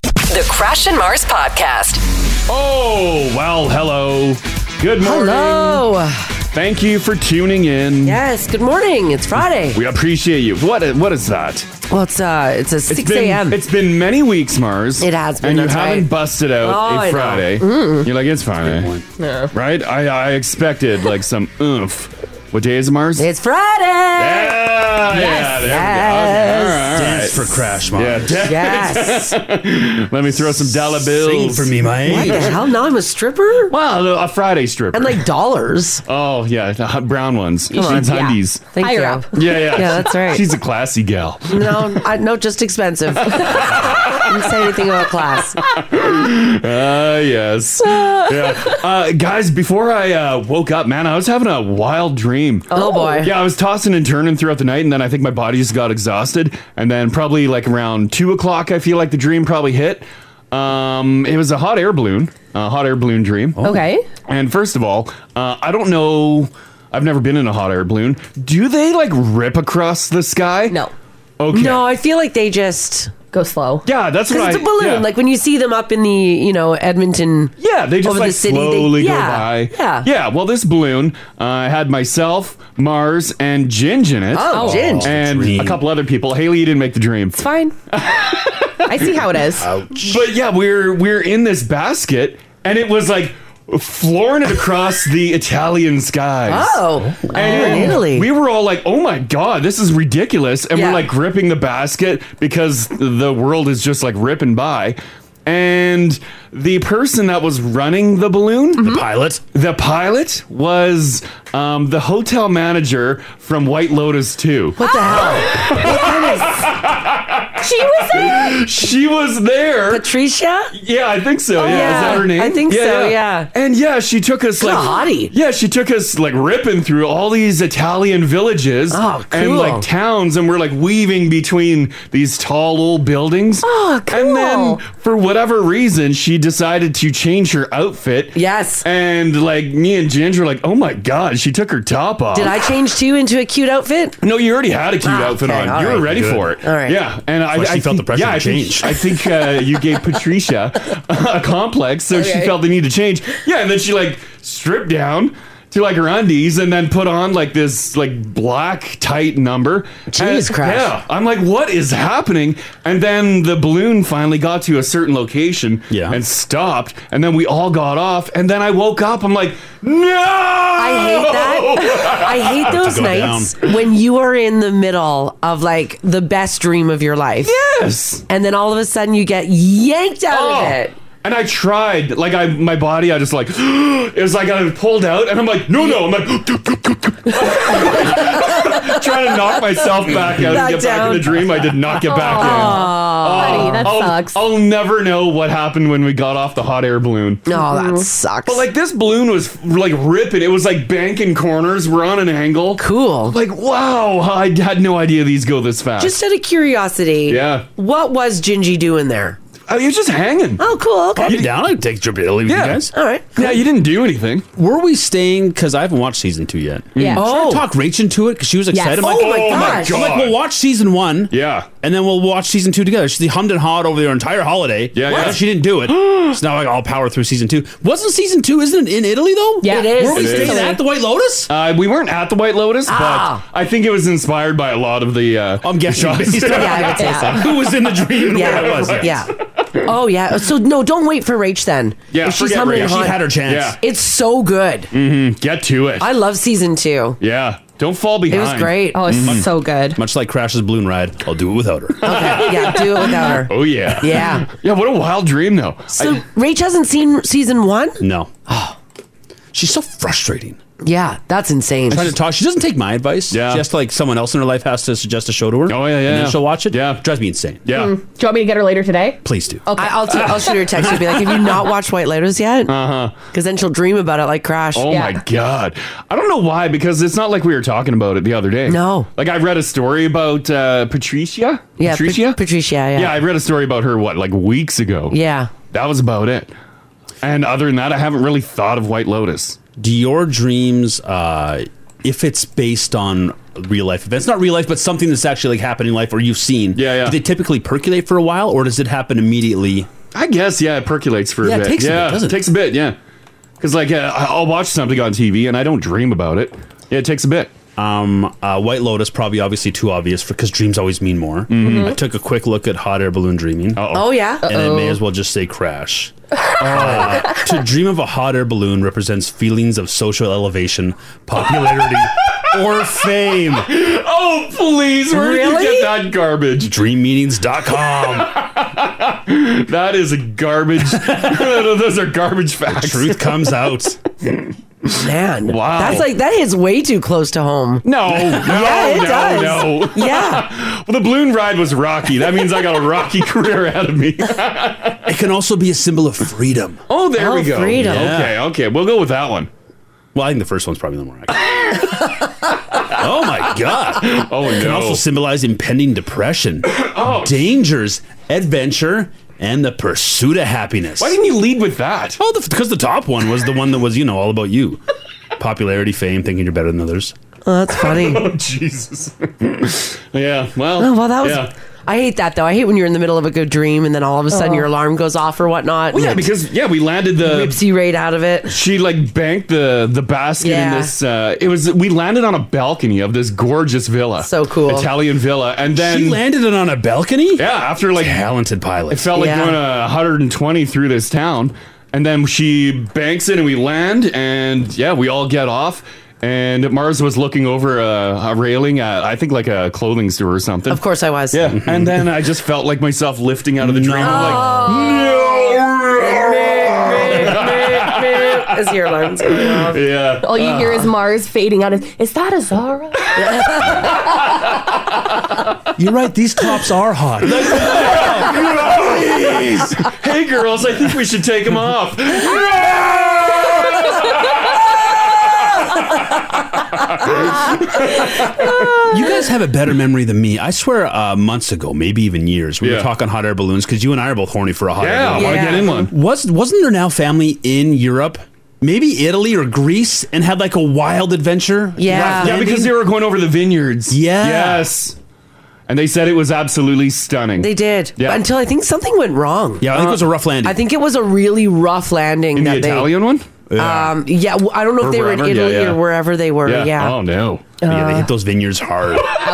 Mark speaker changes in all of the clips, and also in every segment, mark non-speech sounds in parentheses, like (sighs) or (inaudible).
Speaker 1: The Crash and Mars Podcast.
Speaker 2: Oh, well, hello. Good morning.
Speaker 3: Hello.
Speaker 2: Thank you for tuning in.
Speaker 3: Yes. Good morning. It's Friday.
Speaker 2: We appreciate you. What i- what is that?
Speaker 3: Well, it's uh, it's a
Speaker 2: It's
Speaker 3: six
Speaker 2: been-
Speaker 3: a.m.
Speaker 2: It's been many weeks, Mars.
Speaker 3: It has been,
Speaker 2: And you
Speaker 3: that's
Speaker 2: haven't
Speaker 3: right.
Speaker 2: busted out
Speaker 3: Oh, I
Speaker 2: a
Speaker 3: know.
Speaker 2: Friday. You're like, it's Friday. Right? I, I expected like
Speaker 3: (laughs)
Speaker 2: some oomph. What day is it, Mars?
Speaker 3: It's Friday.
Speaker 2: yeah, yeah, there we go. Okay, all right, all right.
Speaker 4: Dance for Crash
Speaker 2: Yeah,
Speaker 4: Mars.
Speaker 2: dance.
Speaker 3: Yes.
Speaker 2: Let me throw some dollar
Speaker 4: Sing
Speaker 2: bills
Speaker 4: for me,
Speaker 3: what
Speaker 4: mate.
Speaker 3: the hell? Now I'm a stripper
Speaker 2: Well, a Friday stripper.
Speaker 3: and like dollars.
Speaker 2: oh yeah, the hot brown ones. She's
Speaker 3: on, yeah.
Speaker 2: hundies.
Speaker 3: Thank
Speaker 5: Higher
Speaker 3: you.
Speaker 5: up.
Speaker 2: (laughs) Yeah, yeah.
Speaker 3: (laughs) Yeah, that's right.
Speaker 2: She's a classy gal.
Speaker 3: No, I, no,
Speaker 2: (laughs)
Speaker 3: just expensive. I didn't say anything about class.
Speaker 2: Ah, yes. yeah. Uh, guys, before I uh, woke up, man, I was having a wild dream.
Speaker 3: Oh, boy.
Speaker 2: Yeah, I was tossing and turning throughout the night, and then I think my body just got exhausted. And then probably like around two o'clock, I feel like the dream probably hit. Um, it was a hot air balloon, a hot air balloon dream.
Speaker 5: Okay.
Speaker 2: And first of all, uh, I don't know. I've never been in a hot air balloon. Do they like rip across the sky?
Speaker 5: No.
Speaker 2: Okay.
Speaker 3: No, I feel like they just
Speaker 5: Go slow.
Speaker 2: Yeah, that's what
Speaker 3: because it's
Speaker 2: I-
Speaker 3: a balloon.
Speaker 2: yeah.
Speaker 3: Like when you see them up in the you know Edmonton.
Speaker 2: Yeah, they just
Speaker 3: over
Speaker 2: like
Speaker 3: the city. they-
Speaker 2: slowly go
Speaker 3: yeah,
Speaker 2: by.
Speaker 3: Yeah.
Speaker 2: yeah. Well, this balloon uh, had myself, Mars, and Ginge in it.
Speaker 3: Oh, Ginge.
Speaker 2: and
Speaker 4: Dream.
Speaker 2: a couple other people. Haley, you didn't make the dream.
Speaker 5: It's fine. I see how it is.
Speaker 2: But yeah, we're we're in this basket, and it was like flooring it across the Italian skies.
Speaker 3: Oh, oh,
Speaker 2: And
Speaker 3: in Italy.
Speaker 2: We were all like, "Oh my god, this is ridiculous!" And we're
Speaker 3: Yeah.
Speaker 2: like gripping the basket because the world is just like ripping by. And the person that was running the balloon,
Speaker 5: Mm-hmm.
Speaker 4: Pilot.
Speaker 2: the pilot was um, the hotel manager from White Lotus 2.
Speaker 3: what the hell,
Speaker 2: (laughs)
Speaker 5: She was there.
Speaker 2: She was there.
Speaker 3: Patricia?
Speaker 2: Yeah, I think so. Yeah, is that
Speaker 3: yeah.
Speaker 2: her name?
Speaker 3: I think so, yeah.
Speaker 2: And yeah, she took us like
Speaker 3: a hottie.
Speaker 2: Yeah, she took us like ripping through all these Italian villages
Speaker 3: Oh,
Speaker 2: and
Speaker 3: cool.
Speaker 2: like towns, and we're like weaving between these tall old buildings.
Speaker 3: Oh,
Speaker 2: And then
Speaker 3: cool.
Speaker 2: for whatever reason, she decided to change her outfit.
Speaker 3: Yes.
Speaker 2: And like me and Ginger, were like, oh my god, she took her top off.
Speaker 3: Did I change too into a cute outfit?
Speaker 2: No, you already had a cute
Speaker 3: Ah,
Speaker 2: outfit
Speaker 3: okay,
Speaker 2: on.
Speaker 3: all
Speaker 2: You were
Speaker 3: right.
Speaker 2: ready
Speaker 4: Good.
Speaker 2: for it.
Speaker 3: All right.
Speaker 2: Yeah, and I,
Speaker 4: why
Speaker 2: I
Speaker 4: she felt
Speaker 2: think-
Speaker 4: the pressure
Speaker 2: yeah,
Speaker 4: to
Speaker 2: I think-
Speaker 4: change.
Speaker 2: I
Speaker 4: (laughs)
Speaker 2: think uh, you gave Patricia a complex, so she felt the need to change. Yeah, and then she like stripped down to like her undies, and then put on like this like black tight number.
Speaker 3: Jeez,
Speaker 2: And-
Speaker 3: Crash.
Speaker 2: Yeah, I'm like, what is happening? And then the balloon finally got to a certain location.
Speaker 4: Yeah.
Speaker 2: and stopped, and then we all got off, and then I woke up. I'm like, no,
Speaker 3: I hate that. (laughs) I hate those
Speaker 4: go
Speaker 3: nights when you are in the middle of like the best dream of your life.
Speaker 2: Yes.
Speaker 3: And then all of a sudden you get yanked out
Speaker 2: Oh.
Speaker 3: of it.
Speaker 2: And I tried, like I, my body, I just like, (gasps) it was like I pulled out, and I'm like, no, no, I'm like, (laughs) trying to knock myself back out
Speaker 3: Back
Speaker 2: and get back
Speaker 3: down.
Speaker 2: in the dream. I did not get back
Speaker 5: Buddy, that
Speaker 2: in. I'll,
Speaker 5: sucks.
Speaker 2: I'll never know what happened when we got off the hot air balloon.
Speaker 3: No, that sucks.
Speaker 2: But like this balloon was like ripping. It was like banking corners. We're on an angle.
Speaker 3: cool.
Speaker 2: Like wow, I had no idea these go this fast.
Speaker 3: Just out of curiosity,
Speaker 2: Yeah.
Speaker 3: what was Gingy doing there?
Speaker 2: I mean, it was just hanging.
Speaker 3: Oh, cool.
Speaker 2: (laughs)
Speaker 3: Okay.
Speaker 4: You down? I'd take a trip to Italy with
Speaker 2: Yeah.
Speaker 4: you guys.
Speaker 3: All right.
Speaker 2: Yeah, you didn't do anything.
Speaker 4: Were we staying? Because I haven't watched season two yet.
Speaker 5: Yeah.
Speaker 4: I
Speaker 3: Oh.
Speaker 4: talk Rachel to it because she was excited. I'm
Speaker 3: Oh,
Speaker 4: like,
Speaker 3: my
Speaker 2: oh
Speaker 3: gosh.
Speaker 2: my
Speaker 4: I'm
Speaker 2: god!
Speaker 4: like, we'll watch season one.
Speaker 2: yeah.
Speaker 4: And then we'll watch season two together. She hummed and hawed over their entire holiday.
Speaker 2: Yeah,
Speaker 4: What?
Speaker 2: yeah.
Speaker 4: She didn't
Speaker 2: (gasps)
Speaker 4: do it. so now like, I'll power through season two. Wasn't season two? Isn't it in Italy though?
Speaker 5: Yeah. It
Speaker 3: is.
Speaker 4: Were we
Speaker 2: It
Speaker 4: staying
Speaker 2: is.
Speaker 4: at the White Lotus?
Speaker 2: Uh, we weren't at the White Lotus,
Speaker 3: Ah.
Speaker 2: but I think it was inspired by a lot of the. Uh,
Speaker 4: I'm guessing
Speaker 2: the shots.
Speaker 3: (laughs)
Speaker 4: based on
Speaker 3: I would say
Speaker 2: (laughs)
Speaker 3: so.
Speaker 4: who was in the dream and
Speaker 3: Yeah.
Speaker 4: where I was.
Speaker 3: Yeah. Oh, yeah. So, no, don't wait for Rach then.
Speaker 2: Yeah,
Speaker 3: If she's
Speaker 2: forget
Speaker 3: humming
Speaker 2: Rach.
Speaker 3: and
Speaker 4: She
Speaker 3: hawing-
Speaker 4: had her chance.
Speaker 2: Yeah.
Speaker 3: It's so good.
Speaker 2: Mm-hmm. Get Mm, to it.
Speaker 3: I love
Speaker 2: (laughs)
Speaker 3: season two.
Speaker 2: yeah, don't fall
Speaker 3: It
Speaker 2: behind. Mm.
Speaker 3: was great.
Speaker 5: Oh, it's so good.
Speaker 4: Much like Crash's balloon ride, I'll do it without her.
Speaker 3: Okay. Yeah, do it without
Speaker 4: Uh-huh.
Speaker 3: her.
Speaker 2: Oh yeah.
Speaker 3: Yeah.
Speaker 2: (laughs) Yeah. What a wild dream, though.
Speaker 3: So Rach hasn't seen season one.
Speaker 4: no. She's so frustrating.
Speaker 3: Yeah, that's insane.
Speaker 4: Trying to talk. She doesn't take my advice.
Speaker 2: Yeah.
Speaker 4: She has to, like someone else in her life has to suggest a show to her.
Speaker 2: Oh, yeah, yeah,
Speaker 4: And
Speaker 2: yeah.
Speaker 4: then she'll watch it.
Speaker 2: Yeah.
Speaker 4: Drives me insane.
Speaker 2: yeah.
Speaker 5: Do you want me to get her later today?
Speaker 4: Please do.
Speaker 3: I, I'll, t- I'll shoot her a text and be like, "Have you not watched White Lotus yet?" Uh huh.
Speaker 2: (laughs)
Speaker 3: Because then she'll dream about it like Crash.
Speaker 2: uh-huh. Oh
Speaker 5: Yeah.
Speaker 2: my god. I don't know why because it's not like we were talking about it the other day.
Speaker 3: No.
Speaker 2: Like I read a story about uh, Patricia.
Speaker 3: yeah,
Speaker 2: Patricia.
Speaker 3: Pat- Patricia. Yeah.
Speaker 2: yeah, I read a story about her. What, like weeks ago?
Speaker 3: Yeah.
Speaker 2: That was about it. And other than that, I haven't really thought of White Lotus.
Speaker 4: Do your dreams, uh, if it's based on real life events, not real life, but something that's actually like happening in life or you've seen,
Speaker 2: Yeah, yeah.
Speaker 4: do they typically percolate for a while or does it happen immediately
Speaker 2: I guess yeah, it percolates for
Speaker 4: Yeah,
Speaker 2: a
Speaker 4: it
Speaker 2: bit.
Speaker 4: takes a bit,
Speaker 2: yeah,
Speaker 4: doesn't it?
Speaker 2: takes a bit. Yeah, because like uh, I- I'll watch something on TV and I don't dream about it. Yeah, it takes a bit.
Speaker 4: Um, uh, White Lotus probably obviously too obvious because dreams always mean more.
Speaker 2: Mm-hmm.
Speaker 3: Mhm.
Speaker 4: I took a quick look at hot air balloon dreaming.
Speaker 3: Oh, yeah.
Speaker 4: and I may
Speaker 3: Uh-oh.
Speaker 4: as well just say crash. Uh, to dream of a hot air balloon represents feelings of social elevation,
Speaker 2: (laughs)
Speaker 4: popularity, or fame.
Speaker 2: Oh please, where did you
Speaker 4: Really?
Speaker 2: get that garbage?
Speaker 4: Dreammeetings.com.
Speaker 2: (laughs) that is a garbage. (laughs) those are garbage facts.
Speaker 4: truth comes out.
Speaker 3: Man,
Speaker 2: wow,
Speaker 3: That's like that hits way too close to home.
Speaker 4: (laughs)
Speaker 2: No, no,
Speaker 3: (laughs) yeah, it
Speaker 2: no,
Speaker 3: does.
Speaker 2: no.
Speaker 3: Yeah.
Speaker 2: well, the balloon ride was (laughs) rocky. That means I got a rocky career (laughs) ahead of me.
Speaker 4: It can also be a symbol of freedom.
Speaker 2: Oh, there
Speaker 4: Oh,
Speaker 2: we go.
Speaker 4: freedom. Yeah.
Speaker 2: Okay, okay. We'll go with that one.
Speaker 4: Well, I think the first one's probably the more accurate. (laughs) oh my god.
Speaker 2: (laughs) Oh
Speaker 4: It can
Speaker 2: no. Oh.
Speaker 4: also symbolize impending
Speaker 2: (laughs)
Speaker 4: depression, dangers, adventure, and the pursuit of happiness. Why didn't
Speaker 2: you lead with that?
Speaker 4: Oh, because the, top one was the one that was, you know, all about you. Popularity, fame, thinking you're better than others.
Speaker 3: Oh, that's funny.
Speaker 2: (laughs) oh, Jesus. yeah. Well.
Speaker 3: Oh well, that was.
Speaker 2: yeah.
Speaker 3: I hate that though. I hate when you're in the middle of a good dream and then all of a sudden
Speaker 2: Oh.
Speaker 3: your alarm goes off or whatnot.
Speaker 2: Well, yeah,
Speaker 3: and (laughs) it
Speaker 2: because yeah, we landed the
Speaker 3: rips you right out of it.
Speaker 2: She like banked the the basket
Speaker 3: Yeah.
Speaker 2: in this. Uh, it was we landed on a balcony of this gorgeous villa, so cool Italian villa, and then
Speaker 4: She landed it on a balcony.
Speaker 2: Yeah, after like
Speaker 4: talented pilot,
Speaker 2: it felt like
Speaker 4: Yeah.
Speaker 2: going a 120 through this town, and then she banks it, and we land, and yeah, we all get off. And Mars was looking over a, a railing at, I think, like a clothing store or something. Of
Speaker 3: course, I was.
Speaker 2: Yeah, and then I just felt like myself lifting out of the dream. I'm like,
Speaker 3: Oh. (laughs) As your alarm's
Speaker 5: going
Speaker 2: off. Yeah.
Speaker 5: All you hear
Speaker 2: Ah.
Speaker 5: is Mars fading out. Of, is that a Zara?
Speaker 4: You're right. These tops are hot.
Speaker 2: Please. Hey, girls, I think we should take them off.
Speaker 4: you guys have a better memory than me. I swear, uh, months ago, maybe even years, we
Speaker 2: Yeah.
Speaker 4: were talking hot air balloons because you and I are both horny for a hot
Speaker 2: Yeah,
Speaker 4: air
Speaker 2: I
Speaker 4: balloon.
Speaker 2: wanna Yeah. get in one.
Speaker 4: Was wasn't there now family in Europe? Maybe Italy or Greece, and had like a wild adventure. Rough
Speaker 2: Yeah,
Speaker 4: landing?
Speaker 2: because they were going over the vineyards.
Speaker 4: Yeah.
Speaker 2: Yes. And they said it was absolutely stunning.
Speaker 3: They did.
Speaker 2: Yeah.
Speaker 3: Until I think something went wrong.
Speaker 2: Yeah, I think it was a rough landing.
Speaker 3: I think it was a really rough landing.
Speaker 2: In the
Speaker 3: that they-
Speaker 2: Italian one?
Speaker 3: Um, yeah, well, I don't know
Speaker 2: Or
Speaker 3: if they were
Speaker 2: wherever,
Speaker 3: in
Speaker 2: yeah,
Speaker 3: Italy
Speaker 2: yeah.
Speaker 3: or wherever they were. Yeah. Uh,
Speaker 2: Oh, no.
Speaker 4: yeah, they hit those vineyards hard.
Speaker 2: (laughs)
Speaker 3: I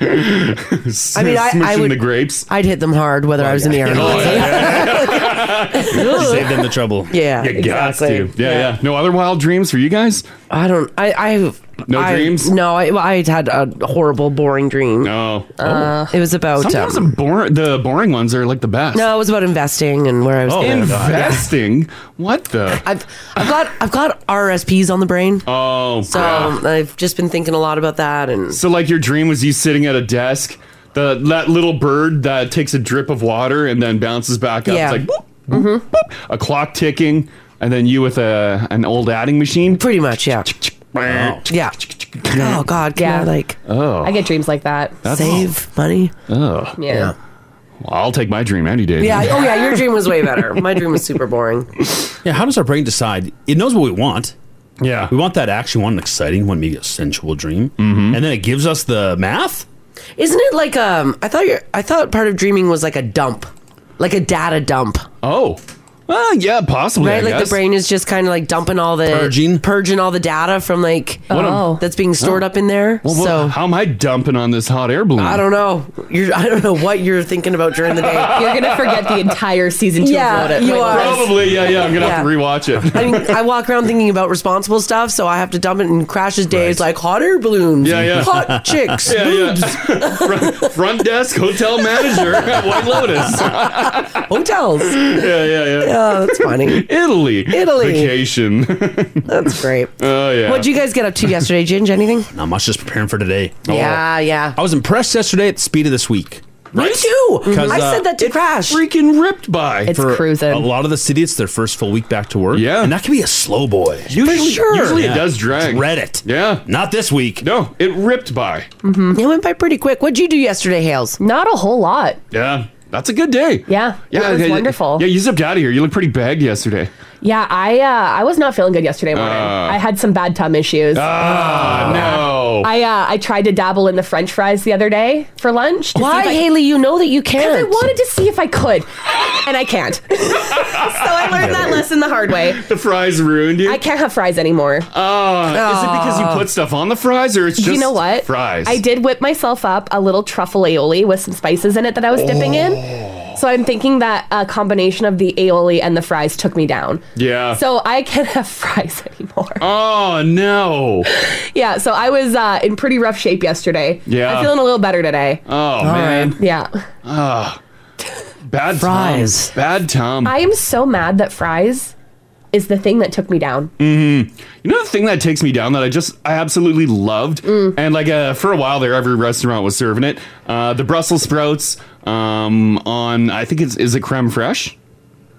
Speaker 3: mean, I, I
Speaker 2: Smushing
Speaker 3: would, (laughs)
Speaker 2: the grapes. Oh,
Speaker 3: I'd hit them hard whether I was in the air or not. (laughs)
Speaker 4: Save them the trouble.
Speaker 3: Yeah,
Speaker 2: You got
Speaker 3: exactly.
Speaker 2: to. Yeah, yeah, No other wild dreams for you guys?
Speaker 3: I don't. I. I
Speaker 2: No
Speaker 3: I-
Speaker 2: dreams?
Speaker 3: No, I, well, I had had a horrible, boring dream.
Speaker 2: No. Oh.
Speaker 3: Uh, it was about.
Speaker 2: Sometimes
Speaker 3: um,
Speaker 2: the, bor- the boring ones are like the best.
Speaker 3: no, it was about investing and where I was
Speaker 2: Oh,
Speaker 3: gonna-
Speaker 2: investing? What the?
Speaker 3: (laughs) I've I've got I've got RSPs on the brain.
Speaker 2: Oh,
Speaker 3: so
Speaker 2: yeah.
Speaker 3: I've just been thinking a lot about that and
Speaker 2: So, like, your dream was you sitting at a desk, the that little bird that takes a drip of water and then bounces back up.
Speaker 3: Yeah. Mm-hmm.
Speaker 2: It's like boop, boop, boop, a clock ticking, and then you with a an old adding machine.
Speaker 3: Pretty much, yeah. yeah. Oh God, yeah. like
Speaker 2: Oh,
Speaker 5: I get dreams like that.
Speaker 3: save money.
Speaker 2: Oh,
Speaker 5: Yeah. Yeah.
Speaker 2: Well, I'll take my dream any day.
Speaker 3: Yeah. Oh yeah, your dream was way better. My dream was super boring.
Speaker 4: (laughs) Yeah, how does our brain decide? It knows what we want.
Speaker 2: Yeah.
Speaker 4: We want that action, we want an exciting one, maybe a sensual dream. Mm-hmm. And then it gives us the math?
Speaker 3: (laughs) Isn't it like um? I thought your I thought part of dreaming was like a dump, like a data dump.
Speaker 2: Oh. Well, yeah, possibly. I
Speaker 3: Right, like
Speaker 2: guess.
Speaker 3: the brain is just kind of like dumping all the
Speaker 2: Purging?
Speaker 3: purging all the data from like
Speaker 2: What a- Oh.
Speaker 3: that's being stored up in there.
Speaker 2: Well, well,
Speaker 3: so
Speaker 2: how am I dumping on this hot air balloon?
Speaker 3: I don't know. You're I don't know what you're thinking about during the day.
Speaker 5: (laughs) You're gonna forget the entire season two
Speaker 3: Yeah,
Speaker 5: about it.
Speaker 3: you
Speaker 5: Like,
Speaker 3: are.
Speaker 2: Probably, yeah, yeah. I'm gonna have to
Speaker 3: Yeah.
Speaker 2: rewatch
Speaker 3: (laughs)
Speaker 2: it.
Speaker 3: I mean, I walk around thinking about responsible stuff, so I have to dump it in Crash's days like hot air balloons,
Speaker 2: Yeah, yeah. (laughs)
Speaker 3: (laughs) hot chicks,
Speaker 2: Yeah, yeah. (laughs)
Speaker 3: boobs,
Speaker 2: front, front desk hotel manager (laughs) at White Lotus.
Speaker 3: hotels.
Speaker 2: Yeah, yeah, yeah.
Speaker 3: Yeah, Oh, that's funny.
Speaker 2: Italy.
Speaker 3: Italy.
Speaker 2: Vacation.
Speaker 3: (laughs) That's great.
Speaker 2: (laughs) Oh, yeah.
Speaker 3: What'd you guys
Speaker 2: (laughs)
Speaker 3: get up to yesterday, Ginge? Anything?
Speaker 4: Not much, just preparing for today.
Speaker 2: Oh.
Speaker 3: Yeah, yeah.
Speaker 4: I was impressed yesterday at the speed of this week.
Speaker 3: Me too.
Speaker 4: 'Cause,
Speaker 3: I
Speaker 4: uh,
Speaker 3: said that to Crash.
Speaker 2: Freaking ripped by.
Speaker 3: It's cruising.
Speaker 4: A lot of the city, it's their first full week back to work. Yeah. And that can be a slow boy.
Speaker 2: Usually, usually it
Speaker 4: Yeah.
Speaker 2: does drag.
Speaker 4: Dread it.
Speaker 2: Yeah.
Speaker 4: Not this week.
Speaker 2: No, it ripped by.
Speaker 3: Mm-hmm. It went by pretty quick. What'd you do yesterday, Hales?
Speaker 5: Not a whole lot.
Speaker 2: Yeah. That's a good day.
Speaker 5: Yeah, it was
Speaker 2: yeah,
Speaker 5: wonderful.
Speaker 2: Yeah, you zipped out of here. You look pretty bagged yesterday.
Speaker 5: Yeah, I uh, I was not feeling good yesterday morning.
Speaker 2: Ah.
Speaker 5: I had some bad tum issues.
Speaker 2: Ah, no.
Speaker 5: I uh, I tried to dabble in the French fries the other day for lunch. to see
Speaker 3: Why,
Speaker 5: if I-
Speaker 3: Haley? You know that you
Speaker 5: Because I
Speaker 3: can't.
Speaker 5: wanted to see if I could, and I can't. so I learned that lesson the hard way.
Speaker 2: (laughs) the fries ruined you.
Speaker 5: I can't have fries anymore.
Speaker 2: Ah, is it because you put stuff on the fries, or it's just
Speaker 5: you know what?
Speaker 2: fries?
Speaker 5: I did whip myself up a little truffle aioli with some spices in it that I was dipping
Speaker 2: Oh.
Speaker 5: in. So I'm thinking that a combination of the aioli and the fries took me down.
Speaker 2: Yeah.
Speaker 5: So I can't have (laughs) fries anymore.
Speaker 2: oh no.
Speaker 5: Yeah. So I was uh, in pretty rough shape yesterday.
Speaker 2: Yeah.
Speaker 5: I'm feeling a little better today.
Speaker 2: Oh man.
Speaker 5: Yeah.
Speaker 2: Ah. Bad
Speaker 3: Fries.
Speaker 2: Tom. Bad Tom.
Speaker 5: I am so mad that fries is the thing that took me down.
Speaker 2: Mm-hmm. You know the thing that takes me down that I just I absolutely loved,
Speaker 3: Mm.
Speaker 2: and like uh, for a while there, every restaurant was serving it. Uh, the Brussels sprouts um, on I think it's is it creme fraiche?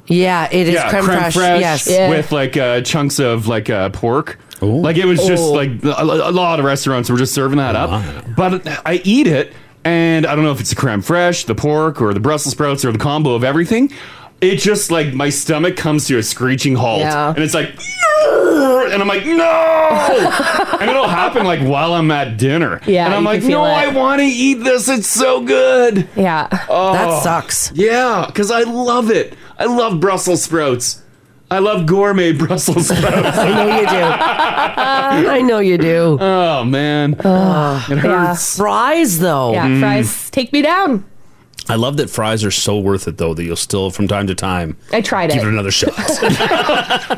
Speaker 3: yeah, it is creme, fraiche.
Speaker 2: fraiche
Speaker 3: Yes.
Speaker 5: Yeah.
Speaker 3: (laughs)
Speaker 2: with like uh, chunks of like uh, pork. Like it was just
Speaker 5: Ooh.
Speaker 2: like a, a lot of restaurants were just serving that up. But I eat it, and I don't know if it's the creme fraiche, the pork, or the Brussels sprouts, or the combo of everything. It just like my stomach comes to a screeching halt,
Speaker 5: Yeah.
Speaker 2: and it's like, "Grr," and I'm like,
Speaker 3: Oh,
Speaker 2: (laughs) no, and it'll happen like while I'm at dinner.
Speaker 5: Yeah,
Speaker 2: and I'm
Speaker 5: you can
Speaker 2: like,
Speaker 5: feel
Speaker 2: no,
Speaker 5: it.
Speaker 2: I want to eat this. It's so good. Oh.
Speaker 5: Yeah.
Speaker 3: That sucks.
Speaker 2: Yeah, because I love it. I love Brussels sprouts. I love gourmet (laughs) Brussels sprouts.
Speaker 3: (laughs) I know you
Speaker 2: (laughs)
Speaker 3: do. I know you do.
Speaker 2: oh man, it hurts.
Speaker 3: Fries
Speaker 5: (laughs)
Speaker 3: though.
Speaker 5: yeah.
Speaker 2: Mm.
Speaker 5: Fries take me down.
Speaker 4: I love that fries are so worth it though that you'll still from time to time
Speaker 5: I tried
Speaker 4: give it
Speaker 5: it.
Speaker 4: another
Speaker 2: (laughs)
Speaker 4: shot.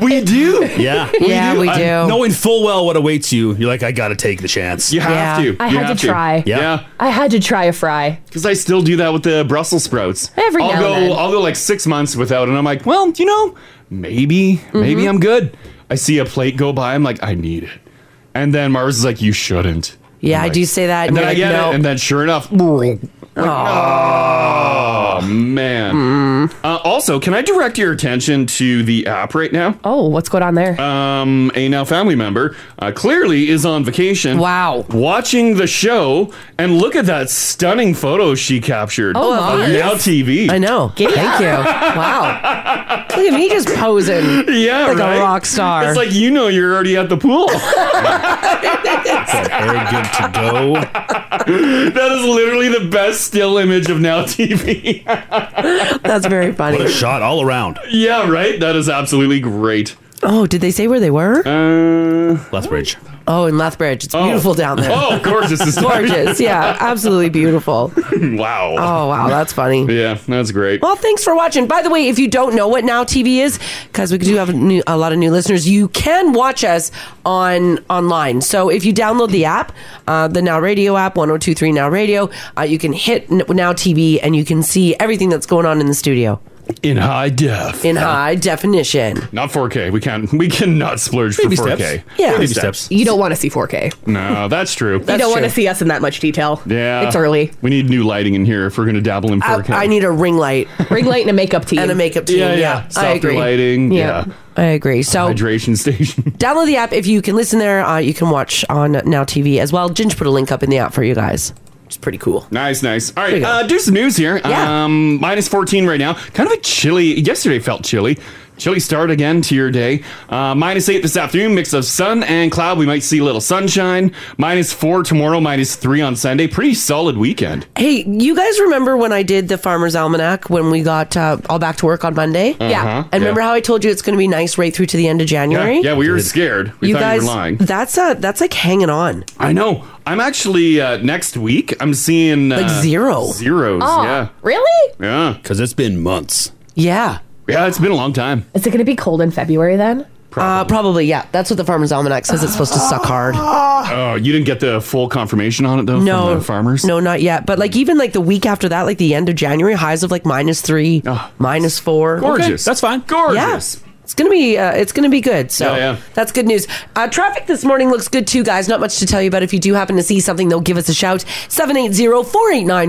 Speaker 5: (laughs)
Speaker 2: We do.
Speaker 4: yeah.
Speaker 3: Yeah, we do.
Speaker 4: I- knowing full well what awaits you, you're like, I gotta take the chance.
Speaker 2: You have
Speaker 3: Yeah.
Speaker 2: to.
Speaker 5: I
Speaker 2: You
Speaker 5: had to
Speaker 2: have
Speaker 5: try.
Speaker 2: Yeah,
Speaker 5: I had to try a fry.
Speaker 2: because I still do that with the Brussels sprouts.
Speaker 5: Every
Speaker 2: I'll
Speaker 5: now and
Speaker 2: go.
Speaker 5: then.
Speaker 2: I'll go like six months without, and I'm like, well, you know, maybe, maybe
Speaker 5: Mm-hmm.
Speaker 2: I'm good. I see a plate go by. I'm like, I need it. And then Mars is like, you shouldn't.
Speaker 3: Yeah,
Speaker 2: I'm
Speaker 3: I
Speaker 2: like-
Speaker 3: do say that.
Speaker 2: And then I
Speaker 3: you're
Speaker 2: get
Speaker 3: like, no.
Speaker 2: it, and then sure enough, (laughs) like, oh man. Uh, also, can I direct your attention to the app right now?
Speaker 5: Oh, what's going on there?
Speaker 2: Um, a now family member uh, clearly is on vacation.
Speaker 3: Wow.
Speaker 2: watching the show, and look at that stunning photo she captured.
Speaker 5: Oh,
Speaker 2: on
Speaker 5: nice.
Speaker 2: now TV.
Speaker 3: I know.
Speaker 2: (laughs)
Speaker 3: Thank you. (laughs) Wow. Look at me just posing.
Speaker 2: (laughs) Yeah,
Speaker 3: Like a
Speaker 2: right?
Speaker 3: rock star.
Speaker 2: It's like you know you're already at the pool.
Speaker 4: Very good to go.
Speaker 2: (laughs) that is literally the best still image of now TV.
Speaker 3: (laughs) That's very
Speaker 4: What a
Speaker 3: funny.
Speaker 4: shot all around.
Speaker 2: yeah, right. That is absolutely great.
Speaker 3: Oh, did they say where they were?
Speaker 2: Uh,
Speaker 4: Lethbridge.
Speaker 3: Oh, in Lethbridge. It's beautiful down there.
Speaker 2: oh,
Speaker 3: (laughs)
Speaker 2: gorgeous! This is
Speaker 3: Gorgeous. Yeah, absolutely beautiful.
Speaker 2: (laughs) wow.
Speaker 3: Oh, wow. That's funny.
Speaker 2: Yeah, that's great.
Speaker 3: Well, thanks for watching. By the way, if you don't know what Now TV is, because we do have new, a lot of new listeners, you can watch us on online. So if you download the app, uh, the Now Radio app, 1023 Now Radio, uh, you can hit N- Now TV and you can see everything that's going on in the studio
Speaker 2: In high def,
Speaker 3: in high definition.
Speaker 2: not 4K. We can't. We cannot splurge
Speaker 4: Baby
Speaker 2: for 4K.
Speaker 4: steps.
Speaker 3: Yeah.
Speaker 2: Baby
Speaker 3: Baby
Speaker 2: steps.
Speaker 5: You don't want to see 4K.
Speaker 2: No, that's true.
Speaker 5: you don't want to
Speaker 3: true.
Speaker 5: see us in that much detail.
Speaker 2: yeah,
Speaker 5: It's early.
Speaker 2: We need new lighting in here if we're going to dabble in 4K.
Speaker 3: I, I need a ring light
Speaker 5: (laughs) Ring light and a makeup team.
Speaker 3: and a makeup team.
Speaker 2: Yeah,
Speaker 3: Yeah,
Speaker 2: yeah.
Speaker 3: I
Speaker 2: Softer
Speaker 3: agree.
Speaker 2: lighting. Yeah.
Speaker 5: Yeah.
Speaker 3: I agree. So
Speaker 2: Hydration (laughs) station.
Speaker 3: download the app. If you can listen there, uh, you can watch on Now TV as well. Ginge put a link up in the app for you guys. It's pretty cool.
Speaker 2: nice, nice. All
Speaker 3: There
Speaker 2: right,
Speaker 3: you go.
Speaker 2: uh, do some news here.
Speaker 3: Yeah.
Speaker 2: Um, minus 14 right now. Kind of a chilly. Yesterday felt chilly. Chilly start again to your day. Uh, minus 8 this afternoon, mix of sun and cloud. We might see a little sunshine. Minus 4 tomorrow, minus 3 on Sunday. Pretty solid weekend.
Speaker 3: Hey, you guys remember when I did the Farmer's Almanac when we got uh, all back to work on Monday?
Speaker 5: Yeah.
Speaker 3: And remember how I told you it's going to be nice right through to the end of
Speaker 2: Yeah,
Speaker 3: January?
Speaker 2: yeah, we were scared. We
Speaker 3: you
Speaker 2: thought
Speaker 3: guys,
Speaker 2: you were lying.
Speaker 3: that's uh, that's like hanging on.
Speaker 2: I know. I'm actually uh, next week. I'm seeing uh,
Speaker 3: Like zero.
Speaker 2: zeros.
Speaker 5: Oh,
Speaker 2: Yeah,
Speaker 5: Really?
Speaker 2: yeah,
Speaker 4: Because it's been months.
Speaker 3: Yeah,
Speaker 2: yeah. It's been a long time.
Speaker 5: Is it going to be cold in February then?
Speaker 3: Uh, probably. Yeah, that's what the Farmer's Almanac says. It's supposed to suck hard.
Speaker 2: Oh, you didn't get the full confirmation on it though
Speaker 3: No
Speaker 2: from the farmers.
Speaker 3: No, not yet. But like even like the week after that, like the end of January, highs of like minus three,
Speaker 2: Oh.
Speaker 3: minus four.
Speaker 2: gorgeous.
Speaker 4: that's fine.
Speaker 2: Gorgeous.
Speaker 3: Yeah. It's gonna be uh, it's gonna be good. So
Speaker 2: Yeah, yeah.
Speaker 3: that's good news. Uh, traffic this morning looks good too, guys. Not much to tell you about. If you do happen to see something, though, give us a shout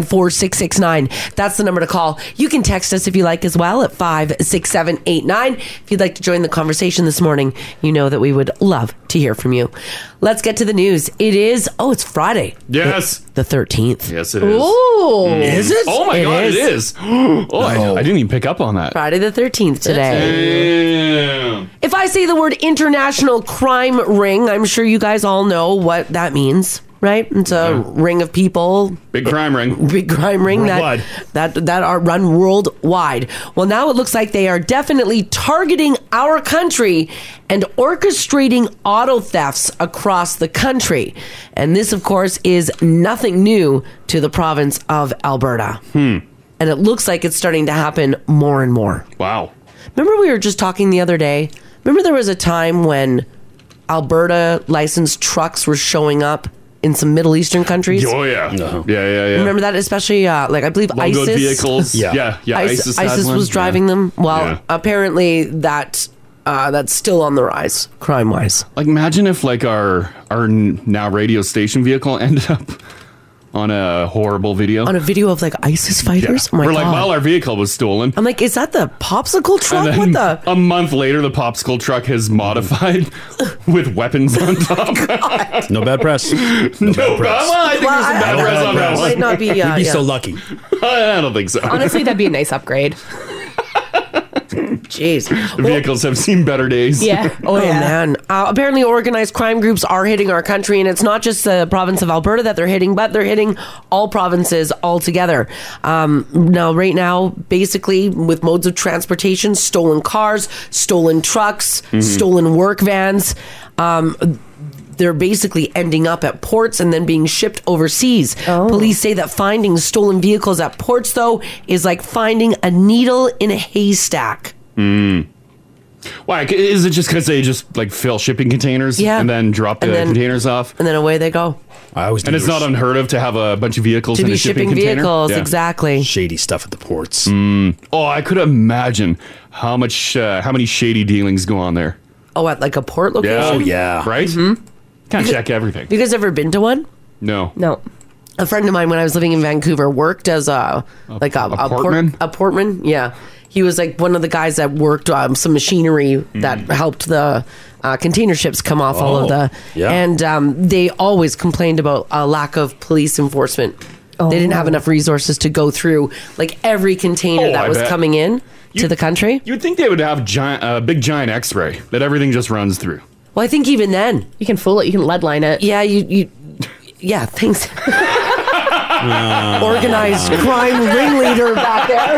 Speaker 3: 780-489-4669. That's the number to call. You can text us if you like as well at five six seven eight nine. If you'd like to join the conversation this morning, you know that we would love to hear from you. Let's get to the news. It is, oh, it's Friday.
Speaker 2: Yes.
Speaker 3: The 13th.
Speaker 2: Yes, it is.
Speaker 5: Ooh.
Speaker 2: Is it? Oh my God, it is. (gasps) oh, I, I didn't even pick up on that.
Speaker 3: Friday the 13th today. If I say the word international crime ring, I'm sure you guys all know what that means, right? It's a ring of people.
Speaker 2: Big crime ring.
Speaker 3: Big crime ring that, that that are run worldwide. Well, now it looks like they are definitely targeting our country and orchestrating auto thefts across the country. And this, of course, is nothing new to the province of Alberta.
Speaker 2: Hmm.
Speaker 3: And it looks like it's starting to happen more and more.
Speaker 2: Wow.
Speaker 3: Remember, we were just talking the other day. Remember, there was a time when Alberta licensed trucks were showing up in some Middle Eastern countries.
Speaker 2: Oh yeah. Yeah, yeah, yeah.
Speaker 3: Remember that, especially uh, like I believe
Speaker 2: Logoed
Speaker 3: ISIS
Speaker 2: vehicles. Yeah. Yeah, yeah,
Speaker 3: ISIS,
Speaker 2: ISIS
Speaker 3: ISIS,
Speaker 2: had one.
Speaker 3: was driving them. Well,
Speaker 2: Yeah.
Speaker 3: apparently that uh, that's still on the rise, crime wise.
Speaker 2: Like, imagine if like our our n- now radio station vehicle (laughs) ended up on a horrible video.
Speaker 3: On a video of like ISIS fighters. Oh my
Speaker 2: We're
Speaker 3: god!
Speaker 2: like, well, our vehicle was stolen.
Speaker 3: I'm like, is that the popsicle truck?
Speaker 2: And
Speaker 3: what
Speaker 2: then
Speaker 3: the?
Speaker 2: A month later, the popsicle truck has modified (laughs) with weapons on top.
Speaker 4: no bad
Speaker 2: (laughs)
Speaker 4: press. No,
Speaker 2: bad press. I think there's some bad
Speaker 4: I-
Speaker 2: press on that
Speaker 4: Might
Speaker 2: one.
Speaker 4: not be,
Speaker 2: (laughs)
Speaker 4: We'd uh, be yeah. so
Speaker 2: lucky. I don't think so.
Speaker 5: Honestly, that'd be a nice upgrade.
Speaker 3: Jeez.
Speaker 2: The vehicles have seen better days. (laughs)
Speaker 3: Oh, man. Uh, apparently, organized crime groups are hitting our country, and it's not just the province of Alberta that they're hitting, but they're hitting all provinces altogether. Um, now, right now, basically, with modes of transportation, stolen cars, stolen trucks,
Speaker 6: Mhm.
Speaker 3: stolen work vans. Um, they're basically ending up at ports and then being shipped overseas. Police say that finding stolen vehicles at ports, though, is like finding a needle in a haystack.
Speaker 2: Mm. Why? c- Is it just because they just like fill shipping containers
Speaker 3: Yeah.
Speaker 2: and then drop the
Speaker 3: And then-
Speaker 2: containers off?
Speaker 3: And then away they go.
Speaker 2: I always and
Speaker 4: knew
Speaker 2: it's
Speaker 4: there
Speaker 2: not
Speaker 4: was-
Speaker 2: unheard of to have a bunch of vehicles
Speaker 3: To
Speaker 2: in
Speaker 3: be
Speaker 2: a shipping,
Speaker 3: shipping
Speaker 2: container.
Speaker 3: vehicles, exactly.
Speaker 2: Shady stuff at the ports. Mm. Oh, I could imagine how much, uh, how many shady dealings go on there.
Speaker 3: Oh, at like a port location?
Speaker 2: Oh, right. Mm-hmm. Can't check everything.
Speaker 3: You guys ever been to one?
Speaker 2: No.
Speaker 5: No.
Speaker 3: A friend of mine when I was living in Vancouver worked as a like a, a,
Speaker 2: portman?
Speaker 3: Port, a portman. Yeah, he was like one of the guys that worked um, some machinery that
Speaker 2: Mm.
Speaker 3: helped the uh, container ships come off all
Speaker 7: Oh,
Speaker 3: of the.
Speaker 7: yeah.
Speaker 3: And um, they always complained about a lack of police enforcement. They didn't have enough resources to go through like every container
Speaker 2: Oh,
Speaker 3: that
Speaker 2: I
Speaker 3: was
Speaker 2: bet.
Speaker 3: coming in to the country.
Speaker 2: You'd think they would have giant, uh, big giant X-ray that everything just runs through.
Speaker 3: Well, I think even then
Speaker 5: you can fool it. You can leadline it.
Speaker 3: Yeah, you you. Yeah, thanks. Organized crime ringleader (laughs) back (laughs) there.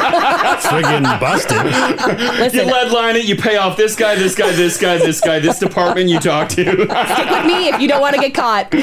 Speaker 4: Friggin'
Speaker 5: busted.
Speaker 2: you lead line it. You pay off this guy, this guy, this guy, this guy, this department you talk to.
Speaker 5: Stick
Speaker 3: (laughs)
Speaker 5: with me if you don't want to get caught.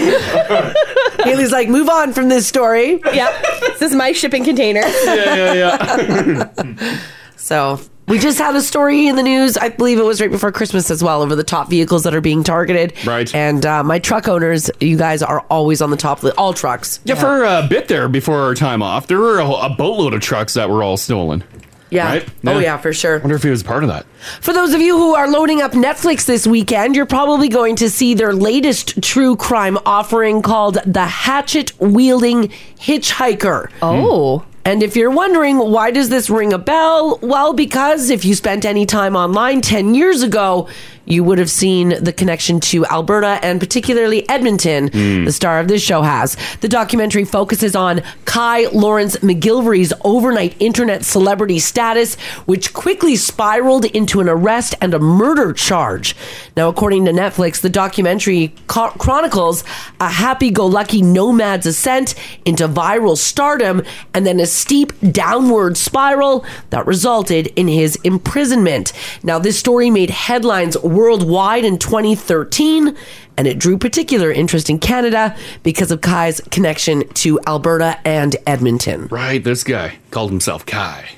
Speaker 3: Haley's like, move on from this story.
Speaker 5: Yep. This is my shipping container.
Speaker 2: (laughs) yeah, yeah.
Speaker 3: so we just had a story in the news. I believe it was right before Christmas as well, over the top vehicles that are being targeted. Right. And uh, my truck owners, you guys are always on the top of the, all trucks.
Speaker 2: Yeah, for a bit there before our time off, there were a, whole- a boatload of trucks that were all stolen.
Speaker 3: Yeah.
Speaker 2: Right?
Speaker 3: Oh, yeah, for sure.
Speaker 2: wonder if he was part of that.
Speaker 3: For those of you who are loading up Netflix this weekend, you're probably going to see their latest true crime offering called The Hatchet Wielding Hitchhiker.
Speaker 5: Oh.
Speaker 3: And if you're wondering why does this ring a bell? Well, because if you spent any time online 10 years ago, you would have seen the connection to Alberta and particularly Edmonton, the star of this show has. The documentary focuses on Kai Lawrence McGilvery's overnight internet celebrity status, which quickly spiraled into an arrest and a murder charge. Now, according to Netflix, the documentary co- chronicles a happy go lucky nomad's ascent into viral stardom and then a steep downward spiral that resulted in his imprisonment. Now, this story made headlines worldwide in 2013 and it drew particular interest in Canada because of Kai's connection to Alberta and Edmonton.
Speaker 2: Right, this guy called himself Kai.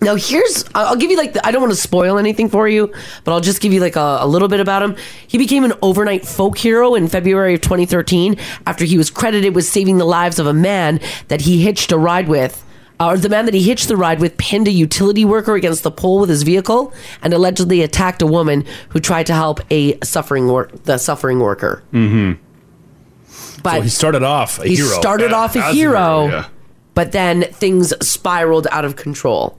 Speaker 3: Now here's I- I'll give you like the, I don't want to spoil anything for you, but I'll just give you like a, a little bit about him. He became an overnight folk hero in February of 2013 after he was credited with saving the lives of a man that he hitched a ride with. uh, Or the man that he hitched the ride with pinned a utility worker against the pole with his vehicle and allegedly attacked a woman who tried to help a suffering work the suffering worker.
Speaker 4: Mm-hmm.
Speaker 3: But
Speaker 4: so he started off a
Speaker 3: he
Speaker 4: hero.
Speaker 3: started
Speaker 4: Uh,
Speaker 3: off a
Speaker 4: as
Speaker 3: hero,
Speaker 4: yeah.
Speaker 3: but then things spiraled out of control.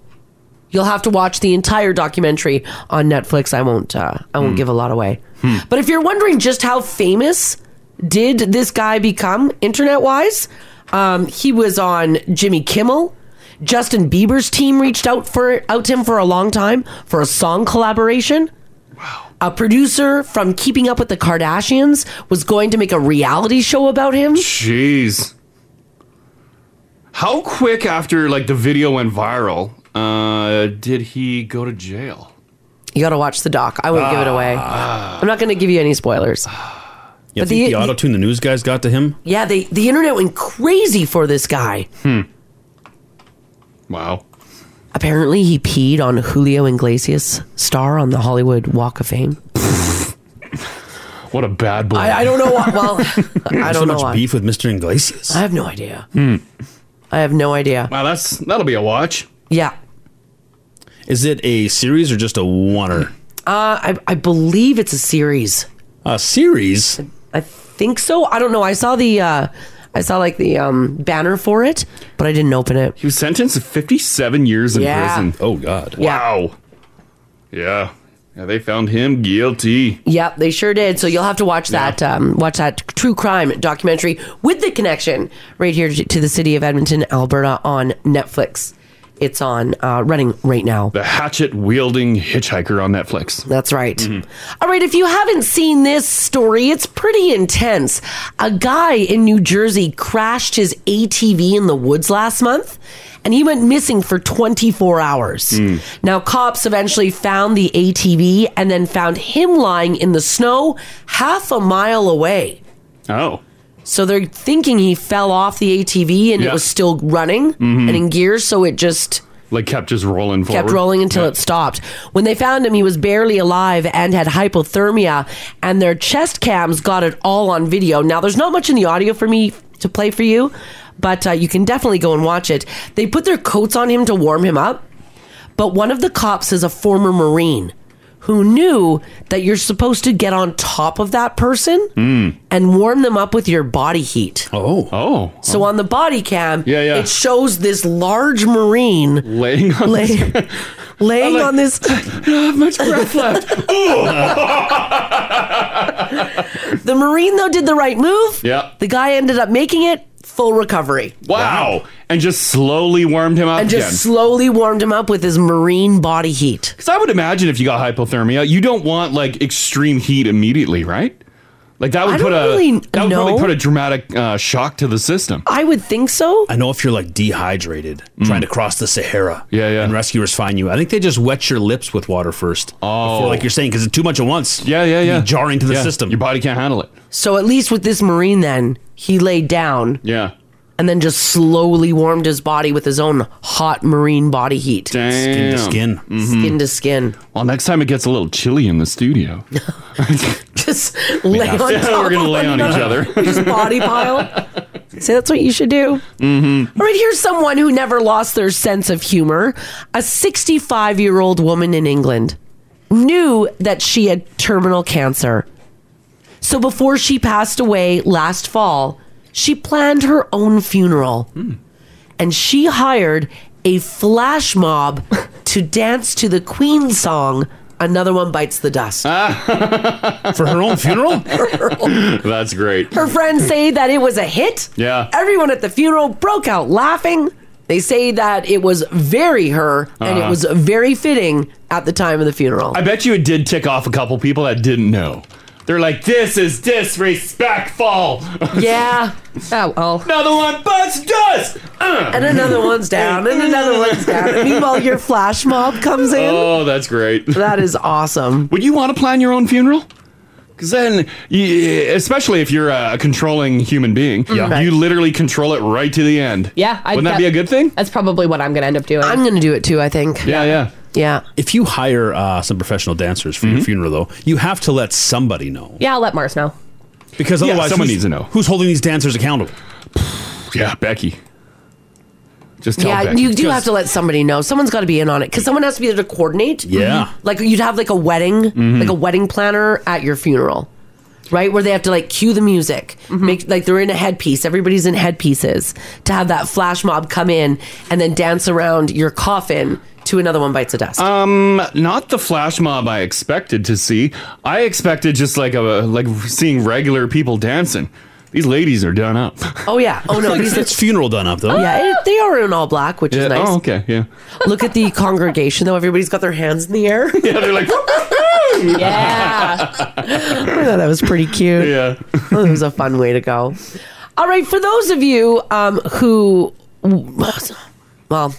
Speaker 3: You'll have to watch the entire documentary on Netflix. I won't. Uh, I won't give a lot away. But if you're wondering just how famous did this guy become internet wise, um, he was on Jimmy Kimmel. Justin Bieber's team reached out for out to him for a long time for a song collaboration. A producer from Keeping Up with the Kardashians was going to make a reality show about him.
Speaker 2: Jeez. How quick after like the video went viral uh, did he go to jail?
Speaker 3: You got to watch the doc. I won't give it away.
Speaker 2: Ah.
Speaker 3: I'm not going to give you any spoilers.
Speaker 4: You
Speaker 3: But
Speaker 4: think
Speaker 3: the-
Speaker 4: the, auto tune the news guys got to him?
Speaker 3: Yeah, they, the internet went crazy for this guy.
Speaker 2: Hmm. Wow.
Speaker 3: Apparently, he peed on Julio Iglesias, star on the Hollywood Walk of Fame.
Speaker 2: What a bad boy.
Speaker 3: I, I don't know. Why,
Speaker 2: (laughs)
Speaker 3: well, I
Speaker 4: so
Speaker 3: don't know
Speaker 4: much
Speaker 3: why.
Speaker 4: beef with Mr. Iglesias.
Speaker 3: I have no idea.
Speaker 2: Hmm.
Speaker 3: I have no idea.
Speaker 2: Wow, that's that'll be a watch.
Speaker 3: Yeah,
Speaker 4: Is it a series or just a oneer?
Speaker 3: uh, I, I believe it's a series.
Speaker 4: A series?
Speaker 3: I think so. I don't know. I saw the, uh, I saw like the um, banner for it, but I didn't open it.
Speaker 2: He was sentenced to 57 years in
Speaker 3: Yeah.
Speaker 2: prison.
Speaker 4: Oh God!
Speaker 2: Wow. Yeah. Yeah, they found him guilty.
Speaker 3: Yep, they sure did. So you'll have to watch that um, watch that true crime documentary with the connection right here to to the city of Edmonton, Alberta on Netflix. It's on uh, running right now.
Speaker 2: The hatchet wielding hitchhiker on Netflix. Mm-hmm.
Speaker 3: That's right. All right, if you haven't seen this story, it's pretty intense. A guy in New Jersey crashed his ATV in the woods last month and he went missing for 24 hours.
Speaker 2: Mm.
Speaker 3: Now, cops eventually found the ATV and then found him lying in the snow half a mile away.
Speaker 2: Oh.
Speaker 3: So they're thinking he fell off the ATV and
Speaker 2: Yeah. Mm-hmm.
Speaker 3: it was still running and in gear, so it just
Speaker 2: Like kept just rolling forward.
Speaker 3: kept rolling until
Speaker 2: Yeah.
Speaker 3: it stopped. When they found him, he was barely alive and had hypothermia, and their chest cams got it all on video. Now, there's not much in the audio for me to play for you, but uh, you can definitely go and watch it. They put their coats on him to warm him up, but one of the cops is a former Marine who knew that you're supposed to get on top of that person and warm them up with your body heat.
Speaker 4: Oh,
Speaker 2: Oh.
Speaker 3: So on the body cam,
Speaker 2: Yeah, yeah.
Speaker 3: it shows this large Marine
Speaker 2: Laying on
Speaker 3: laying, (laughs) laying
Speaker 2: like-
Speaker 3: on this
Speaker 2: not much breath left.
Speaker 3: (laughs) the marine though did the right move
Speaker 2: Yeah.
Speaker 3: the guy ended up making it full recovery
Speaker 2: Wow. And just slowly warmed him up
Speaker 3: and just
Speaker 2: again.
Speaker 3: slowly warmed him up with his marine body heat
Speaker 2: Because I would imagine if you got hypothermia, you don't want like extreme heat immediately, right? Like that would
Speaker 3: I
Speaker 2: put
Speaker 3: don't
Speaker 2: a
Speaker 3: really
Speaker 2: that would
Speaker 3: know.
Speaker 2: probably put a dramatic uh, shock to the system.
Speaker 3: i would think so
Speaker 4: I know if you're like dehydrated, trying to cross the Sahara,
Speaker 2: Hmm. Yeah, yeah.
Speaker 4: and rescuers find you. I think they just wet your lips with water first.
Speaker 2: Oh.
Speaker 4: before, like you're saying, because it's too much at once.
Speaker 2: Yeah, yeah,
Speaker 4: It'd be
Speaker 2: yeah.
Speaker 4: jarring to the
Speaker 2: Yeah.
Speaker 4: system.
Speaker 2: Your body can't handle it.
Speaker 3: so at least with this marine then he laid down
Speaker 2: Yeah.
Speaker 3: and then just slowly warmed his body with his own hot marine body heat
Speaker 2: Damn. Mm-hmm.
Speaker 4: skin to skin.
Speaker 3: skin to skin
Speaker 2: Well, next time it gets a little chilly in the
Speaker 3: (laughs)
Speaker 2: studio,
Speaker 3: just (laughs) lay on
Speaker 2: Yeah, (laughs)
Speaker 3: top
Speaker 2: we're gonna
Speaker 3: of
Speaker 2: lay on each
Speaker 3: (laughs)
Speaker 2: other.
Speaker 3: just body pile. So that's what you should do. Mm-hmm. right, here's someone who never lost their sense of humor. A 65 year old woman in England knew that she had terminal cancer. So before she passed away last fall, she planned her own funeral. And she hired a flash mob to dance to the Queen song, Another One Bites the Dust.
Speaker 4: For her own
Speaker 3: (laughs)
Speaker 4: funeral?
Speaker 2: That's great.
Speaker 3: Her friends say that it was a hit.
Speaker 2: Yeah.
Speaker 3: Everyone at the funeral broke out laughing. They say that it was very her and it
Speaker 2: Uh-huh.
Speaker 3: was very fitting at the time of the funeral.
Speaker 2: I bet you it did tick off a couple people that didn't know. They're like, "This is disrespectful." (laughs)
Speaker 3: yeah.
Speaker 5: Oh well.
Speaker 2: Another one butts dust. Uh.
Speaker 3: And another one's down and another one's down. And meanwhile, your flash mob comes in.
Speaker 2: Oh, that's great.
Speaker 3: That is awesome.
Speaker 2: Would you want to plan your own funeral? Because then, y- especially if you're a controlling human being,
Speaker 3: Mm-hmm.
Speaker 4: Yeah.
Speaker 2: you literally control it right to the end.
Speaker 5: Yeah, I-
Speaker 2: Wouldn't that, be a good thing?
Speaker 5: That's probably what I'm gonna end up doing.
Speaker 3: I'm going to do it too, I think.
Speaker 2: Yeah, yeah.
Speaker 3: Yeah.
Speaker 4: if you hire uh, some professional dancers for
Speaker 2: Hmm.
Speaker 4: your funeral, though, you have to let somebody know
Speaker 5: yeah, I'll let Mars know.
Speaker 4: because
Speaker 2: Yeah,
Speaker 4: otherwise,
Speaker 2: someone
Speaker 4: who's-
Speaker 2: needs to know.
Speaker 4: who's holding these dancers accountable.
Speaker 2: Yeah, Becky. Just tell
Speaker 3: yeah,
Speaker 2: Becky.
Speaker 3: you do have to let somebody know. Someone's got to be in on it because someone has to be there to coordinate. Mm-hmm.
Speaker 4: Yeah.
Speaker 3: like you'd have like a wedding,
Speaker 2: Mm-hmm.
Speaker 3: like a wedding planner at your funeral, right? Where they have to like cue the music,
Speaker 2: Mm-hmm.
Speaker 3: make like they're in a headpiece. Everybody's in headpieces to have that flash mob come in and then dance around your coffin to another one bites the dust?
Speaker 2: Um, not the flash mob I expected to see. I expected just like a like seeing regular people dancing. These ladies are done up.
Speaker 3: oh yeah. (laughs) Oh
Speaker 2: (laughs)
Speaker 3: no. These
Speaker 4: it's funeral done up though.
Speaker 3: (laughs) Yeah, it, they are in all black, which
Speaker 2: Yeah,
Speaker 3: is nice.
Speaker 2: Oh, okay. Yeah.
Speaker 3: Look at the congregation though. Everybody's got their hands in the air.
Speaker 2: (laughs) Yeah, they're
Speaker 3: (laughs)
Speaker 2: like.
Speaker 5: Yeah.
Speaker 3: (laughs) I thought that was pretty cute.
Speaker 2: Yeah.
Speaker 3: it was a fun way to go. All right, for those of you um, who, well,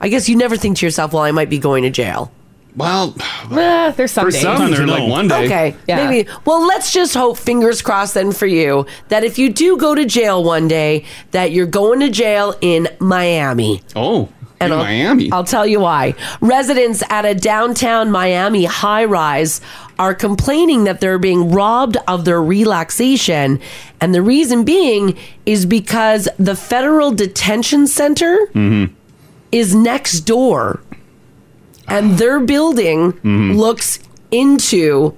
Speaker 3: I guess you never think to yourself, well, I might be going to jail.
Speaker 2: Well,
Speaker 5: Eh, there's some
Speaker 2: for
Speaker 5: days.
Speaker 2: some, they're like one day.
Speaker 3: Okay,
Speaker 5: Yeah.
Speaker 3: maybe. Well, let's just hope, fingers crossed, then for you, that if you do go to jail one day, that you're going to jail in Miami.
Speaker 2: Oh, in
Speaker 3: I'll-
Speaker 2: Miami.
Speaker 3: I'll tell you why. Residents at a downtown Miami high rise are complaining that they're being robbed of their relaxation. And the reason being is because the federal detention center Mm-hmm. is next door,
Speaker 2: Ah.
Speaker 3: and their building
Speaker 2: Mm-hmm.
Speaker 3: looks into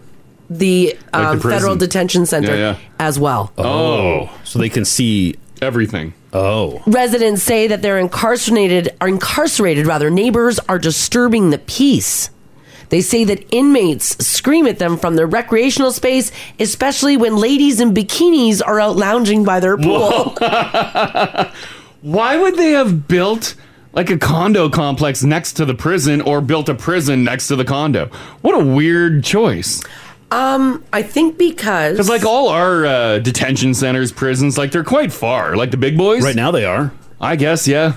Speaker 3: the, um, federal
Speaker 2: prison.
Speaker 3: detention center
Speaker 2: Yeah, yeah.
Speaker 3: as well.
Speaker 4: Oh, so they can see
Speaker 2: everything.
Speaker 4: Oh,
Speaker 3: Residents say that their incarcerated are incarcerated rather neighbors are disturbing the peace. They say that inmates scream at them from their recreational space, especially when ladies in bikinis are out lounging by their pool.
Speaker 2: (laughs) Why would they have built like a condo complex next to the prison or built a prison next to the condo? What a weird choice.
Speaker 3: Um, I think because
Speaker 2: Because like all our uh, detention centers, prisons, like they're quite far. Like the big boys.
Speaker 4: right now they are.
Speaker 2: I guess, yeah.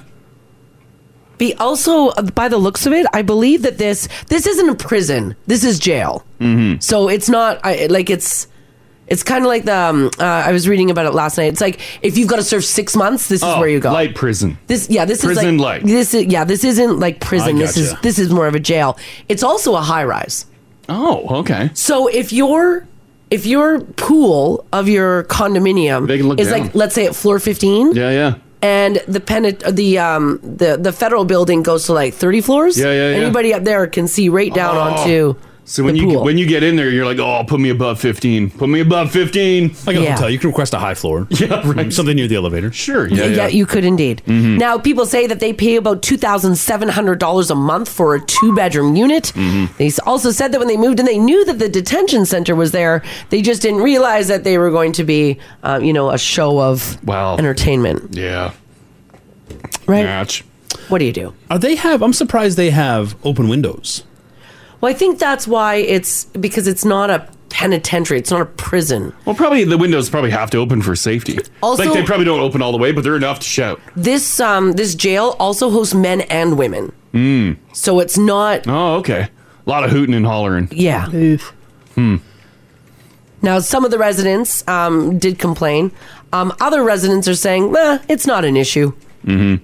Speaker 3: be also uh, by the looks of it, I believe that this this isn't a prison. This is jail. Mm-hmm. So it's not I, like it's. It's kind of like the um, uh, I was reading about it last night. It's like if you've got to serve six months, this is
Speaker 2: Oh,
Speaker 3: where you go.
Speaker 2: Light prison.
Speaker 3: This yeah, this
Speaker 2: Prison
Speaker 3: is
Speaker 2: light.
Speaker 3: like this is yeah, this isn't like prison.
Speaker 4: I
Speaker 3: This is
Speaker 4: gotcha.
Speaker 3: this is more of a jail. It's also a high rise.
Speaker 2: Oh, okay.
Speaker 3: So if your if your pool of your condominium
Speaker 2: They can look
Speaker 3: is
Speaker 2: down.
Speaker 3: like let's say at floor 15
Speaker 2: Yeah, yeah.
Speaker 3: and the pennant the um the the federal building goes to like 30 floors,
Speaker 2: Yeah, yeah, yeah.
Speaker 3: anybody up there can see right down
Speaker 2: Oh.
Speaker 3: onto
Speaker 2: So when
Speaker 3: the
Speaker 2: you
Speaker 3: pool.
Speaker 2: when you get in there, you're like, oh, put me above fifteen. Put me above fifteen.
Speaker 4: Like a
Speaker 3: Yeah.
Speaker 4: hotel, you can request a high floor.
Speaker 2: (laughs) Yeah, right.
Speaker 4: Something near the elevator.
Speaker 2: Sure. Yeah, Hmm. Mm-hmm.
Speaker 3: yeah,
Speaker 2: yeah.
Speaker 3: you could indeed. Now, people say that they pay about $2,700 a month for a two bedroom unit.
Speaker 2: Mm-hmm.
Speaker 3: They s- also said that when they moved in, they knew that the detention center was there. They just didn't realize that they were going to be, uh, you know, a show of
Speaker 2: Wow.
Speaker 3: entertainment,
Speaker 2: yeah.
Speaker 3: right?
Speaker 2: Match.
Speaker 3: What do you do?
Speaker 4: Are Uh, they have? I'm surprised they have open windows.
Speaker 3: Well, I think that's why it's because it's not a penitentiary, it's not a prison.
Speaker 2: Well, probably the windows probably have to open for safety.
Speaker 3: Also-
Speaker 2: like they probably don't open all the way, but they're enough to shout.
Speaker 3: This um this jail also hosts men and women. So it's not
Speaker 2: Mm. Oh, okay. A lot of hooting and hollering.
Speaker 3: Yeah.
Speaker 2: Hmm.
Speaker 3: Now, some of the residents um, did complain. Um, other residents are saying, "Nah, it's not an issue.
Speaker 2: Mm-hmm.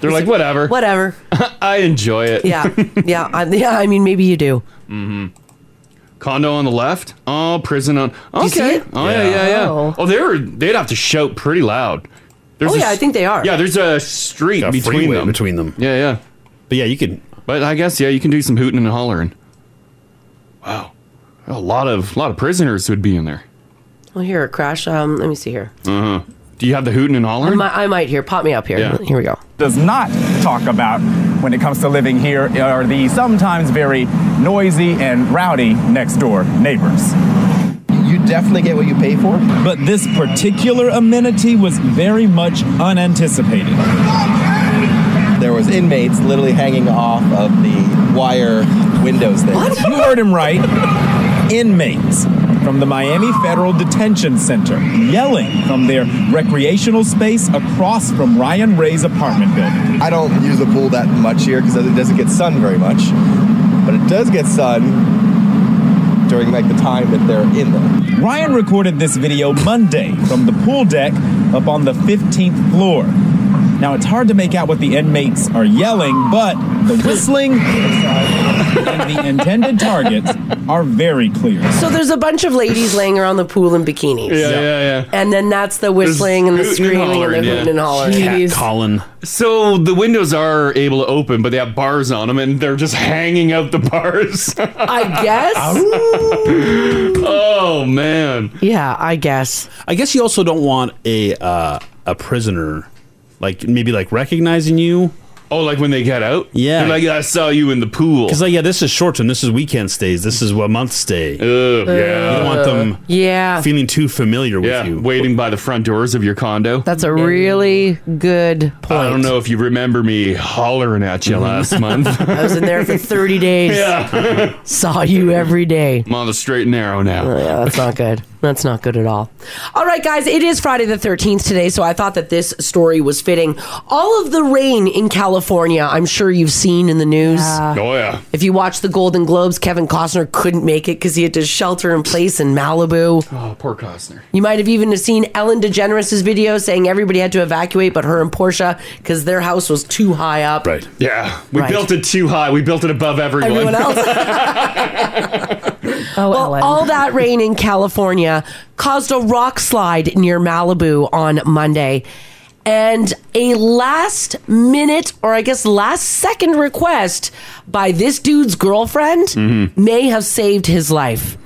Speaker 2: They're like, whatever.
Speaker 3: Whatever."
Speaker 2: (laughs) I enjoy it. (laughs)
Speaker 3: Yeah, yeah, I, yeah. I mean, maybe you do.
Speaker 2: Mm-hmm. Condo on the left. Oh, prison on. Okay.
Speaker 3: you see it?
Speaker 2: Oh yeah, yeah, yeah.
Speaker 5: Oh.
Speaker 2: Oh, they were. They'd have to shout pretty loud. There's
Speaker 3: Oh,
Speaker 2: a
Speaker 3: yeah,
Speaker 2: s-
Speaker 3: I think they are.
Speaker 2: Yeah, there's a street
Speaker 4: A
Speaker 2: between
Speaker 4: freeway
Speaker 2: them.
Speaker 4: Between them.
Speaker 2: Yeah, yeah.
Speaker 4: But yeah, you can.
Speaker 2: But I guess yeah, you can do some hooting and hollering. Wow, a lot of lot of prisoners would be in there.
Speaker 3: Well, here, crash. Um, let me see here.
Speaker 4: Uh-huh.
Speaker 2: Do you have the hooting and hollering?
Speaker 3: My, I might hear. Pop me up here.
Speaker 2: Yeah.
Speaker 3: Here we go.
Speaker 6: does not talk about when it comes to living here are the sometimes very noisy and rowdy next door neighbors.
Speaker 7: you definitely get what you pay for.
Speaker 6: But this particular amenity was very much unanticipated.
Speaker 7: There was inmates literally hanging off of the wire windows there.
Speaker 6: You heard him right. Inmates from the Miami Federal Detention Center yelling from their recreational space across from Ryan Ray's apartment building.
Speaker 7: I don't use the pool that much here because it doesn't get sun very much, but it does get sun during like the time that they're in there.
Speaker 6: Ryan recorded this video Monday from the pool deck up on the 15th floor. Now, it's hard to make out what the inmates are yelling, but the whistling and the intended targets are very clear.
Speaker 3: So there's a bunch of ladies laying around the pool in bikinis.
Speaker 2: yeah, yeah, yeah.
Speaker 3: And then that's the whistling and the
Speaker 2: hooting and
Speaker 3: screaming and,
Speaker 2: hollering,
Speaker 3: the
Speaker 2: yeah.
Speaker 3: hooting and hollering.
Speaker 4: Cat
Speaker 5: Jeez.
Speaker 4: Colin.
Speaker 2: So the windows are able to open, but they have bars on them, and they're just hanging out the (laughs) bars.
Speaker 3: I guess.
Speaker 2: (gasps) oh man,
Speaker 3: yeah, I guess.
Speaker 4: I guess you also don't want a uh, a prisoner, like maybe like recognizing you
Speaker 2: Oh, like when they get out?
Speaker 4: Yeah.
Speaker 2: They're like, I saw you in the pool.
Speaker 4: Because like, yeah, this is short term. This is weekend stays. This is a month stay.
Speaker 2: Ugh, yeah.
Speaker 4: You don't want them
Speaker 3: Yeah.
Speaker 4: feeling too familiar with
Speaker 2: yeah,
Speaker 4: you.
Speaker 2: waiting by the front doors of your condo.
Speaker 3: That's a really good point.
Speaker 2: I don't know if you remember me hollering at
Speaker 4: Mm-hmm.
Speaker 2: you last month.
Speaker 4: (laughs)
Speaker 3: I was in there for 30 days. (laughs) Saw you every day. Oh,
Speaker 2: I'm on the straight and narrow now.
Speaker 3: Yeah, that's not good. That's not good at all. All right, guys, it is Friday the 13th today, so I thought that this story was fitting. All of the rain in California, I'm sure you've seen in the news.
Speaker 2: Oh yeah.
Speaker 3: If you watch the Golden Globes, Kevin Costner couldn't make it because he had to shelter in place in Malibu.
Speaker 2: Oh, poor Costner.
Speaker 3: You might have even seen Ellen DeGeneres' video saying everybody had to evacuate but her and Portia because their house was too high up.
Speaker 4: Right.
Speaker 2: Yeah, we
Speaker 3: Right.
Speaker 2: built it too high. We built it above everyone.
Speaker 3: Everyone else.
Speaker 5: Oh,
Speaker 3: Well,
Speaker 5: Ellen.
Speaker 3: all that rain in California caused a rock slide near Malibu on Monday. And a last minute, or I guess last second request by this dude's girlfriend may have saved his life.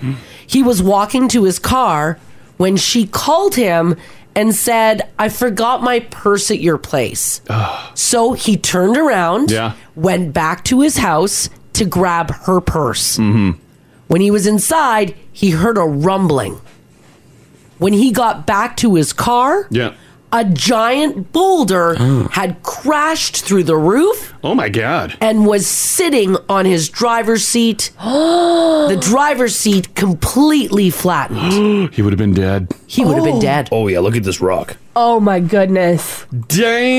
Speaker 3: He was walking to his car when she called him and said, I forgot my purse at your place. so he turned around,
Speaker 2: Yeah.
Speaker 3: went back to his house to grab her purse. When he was inside, he heard a rumbling. When he got back to his car,
Speaker 2: yeah.
Speaker 3: a giant boulder had crashed through the roof
Speaker 2: Oh my God.
Speaker 3: and was sitting on his driver's
Speaker 5: (gasps)
Speaker 3: seat. the driver's seat completely flattened.
Speaker 2: (gasps) He would have been dead.
Speaker 3: He would have been dead.
Speaker 4: Oh yeah, look at this rock.
Speaker 5: oh my goodness.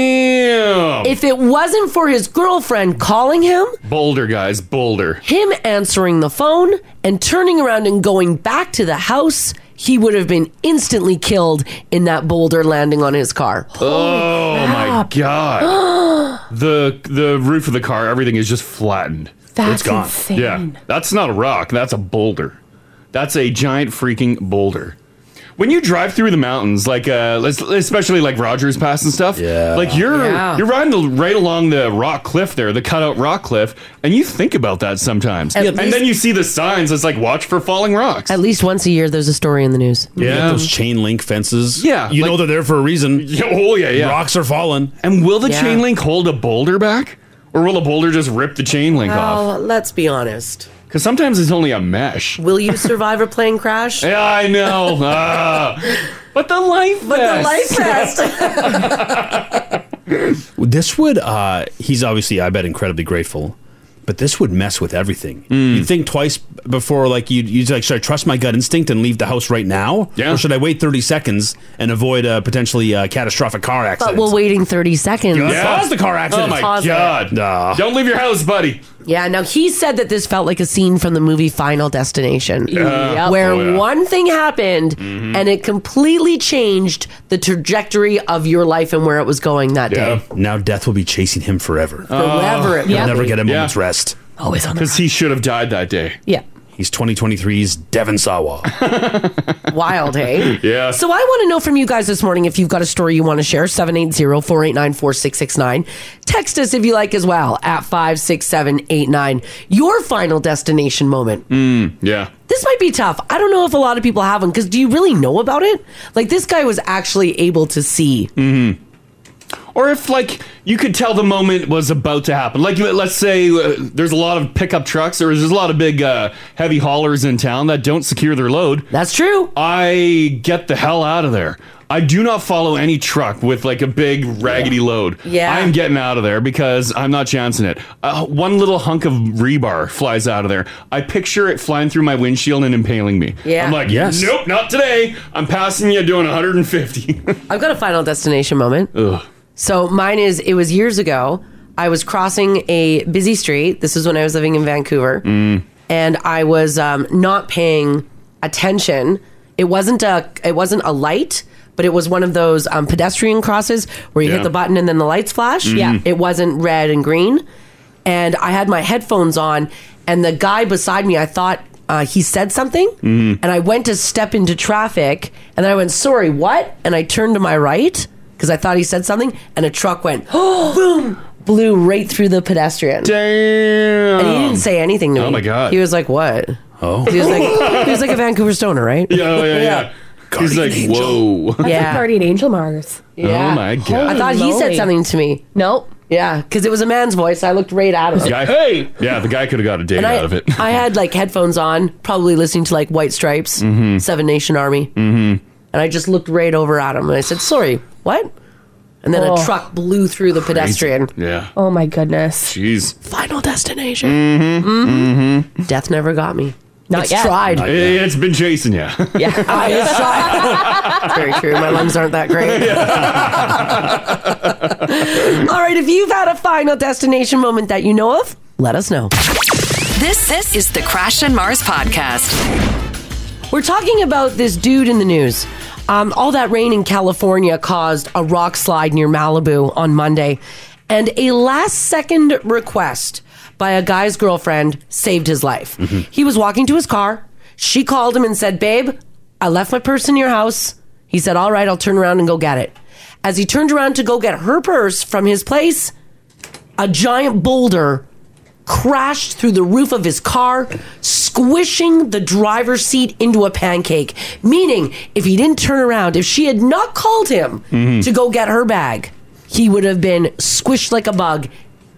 Speaker 2: Damn.
Speaker 3: If it wasn't for his girlfriend calling him,
Speaker 2: Boulder guys, Boulder.
Speaker 3: him answering the phone and turning around and going back to the house, he would have been instantly killed in that boulder landing on his car.
Speaker 2: Oh my God.
Speaker 3: (gasps)
Speaker 2: the the roof of the car, everything is just flattened.
Speaker 5: That's
Speaker 2: it's gone.
Speaker 5: insane.
Speaker 2: Yeah, that's not a rock. That's a boulder. That's a giant freaking boulder. When you drive through the mountains, like uh, let's- especially like Rogers Pass and stuff,
Speaker 4: Yeah.
Speaker 2: like you're
Speaker 3: Yeah.
Speaker 2: you're riding the, right along the rock cliff there, the cutout rock cliff, and you think about that sometimes,
Speaker 3: At
Speaker 2: and
Speaker 3: least-
Speaker 2: then you see the signs that's like "Watch for falling rocks."
Speaker 3: At least once a year, there's a story in the news.
Speaker 4: You got
Speaker 2: yeah.
Speaker 4: those chain link fences.
Speaker 2: Yeah,
Speaker 4: You
Speaker 2: like-
Speaker 4: know they're there for a reason.
Speaker 2: Yeah, (laughs) Oh yeah, yeah.
Speaker 4: Rocks are falling.
Speaker 2: And will the
Speaker 3: Yeah.
Speaker 2: chain link hold a boulder back? Or will a boulder just rip the chain link off?
Speaker 3: Oh, let's be honest.
Speaker 2: Because sometimes it's only a mesh.
Speaker 3: Will you survive a plane crash?
Speaker 2: Yeah, I know. (laughs) Ah. But the life
Speaker 3: But the
Speaker 2: vest.
Speaker 3: life
Speaker 2: (laughs)
Speaker 3: vest.
Speaker 4: This would uh he's obviously I bet incredibly grateful. But this would mess with everything.
Speaker 2: Mm.
Speaker 4: You'd think twice before like you you like should I trust my gut instinct and leave the house right now?
Speaker 2: Yeah.
Speaker 4: Or should I wait 30 seconds and avoid a potentially uh, catastrophic car accident?
Speaker 3: but we're waiting 30 seconds.
Speaker 4: Yeah.
Speaker 2: Yeah.
Speaker 4: Cause the car accident.
Speaker 2: Oh my
Speaker 3: Pause it.
Speaker 2: god.
Speaker 4: Nah.
Speaker 2: Don't leave your house, buddy.
Speaker 3: Yeah, now he said that this felt like a scene from the movie Final Destination,
Speaker 5: Yep.
Speaker 3: where
Speaker 2: Oh, yeah. Mm-hmm.
Speaker 3: one thing happened and it completely changed the trajectory of your life and where it was going that day.
Speaker 4: Now death will be chasing him forever.
Speaker 3: Wherever
Speaker 5: Yep.
Speaker 3: it
Speaker 4: He'll
Speaker 3: was.
Speaker 4: never get a
Speaker 2: Oh. Yeah.
Speaker 4: moment's rest.
Speaker 3: Always on the
Speaker 2: Because he should have died that day.
Speaker 5: Yeah.
Speaker 4: He's 2023's Devin Sawa.
Speaker 3: (laughs) Wild, hey?
Speaker 2: (laughs) Yeah.
Speaker 3: So I want to know from you guys this morning if you've got a story you want to share, 780-489-4669. Text us if you like as well at 56789. Your final destination moment.
Speaker 2: Yeah.
Speaker 3: This might be tough. I don't know if a lot of people have one because do you really know about it? Like this guy was actually able to see.
Speaker 2: Or if like you could tell the moment was about to happen. Like let's say uh, there's a lot of pickup trucks or there's a lot of big uh, heavy haulers in town that don't secure their load.
Speaker 3: That's true.
Speaker 2: I get the hell out of there. I do not follow any truck with like a big raggedy load.
Speaker 3: Yeah.
Speaker 2: I'm getting out of there because I'm not chancing it. Uh, one little hunk of rebar flies out of there. I picture it flying through my windshield and impaling me.
Speaker 3: Yeah.
Speaker 2: I'm like,
Speaker 4: Yes.
Speaker 2: nope, not today. I'm passing you doing (laughs) 150.
Speaker 3: I've got a final destination moment.
Speaker 2: Ugh.
Speaker 3: So mine is it was years ago. I was crossing a busy street. This is when I was living in Vancouver,
Speaker 7: Mm.
Speaker 3: and I was um, not paying attention. It wasn't a it wasn't a light, but it was one of those um, pedestrian crosses where you
Speaker 2: Yeah.
Speaker 3: hit the button and then the lights flash. Yeah, it wasn't red and green, and I had my headphones on, and the guy beside me, I thought. Uh, he said something, and I went to step into traffic, and then I went, "Sorry, what?" And I turned to my right because I thought he said something, and a truck went, (gasps) boom, blew right through the pedestrian.
Speaker 2: Damn.
Speaker 3: And he didn't say anything to me.
Speaker 2: Oh my God.
Speaker 3: He was like, "What?"
Speaker 4: Oh.
Speaker 3: He was like, he was
Speaker 2: (laughs)
Speaker 3: like a Vancouver stoner, right?
Speaker 2: Yeah, oh, yeah, yeah. He's like, whoa.
Speaker 5: That's
Speaker 3: Yeah.
Speaker 5: a guardian angel Mars.
Speaker 2: Oh my God.
Speaker 3: I thought he said
Speaker 5: Holy
Speaker 3: something to me.
Speaker 5: Nope.
Speaker 3: Yeah, because it was a man's voice. I looked right at him.
Speaker 2: The guy, hey, yeah, the guy could have got a date
Speaker 3: And I,
Speaker 2: out of it.
Speaker 3: I had like headphones on, probably listening to like White Stripes,
Speaker 2: Mhm.
Speaker 3: Seven Nation Army.
Speaker 2: Mm-hmm.
Speaker 3: And I just looked right over at him and I said, Sorry, what? And then
Speaker 5: Oh.
Speaker 3: a truck blew through the pedestrian.
Speaker 2: Yeah.
Speaker 5: Oh my goodness.
Speaker 2: Jeez.
Speaker 3: Final destination. Mm-hmm. Death never got me.
Speaker 5: Not
Speaker 3: it's
Speaker 2: (laughs)
Speaker 5: yet.
Speaker 3: tried.
Speaker 2: It, has been chasing you. (laughs)
Speaker 3: Yeah, I just tried. (laughs) Very true. My lungs aren't that great. (laughs) All right, if you've had a final destination moment that you know of, let us know.
Speaker 1: This this is the Crash and Mars podcast.
Speaker 3: We're talking about this dude in the news. Um, all that rain in California caused a rock slide near Malibu on Monday, and a last second request by a guy's girlfriend saved his life.
Speaker 7: Mm-hmm.
Speaker 3: He was walking to his car. She called him and said, Babe, I left my purse in your house. He said, All right, I'll turn around and go get it. As he turned around to go get her purse from his place, a giant boulder crashed through the roof of his car, squishing the driver's seat into a pancake. Meaning, if he didn't turn around, if she had not called him
Speaker 2: Mhm.
Speaker 3: to go get her bag, he would have been squished like a bug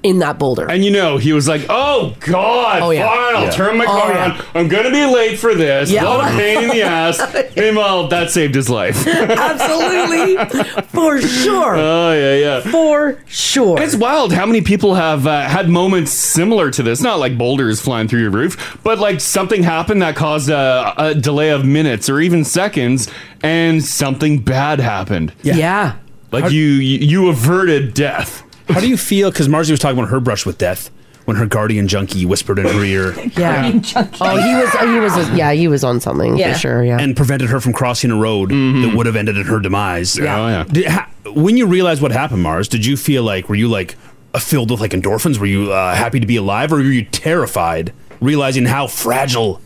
Speaker 3: in that boulder.
Speaker 2: And you know, he was like, "Oh God,
Speaker 3: Oh, yeah.
Speaker 2: fine, I'll
Speaker 3: Yeah.
Speaker 2: turn my
Speaker 3: Oh,
Speaker 2: car
Speaker 3: yeah.
Speaker 2: on. I'm gonna be late for this.
Speaker 3: Yeah.
Speaker 2: What a pain in
Speaker 3: (laughs)
Speaker 2: the ass." Meanwhile, that saved his life.
Speaker 3: Absolutely, for sure.
Speaker 2: (laughs) Oh yeah, yeah,
Speaker 3: for sure.
Speaker 2: It's wild how many people have uh, had moments similar to this. Not like boulders flying through your roof, but like something happened that caused a, a delay of minutes or even seconds, and something bad happened.
Speaker 4: Yeah.
Speaker 2: like you, you, you averted death.
Speaker 4: How do you feel? Because Marzi was talking about her brush with death when her guardian junkie whispered in her ear.
Speaker 3: Yeah. (laughs) Oh, he was. He was. A, yeah, he was on something for sure. Yeah.
Speaker 4: And prevented her from crossing a road
Speaker 2: Mm-hmm.
Speaker 4: that would have ended in her demise.
Speaker 3: Yeah. Oh, yeah.
Speaker 4: Did- ha- when you realized what happened, Mars, did you feel like, were you like uh, filled with like endorphins? Were you uh, happy to be alive or were you terrified realizing how fragile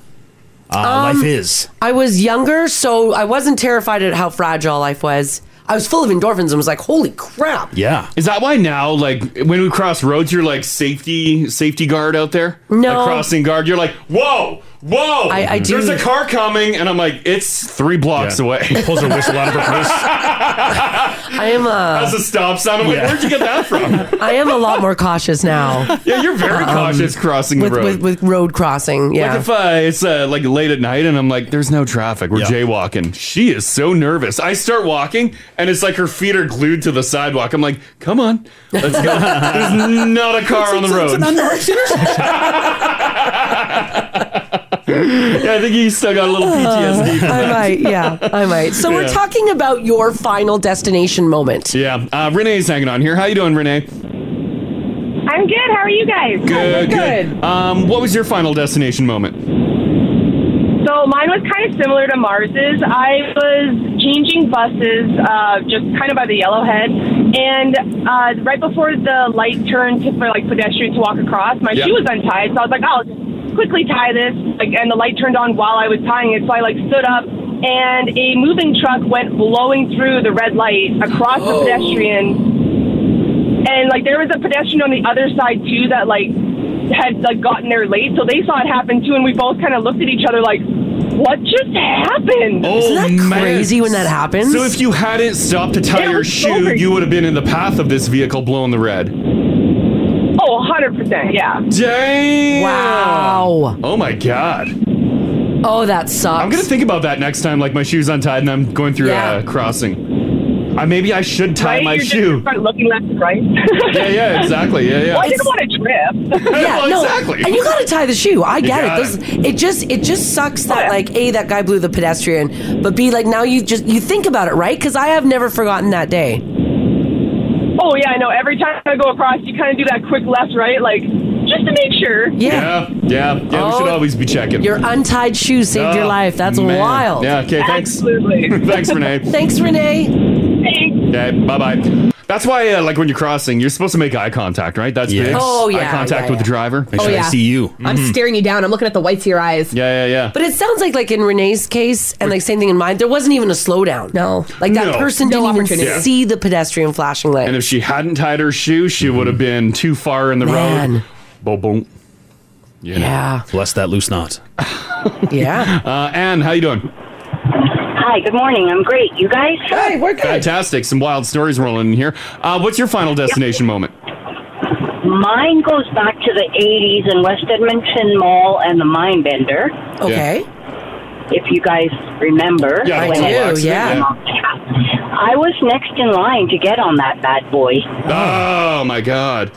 Speaker 4: uh,
Speaker 3: Um,
Speaker 4: life is?
Speaker 3: I was younger, so I wasn't terrified at how fragile life was. I was full of endorphins and was like, "Holy crap!"
Speaker 4: Yeah.
Speaker 2: Is that why now, like when we cross roads, you're like safety safety guard out there?
Speaker 3: No.
Speaker 2: Like crossing guard, you're like, whoa, whoa.
Speaker 3: I-
Speaker 4: Mm-hmm.
Speaker 3: I do-
Speaker 2: Oh, There's a car coming, and I'm like, it's three blocks away.
Speaker 4: Pulls her whistle out of
Speaker 3: (laughs)
Speaker 4: her wrist.
Speaker 3: I am a.
Speaker 2: That's a stop sign. I'm like,
Speaker 3: Yeah.
Speaker 2: where'd you get that
Speaker 3: (laughs)
Speaker 2: from?
Speaker 3: I am a
Speaker 2: (laughs)
Speaker 3: lot more cautious now.
Speaker 2: Yeah, you're very
Speaker 3: Um,
Speaker 2: cautious crossing
Speaker 3: with,
Speaker 2: the road.
Speaker 3: with, with road crossing. Yeah.
Speaker 2: Like if uh, it's uh, like late at night and I'm like, there's no traffic, we're jaywalking. She is so nervous. I start walking and it's like her feet are glued to the sidewalk. I'm like, come on, let's go.
Speaker 3: (laughs)
Speaker 2: there's not a car on the road. (laughs) yeah, I think you still got a little PTSD. From
Speaker 3: Uh, I
Speaker 2: that.
Speaker 3: might, yeah, I might. So we're
Speaker 2: Yeah.
Speaker 3: talking about your final destination moment.
Speaker 2: Yeah, uh, Renee's hanging on here. How you doing, Renee?
Speaker 8: I'm good. How are you guys?
Speaker 2: Good, good. Um, what was your final destination moment?
Speaker 8: So mine was kind of similar to Mars's. I was changing buses, uh, just kind of by the yellowhead, and uh, right before the light turned to- for like pedestrians to walk across, my
Speaker 9: Yeah.
Speaker 8: shoe was untied. So I was like, I'll just quickly tie this. Like, and the light turned on while I was tying it, so I like stood up. And a moving truck went blowing through the red light across
Speaker 2: Oh.
Speaker 8: the pedestrian and like there was a pedestrian on the other side too that like had like gotten there late, so they saw it happen too, and we both kind of looked at each other like, "What just happened?"
Speaker 2: Oh, man.
Speaker 3: crazy when that happens?
Speaker 2: So if you hadn't stopped to tie
Speaker 8: Yeah,
Speaker 2: your
Speaker 8: it's so
Speaker 2: shoe,
Speaker 8: crazy.
Speaker 2: you would have been in the path of this vehicle blowing the red.
Speaker 8: Oh, 100 percent, yeah.
Speaker 2: Dang!
Speaker 3: Wow.
Speaker 2: Oh my god.
Speaker 3: Oh, that sucks.
Speaker 2: I'm gonna think about that next time. Like my shoes untied and I'm going through
Speaker 8: Yeah.
Speaker 2: a crossing. I maybe I should tie
Speaker 8: right?
Speaker 2: my
Speaker 8: You're
Speaker 2: shoe.
Speaker 8: Just start looking left, and right.
Speaker 2: Yeah, yeah, exactly. Yeah, yeah.
Speaker 8: Well, I didn't want to trip.
Speaker 2: (laughs)
Speaker 3: yeah,
Speaker 2: Well,
Speaker 3: no,
Speaker 2: exactly.
Speaker 3: and you gotta tie the shoe. I
Speaker 2: You
Speaker 3: get it.
Speaker 2: gotta.
Speaker 3: Those, it just it just sucks that like a that guy blew the pedestrian, but b like now you just you think about it right because I have never forgotten that day.
Speaker 8: oh yeah, I know. Every time I go across, you kind of do that quick left, right, like just to make sure.
Speaker 2: yeah, yeah, yeah. we should
Speaker 3: Oh,
Speaker 2: always be checking.
Speaker 3: Your untied shoe saved your
Speaker 2: Oh,
Speaker 3: life. That's
Speaker 2: man.
Speaker 3: wild.
Speaker 2: Yeah. Okay. Thanks.
Speaker 8: Absolutely.
Speaker 2: (laughs) thanks, Renee.
Speaker 3: Thanks, Renee.
Speaker 2: Okay. Bye, bye. That's why, uh, like, when you're crossing, you're supposed to make eye contact, right? That's
Speaker 4: Yes.
Speaker 2: big.
Speaker 5: Oh, yeah,
Speaker 2: Eye contact
Speaker 5: yeah,
Speaker 2: with the driver.
Speaker 5: Make Oh, sure they yeah. see
Speaker 4: you.
Speaker 5: I'm
Speaker 2: Mm-hmm.
Speaker 5: staring you down. I'm looking at the whites of your eyes.
Speaker 2: Yeah, yeah, yeah.
Speaker 3: But it sounds like like in Renee's case and like same thing in mine, there wasn't even a slowdown. No, like that
Speaker 2: No.
Speaker 3: person
Speaker 2: No
Speaker 3: didn't even
Speaker 2: opportunity. Yeah.
Speaker 3: see the pedestrian flashing light.
Speaker 2: And if she hadn't tied her shoe, she would have been too far in the road.
Speaker 3: Man.
Speaker 2: Boom, boom. You know.
Speaker 3: Yeah.
Speaker 4: Bless that loose
Speaker 5: (laughs)
Speaker 4: knot.
Speaker 3: Yeah.
Speaker 2: Uh, Anne, how you doing?
Speaker 10: Hi, good morning. I'm great. You guys?
Speaker 3: Hey, we're
Speaker 2: Fantastic. Some wild stories rolling in here. Uh, what's your final destination moment?
Speaker 10: Mine goes back to the 80s in West Edmonton Mall and the Mindbender.
Speaker 3: Okay.
Speaker 10: If you guys remember.
Speaker 3: Yeah, I
Speaker 10: when
Speaker 3: do,
Speaker 10: it-
Speaker 3: yeah. Yeah.
Speaker 10: I was next in line to get on that bad boy.
Speaker 2: Oh my god.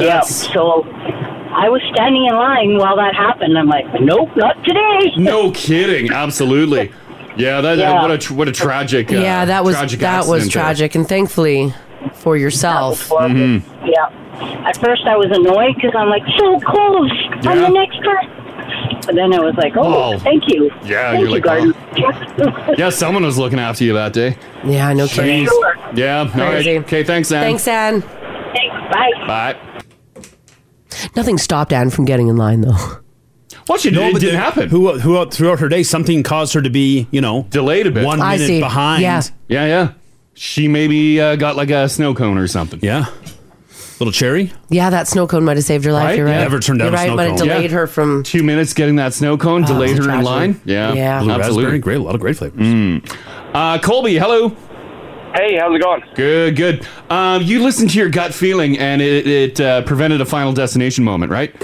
Speaker 10: Yeah, so I was standing in line while that happened. I'm like, nope, not today.
Speaker 2: No kidding. Absolutely. Yeah. That,
Speaker 10: Yeah.
Speaker 2: What a tr- what a tragic. Uh,
Speaker 3: yeah, that was
Speaker 2: tragic
Speaker 3: that was
Speaker 2: accident there.
Speaker 3: tragic, and thankfully for yourself.
Speaker 2: Mm-hmm.
Speaker 10: Yeah. At first, I was annoyed because I'm like, so close. I'm
Speaker 2: Yeah.
Speaker 10: the next person. But then I was like, oh,
Speaker 2: Oh.
Speaker 10: thank you.
Speaker 2: Yeah,
Speaker 10: Thank you,
Speaker 2: you're like,
Speaker 10: Garden.
Speaker 2: Yeah, someone was looking after you that day.
Speaker 3: Yeah, no kidding.
Speaker 10: Sure.
Speaker 2: Yeah. All right.
Speaker 3: Crazy.
Speaker 2: Okay. Thanks, Anne.
Speaker 3: Thanks, Anne.
Speaker 10: Thanks. Bye.
Speaker 2: Bye.
Speaker 3: Nothing stopped Anne from getting in line, though.
Speaker 2: What you
Speaker 4: No,
Speaker 2: know? It
Speaker 4: but
Speaker 2: didn't
Speaker 4: the-
Speaker 2: happen.
Speaker 4: Who, who throughout her day, something caused her to be, you know,
Speaker 2: Delayed a bit.
Speaker 4: one
Speaker 3: I
Speaker 4: minute
Speaker 3: see.
Speaker 4: behind.
Speaker 3: Yeah.
Speaker 2: Yeah. Yeah. She maybe uh, got like a snow cone or something.
Speaker 4: Yeah. Little cherry.
Speaker 3: Yeah, that snow cone might have saved her life.
Speaker 2: Right?
Speaker 3: You're right.
Speaker 2: Yeah,
Speaker 4: never turned down
Speaker 3: You're
Speaker 4: a
Speaker 3: right,
Speaker 4: snow
Speaker 3: but it
Speaker 4: cone.
Speaker 3: delayed
Speaker 2: Yeah.
Speaker 3: her from.
Speaker 2: Two minutes getting that snow cone delayed
Speaker 3: it's a
Speaker 2: her in
Speaker 3: tragedy.
Speaker 2: line. Yeah.
Speaker 3: Oh, Yeah.
Speaker 4: Blue raspberry.
Speaker 2: Absolutely.
Speaker 4: Great. A lot of great flavors.
Speaker 2: Uh, Colby, hello.
Speaker 11: Hey, how's it going?
Speaker 2: Good, good. Um, you listened to your gut feeling, and it, it uh, prevented a final destination moment, right?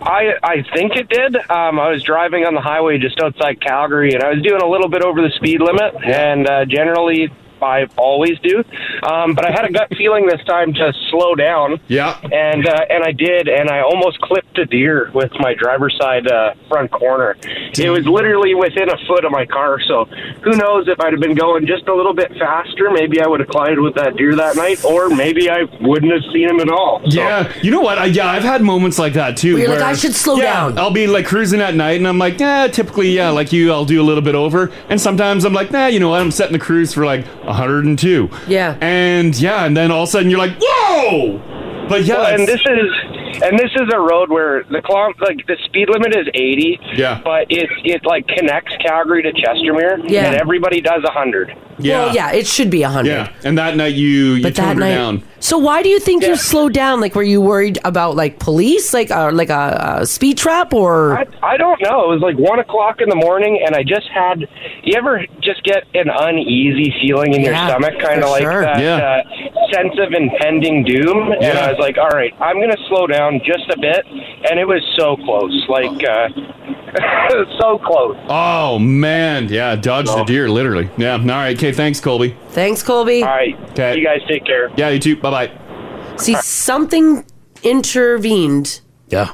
Speaker 11: I I think it did. Um, I was driving on the highway just outside Calgary, and I was doing a little bit over the speed limit, and uh, generally I always do, um, but I had a gut feeling this time to slow down.
Speaker 2: Yeah.
Speaker 11: And uh, and I did, and I almost clipped a deer with my driver's side uh, front corner. It was literally within a foot of my car, so who knows if I'd have been going just a little bit faster, maybe I would have collided with that deer that night, or maybe I wouldn't have seen him at all. So-
Speaker 2: Yeah, you know what? I, yeah, I've had moments like that too.
Speaker 3: Where you're like, "I should slow
Speaker 2: Yeah,
Speaker 3: down."
Speaker 2: I'll be like cruising at night, and I'm like, nah. Typically, yeah, like you, I'll do a little bit over, and sometimes I'm like, nah. You know what? I'm setting the cruise for like 102.
Speaker 3: Yeah.
Speaker 2: and yeah, and then all of a sudden you're like, whoa! But yeah,
Speaker 11: Well, and
Speaker 2: it's-
Speaker 11: this is and this is a road where the clump, like the speed limit is 80
Speaker 2: Yeah.
Speaker 11: but it it like connects calgary to chestermere
Speaker 3: Yeah.
Speaker 11: and everybody does 100
Speaker 2: yeah,
Speaker 3: Well, yeah, it should be a hundred.
Speaker 2: yeah. And that night you you
Speaker 3: But that
Speaker 2: toned her
Speaker 3: night,
Speaker 2: down.
Speaker 3: so why do you think you slowed down? Like, were you worried about like police, like uh, like a, a speed trap, or
Speaker 11: I, I don't know it was like one o'clock in the morning and i just had you ever just get an uneasy feeling in
Speaker 3: Yeah,
Speaker 11: your stomach kind
Speaker 3: for
Speaker 11: of like
Speaker 3: sure.
Speaker 11: that
Speaker 2: Yeah.
Speaker 11: uh, sense of impending doom and
Speaker 2: Yeah.
Speaker 11: i was like all right i'm gonna slow down just a bit and it was so close like uh (laughs) so close
Speaker 2: Oh man, yeah, dodged the deer literally. Yeah. All right. Okay. Thanks, Colby.
Speaker 3: thanks, Colby?
Speaker 11: all right
Speaker 2: 'Kay.
Speaker 11: you guys take care
Speaker 2: Yeah. You too. (laughs) Bye bye.
Speaker 3: See, something intervened
Speaker 4: Yeah.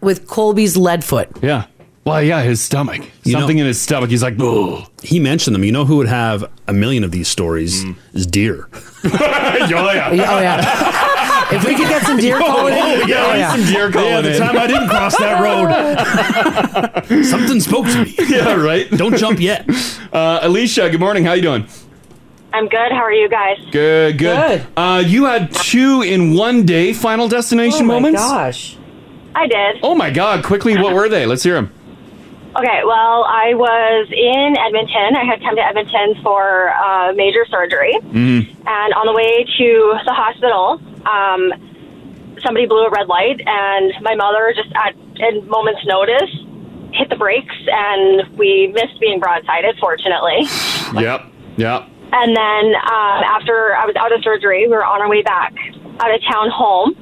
Speaker 3: with Colby's lead foot.
Speaker 2: Yeah. Well, yeah, his stomach.
Speaker 4: You know-
Speaker 2: Something in his stomach. He's like, oh.
Speaker 4: He mentioned them. You know who would have a million of these stories
Speaker 2: Mm.
Speaker 4: is deer.
Speaker 2: yeah.
Speaker 3: Oh yeah. (laughs) if we could get some
Speaker 2: (laughs)
Speaker 3: deer calling in,
Speaker 2: yeah,
Speaker 3: Oh, yeah.
Speaker 2: some deer calling
Speaker 4: Yeah, the
Speaker 2: in.
Speaker 4: time I didn't cross that road,
Speaker 3: (laughs)
Speaker 4: something spoke to me.
Speaker 2: (laughs) yeah, right.
Speaker 4: Don't jump yet.
Speaker 2: (laughs) Uh, Alicia, good morning. How you doing?
Speaker 10: I'm good. How are you guys?
Speaker 2: Good, good.
Speaker 3: Good.
Speaker 2: Uh, you had two in one day. Final destination moments.
Speaker 3: Oh, gosh.
Speaker 10: I did. Uh-huh.
Speaker 2: Oh my god! Quickly, what were they? Let's hear them.
Speaker 10: Okay, well, I was in Edmonton. I had come to Edmonton for uh, major surgery. And on the way to the hospital, um, somebody blew a red light, and my mother, just at a moment's notice, hit the brakes, and we missed being broadsided, fortunately.
Speaker 2: Yep. Yep.
Speaker 10: And then um, after I was out of surgery, we were on our way back out of town home,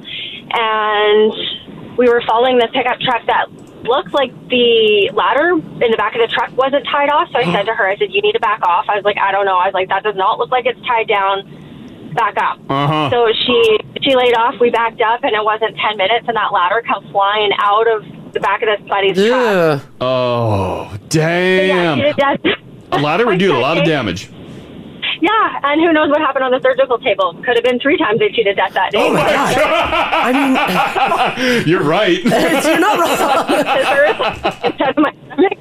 Speaker 10: and we were following this pickup truck that looked like the ladder in the back of the truck wasn't tied off. So I said to her, I said, "You need to back off." I was like, "I don't know." I was like, "That does not look like it's tied down. Back up."
Speaker 2: Uh-huh.
Speaker 10: So she she laid off. We backed up, and it wasn't ten minutes, and that ladder come flying out of the back of this buddy's truck.
Speaker 3: Ugh.
Speaker 2: Oh
Speaker 10: Yeah,
Speaker 2: damn!
Speaker 10: she did-
Speaker 2: A ladder would do a lot of
Speaker 10: Okay.
Speaker 2: damage.
Speaker 10: Yeah, and who knows what happened on the surgical table? Could have been three times they cheated death that day.
Speaker 2: (laughs)
Speaker 3: I mean,
Speaker 2: You're
Speaker 3: (laughs)
Speaker 2: right.
Speaker 3: you're
Speaker 2: (laughs)
Speaker 3: not wrong.
Speaker 10: scissors instead of my stomach.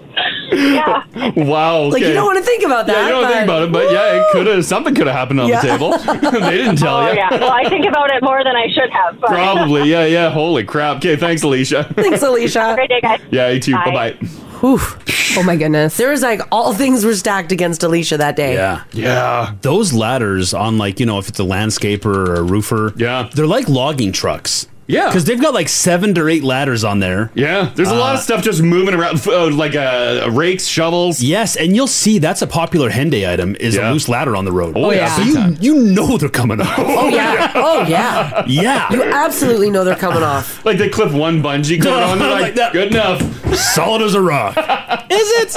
Speaker 10: Yeah.
Speaker 2: wow.
Speaker 3: Like
Speaker 2: okay.
Speaker 3: you don't want to think about that.
Speaker 2: Yeah, you don't
Speaker 3: but-
Speaker 2: think about it, but yeah, it could have something could have happened on
Speaker 3: Yeah.
Speaker 2: the
Speaker 3: (laughs)
Speaker 2: table. (laughs) they didn't tell
Speaker 10: Oh
Speaker 2: you.
Speaker 10: yeah. Well, I think about it more than I should have. But
Speaker 2: Probably. Yeah. Yeah. Holy crap. Okay. Thanks, Alicia.
Speaker 3: (laughs) Thanks, Alicia.
Speaker 10: Great day, guys.
Speaker 2: yeah. You too.
Speaker 10: Bye.
Speaker 2: Bye bye.
Speaker 3: Oof.
Speaker 12: Oh my goodness.
Speaker 3: There was like all things were stacked against Alicia that day.
Speaker 4: Yeah.
Speaker 2: Yeah.
Speaker 4: Those ladders on like, you know, if it's a landscaper or a roofer.
Speaker 2: Yeah.
Speaker 4: They're like logging trucks.
Speaker 2: Yeah,
Speaker 4: because they've got like seven to eight ladders on there. Uh,
Speaker 2: Yeah, there's a lot of stuff just moving around, f- uh, like uh, rakes, shovels.
Speaker 4: Yes, and you'll see that's a popular Henday item is a loose ladder on the road.
Speaker 2: Oh, yeah.
Speaker 4: so you
Speaker 2: (laughs)
Speaker 4: you know they're coming up.
Speaker 3: Oh yeah. Oh yeah.
Speaker 4: Yeah.
Speaker 3: You absolutely know they're coming
Speaker 2: (laughs)
Speaker 3: off.
Speaker 2: like they clip one bungee cord on,
Speaker 3: (laughs)
Speaker 2: they're like, good enough,
Speaker 4: solid as a rock.
Speaker 3: Is it?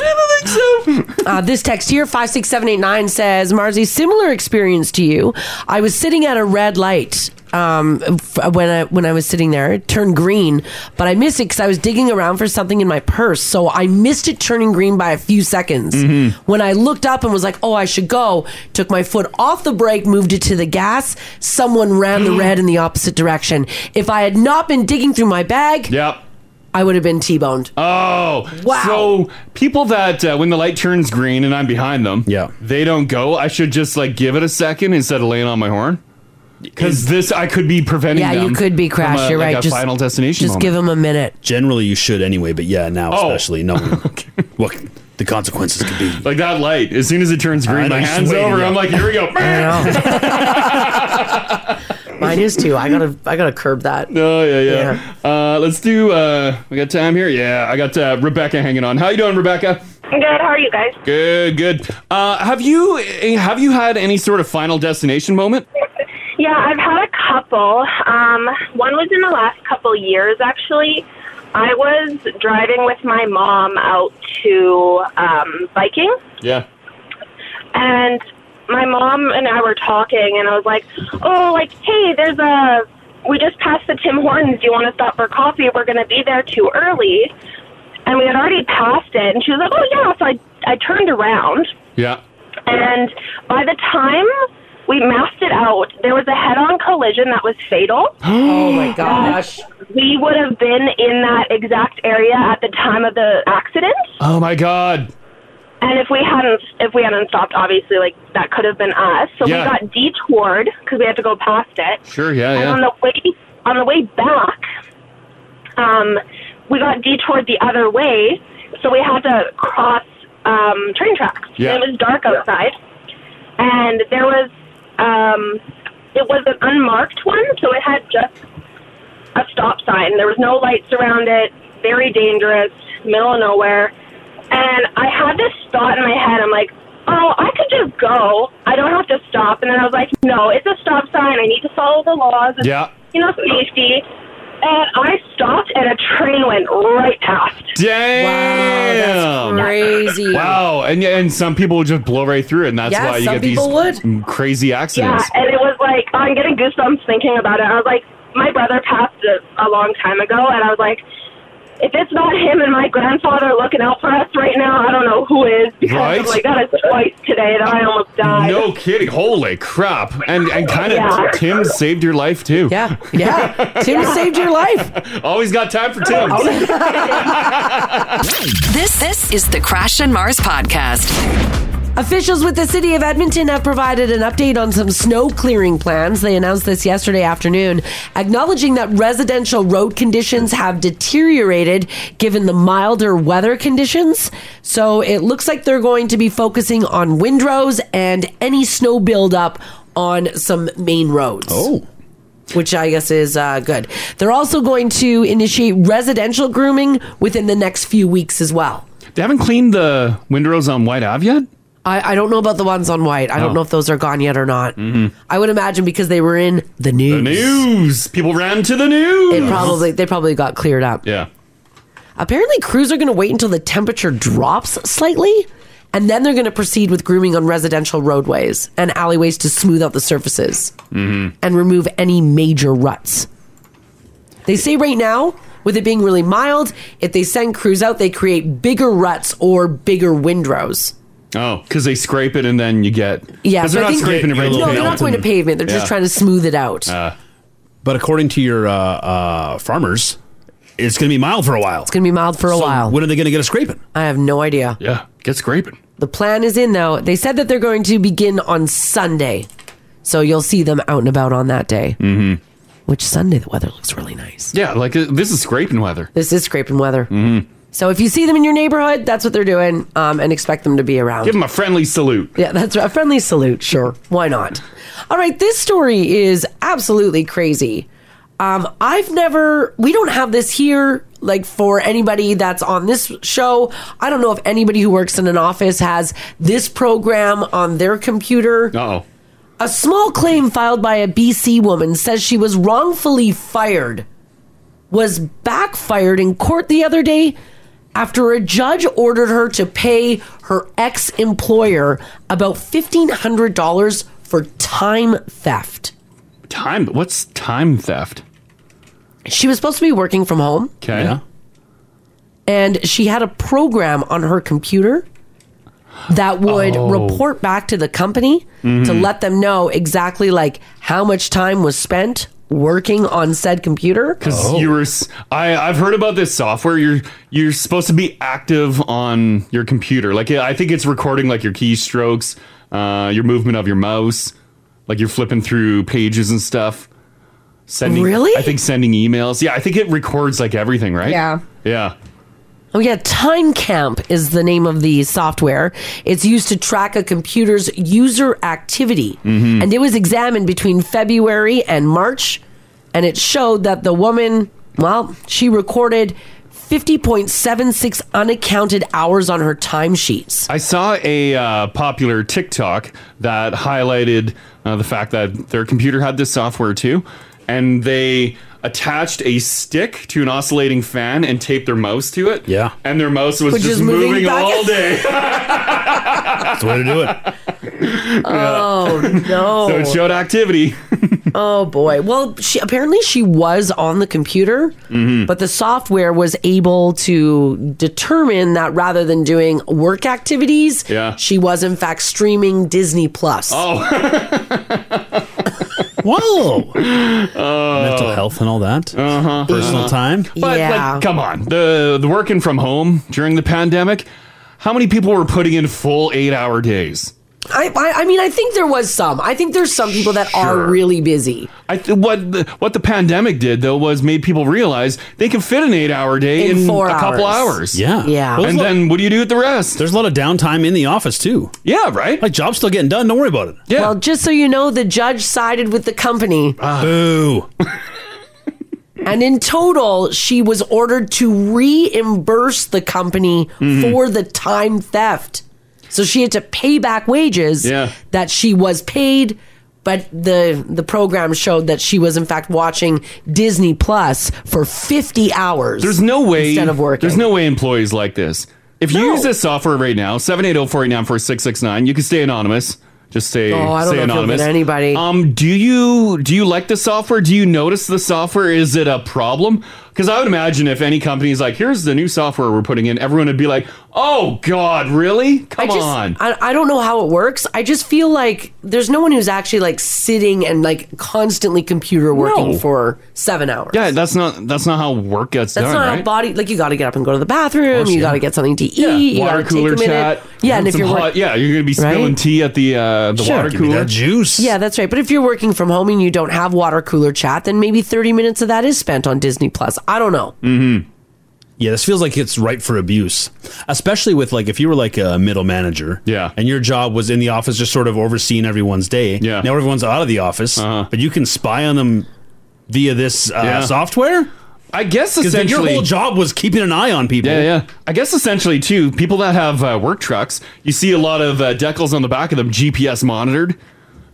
Speaker 3: I don't think so. Uh, this text here, 56789, says, Marzi, similar experience to you. I was sitting at a red light. Um, f- when I when I was sitting there, it turned green, but I missed it because I was digging around for something in my purse. So I missed it turning green by a few seconds.
Speaker 2: Mm-hmm.
Speaker 3: When I looked up and was like, "Oh, I should go," took my foot off the brake, moved it to the gas. Someone
Speaker 2: (gasps)
Speaker 3: ran the red in the opposite direction. If I had not been digging through my bag,
Speaker 2: yep,
Speaker 3: I would have been t-boned.
Speaker 2: Oh,
Speaker 3: Wow.
Speaker 2: So people that uh, when the light turns green and I'm behind them, yeah, they don't go. I should just like give it a second instead of laying on my horn. Because this, I could be preventing.
Speaker 3: Yeah, you
Speaker 2: them
Speaker 3: could be
Speaker 2: from
Speaker 3: crashed.
Speaker 2: a-
Speaker 3: You're
Speaker 2: like
Speaker 3: right.
Speaker 2: a
Speaker 3: Just-
Speaker 2: final destination.
Speaker 3: Just give them a minute.
Speaker 4: Generally, you should anyway, but yeah, now
Speaker 2: Oh.
Speaker 4: especially
Speaker 2: (laughs)
Speaker 4: no. What the consequences could be.
Speaker 2: Like that light. As soon as it turns
Speaker 4: I
Speaker 2: green,
Speaker 4: know,
Speaker 2: my
Speaker 4: just
Speaker 2: hands
Speaker 4: waiting,
Speaker 2: over.
Speaker 4: yeah.
Speaker 2: I'm like, here
Speaker 4: (laughs)
Speaker 2: we go.
Speaker 3: Mine is too. I gotta I gotta curb that.
Speaker 2: Oh yeah, yeah. Uh, let's do. Uh, we got time here. Yeah, I got uh, Rebecca hanging on. How you doing, Rebecca?
Speaker 10: I'm good. How are you guys?
Speaker 2: Good, good. Uh, have you have you had any sort of final destination moment?
Speaker 10: (laughs) Yeah, I've had a couple. Um, one was in the last couple years, actually. I was driving with my mom out to um, biking,
Speaker 2: Yeah.
Speaker 10: and my mom and I were talking, and I was like, "Oh, like, hey, there's a we just passed the Tim Hortons. Do you want to stop for coffee? We're going to be there too early." And we had already passed it, and she was like, "Oh yeah." So I I turned around,
Speaker 2: Yeah.
Speaker 10: and by the time we mapped it out, there was a head on collision that was fatal.
Speaker 3: (gasps) Oh my gosh.
Speaker 10: We would have been in that exact area at the time of the accident.
Speaker 2: Oh my God.
Speaker 10: And if we hadn't, if we hadn't stopped, obviously, like that could have been us. So
Speaker 2: Yeah.
Speaker 10: we got detoured because we had to go past it.
Speaker 2: Sure. Yeah.
Speaker 10: And
Speaker 2: Yeah.
Speaker 10: on the way, on the way back, um, we got detoured the other way, so we had to cross um, train tracks.
Speaker 11: Yeah.
Speaker 10: And it was dark outside, and there was um, it was an unmarked one, so it had just a stop sign. There was no lights around it. Very dangerous, middle of nowhere. And I had this thought in my head. I'm like, oh, I could just go. I don't have to stop. And then I was like, no, it's a stop sign. I need to follow the laws. It's,
Speaker 2: Yeah.
Speaker 10: You know, safety. And I stopped, and a train went right past.
Speaker 2: Damn! Wow,
Speaker 3: crazy.
Speaker 2: Wow, and and some people would just blow right through it, and that's
Speaker 10: Yeah,
Speaker 2: why you
Speaker 10: some
Speaker 2: get these
Speaker 10: people would.
Speaker 2: crazy
Speaker 10: Yeah,
Speaker 2: accidents.
Speaker 10: and it was like I'm getting goosebumps thinking about it. I was like, my brother passed a, a long time ago, and I was like, if it's not him and my grandfather looking out for us right now, I don't know who is. Because
Speaker 2: Right?
Speaker 10: I'm like that is twice today that I almost died.
Speaker 2: No kidding! Holy crap! And and kind of
Speaker 10: Yeah.
Speaker 2: Tim saved your life too.
Speaker 3: Yeah,
Speaker 2: (laughs)
Speaker 3: yeah. Tim saved your life.
Speaker 2: Always got time for Tim.
Speaker 1: This this is the Crash and Mars podcast.
Speaker 3: Officials with the city of Edmonton have provided an update on some snow clearing plans. They announced this yesterday afternoon, acknowledging that residential road conditions have deteriorated given the milder weather conditions. So it looks like they're going to be focusing on windrows and any snow buildup on some main roads. Oh. Which I guess is uh, good. They're also going to initiate residential grooming within the next few weeks as well.
Speaker 2: They haven't cleaned the windrows on White Ave yet.
Speaker 3: I, I don't know about the ones on white.
Speaker 2: Oh.
Speaker 3: I
Speaker 2: Mm-hmm.
Speaker 3: don't know if those are gone yet or not. I would imagine because they were in the news.
Speaker 2: The news. People ran to the news.
Speaker 3: It probably they probably got cleared up.
Speaker 2: Yeah.
Speaker 3: Apparently, crews are going to wait until the temperature drops slightly, and then they're going to proceed with grooming on residential roadways and alleyways to smooth out the surfaces (laughs)
Speaker 2: Mm-hmm.
Speaker 3: and remove any major ruts. They say right now, with it being really mild, if they send crews out, they create bigger ruts or bigger windrows.
Speaker 2: (laughs) Oh, because they scrape it and then you get
Speaker 3: Yeah,
Speaker 2: 'Cause they're
Speaker 3: but I
Speaker 2: not
Speaker 3: think-
Speaker 2: scraping it.
Speaker 3: No,
Speaker 2: right to
Speaker 3: they're not
Speaker 2: pavement.
Speaker 3: going to pavement. They're
Speaker 4: Yeah.
Speaker 3: just trying to smooth it out.
Speaker 2: Uh.
Speaker 4: But according to your uh, uh, farmers, it's going to be mild for a while. It's
Speaker 3: going to be mild for a while.
Speaker 4: When are they going to get a scraping?
Speaker 3: I have no idea.
Speaker 2: Yeah, get scraping.
Speaker 3: The plan is in though. They said that they're going to begin on Sunday, so you'll see them out and about on that day. Mm-hmm. Which Sunday the weather looks really nice.
Speaker 2: Yeah, like uh, this is scraping weather.
Speaker 3: This is scraping weather.
Speaker 2: Mm-hmm.
Speaker 3: So if you see them in your neighborhood, that's what they're doing, um, and expect them to be around.
Speaker 2: Give them a friendly salute.
Speaker 3: Yeah, that's right. A friendly salute, sure. Why not? All right, this story is absolutely crazy. Um, I've never, we don't have this here, like for anybody that's on this show. I don't know if anybody who works in an office has this program on their computer.
Speaker 2: Oh.
Speaker 3: A small claim filed by a BC woman says she was wrongfully fired, was backfired in court the other day after a judge ordered her to pay her ex employer about $1,500 for time theft.
Speaker 2: Time? What's time theft?
Speaker 3: She was supposed to be working from home.
Speaker 2: Okay. (laughs)
Speaker 3: and she had a program on her computer that would
Speaker 11: Oh.
Speaker 3: report back to the company to
Speaker 11: Mhm.
Speaker 2: Mm-hmm.
Speaker 3: let them know exactly like how much time was spent working on said computer
Speaker 2: Because you were, s- I, I've heard about this software. You're you're supposed to be active on your computer. Like I think it's recording like your keystrokes, uh, your movement of your mouse, like you're flipping through pages and stuff. Sending,
Speaker 3: Really?
Speaker 2: I think sending emails. Yeah, I think it records like everything, right?
Speaker 3: Yeah.
Speaker 2: Yeah.
Speaker 3: Oh yeah, Time Camp is the name of the software. It's used to track a computer's user activity.
Speaker 11: Mhm.
Speaker 3: And it was examined between February and March, and it showed that the woman, well, she recorded 50.76 unaccounted hours on her timesheets.
Speaker 2: I saw a uh, popular TikTok that highlighted uh, the fact that their computer had this software too, and they attached a stick to an oscillating fan and taped their mouse to it. Yeah, and their mouse was
Speaker 11: Which
Speaker 2: just
Speaker 11: is moving
Speaker 2: moving,
Speaker 11: back-
Speaker 2: all day. (laughs) That's
Speaker 4: the way to do it.
Speaker 3: Oh
Speaker 2: (laughs)
Speaker 3: no.
Speaker 2: So it showed activity. (laughs)
Speaker 3: oh boy. Well, she apparently she was on the computer,
Speaker 2: Mm-hmm.
Speaker 3: but the software was able to determine that rather than doing work activities,
Speaker 2: Yeah.
Speaker 3: she was in fact streaming Disney Plus.
Speaker 2: Oh.
Speaker 4: Whoa. Mental health and all that.
Speaker 2: Uh-huh.
Speaker 4: Personal time.
Speaker 2: But
Speaker 4: Yeah.
Speaker 2: like, come on, the the working from home during the pandemic, how many people were putting in full eight hour days?
Speaker 3: I, I I mean I think there was some. I think there's some people that are really busy.
Speaker 2: I th- what the, what the pandemic did though was made people realize they can fit an eight hour day in,
Speaker 3: In four
Speaker 2: a couple
Speaker 3: hours.
Speaker 2: hours.
Speaker 4: Yeah.
Speaker 2: And then what do you do with the rest?
Speaker 4: There's a lot of downtime in the office too.
Speaker 2: Yeah, right?
Speaker 4: Like job's still getting done. Don't worry about it.
Speaker 2: Yeah. Ah.
Speaker 3: Well, just so you know, the judge sided with the company.
Speaker 4: Boo.
Speaker 3: (laughs) And in total, she was ordered to reimburse the company
Speaker 2: Mm-hmm.
Speaker 3: for the time theft. So she had to pay back wages that she was paid, but the the program showed that she was in fact watching Disney Plus for 50 hours.
Speaker 2: there's no way
Speaker 3: instead of working.
Speaker 2: There's no way employees like this. If you use this software right now, 780-489-4669, you can stay anonymous. Just stay,
Speaker 3: Oh, I don't
Speaker 2: stay
Speaker 3: know if you'll
Speaker 2: anonymous.
Speaker 3: get anybody.
Speaker 2: Um, do you do you like the software? Do you notice the software? Is it a problem? Because I would imagine if any company's like, here's the new software we're putting in, everyone would be like, oh God, really? Come
Speaker 3: I just,
Speaker 2: on.
Speaker 3: I, I don't know how it works. I just feel like there's no one who's actually like sitting and like constantly computer working
Speaker 2: No.
Speaker 3: for seven hours.
Speaker 2: Yeah, that's not that's not how work gets
Speaker 3: That's
Speaker 2: done,
Speaker 3: not a
Speaker 2: right?
Speaker 3: body. Like you got to get up and go to the bathroom.
Speaker 2: course,
Speaker 3: you
Speaker 2: yeah.
Speaker 3: got to get something to eat.
Speaker 2: Yeah,
Speaker 3: you
Speaker 2: water
Speaker 3: gotta
Speaker 2: cooler
Speaker 3: take a minute.
Speaker 2: chat.
Speaker 3: Yeah, and if
Speaker 2: some
Speaker 3: you're
Speaker 2: hot,
Speaker 3: working,
Speaker 2: yeah, you're gonna be
Speaker 3: Right?
Speaker 2: spilling tea at the uh, the water cooler.
Speaker 4: juice.
Speaker 3: Yeah, that's right. But if you're working from home and you don't have water cooler chat, then maybe 30 minutes of that is spent on Disney Plus. I don't know.
Speaker 4: Mm-hmm. Yeah, this feels like it's ripe for abuse, especially with like if you were like a middle manager, yeah, and your job was in the office, just sort of overseeing everyone's day. Yeah, Uh-huh. now everyone's out of the office, but you can spy on them via this uh,
Speaker 2: Yeah.
Speaker 4: software.
Speaker 2: I guess
Speaker 4: 'Cause then your
Speaker 2: essentially-
Speaker 4: whole job was keeping an eye on people.
Speaker 2: Yeah, yeah. I guess essentially too, people that have uh, work trucks, you see a lot of uh, decals on the back of them GPS monitored.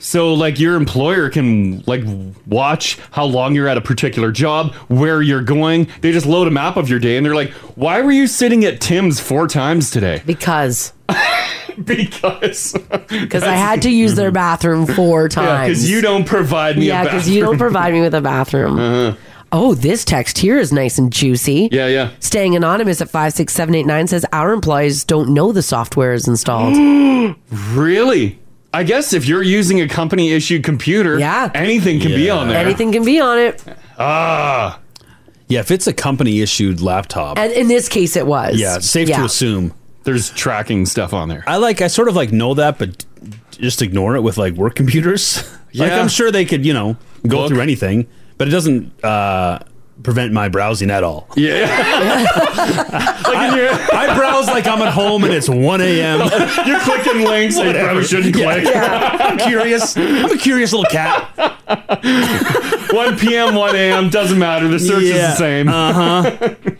Speaker 2: So like your employer can like watch how long you're at a particular job, where you're going. They just load a map of your day and they're like, "Why were you sitting at Tim's four times today?"
Speaker 3: Because
Speaker 2: (laughs) because
Speaker 3: Because I had to use their bathroom four times.
Speaker 2: because Mm-hmm. you don't provide me. Uh-huh.
Speaker 3: Yeah, because you don't provide me with a bathroom. Oh, this text here is nice and juicy.
Speaker 2: Yeah, yeah.
Speaker 3: Staying anonymous at 56789 says our employees don't know the software is installed.
Speaker 2: (gasps) really. I guess if you're using a company issued computer, yeah, anything can be on there.
Speaker 3: Anything can be on it.
Speaker 2: Ah.
Speaker 4: Yeah, if it's a company issued laptop,
Speaker 3: And in this case, it was.
Speaker 4: yeah, it's safe to assume
Speaker 2: there's tracking stuff on there.
Speaker 4: I like, I sort of like know that, but just ignore it with like work computers. (laughs) like
Speaker 2: Yeah.
Speaker 4: I'm sure they could, you know, go through anything, but it doesn't uh, prevent my browsing at all.
Speaker 2: Yeah. (laughs) I,
Speaker 4: I browse like I'm at home and it's 1
Speaker 2: (laughs)
Speaker 4: a.m.
Speaker 2: You're clicking links that you
Speaker 4: Whatever.
Speaker 2: probably shouldn't click. (laughs)
Speaker 4: I'm curious. I'm a curious little cat.
Speaker 2: 1 p.m., 1 a.m., doesn't matter. The search is
Speaker 3: Yeah,
Speaker 2: the same.
Speaker 3: uh-huh.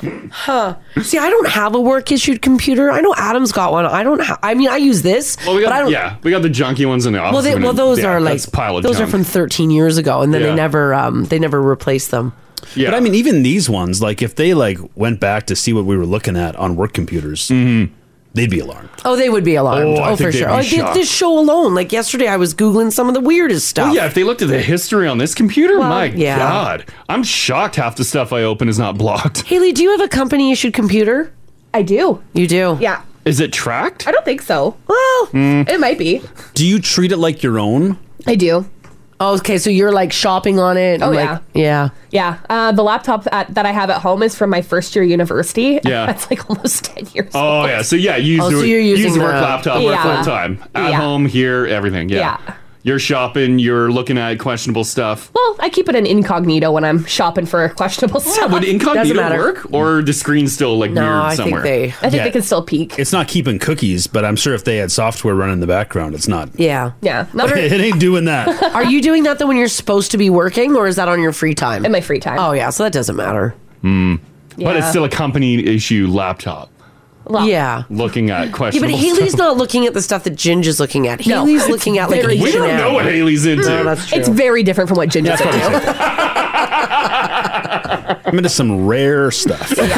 Speaker 3: Huh. See, I don't have a work issued computer. I know Adam's got one. I don't. Ha- I mean, I use this,
Speaker 2: (laughs) Well, we
Speaker 3: but I
Speaker 2: got,
Speaker 3: don't.
Speaker 2: yeah, we got the junky ones in the office.
Speaker 3: Well, they,
Speaker 2: and
Speaker 3: well,
Speaker 2: it-
Speaker 3: those
Speaker 2: yeah,
Speaker 3: are like
Speaker 2: that's a pile of
Speaker 3: those
Speaker 2: junk.
Speaker 3: are from 13 years ago, and then
Speaker 4: Yeah.
Speaker 3: they never um they never replaced them.
Speaker 4: But I mean, even these ones, like if they like went back to see what we were looking at on work computers,
Speaker 2: Mm-hmm.
Speaker 4: they'd be alarmed.
Speaker 3: Oh, they would be alarmed.
Speaker 4: Oh,
Speaker 3: Oh,
Speaker 4: I
Speaker 3: for
Speaker 4: think they'd
Speaker 3: sure.
Speaker 4: be
Speaker 3: Like thi-
Speaker 4: shocked. Oh,
Speaker 3: this show alone, like yesterday, I was googling some of the weirdest stuff.
Speaker 2: Well, yeah, if they looked at the history on this computer,
Speaker 3: Well,
Speaker 2: my
Speaker 3: yeah.
Speaker 2: God. I'm shocked half the stuff I open is not blocked.
Speaker 3: Haley, do you have a company issued computer?
Speaker 5: I do.
Speaker 3: You do.
Speaker 5: Yeah.
Speaker 2: Is it
Speaker 3: (laughs)
Speaker 2: tracked?
Speaker 5: I don't think so. Mm.
Speaker 3: Well,
Speaker 2: Mm-hmm.
Speaker 5: it might be.
Speaker 4: Do you treat it like your own?
Speaker 5: I do.
Speaker 3: Oh, okay. So you're like shopping on it. and,
Speaker 5: Oh,
Speaker 3: like-
Speaker 5: yeah.
Speaker 3: yeah.
Speaker 5: Yeah, uh, the laptop at, that I have at home is from my first year university. (laughs)
Speaker 2: Yeah.
Speaker 5: that's like almost ten years.
Speaker 2: Oh, yeah. So, yeah, you use,
Speaker 5: Oh,
Speaker 2: the,
Speaker 5: so you're
Speaker 2: you use
Speaker 5: using
Speaker 2: the work
Speaker 5: the-
Speaker 2: laptop work
Speaker 5: Yeah.
Speaker 2: full time. At
Speaker 5: Yeah.
Speaker 2: home, here, everything. Yeah.
Speaker 5: Yeah.
Speaker 2: You're shopping, you're looking at questionable stuff.
Speaker 5: Well, I keep it in incognito when I'm shopping for questionable stuff.
Speaker 2: Would incognito work? Or the screen's still like weird somewhere?
Speaker 5: I think they can still peek.
Speaker 4: It's not keeping cookies, but I'm sure if they had software running in the background, it's not.
Speaker 3: Yeah.
Speaker 5: Yeah.
Speaker 4: (laughs) it ain't doing that.
Speaker 3: (laughs) Are you doing that though when you're supposed to be working, or is that on your free time? In
Speaker 5: my free time.
Speaker 3: Oh yeah, so that doesn't matter.
Speaker 2: Hmm. But
Speaker 3: Yeah.
Speaker 2: it's still a company issue laptop.
Speaker 3: yeah.
Speaker 2: Looking at
Speaker 3: Yeah, but
Speaker 2: questionable
Speaker 3: Haley's
Speaker 2: (laughs) stuff.
Speaker 3: not looking at the stuff that Ginge is looking at.
Speaker 5: No.
Speaker 3: Haley's looking at like
Speaker 5: Very
Speaker 2: We don't
Speaker 5: different.
Speaker 2: know what Haley's into.
Speaker 5: Oh,
Speaker 3: No, that's true.
Speaker 5: It's very different from what Ginger's
Speaker 4: That's what
Speaker 5: into.
Speaker 4: I'm into some rare
Speaker 5: (laughs)
Speaker 4: stuff. it's a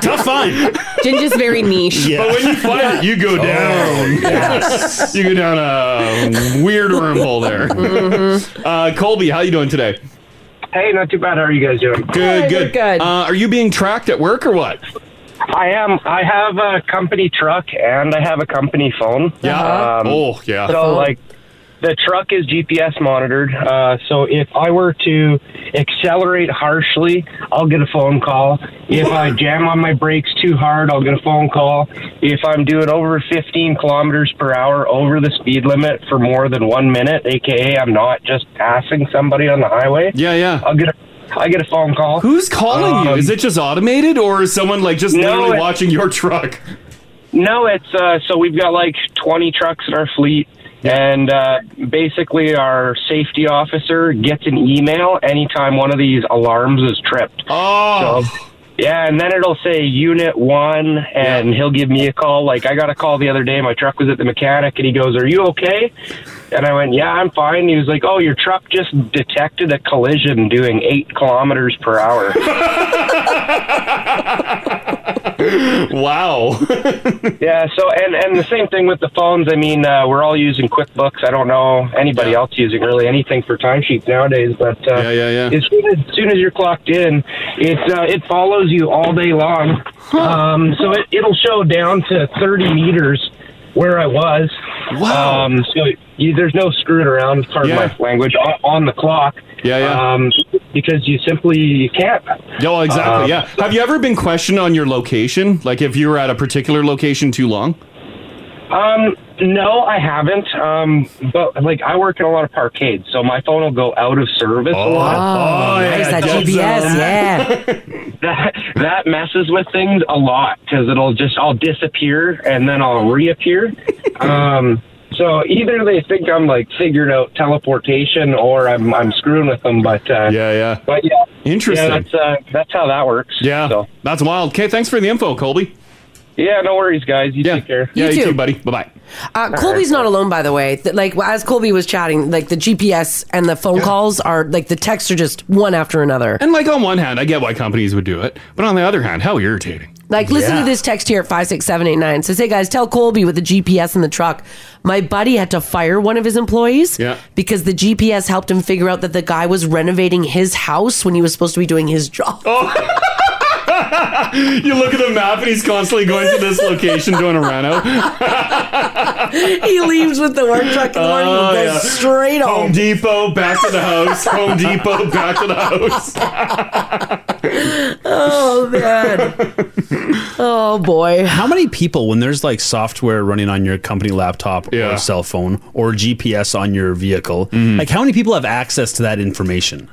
Speaker 4: tough find.
Speaker 5: (laughs) Ginger's very niche.
Speaker 4: Yeah.
Speaker 2: But when you find it, you
Speaker 3: (laughs)
Speaker 2: go
Speaker 3: Oh,
Speaker 2: down.
Speaker 4: yes.
Speaker 2: (laughs) You go down a weird wormhole there.
Speaker 3: Mm-hmm.
Speaker 2: Uh, Colby, how you doing today?
Speaker 11: Hey, not too bad. How are you guys doing?
Speaker 2: Good, good, good. Uh, are you being tracked at work or what?
Speaker 11: I am. I have a company truck and I have a company phone. Um,
Speaker 2: Yeah. Oh, yeah. The
Speaker 11: So
Speaker 2: phone.
Speaker 11: like, the truck is GPS monitored. Uh, so if I were to accelerate harshly, I'll get a phone call.
Speaker 2: (laughs)
Speaker 11: If I jam on my brakes too hard, I'll get a phone call. If I'm doing over 15 kilometers per hour over the speed limit for more than one minute, aka I'm not just passing somebody on the highway.
Speaker 2: Yeah, yeah.
Speaker 11: I'll get a. I get a phone call.
Speaker 2: Who's calling you? Is it just automated or is someone like just
Speaker 11: Um, No,
Speaker 2: literally
Speaker 11: it-
Speaker 2: watching your truck?
Speaker 11: No, it's uh, so we've got like 20 trucks in our fleet, and uh, basically our safety officer gets an email anytime one of these alarms is tripped.
Speaker 2: Oh.
Speaker 11: yeah, and then it'll say unit one, and he'll give me a call. Like, I got a call the other day. My truck was at the mechanic, and he goes, Are you okay? And I went, Yeah, I'm fine. he was like, Oh, your truck just detected a collision doing eight kilometers per hour.
Speaker 2: (laughs) wow. (laughs)
Speaker 11: yeah. So, and and the same thing with the phones. I mean, uh, we're all using QuickBooks. I don't know anybody else using really anything for timesheets nowadays. But uh,
Speaker 2: Yeah, yeah, yeah.
Speaker 11: As soon as, as soon as you're clocked in, it uh, it follows you all day long. Um, so it it'll show down to 30 meters where I was. Wow. Um, so you, there's no screwing around. Pardon my language. On, on the clock.
Speaker 2: Yeah, yeah.
Speaker 11: Um, because you simply you can't.
Speaker 2: Oh, exactly.
Speaker 11: Um,
Speaker 2: yeah. Have you ever been questioned on your location? Like if you were at a particular location too long?
Speaker 11: Um, no, I haven't. Um, but like I work in a lot of parkades, so my phone will go out of service a lot.
Speaker 3: Oh, nice, that
Speaker 11: dead
Speaker 3: GPS,
Speaker 11: zone. that (laughs) that messes with things a lot because it'll just I'll disappear and then
Speaker 2: (laughs)
Speaker 11: I'll reappear. um, so either they think I'm like figured out teleportation or I'm I'm screwing with them. But uh,
Speaker 2: yeah, yeah,
Speaker 11: but yeah,
Speaker 2: Interesting.
Speaker 11: Yeah, that's uh, that's how that works.
Speaker 2: Yeah. That's wild. Okay, thanks for the info, Colby.
Speaker 11: Yeah, no worries, guys. You
Speaker 2: take care. Yeah,
Speaker 3: You
Speaker 2: you
Speaker 3: too.
Speaker 2: too, buddy. Bye bye.
Speaker 3: Uh, Colby's not alone, by the way. Th- Like as Colby was chatting, like the GPS and the phone calls are like the texts are just one after another.
Speaker 2: And like on one hand, I get why companies would do it, but on the other hand, how irritating. (laughs)
Speaker 3: Like, listen
Speaker 2: Yeah.
Speaker 3: to this text here at 56789. It says, Hey guys, tell Colby with the GPS in the truck. My buddy had to fire one of his employees
Speaker 2: Yeah.
Speaker 3: because the GPS helped him figure out that the guy was renovating his house when he was supposed to be doing his job.
Speaker 2: Oh, you look at the map and he's constantly going to this location doing a reno.
Speaker 3: (laughs) he leaves with the work truck in the morning and goes straight
Speaker 2: Oh, Home
Speaker 3: home.
Speaker 2: Depot, back to the house. Home Depot, back to the house.
Speaker 3: (laughs) Oh, man. oh boy.
Speaker 4: How many people when there's like software running on your company laptop or cell
Speaker 2: Mm-hmm.
Speaker 4: phone or GPS on your vehicle, like how many people have access to that information?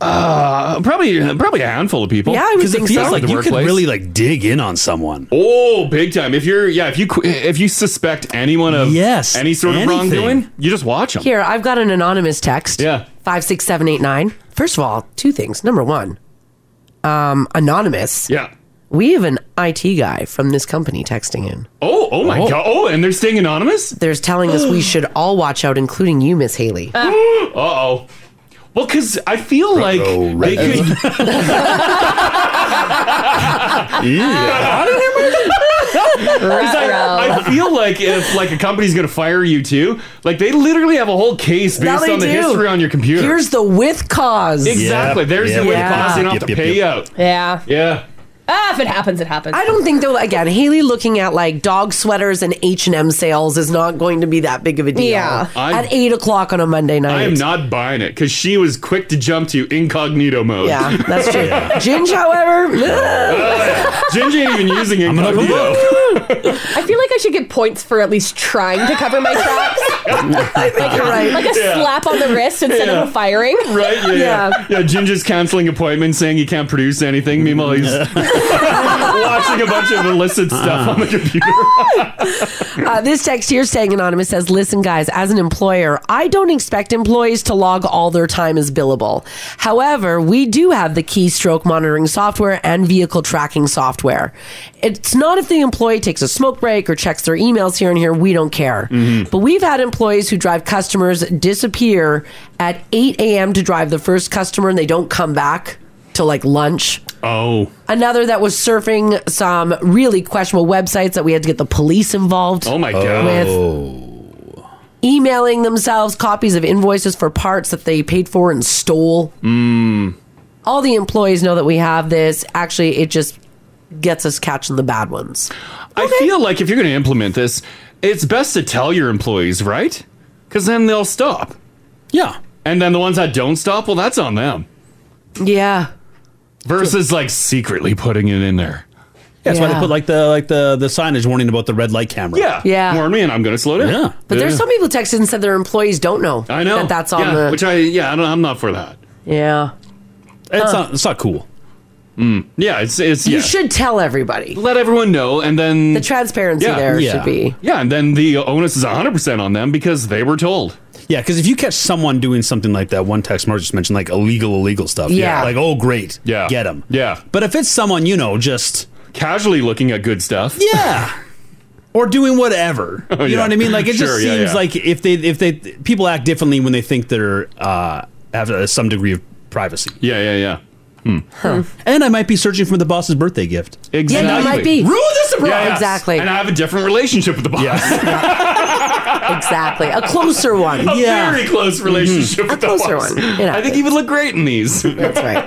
Speaker 2: Uh, probably, probably a handful of people.
Speaker 4: Yeah, I would 'Cause it think feels so. like
Speaker 2: At the
Speaker 4: you could
Speaker 2: workplace.
Speaker 4: really, like, dig in on someone.
Speaker 2: Oh, big time! If you're, yeah, if you qu- if you suspect anyone of yes, any sort
Speaker 3: anything.
Speaker 2: of wrongdoing, you just watch them.
Speaker 3: (laughs) Here, I've got an anonymous text. Yeah. 56789. First of all, two things. Number one, um, anonymous.
Speaker 2: Yeah.
Speaker 3: We have an IT guy from this company texting in.
Speaker 2: Oh, oh my god! Oh, and they're staying anonymous.
Speaker 3: They're telling us
Speaker 2: (gasps)
Speaker 3: we should all watch out, including you, Miss Haley.
Speaker 2: Uh oh. Well, because I feel like they could. (laughs)
Speaker 4: (laughs)
Speaker 2: I, I feel like if like a company's gonna fire you too, like they literally have a whole case
Speaker 3: Now
Speaker 2: based
Speaker 3: they
Speaker 2: on the
Speaker 3: do.
Speaker 2: history on your computer.
Speaker 3: Here's the with cause.
Speaker 2: Exactly. There's the with cause. You don't have to pay out.
Speaker 5: Yeah.
Speaker 2: Yeah.
Speaker 5: Ah, if it happens, it happens.
Speaker 3: I don't think though. Again, Haley looking at like dog sweaters and H and M sales is not going to be that big of a deal.
Speaker 2: Yeah. I-
Speaker 3: at eight o'clock on a Monday night.
Speaker 2: I am not buying it because she was quick to jump to incognito mode.
Speaker 3: Yeah, that's
Speaker 2: (laughs)
Speaker 3: true. Ginge, however, (laughs)
Speaker 2: Ginger ain't even using incognito.
Speaker 5: I feel like I should get points for at least trying to cover my
Speaker 2: (laughs)
Speaker 5: tracks.
Speaker 2: I think
Speaker 5: you're right. Like a slap on the wrist instead of a firing.
Speaker 2: (laughs) Right? Yeah. Yeah. yeah. Ginger's canceling appointments saying he can't produce anything. Meanwhile, he's (laughs) watching a bunch of illicit stuff on the computer.
Speaker 3: uh, this text here saying anonymous says, "Listen, guys, as an employer, I don't expect employees to log all their time as billable. However, we do have the keystroke monitoring software and vehicle tracking software. It's not if the employee takes a smoke break or checks their emails here and here. We don't care. But we've had employees who drive customers disappear at 8 a.m. to drive the first customer, and they don't come back till like lunch."
Speaker 2: Oh.
Speaker 3: Another that was surfing some really questionable websites that we had to get the police involved.
Speaker 2: Oh my
Speaker 3: With
Speaker 2: god.
Speaker 3: emailing themselves copies of invoices for parts that they paid for and stole.
Speaker 2: Mmm.
Speaker 3: All the employees know that we have this. Actually, it just gets us catching the bad ones.
Speaker 2: I feel like if you're going to implement this, it's best to tell your employees, right? Because then they'll stop.
Speaker 4: Yeah.
Speaker 2: And then the ones that don't stop, well, that's on them.
Speaker 3: Yeah.
Speaker 2: Versus like secretly putting it in there.
Speaker 4: Yeah, that's why
Speaker 3: Yeah.
Speaker 4: they put like the like the the signage warning about the red light camera.
Speaker 3: Yeah. Yeah.
Speaker 2: Warn me, and I'm going to slow down.
Speaker 4: Yeah,
Speaker 3: But there's some people texted and said their employees don't know.
Speaker 2: I know
Speaker 3: that that's on
Speaker 2: yeah,
Speaker 3: the.
Speaker 2: which I yeah I don't, I'm not for that.
Speaker 3: yeah.
Speaker 4: It's
Speaker 3: Huh.
Speaker 4: not it's not cool.
Speaker 2: Mm. Yeah, it's it's
Speaker 3: You
Speaker 2: yeah.
Speaker 3: should tell everybody.
Speaker 2: Let everyone know, and then the
Speaker 3: transparency there should be.
Speaker 2: Yeah, and then the onus is 100 percent on them because they were told.
Speaker 4: Yeah, because if you catch someone doing something like that, one text Mark just mentioned, like illegal, illegal stuff.
Speaker 2: Yeah.
Speaker 4: like oh great, yeah, get them.
Speaker 2: Yeah,
Speaker 4: but if it's someone you know, just
Speaker 2: casually looking at good stuff.
Speaker 4: Yeah. Or doing whatever,
Speaker 2: (laughs) Oh,
Speaker 4: you
Speaker 2: yeah.
Speaker 4: know what I mean. Like it
Speaker 2: Sure,
Speaker 4: just
Speaker 2: yeah,
Speaker 4: seems
Speaker 2: yeah.
Speaker 4: like if they if they people act differently when they think they're uh, have uh, some degree of privacy. Hmm.
Speaker 2: Yeah, yeah, yeah. Hmm.
Speaker 4: And I might be searching for the boss's birthday gift.
Speaker 2: Exactly.
Speaker 4: And now you Ruin the surprise.
Speaker 2: Yeah, yeah. And I have a different relationship with the boss. (laughs)
Speaker 3: exactly. A closer
Speaker 2: (laughs)
Speaker 3: one.
Speaker 2: A
Speaker 3: Yeah.
Speaker 2: very close
Speaker 4: Mm-hmm.
Speaker 2: relationship
Speaker 3: Mhm.
Speaker 2: with
Speaker 3: A closer
Speaker 2: the boss.
Speaker 3: one. It
Speaker 2: I think he would look great in these. That's (laughs)
Speaker 3: right.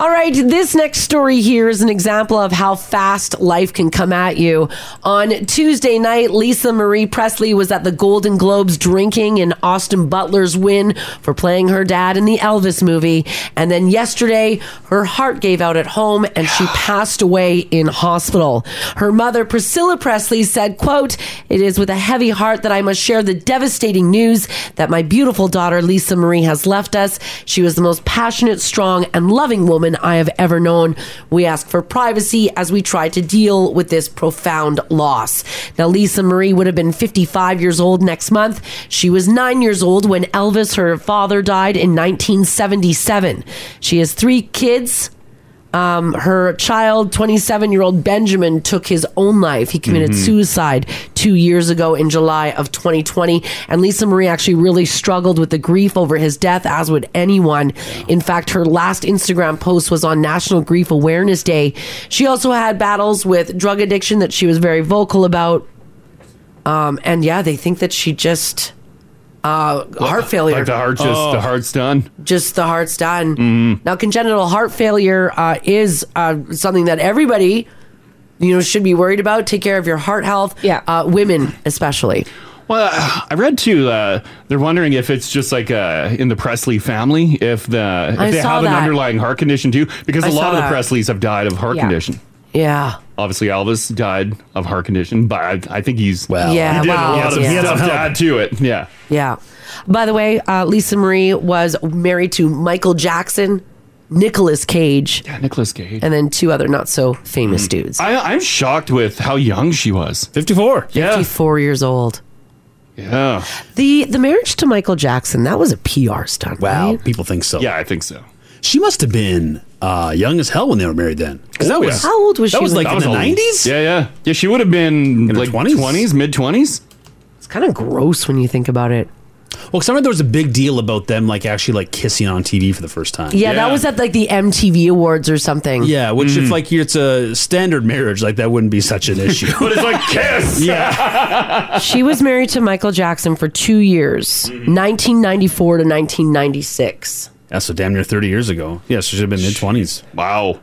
Speaker 3: All right, this next story here is an example of how fast life can come at you. On Tuesday night, Lisa Marie Presley was at the Golden Globes drinking in Austin Butler's win for playing her dad in the Elvis movie. And then yesterday, her heart gave out at home and she passed away in hospital. Her mother, Priscilla Presley, said, quote, It is with a heavy heart that I must share the devastating news that my beautiful daughter, Lisa Marie, has left us. She was the most passionate, strong, and loving woman I have ever known. We ask for privacy as we try to deal with this profound loss. Now, Lisa Marie would have been 55 years old next month. She was nine years old when Elvis, her father, died in 1977. She has three kids. Um, her child, 27 year old Benjamin, took his own life. He committed
Speaker 13: Mhm.
Speaker 3: suicide two years ago in July of 2020. And Lisa Marie actually really struggled with the grief over his death, as would anyone. In fact, her last Instagram post was on National Grief Awareness Day. She also had battles with drug addiction that she was very vocal about. Um, and yeah, they think that she just uh, heart failure.
Speaker 2: Like the heart just
Speaker 4: Oh.
Speaker 2: the heart's done. Mm-hmm.
Speaker 3: Just the heart's done. Now, congenital heart failure uh, is uh, something that everybody, you know, should be worried about. Take care of your heart health. Yeah, uh, women especially.
Speaker 2: Well, uh, (sighs) I read too. Uh, they're wondering if it's just like uh, in the Presley family, if the if
Speaker 3: I
Speaker 2: they
Speaker 3: saw
Speaker 2: have an
Speaker 3: that.
Speaker 2: underlying heart condition too, because
Speaker 3: I
Speaker 2: a lot
Speaker 3: saw
Speaker 2: of the
Speaker 3: that.
Speaker 2: Presleys have died of heart
Speaker 3: Yeah.
Speaker 2: condition.
Speaker 3: Yeah.
Speaker 2: Obviously, Elvis died of heart condition, but I, I think he's well.
Speaker 3: Yeah,
Speaker 2: he did
Speaker 3: wow.
Speaker 2: a lot of
Speaker 3: He had some
Speaker 2: stuff to
Speaker 3: help.
Speaker 2: add to it. Yeah,
Speaker 3: Yeah. By the way, uh, Lisa Marie was married to Michael Jackson, Nicolas Cage. Yeah,
Speaker 2: Nicolas Cage. Hmm.
Speaker 3: And then two other not so famous dudes.
Speaker 2: I, I'm shocked with how young she was. Fifty-four. Yeah,
Speaker 3: fifty-four years old.
Speaker 2: Yeah.
Speaker 3: The the marriage to Michael Jackson, that was a PR stunt.
Speaker 4: Wow, people think so. Yeah,
Speaker 2: I think so.
Speaker 4: She must have been uh, young as hell when they were married then. 'Cause that
Speaker 2: Oh,
Speaker 4: was
Speaker 2: yeah.
Speaker 3: How old was
Speaker 4: that
Speaker 3: she
Speaker 4: was
Speaker 3: when-
Speaker 4: like
Speaker 3: That
Speaker 4: in
Speaker 3: was
Speaker 4: the
Speaker 3: old.
Speaker 4: nineties.
Speaker 2: Yeah, yeah, yeah. She would have been like twenties, mid twenties.
Speaker 3: It's kind of gross when you think about it.
Speaker 4: Well, because I remember there was a big deal about them like actually like kissing on TV for the first time.
Speaker 3: Yeah, that was at like the MTV Awards or something.
Speaker 4: Yeah, which
Speaker 2: Mm-hmm.
Speaker 4: if like you're, it's a standard marriage, like that wouldn't be such an issue.
Speaker 2: but it's (laughs) like kiss.
Speaker 4: Yeah.
Speaker 3: she was married to Michael Jackson for two years, 1994 to 1996.
Speaker 4: That's so damn near thirty years ago. Yeah, so she should have been mid twenties.
Speaker 2: Wow.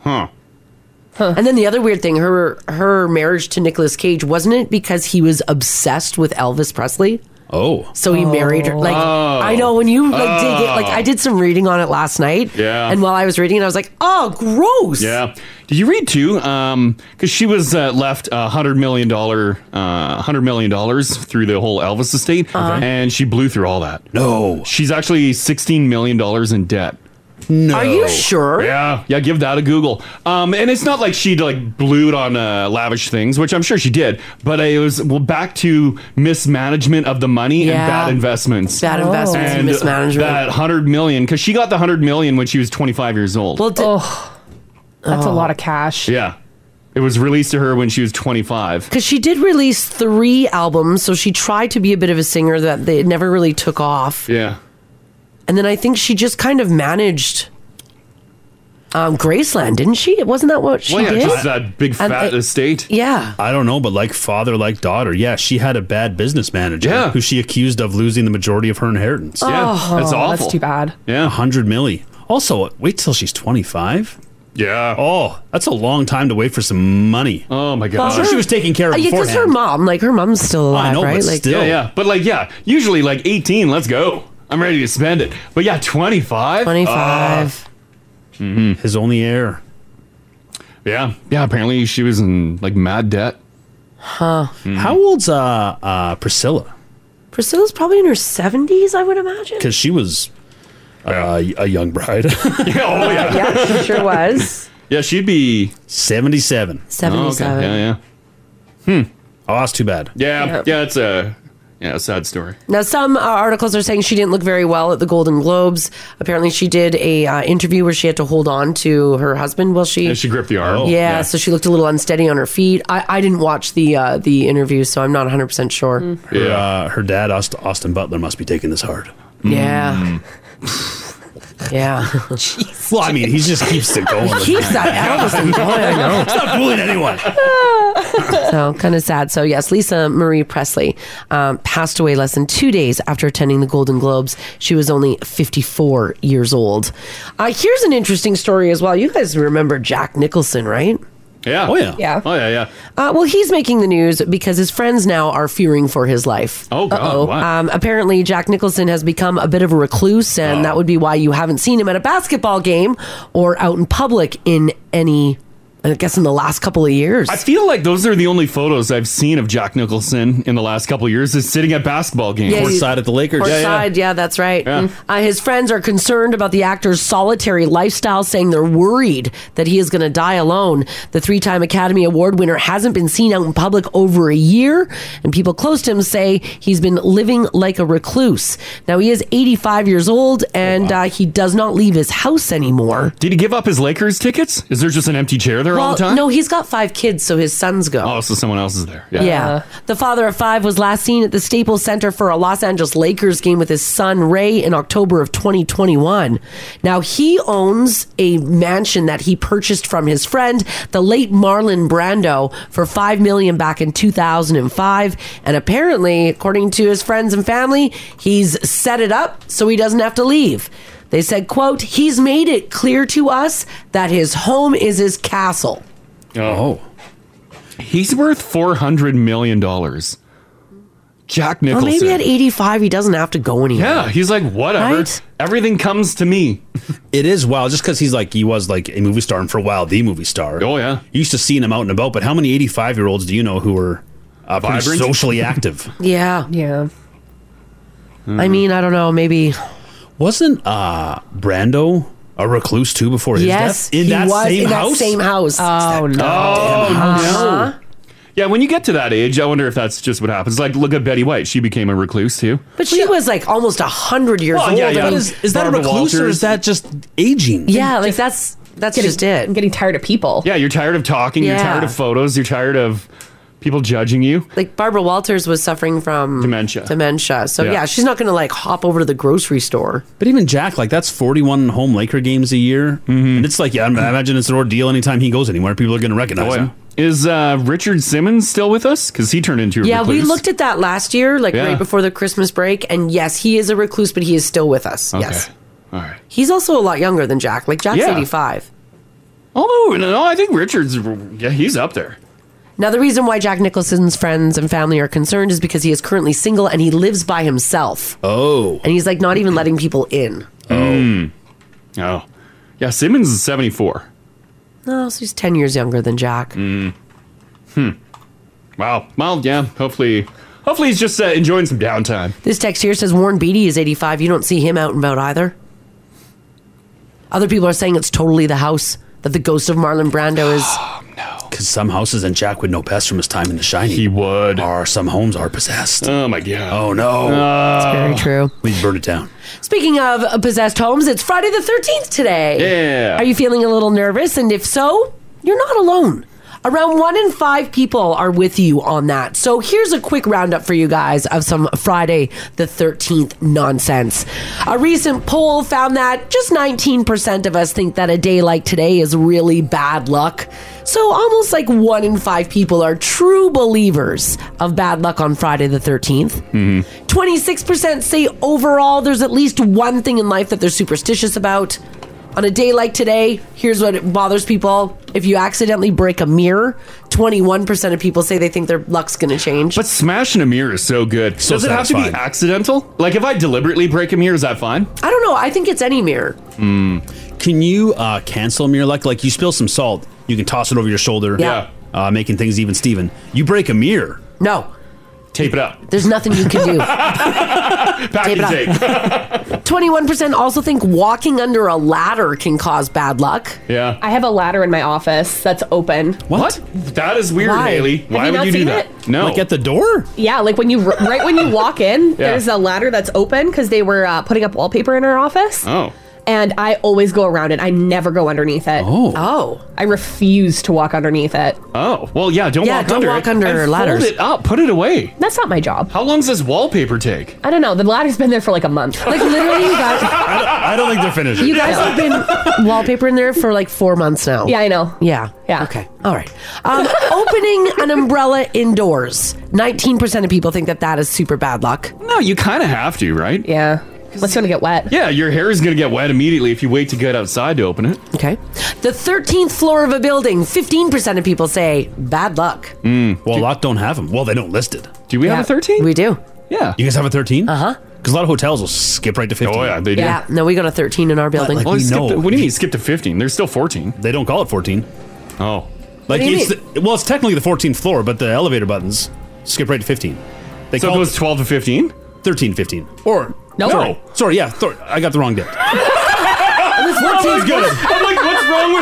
Speaker 2: Huh.
Speaker 3: And then the other weird thing, her her marriage to Nicolas Cage wasn't it because he was obsessed with Elvis Presley?
Speaker 4: Oh,
Speaker 3: so he married her. Like
Speaker 13: Oh.
Speaker 3: I know when you like dig it, like
Speaker 2: Oh.
Speaker 3: I did some reading on it last night.
Speaker 2: Yeah.
Speaker 3: And while I was reading it, I was like, oh, gross.
Speaker 2: Yeah. Did you read too? Um, because she was uh, left a hundred million dollar, uh, hundred million dollars through the whole Elvis estate, and she blew through all that.
Speaker 4: Uh-huh. No,
Speaker 2: she's actually sixteen million dollars in debt.
Speaker 4: No.
Speaker 2: Are
Speaker 3: you sure?
Speaker 2: Yeah, yeah. Give that a Google. Um, and it's not like she like blew it on uh, lavish things, which I'm sure she did. But it was well back to mismanagement of the money
Speaker 3: Yeah.
Speaker 2: and bad investments.
Speaker 4: Oh.
Speaker 3: Bad investments and mismanagement.
Speaker 2: That hundred million, because she got the hundred million when she was 25 years old.
Speaker 3: Well,
Speaker 4: Oh.
Speaker 5: that's a lot of cash.
Speaker 2: Oh. Yeah. It was released to her when she was 25.
Speaker 3: Because she did release three albums, so she tried to be a bit of a singer that they it never really took off.
Speaker 2: Yeah.
Speaker 3: And then I think she just kind of managed um, Graceland, didn't she? It wasn't that what she
Speaker 2: Well, yeah,
Speaker 3: did.
Speaker 2: just uh, that big
Speaker 3: And
Speaker 2: fat
Speaker 3: I-
Speaker 2: estate.
Speaker 3: Yeah.
Speaker 4: I don't know, but like father, like daughter. Yeah, she had a bad business manager who she accused of losing the majority of her inheritance.
Speaker 5: Oh, That's too bad.
Speaker 2: Yeah,
Speaker 4: hundred milli. Also, wait till she's twenty five.
Speaker 2: Yeah.
Speaker 4: Oh, that's a long time to wait for some money.
Speaker 2: Oh my
Speaker 4: I'm sure she was taking care of
Speaker 3: Uh, yeah, because her
Speaker 4: beforehand.
Speaker 3: mom, like her mom's still alive, right? like,
Speaker 2: yeah, yeah. But like, yeah, usually like 18, let's go. I'm ready to spend it. But yeah, Uh, 25?
Speaker 3: 25.
Speaker 2: Ah. Mm-hmm.
Speaker 4: His only heir.
Speaker 2: Yeah. Yeah, apparently she was in like mad debt.
Speaker 3: Huh.
Speaker 2: Hmm.
Speaker 4: How old's uh, uh, Priscilla?
Speaker 3: Priscilla's probably in her seventies, I would imagine.
Speaker 4: Because she was uh, a young bride. (laughs) oh
Speaker 2: yeah.
Speaker 3: yeah, she
Speaker 4: (laughs)
Speaker 3: sure was.
Speaker 2: Yeah, she'd be
Speaker 4: seventy-seven.
Speaker 3: 77.
Speaker 2: Oh, Yeah, yeah. Hmm.
Speaker 4: Oh, that's too bad.
Speaker 2: Yeah,
Speaker 3: Yeah.
Speaker 2: yeah. It's a yeah, a sad story.
Speaker 3: Now, some uh, articles are saying she didn't look very well at the Golden Globes. Apparently, she did a uh, interview where she had to hold on to her husband while she.
Speaker 2: And she gripped the arm.
Speaker 4: Oh.
Speaker 3: yeah, so she looked a little unsteady on her feet. I, I didn't watch the uh, the interview, so I'm not 100 percent sure.
Speaker 4: Her, uh, her dad, Aust- Austin Butler, must be taking this hard.
Speaker 2: Hmm.
Speaker 3: (laughs) Yeah. Yeah.
Speaker 4: Well, I mean, he just keeps it going.
Speaker 3: He
Speaker 4: (laughs)
Speaker 3: keeps that Elvis thing going. I know.
Speaker 4: It's not fooling
Speaker 3: (laughs)
Speaker 4: anyone.
Speaker 3: so kind of sad. So yes, Lisa Marie Presley um, passed away less than two days after attending the Golden Globes. She was only 54 years old. Uh, here's an interesting story as well. You guys remember Jack Nicholson, right?
Speaker 2: Yeah.
Speaker 3: Oh, yeah. Yeah.
Speaker 2: Oh yeah. Yeah.
Speaker 3: Uh, well, he's making the news because his friends now are fearing for his life.
Speaker 2: Oh, God, why?
Speaker 3: Um, apparently, Jack Nicholson has become a bit of a recluse,
Speaker 2: Oh.
Speaker 3: and that would be why you haven't seen him at a basketball game or out in public in any, I guess, in the last couple of years.
Speaker 2: I feel like those are the only photos I've seen of Jack Nicholson in the last couple of years is sitting at basketball games.
Speaker 3: Yeah, Courtside
Speaker 4: at the Lakers.
Speaker 3: Courtside, yeah, that's right.
Speaker 2: Yeah.
Speaker 3: Uh, his friends are concerned about the actor's solitary lifestyle, saying they're worried that he is going to die alone. The three time Academy Award winner hasn't been seen out in public over a year, and people close to him say he's been living like a recluse. Now, he is 85 years old, and uh, he does not leave his house anymore.
Speaker 2: Did he give up his Lakers tickets? Is there just an empty chair there all
Speaker 3: Well,
Speaker 2: the time?
Speaker 3: no, he's got five kids, so his sons go.
Speaker 2: Oh, so someone else is there.
Speaker 3: Yeah. The father of five was last seen at the Staples Center for a Los Angeles Lakers game with his son Ray in October of 2021. Now, he owns a mansion that he purchased from his friend, the late Marlon Brando, for 5 million back in 2005, and apparently, according to his friends and family, he's set it up so he doesn't have to leave. They said, quote, he's made it clear to us that his home is his castle.
Speaker 2: Oh. He's worth four hundred million dollars. Jack
Speaker 3: Or
Speaker 2: Nicholson.
Speaker 3: maybe at 85, he doesn't have to go anywhere.
Speaker 2: yeah, he's like whatever. Everything comes to me.
Speaker 4: It is wild, just because he's like he was like a movie star and for a while the movie star. Oh
Speaker 2: yeah,
Speaker 4: you used to seeing him out and about. But how many eighty-five year olds do you know who are uh, pretty
Speaker 2: Vibrant?
Speaker 4: socially active?
Speaker 3: Yeah. Yeah. I
Speaker 2: Mm-hmm.
Speaker 4: Mm.
Speaker 3: mean, I don't know. Maybe.
Speaker 4: Wasn't uh Brando a recluse too before his
Speaker 3: Yes,
Speaker 4: death in
Speaker 3: he
Speaker 4: that
Speaker 3: was
Speaker 4: same
Speaker 3: in
Speaker 4: house?
Speaker 3: that same house. Oh, no.
Speaker 2: Oh, no. Yeah, when you get to that age, I wonder if that's just what happens. Like, look at Betty White; she became a recluse too.
Speaker 3: But she was like almost a 100 years
Speaker 2: Well,
Speaker 3: old.
Speaker 2: yeah,
Speaker 3: I
Speaker 2: yeah.
Speaker 3: mean,
Speaker 2: Is- is that a Barbara recluse or is Walters. that
Speaker 4: just aging?
Speaker 3: Yeah, like that's that's
Speaker 5: getting,
Speaker 3: just it.
Speaker 5: Getting tired of people.
Speaker 2: Yeah, you're tired of talking. You're
Speaker 3: Yeah.
Speaker 2: tired of photos. You're tired of people judging you.
Speaker 3: Like Barbara Walters was suffering from
Speaker 2: dementia.
Speaker 3: Dementia. So
Speaker 4: Yeah.
Speaker 3: yeah, she's not going to like hop over to the grocery store.
Speaker 4: But even Jack, like that's forty-one home Laker games a year,
Speaker 2: Mm-hmm.
Speaker 4: and it's like yeah, I imagine it's an ordeal anytime he goes anywhere. People are going to recognize him.
Speaker 2: Is uh, Richard Simmons still with us? Because he turned into a
Speaker 3: Yeah, we
Speaker 2: recluse.
Speaker 3: looked at that last year, like
Speaker 2: Yeah.
Speaker 3: right before the Christmas break, and yes, he is a recluse, but he is still with us.
Speaker 2: Okay.
Speaker 3: Yes,
Speaker 2: All right.
Speaker 3: he's also a lot younger than Jack. Like Jack's
Speaker 2: Yeah.
Speaker 3: eighty five.
Speaker 2: Although, no, I think Richard's. Yeah, he's up there.
Speaker 3: Now, the reason why Jack Nicholson's friends and family are concerned is because he is currently single and he lives by himself.
Speaker 4: Oh,
Speaker 3: and he's like not even letting people in.
Speaker 2: Oh. Oh. Yeah, Simmons is 74.
Speaker 3: No, so he's ten years younger than Jack.
Speaker 2: Mm. Hmm. Wow. Well, yeah, hopefully. Hopefully he's just uh, enjoying some downtime.
Speaker 3: This text here says Warren Beatty is 85. You don't see him out and about either. Other people are saying it's totally the house that the ghost of Marlon Brando is.
Speaker 4: (gasps) Because some houses and Jack would know best from his time in The Shining. He
Speaker 2: would.
Speaker 4: Or some homes are possessed.
Speaker 2: Oh my god. Uh,
Speaker 4: Oh no.
Speaker 2: It's
Speaker 3: very true.
Speaker 4: We burn it down.
Speaker 3: Speaking of uh, possessed homes, it's Friday the 13th today.
Speaker 4: Yeah.
Speaker 3: Are you feeling a little nervous? And if so, you're not alone. Around one in five people are with you on that. So here's a quick roundup for you guys of some Friday the 13th nonsense. A recent poll found that just 19% of us think that a day like today is really bad luck. So almost like one in five people are true believers of bad luck on Friday the 13th.
Speaker 13: Mm-hmm.
Speaker 3: 26% say overall there's at least one thing in life that they're superstitious about. On a day like today, here's what it bothers people. If you accidentally break a mirror, 21% of people say they think their luck's going to change.
Speaker 2: But smashing a mirror is so good.
Speaker 3: So
Speaker 2: Does it have to be
Speaker 3: satisfying.
Speaker 2: accidental? Like, if I deliberately break a mirror, is that fine?
Speaker 3: I don't know. I think it's any mirror.
Speaker 2: Mm.
Speaker 4: Can you uh, cancel a mirror? Like, like you spill some salt, you can toss it over your shoulder.
Speaker 3: Yeah.
Speaker 4: Uh, making things even, Steven. You break a mirror.
Speaker 3: No.
Speaker 2: Tape it up.
Speaker 3: There's nothing you can do.
Speaker 2: Pack and
Speaker 3: it
Speaker 2: tape.
Speaker 3: 21% also think walking under a ladder can cause bad luck.
Speaker 2: Yeah.
Speaker 5: I have a ladder in my office that's open.
Speaker 2: What? That is weird,
Speaker 5: Why?
Speaker 2: Haley.
Speaker 5: Have
Speaker 2: Why
Speaker 5: you
Speaker 2: would
Speaker 5: not
Speaker 2: you do
Speaker 5: seen
Speaker 2: that?
Speaker 5: it?
Speaker 2: No.
Speaker 4: Like at the door?
Speaker 5: Yeah, like when you right when you
Speaker 2: (laughs)
Speaker 5: walk in, there's a ladder that's open because they were uh, putting up wallpaper in our office.
Speaker 2: Oh.
Speaker 5: And I always go around it. I never go underneath it.
Speaker 4: Oh.
Speaker 3: Oh.
Speaker 5: I refuse to walk underneath it.
Speaker 2: Oh. Well, yeah, don't
Speaker 5: Yeah,
Speaker 2: walk
Speaker 5: don't
Speaker 2: under
Speaker 5: walk
Speaker 2: it.
Speaker 5: under
Speaker 2: And
Speaker 5: ladders.
Speaker 2: Fold it up. Put it away.
Speaker 5: That's not my job.
Speaker 2: How long does this wallpaper take?
Speaker 5: I don't know. The ladder's been there for like a month. Like literally, you guys,
Speaker 4: I don't think they're finished.
Speaker 3: You guys have
Speaker 5: (laughs)
Speaker 3: been (laughs) wallpaper in there for like four months now.
Speaker 5: Yeah, I know.
Speaker 3: Yeah. Yeah. Okay. All right. Um, opening an umbrella indoors. 19% of people think that that is super bad luck.
Speaker 2: No, you kind of have to, right?
Speaker 5: Yeah. Let's going to get wet.
Speaker 2: Yeah, your hair is going to get wet immediately if you wait to get outside to open it.
Speaker 3: Okay. The 13th floor of a building. 15% of people say bad luck.
Speaker 4: (laughs) Mm. Well, a lot don't have them. Well, they don't list it.
Speaker 2: Do we have a
Speaker 3: 13? We do.
Speaker 2: Yeah.
Speaker 4: You guys have a 13? Uh huh. Because a lot of hotels will skip right to 15. Oh, yeah,
Speaker 2: they
Speaker 3: Uh-huh. Yeah. No, we got a 13 in our building.
Speaker 4: Like, we know.
Speaker 2: what do you mean skip to 15? There's still 14.
Speaker 4: They don't call it 14.
Speaker 2: Oh.
Speaker 4: Like
Speaker 3: do you
Speaker 4: it's the, well, it's technically the 14th floor, but the elevator buttons skip right to 15. They
Speaker 2: So it goes 12 to 15?
Speaker 4: 13, 15. Or
Speaker 2: No.
Speaker 4: Sorry, sorry yeah, thor- I got the wrong date.
Speaker 2: (laughs) This
Speaker 4: What's
Speaker 2: is
Speaker 4: good?
Speaker 2: I'm like, what's wrong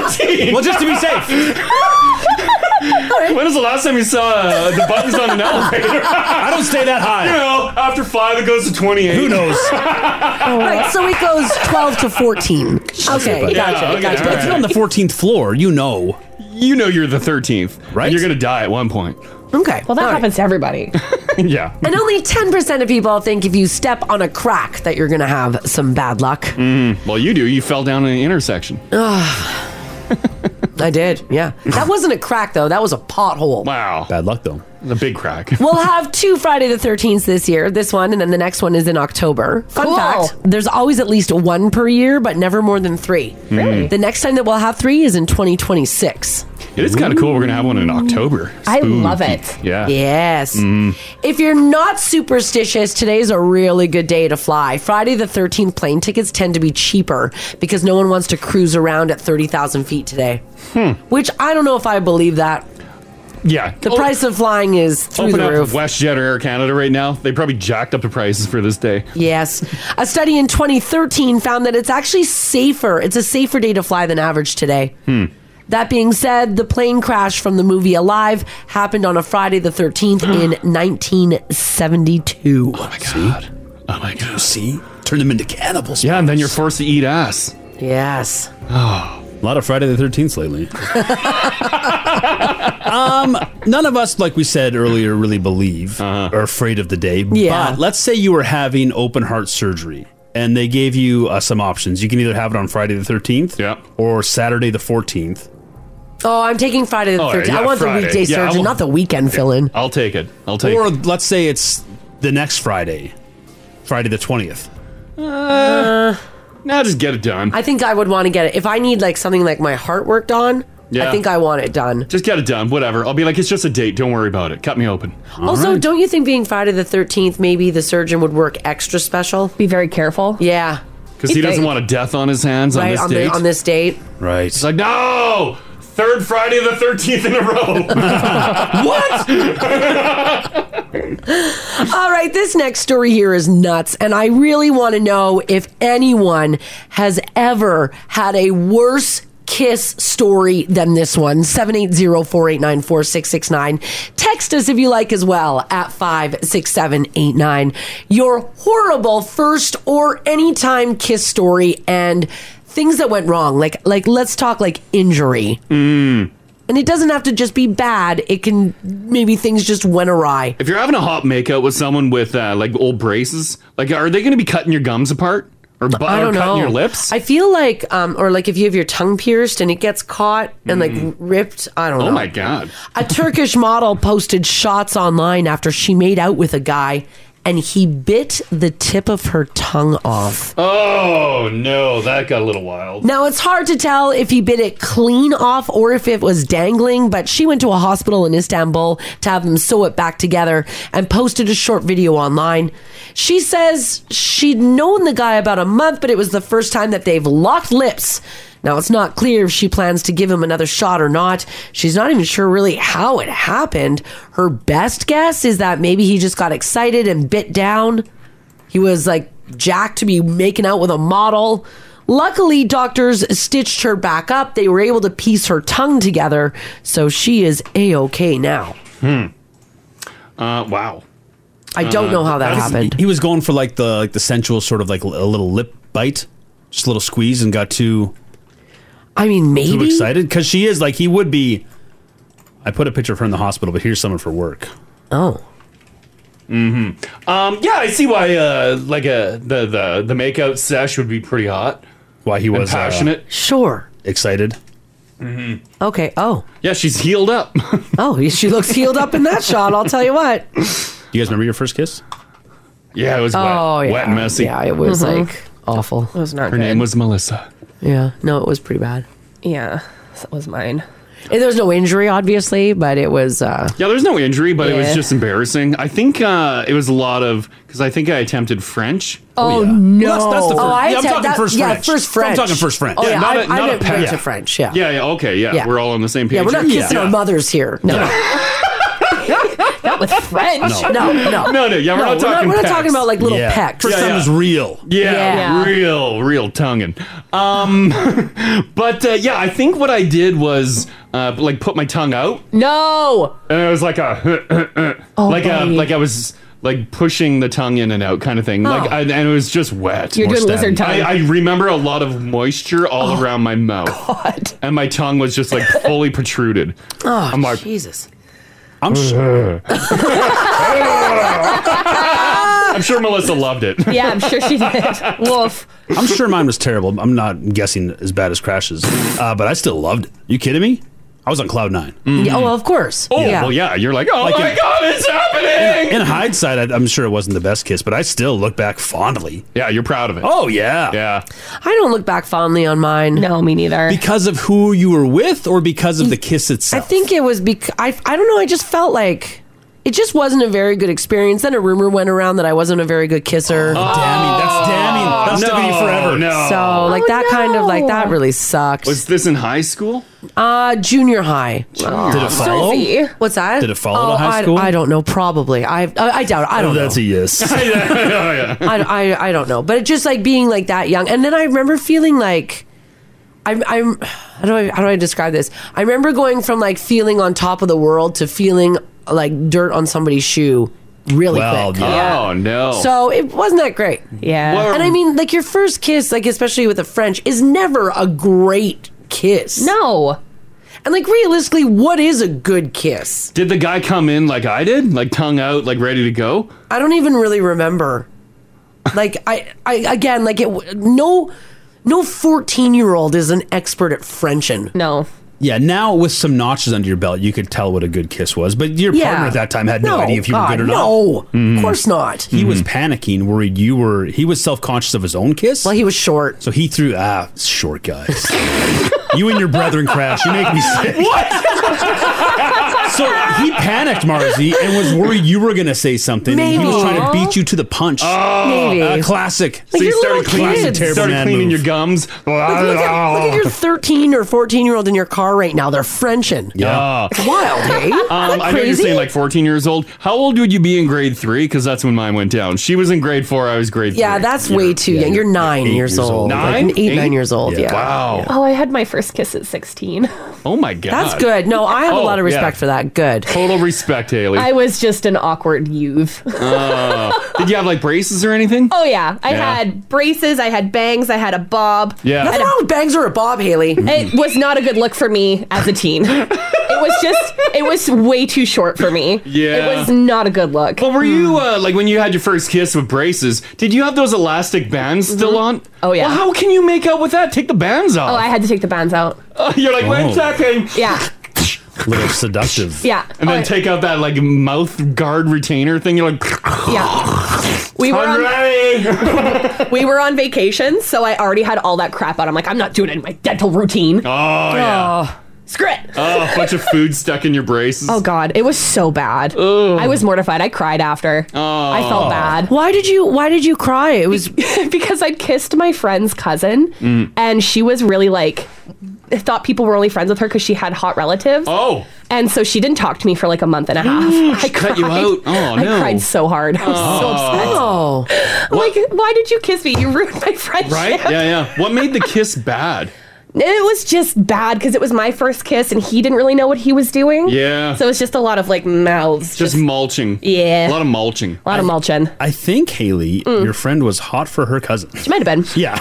Speaker 2: with 14?
Speaker 4: Well, just to be safe.
Speaker 2: When was the last time you saw uh, the buttons
Speaker 4: (laughs)
Speaker 2: on an elevator? I
Speaker 4: don't stay that high.
Speaker 2: You know, after five, it goes to 28. Who (laughs)
Speaker 4: knows?
Speaker 3: Right, so it goes 12 to 14. Okay, gotcha,
Speaker 2: okay,
Speaker 3: gotcha.
Speaker 2: all
Speaker 4: But if you're on the 14th floor, you know.
Speaker 2: You know you're the 13th, right? you're going to die at
Speaker 4: (laughs)
Speaker 2: one point.
Speaker 3: Okay.
Speaker 5: Well, that happens
Speaker 2: (laughs)
Speaker 5: to everybody.
Speaker 2: yeah.
Speaker 3: And only 10% of people think if you step on a crack that you're going to have some bad luck.
Speaker 2: Mm, well, you do. You fell down in an intersection. (laughs)
Speaker 3: Ugh. I did, yeah. That wasn't a crack, though. That was a pothole.
Speaker 2: Wow.
Speaker 4: Bad luck, though.
Speaker 2: The big crack.
Speaker 3: (laughs) we'll have two Friday the 13th this year, this one, and then the next one is in October. Fun
Speaker 5: Cool.
Speaker 3: fact there's always at least one per year, but never more than three.
Speaker 2: Really?
Speaker 3: The next time that we'll have three is in 2026.
Speaker 2: It is kind of cool. We're gonna have one in October.
Speaker 3: I love
Speaker 2: Spooky.
Speaker 3: it.
Speaker 2: Yeah.
Speaker 3: Yes.
Speaker 2: Mhm.
Speaker 3: If you're not superstitious, today's a really good day to fly. Friday the 13th, plane tickets tend to be cheaper because no one wants to cruise around at 30,000 feet today.
Speaker 2: Hmm.
Speaker 3: Which I don't know if I believe that.
Speaker 2: Yeah.
Speaker 3: The price of flying is through
Speaker 2: Open
Speaker 3: the
Speaker 2: up
Speaker 3: roof.
Speaker 2: WestJet or Air Canada right now. They probably jacked up the prices for this day.
Speaker 3: Yes. A study in 2013 found that it's actually safer. It's a safer day to fly than average today.
Speaker 2: Hmm.
Speaker 3: That being said, the plane crash from the movie Alive happened on a Friday the 13th in 1972. Oh my
Speaker 2: God.
Speaker 4: Oh my god! See, turn them into cannibals.
Speaker 2: Yeah, and then you're forced to eat ass.
Speaker 3: Yes.
Speaker 4: Oh, (sighs) a lot of Friday the Thirteenth lately. (laughs) um, none of us, like we said earlier, really believe
Speaker 2: Uh-huh.
Speaker 4: or afraid of the day.
Speaker 3: Yeah.
Speaker 4: But let's say you were having open heart surgery. And they gave you uh, some options. You can either have it on Friday the 13th or Saturday the 14th.
Speaker 3: Oh, I'm taking Friday the
Speaker 4: Oh,
Speaker 3: 13th.
Speaker 4: yeah,
Speaker 3: I want
Speaker 4: Friday.
Speaker 3: the weekday
Speaker 4: Yeah, I
Speaker 3: surgeon,
Speaker 4: will-
Speaker 3: not the weekend fill in.
Speaker 2: I'll take it. I'll
Speaker 4: take Or let's say it's the next Friday, Friday the 20th.
Speaker 3: Uh,
Speaker 2: now just get it done.
Speaker 3: I think I would want to get it. If I need like something like my heart worked on, I think I want it done.
Speaker 2: Just get it done. Whatever. I'll be like, it's just a date. Don't worry about it. Cut me open.
Speaker 3: also, don't you think being Friday the 13th, maybe the surgeon would work extra special?
Speaker 5: Be very careful.
Speaker 3: Yeah.
Speaker 2: because he doesn't want a death on his hands on
Speaker 3: Right,
Speaker 2: this
Speaker 3: on,
Speaker 2: date.
Speaker 3: the, on this date.
Speaker 4: right. It's
Speaker 2: like no. Third Friday the 13th in a
Speaker 4: (laughs)
Speaker 2: row.
Speaker 3: All right, this next story here is nuts, and I really want to know if anyone has ever had a worse kiss story than this one. 780-489-4669. Text us if you like as well at 56789. Your horrible first or anytime kiss story and things that went wrong. Like like let's talk like injury. And it doesn't have to just be bad. It can maybe things just went awry.
Speaker 2: (laughs) if you're having a hot makeout with someone with uh, like old braces, like are they going to be cutting your gums apart or, bu-
Speaker 3: I
Speaker 2: or
Speaker 3: don't
Speaker 2: cutting
Speaker 3: know.
Speaker 2: your lips?
Speaker 3: I feel like, um, or like if you have your tongue pierced and it gets caught and like ripped. I don't know.
Speaker 2: Mm. Oh my god!
Speaker 3: A Turkish model posted shots online after she made out with a guy and he bit the tip of her tongue off.
Speaker 2: Oh no, that got a little wild.
Speaker 3: Now, it's hard to tell if he bit it clean off or if it was dangling, but she went to a hospital in Istanbul to have them sew it back together and posted a short video online. She says she'd known the guy about a month, but it was the first time that they've locked lips. Now, it's not clear if she plans to give him another shot or not. She's not even sure really how it happened. Her best guess is that maybe he just got excited and bit down. He was like jacked to be making out with a model. Luckily, doctors stitched her back up. They were able to piece her tongue together, so she is a okay now.
Speaker 4: Hmm.
Speaker 2: Uh, wow.
Speaker 3: I don't know how that happened.
Speaker 4: Uh, He was going for like the like the sensual sort of like l- a little lip bite, just a little squeeze, and got too.
Speaker 3: I mean, maybe
Speaker 4: too excited because she is like he would be. I put a picture of her in the hospital, but here's someone for work. Mm-hmm.
Speaker 3: Oh.
Speaker 2: hmm Um, yeah, I see why. Uh, like a the the the makeout sesh would be pretty hot.
Speaker 4: Why he was, uh,
Speaker 2: passionate?
Speaker 3: Sure.
Speaker 4: Excited.
Speaker 2: Mm-hmm.
Speaker 3: Okay. Oh.
Speaker 2: Yeah, she's healed up.
Speaker 3: (laughs) oh, she looks healed up in that shot. I'll tell you what.
Speaker 4: Do you guys remember your first kiss?
Speaker 2: Yeah, it was wet,
Speaker 3: Oh, yeah.
Speaker 2: wet and messy.
Speaker 3: Yeah, it was,
Speaker 2: Mm-hmm.
Speaker 3: Mhm. like, awful. It was not
Speaker 2: Her
Speaker 3: good.
Speaker 2: name was Melissa.
Speaker 3: Yeah. No, it was pretty bad.
Speaker 5: Yeah, that was mine.
Speaker 3: And There was no injury, obviously, but it was. Uh,
Speaker 2: Yeah, there's no injury, but it was
Speaker 3: Yeah.
Speaker 2: just embarrassing. I think uh, it was a lot of because I think I attempted French.
Speaker 3: Oh, no!
Speaker 4: Well, that's- that's the first-
Speaker 3: Oh, I
Speaker 4: yeah, I'm
Speaker 3: said
Speaker 4: talking
Speaker 3: that-
Speaker 4: first
Speaker 3: yeah,
Speaker 4: French.
Speaker 3: first
Speaker 4: I'm
Speaker 3: French.
Speaker 4: talking first French.
Speaker 3: Oh, yeah,
Speaker 4: Yeah,
Speaker 2: not
Speaker 3: I,
Speaker 2: a-
Speaker 3: I
Speaker 2: not a
Speaker 3: meant (laughs)
Speaker 2: pet.
Speaker 3: French
Speaker 2: Yeah.
Speaker 3: to French. Yeah.
Speaker 2: Yeah, yeah, okay, yeah.
Speaker 3: Yeah.
Speaker 2: We're all on the same page.
Speaker 3: Yeah, we're not
Speaker 2: here.
Speaker 3: kissing our mothers here. No. not with French. No, no, no,
Speaker 2: No, no, yeah, we're not talking
Speaker 3: We're not
Speaker 2: pecks.
Speaker 3: talking about like little
Speaker 2: Yeah.
Speaker 3: pecks.
Speaker 2: First Yeah, time yeah. is
Speaker 4: real.
Speaker 2: Yeah,
Speaker 3: Yeah.
Speaker 2: real, real tonguing. Um, (laughs) but uh, yeah, I think what I did was uh, like put my tongue out.
Speaker 5: No,
Speaker 2: and it was like a (laughs)
Speaker 5: Oh,
Speaker 2: like a
Speaker 5: buddy.
Speaker 2: like I was like pushing the tongue in and out kind of thing. Like
Speaker 5: Oh.
Speaker 2: I, and it was just wet.
Speaker 5: You're
Speaker 2: More
Speaker 5: doing lizard tongue.
Speaker 2: I, I remember a lot of moisture all around my mouth, and my tongue was just like fully protruded.
Speaker 3: Oh,
Speaker 2: I'm like,
Speaker 3: Jesus.
Speaker 4: I'm sure.
Speaker 2: (laughs) I'm sure Melissa loved it.
Speaker 5: Yeah, I'm sure she did. Wolf.
Speaker 4: (laughs) I'm sure mine was terrible. I'm not guessing as bad as Crash's, uh, but I still loved it. You kidding me? I was on cloud nine.
Speaker 3: Yeah, oh, of course.
Speaker 4: Oh,
Speaker 3: yeah.
Speaker 4: well, yeah. You're like, oh my
Speaker 2: God, it's happening!
Speaker 4: In hindsight, I, I'm sure it wasn't the best kiss, but I still look back fondly.
Speaker 2: Yeah, you're proud of it.
Speaker 4: Oh yeah,
Speaker 2: yeah.
Speaker 3: I don't look back fondly on mine.
Speaker 5: No, me neither.
Speaker 4: Because of who you were with, or because of the kiss
Speaker 3: I
Speaker 4: itself.
Speaker 3: think it was because I, I don't know. I just felt like it just wasn't a very good experience. Then a rumor went around that I wasn't a very good kisser. Oh,
Speaker 4: damning. That's damning. That's
Speaker 2: no,
Speaker 4: be forever.
Speaker 2: No.
Speaker 3: So
Speaker 5: Oh,
Speaker 3: like that kind of like that really sucked.
Speaker 2: Was this in high school?
Speaker 3: Uh, junior high.
Speaker 2: Did it follow? Sophie.
Speaker 3: What's that?
Speaker 2: Did it follow to
Speaker 3: Oh,
Speaker 2: high
Speaker 3: I-
Speaker 2: school?
Speaker 3: I, don't know. Probably. I I, I doubt. it. I don't. know.
Speaker 4: That's a yes.
Speaker 2: (laughs)
Speaker 3: I, I, I don't know, but it just like being like that young, and then I remember feeling like I'm I'm how do I how do I describe this? I remember going from like feeling on top of the world to feeling like dirt on somebody's shoe really
Speaker 2: Well,
Speaker 3: quick.
Speaker 2: yeah. Oh, no.
Speaker 3: So it wasn't that great.
Speaker 5: Yeah,
Speaker 2: Well-
Speaker 3: and I mean like your first kiss, like especially with a French, is never a great kiss.
Speaker 5: No.
Speaker 3: And like realistically, what is a good kiss?
Speaker 2: Did the guy come in like I did, like tongue out, like ready to go?
Speaker 3: I don't even really remember. Like I, I again, like it. w- No, no. Fourteen-year-old is an expert at Frenching.
Speaker 5: No.
Speaker 4: Yeah, now with some notches under your belt, you could tell what a good kiss was. But your
Speaker 3: Yeah.
Speaker 4: partner at that time had no,
Speaker 3: No,
Speaker 4: idea if you
Speaker 3: God,
Speaker 4: were good or not.
Speaker 3: no. Of
Speaker 2: Mm-hmm.
Speaker 3: course not.
Speaker 4: He was panicking, worried you were. He was self conscious of his own kiss. Well,
Speaker 3: he was short,
Speaker 4: so he threw ah short guys. (laughs) you and your brethren crash. You make me sick.
Speaker 3: (laughs)
Speaker 2: (laughs)
Speaker 13: What?
Speaker 4: So he panicked, Marzi, and was worried you were going to say something. And he was
Speaker 13: Maybe.
Speaker 4: trying to beat you to the punch.
Speaker 2: Oh.
Speaker 3: Maybe.
Speaker 4: Oh, A classic.
Speaker 3: Like, you're little kids.
Speaker 4: terrible
Speaker 3: Started
Speaker 4: man
Speaker 2: cleaning
Speaker 4: move.
Speaker 2: your gums.
Speaker 3: Like, look,
Speaker 2: (laughs)
Speaker 3: at, look at your thirteen or fourteen-year-old in your car right now. They're Frenching.
Speaker 2: Yeah.
Speaker 3: It's wild, eh?
Speaker 2: Ah. Um,
Speaker 3: Isn't that
Speaker 2: I know you're
Speaker 3: crazy?
Speaker 2: saying like 14 years old. How old would you be in grade three? Because that's when mine went down. She was in grade four. I was grade
Speaker 3: Yeah,
Speaker 2: three.
Speaker 3: that's way too young. You're nine
Speaker 2: eight
Speaker 3: years old.
Speaker 2: Nine?
Speaker 3: Like, eight, nine years old, yeah.
Speaker 2: Wow.
Speaker 5: Oh, I had my first kiss at 16.
Speaker 2: Oh my god.
Speaker 3: That's good. No, I have a lot of respect for that. Good.
Speaker 2: Total respect, Haley.
Speaker 5: I was just an awkward youth.
Speaker 2: Oh. did you have like braces or
Speaker 3: (laughs)
Speaker 2: anything?
Speaker 5: Oh yeah, I
Speaker 2: Yeah.
Speaker 5: had braces, I had bangs, I had a bob.
Speaker 2: Yeah. Nothing
Speaker 5: I had a-
Speaker 2: wrong
Speaker 3: with bangs or a bob, Haley.
Speaker 5: It was not a good look for me as a teen. it was just, it was way too short for me.
Speaker 2: Yeah.
Speaker 5: it was not a good look.
Speaker 2: Well, were you uh, like when you had your first kiss with braces? Did you have those elastic bands still on?
Speaker 5: Oh yeah.
Speaker 2: Well, how can you make out with that? Take the bands off.
Speaker 5: Oh, I had to take the bands out.
Speaker 2: You're like, wait
Speaker 4: Oh.
Speaker 2: a second.
Speaker 5: Yeah, Oh,
Speaker 4: little seductive.
Speaker 5: Yeah.
Speaker 2: And then
Speaker 5: Oh,
Speaker 2: take out that like mouth guard retainer thing. You're like, (laughs)
Speaker 5: yeah. We were
Speaker 2: I'm
Speaker 13: (laughs)
Speaker 5: on, we were on vacation, so I already had all that crap out. I'm like, I'm not doing it in my dental routine.
Speaker 2: Oh yeah.
Speaker 5: screw it.
Speaker 2: Oh, a bunch of food stuck in your braces.
Speaker 5: Oh god, it was so bad. I was mortified. I cried after.
Speaker 2: Oh.
Speaker 5: I felt bad.
Speaker 3: Why did you Why did you cry? It was
Speaker 5: (laughs) because I kissed my friend's cousin,
Speaker 13: Mm.
Speaker 5: and she was really like thought people were only friends with her because she had hot relatives.
Speaker 2: Oh.
Speaker 5: And so she didn't talk to me for like a month and a
Speaker 13: (gasps)
Speaker 5: half. I
Speaker 13: cut you
Speaker 5: cried.
Speaker 13: out? Oh,
Speaker 5: I
Speaker 13: no.
Speaker 5: cried so hard. I was so upset.
Speaker 3: Oh.
Speaker 5: I'm like, why did you kiss me? You ruined my friendship.
Speaker 2: Right? Yeah, yeah. What made the kiss bad?
Speaker 5: It was just bad because it was my first kiss and he didn't really know what he was doing.
Speaker 2: Yeah.
Speaker 5: So it was just a lot of like mouths.
Speaker 2: Just mulching.
Speaker 5: Yeah.
Speaker 2: A lot of mulching.
Speaker 5: A lot of mulching. Mm.
Speaker 4: I think Haley, your friend, was hot for her cousin. She
Speaker 5: might have been.
Speaker 4: Yeah,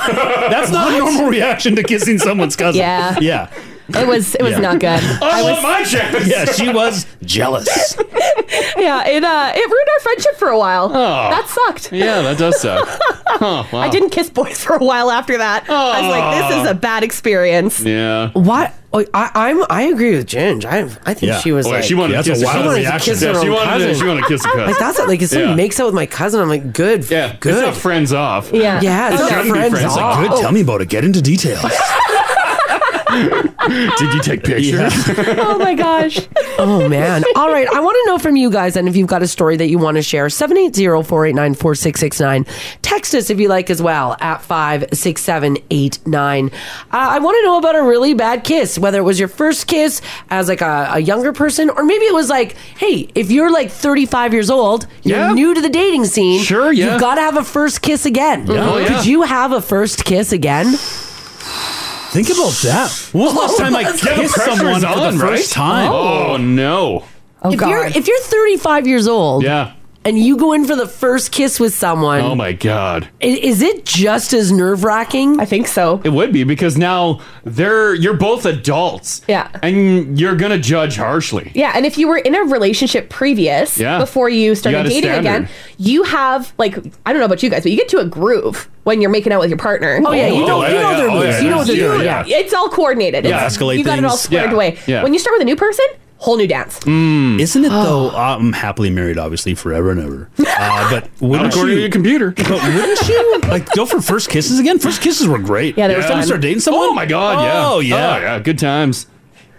Speaker 2: (laughs)
Speaker 4: that's not a
Speaker 5: What?
Speaker 4: normal reaction to kissing someone's cousin.
Speaker 5: Yeah.
Speaker 4: yeah.
Speaker 5: It was it was
Speaker 4: Yeah.
Speaker 2: (laughs)
Speaker 5: not good.
Speaker 4: I
Speaker 5: was,
Speaker 4: want my chance. Yeah, she was jealous.
Speaker 5: yeah, it uh it ruined our friendship for a while.
Speaker 2: Oh.
Speaker 5: That sucked.
Speaker 2: Yeah, that does suck. Huh, wow.
Speaker 5: (laughs) (laughs) I didn't kiss boys (laughs) for a while after that. I was like, this is a bad experience.
Speaker 2: Yeah.
Speaker 3: Why? oh, I, I'm. I agree with Ginge. I. I think
Speaker 2: Yeah.
Speaker 3: she was
Speaker 2: Oh, yeah,
Speaker 3: like
Speaker 2: she wanted to
Speaker 3: she
Speaker 2: kiss her cousin.
Speaker 3: wanted to
Speaker 2: Reaction.
Speaker 3: kiss her
Speaker 2: Yeah, she
Speaker 3: own
Speaker 2: wanted to-
Speaker 3: cousin.
Speaker 2: she wanted to kiss her cousin.
Speaker 3: Like that's it. Like if someone
Speaker 2: Yeah.
Speaker 3: makes out with my cousin, I'm like, good. Yeah. Good.
Speaker 2: It's not friends off.
Speaker 3: Yeah. Yeah, it's
Speaker 2: It
Speaker 3: not
Speaker 2: shouldn't be
Speaker 3: friends
Speaker 2: friends
Speaker 4: It's like, good. Tell me about it. Get into
Speaker 5: (laughs)
Speaker 4: details.
Speaker 2: (laughs) Did you take pictures?
Speaker 5: (laughs) oh my gosh.
Speaker 3: (laughs) oh man. All right. I want to know from you guys and if you've got a story that you want to share. 780-489-4669. Text us if you like as well at 56789. Uh, I want to know about a really bad kiss, whether it was your first kiss as like a, a younger person or maybe it was like, hey, if you're like 35 years old, you're
Speaker 2: Yeah.
Speaker 3: new to the dating scene. Sure,
Speaker 2: yeah.
Speaker 3: You've got to have a first kiss again.
Speaker 2: Yeah. Oh, yeah.
Speaker 3: Could you have a first kiss again?
Speaker 4: (laughs) Think about that. When
Speaker 3: (laughs)
Speaker 4: was the last time I
Speaker 3: Yeah, the
Speaker 4: kissed
Speaker 2: pressure's
Speaker 4: someone for the
Speaker 2: on,
Speaker 4: first
Speaker 2: right?
Speaker 4: time?
Speaker 2: Oh. no.
Speaker 5: Oh,
Speaker 3: if you're if you're 35 years old,
Speaker 2: yeah,
Speaker 3: and you go in for the first kiss with someone,
Speaker 2: Oh my god.
Speaker 3: i- is, it just as nerve wracking? I
Speaker 5: think so.
Speaker 2: It would be because now they're you're both adults.
Speaker 5: Yeah.
Speaker 2: And you're gonna judge harshly.
Speaker 5: Yeah, and if you were in a relationship previous,
Speaker 2: Yeah.
Speaker 5: before you
Speaker 2: You
Speaker 5: started
Speaker 2: got a
Speaker 5: dating
Speaker 2: standard.
Speaker 5: again, you have like I don't know about you guys, but you get to a groove when you're making out with your partner.
Speaker 3: Oh, yeah, you know- you know their Oh, yeah, moves. You know what they're yeah, doing. yeah.
Speaker 5: It's all coordinated.
Speaker 4: Yeah,
Speaker 5: It's-
Speaker 4: escalate
Speaker 5: you got it all
Speaker 4: things.
Speaker 5: squared
Speaker 4: Yeah,
Speaker 5: away.
Speaker 4: yeah.
Speaker 5: When you start with a new person, whole new dance.
Speaker 2: Mm.
Speaker 4: Isn't
Speaker 3: Ah.
Speaker 4: it though? I'm happily married, obviously, forever and
Speaker 3: (laughs)
Speaker 4: ever. Uh, but wouldn't
Speaker 2: according
Speaker 4: you,
Speaker 2: to your computer.
Speaker 4: But wouldn't you (laughs) like go Oh,
Speaker 2: (laughs)
Speaker 4: for first kisses again? First kisses were great.
Speaker 3: Yeah, they were
Speaker 4: Every time
Speaker 3: fun.
Speaker 4: you start dating someone.
Speaker 2: Oh my god, yeah.
Speaker 4: Oh yeah.
Speaker 2: Oh, yeah, good times.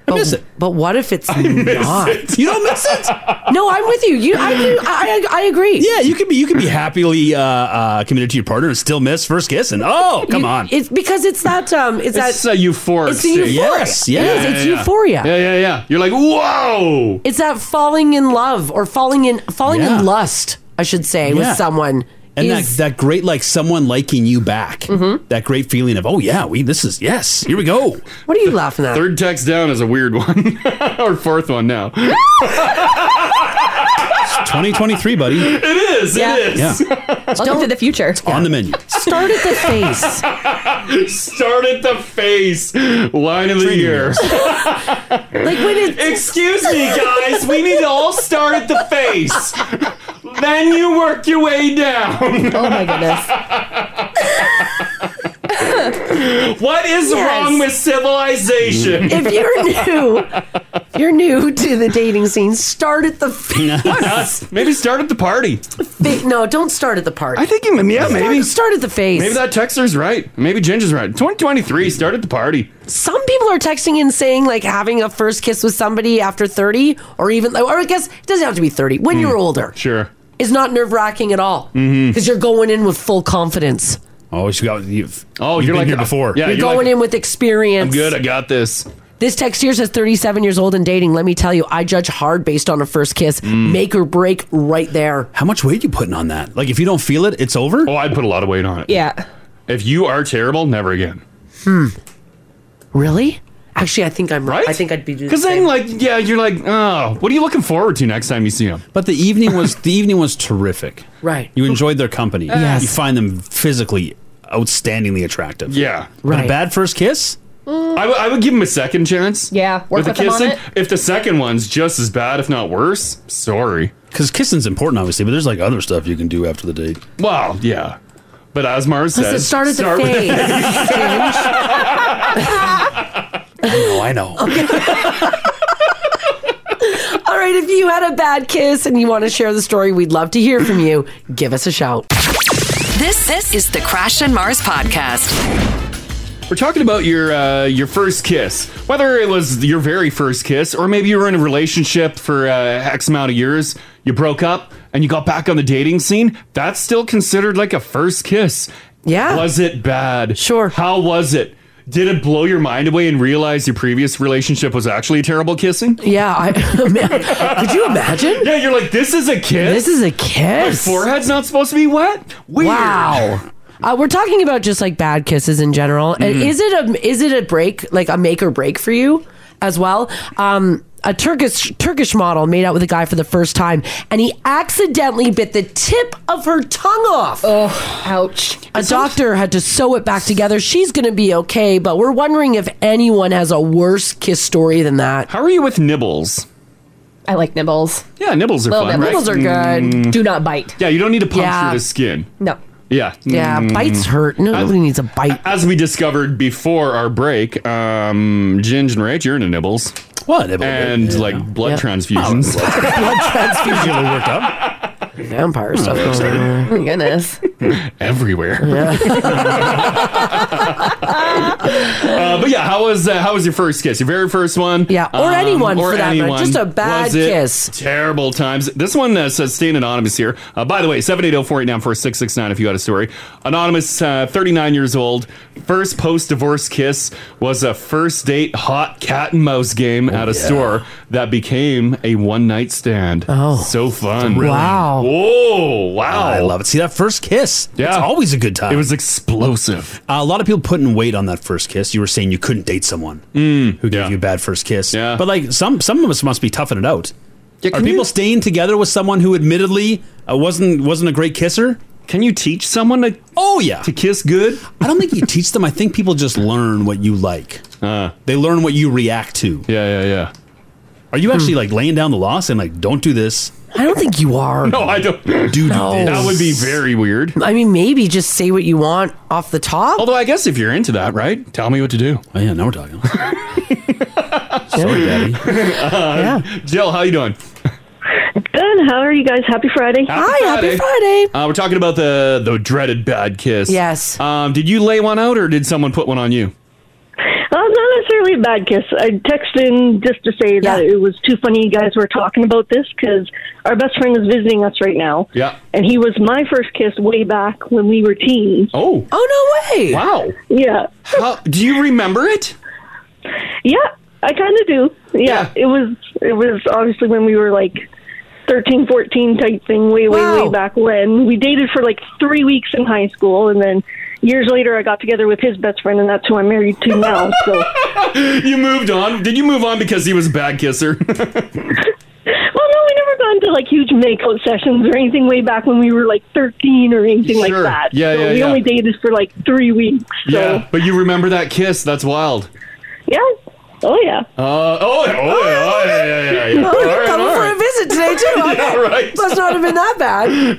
Speaker 4: I miss it.
Speaker 3: But what
Speaker 2: (laughs)
Speaker 3: if it's
Speaker 2: miss
Speaker 3: not?
Speaker 4: You don't miss it.
Speaker 3: (laughs) no, I'm with you. You, I, do- I, I, I agree.
Speaker 4: Yeah, you can be you can be happily uh, uh, committed to your partner and still miss first kiss. And oh, come
Speaker 3: You-
Speaker 4: on.
Speaker 3: It's because it's that. Um, it's,
Speaker 4: It's
Speaker 3: that
Speaker 4: a euphoric
Speaker 3: It's a
Speaker 4: state.
Speaker 3: euphoria.
Speaker 4: Yes, yeah.
Speaker 3: It is.
Speaker 4: Yeah,
Speaker 3: It's
Speaker 4: yeah, yeah.
Speaker 3: euphoria.
Speaker 2: Yeah, yeah, yeah. You're like, whoa.
Speaker 3: It's that falling in love or falling in falling
Speaker 4: Yeah.
Speaker 3: in lust, I should say,
Speaker 4: Yeah.
Speaker 3: with someone.
Speaker 4: And
Speaker 3: is, Mm-hmm.
Speaker 4: that, that great like someone liking you back. That great feeling of oh yeah, we this is yes, here we go.
Speaker 3: What are you laughing at?
Speaker 2: Third text down is a weird one, (laughs) or fourth one now.
Speaker 4: 2023, buddy. It
Speaker 2: is.
Speaker 5: Yeah.
Speaker 2: It is.
Speaker 5: (laughs) Welcome to the future.
Speaker 4: On the menu.
Speaker 3: Start at the face.
Speaker 2: Start at the face. Line of the year.
Speaker 3: (laughs) like when it,
Speaker 2: Excuse me, guys. We need to all start at the face. Then you work your way down. Oh
Speaker 5: my
Speaker 2: goodness. what is
Speaker 3: Yes.
Speaker 2: wrong with civilization?
Speaker 3: if you're new, if you're new to the dating scene. Start at
Speaker 4: (laughs)
Speaker 3: the face.
Speaker 2: Maybe start at the party.
Speaker 3: Fa- no, don't start at the party. I
Speaker 2: think you, yeah, maybe.
Speaker 3: start at the face.
Speaker 2: Maybe that texter's right. Maybe Ginger's right. 2023, start at the party.
Speaker 3: Some people are texting and saying like having a first kiss with somebody after 30 or even or I guess it doesn't have to be 30 when you're older
Speaker 2: Hmm. Sure. Mm-hmm.
Speaker 3: is not nerve-wracking at all
Speaker 4: Mhm.
Speaker 3: cuz you're going in with full confidence.
Speaker 4: Oh, she got you've
Speaker 2: Oh,
Speaker 4: you've
Speaker 2: you're
Speaker 4: been
Speaker 2: like-
Speaker 4: here before.
Speaker 2: yeah,
Speaker 3: you're, going in with experience.
Speaker 2: I'm good. I got this.
Speaker 3: This text here says 37 years old and dating. Let me tell you, I judge hard based on a first kiss. Make or break right there.
Speaker 4: How much weight you putting on that? Like if you don't feel it, it's over.
Speaker 2: Oh, I'd put a lot of weight on it.
Speaker 5: Yeah.
Speaker 2: If you are terrible, never again.
Speaker 3: Hmm. Really? Actually, I think I'm
Speaker 2: Right?
Speaker 3: I think I'd be
Speaker 2: Because then, like, yeah, you're like, oh, what are you looking forward to next time you see him?
Speaker 4: But the evening was the evening was terrific.
Speaker 3: Right.
Speaker 4: You enjoyed their company.
Speaker 2: Yes.
Speaker 4: You find them physically outstandingly attractive.
Speaker 2: Yeah.
Speaker 4: But a bad first kiss?
Speaker 2: I would- I would give him a second chance.
Speaker 5: (laughs) Yeah, work with
Speaker 2: the
Speaker 5: them on
Speaker 2: kissing,
Speaker 5: it.
Speaker 2: if the second one's just as bad, if not worse, sorry.
Speaker 4: Because kissing's important, obviously, but there's like other stuff you can do after the date.
Speaker 2: Well, yeah. But as Mars
Speaker 4: Listen,
Speaker 2: says,
Speaker 4: start at the
Speaker 2: with (laughs)
Speaker 4: face.
Speaker 3: (laughs)
Speaker 4: Oh, I know.
Speaker 3: All right, if you had a bad kiss and you want to share the story, we'd love to hear from you. Give us a shout.
Speaker 1: This this is the Crash and Mars podcast.
Speaker 2: We're talking about your uh, your first kiss, whether it was your very first kiss or maybe you were in a relationship for uh, X amount of years, you broke up and you got back on the dating scene. That's still considered like a first kiss.
Speaker 3: Yeah.
Speaker 2: Was it bad?
Speaker 3: Sure.
Speaker 2: How was it? Did it blow your mind away and realize your previous relationship was actually terrible kissing?
Speaker 3: Yeah, I, (laughs) man, could you imagine?
Speaker 2: Yeah, you're like, this is a kiss.
Speaker 3: This is a kiss.
Speaker 2: My forehead's not supposed to be wet. Weird.
Speaker 3: Wow. Uh, we're talking about just like bad kisses in general. And
Speaker 5: Mm-hmm.
Speaker 2: Mhm.
Speaker 3: Is it a is it a break like a make or break for you as well? Um, a Turkish Turkish model made out with a guy for the first time, and he accidentally bit the tip of her tongue off. Oh,
Speaker 5: ouch!
Speaker 3: A doctor had to sew it back together. She's going to be okay, but we're wondering if anyone has a worse kiss story than that.
Speaker 2: How are you with nibbles?
Speaker 5: I like nibbles.
Speaker 2: Yeah, nibbles are
Speaker 5: Little
Speaker 2: fun.
Speaker 5: bit.
Speaker 2: right?
Speaker 5: Nibbles are good.
Speaker 2: Mm.
Speaker 5: Do not bite.
Speaker 2: Yeah, you don't need to punch
Speaker 5: Yeah.
Speaker 2: through the skin.
Speaker 5: No.
Speaker 2: Yeah. Mm.
Speaker 3: Yeah, bites hurt. No, nobody needs a bite.
Speaker 2: As we discovered before our brebreak, um, Ginge and Rach, you're into nibbles.
Speaker 4: What?
Speaker 2: And like blood transfusions.
Speaker 3: (laughs) Blood transfusion.
Speaker 4: Really worked up.
Speaker 3: Oh, Vampire
Speaker 2: Oh,
Speaker 3: stuff. going
Speaker 2: exciting.
Speaker 3: on.
Speaker 5: Oh my
Speaker 3: (laughs)
Speaker 5: goodness.
Speaker 2: Everywhere. (laughs) uh, but yeah, how was uh, how was your first kiss? Your very first one? Um, Yeah,
Speaker 3: or anyone for that matter. Just a bad kiss.
Speaker 2: Terrible times. This one uh, says staying anonymous here. Uh, by the way, 780-489-4669 if you had a story. Anonymous, uh, 39 years old. First post-divorce kiss was a first date hot cat and mouse
Speaker 3: Oh,
Speaker 2: game at a store that became a one-night stand. Oh. So fun.
Speaker 4: Wow.
Speaker 2: Whoa. Wow.
Speaker 4: I love it. See that first kiss. Yeah. It's always a good time. It was
Speaker 2: explosive.
Speaker 4: a lot of people putting weight on that first kiss. You were saying you couldn't date someone
Speaker 2: Mm,
Speaker 4: who gave you a bad first kiss. Yeah. But like some some of us must be toughing it out. Are people staying together with someone who admittedly uh, wasn't wasn't a great kisser?
Speaker 2: Can you teach someone to
Speaker 4: Oh yeah. To
Speaker 2: kiss good?
Speaker 4: I don't think you teach them. I think people just learn what you like. they learn what you react to.
Speaker 2: Uh. Yeah, yeah, yeah.
Speaker 4: Are you actually like laying down the law saying like don't do this,
Speaker 3: I don't think you
Speaker 2: (laughs)
Speaker 3: are.
Speaker 2: No, I don't. Dude, that would be very weird.
Speaker 3: I mean, maybe just say what you want off the top.
Speaker 2: Although I guess if you're into that, right? Tell me what to do. Oh yeah, now we're (laughs) talking. Sorry, Daddy. yeah. Uh, Jill, how you doing?
Speaker 14: Good. How are you guys? Happy Friday.
Speaker 2: Uh, we're talking about the the dreaded bad kiss.
Speaker 14: Yes.
Speaker 2: Um, did you lay one out, or did someone put one on you?
Speaker 14: Well, Uh, not necessarily a bad kiss. I texted in just to say that it was too funny you guys were talking about this because our best friend is visiting us right now.
Speaker 2: Yeah.
Speaker 14: And he was my first kiss way back when we were teens.
Speaker 2: Oh.
Speaker 3: Oh, no way.
Speaker 2: Wow.
Speaker 14: Yeah.
Speaker 2: How, do you remember it? (laughs)
Speaker 14: Yeah, I kind of do. Yeah, It was it was obviously when we were like 13, 14 type thing way way way back when. We dated for like 3 weeks in high school and then years later I got together with his best friend and that's who I'm married to
Speaker 2: (laughs)
Speaker 14: now. So
Speaker 2: you moved on. Did you move on because he was a bad kisser? (laughs)
Speaker 14: Well, no, we never got into like huge makeout sessions or anything way back when we were like 13 or anything like
Speaker 2: Sure.
Speaker 14: that.
Speaker 2: Yeah,
Speaker 14: so
Speaker 2: yeah,
Speaker 14: we
Speaker 2: yeah.
Speaker 14: only dated for like three weeks. So, yeah.
Speaker 2: Yeah, but you remember that kiss? That's wild.
Speaker 14: Oh, yeah.
Speaker 2: Uh, oh, yeah, oh, yeah, oh, yeah, yeah, yeah,
Speaker 3: (laughs)
Speaker 2: yeah. (laughs) All right,
Speaker 3: coming
Speaker 2: all
Speaker 3: for a
Speaker 2: right.
Speaker 3: visit today too.
Speaker 2: (laughs) Yeah, right.
Speaker 3: Must not have been that bad.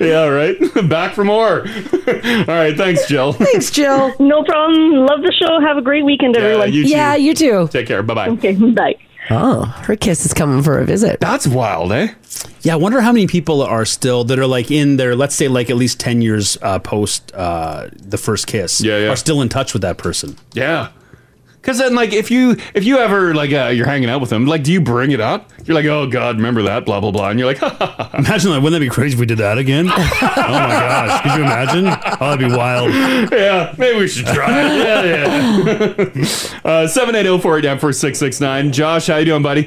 Speaker 2: (laughs) Yeah, right. Back for more. (laughs) All right, thanks, Jill.
Speaker 3: Thanks, Jill.
Speaker 14: No problem. Love the show. Have a great weekend, everyone.
Speaker 2: you too. Yeah,
Speaker 3: you too.
Speaker 2: Take care. Bye bye.
Speaker 14: Okay, bye.
Speaker 3: Oh, her kiss is coming for a visit.
Speaker 2: That's wild, eh?
Speaker 4: Yeah, I wonder how many people are still that are like in their let's say like at least ten years uh, post uh, the first kiss. Yeah, yeah, are still in touch with that person.
Speaker 2: Yeah. Cause then, like, if you if you ever like uh, you're hanging out with them, like, do you bring it up? You're like, oh god, remember that, blah blah blah, and you're like, (laughs) ha, ha, ha, ha.
Speaker 4: Imagine like, wouldn't that be crazy if we did that
Speaker 2: (laughs)
Speaker 4: again? oh my gosh, could you imagine? Oh, that'd be wild.
Speaker 2: yeah, maybe we should try it.
Speaker 4: (laughs)
Speaker 2: Yeah, yeah. Seven eight zero four eight nine four six six nine. Josh, how you doing, buddy?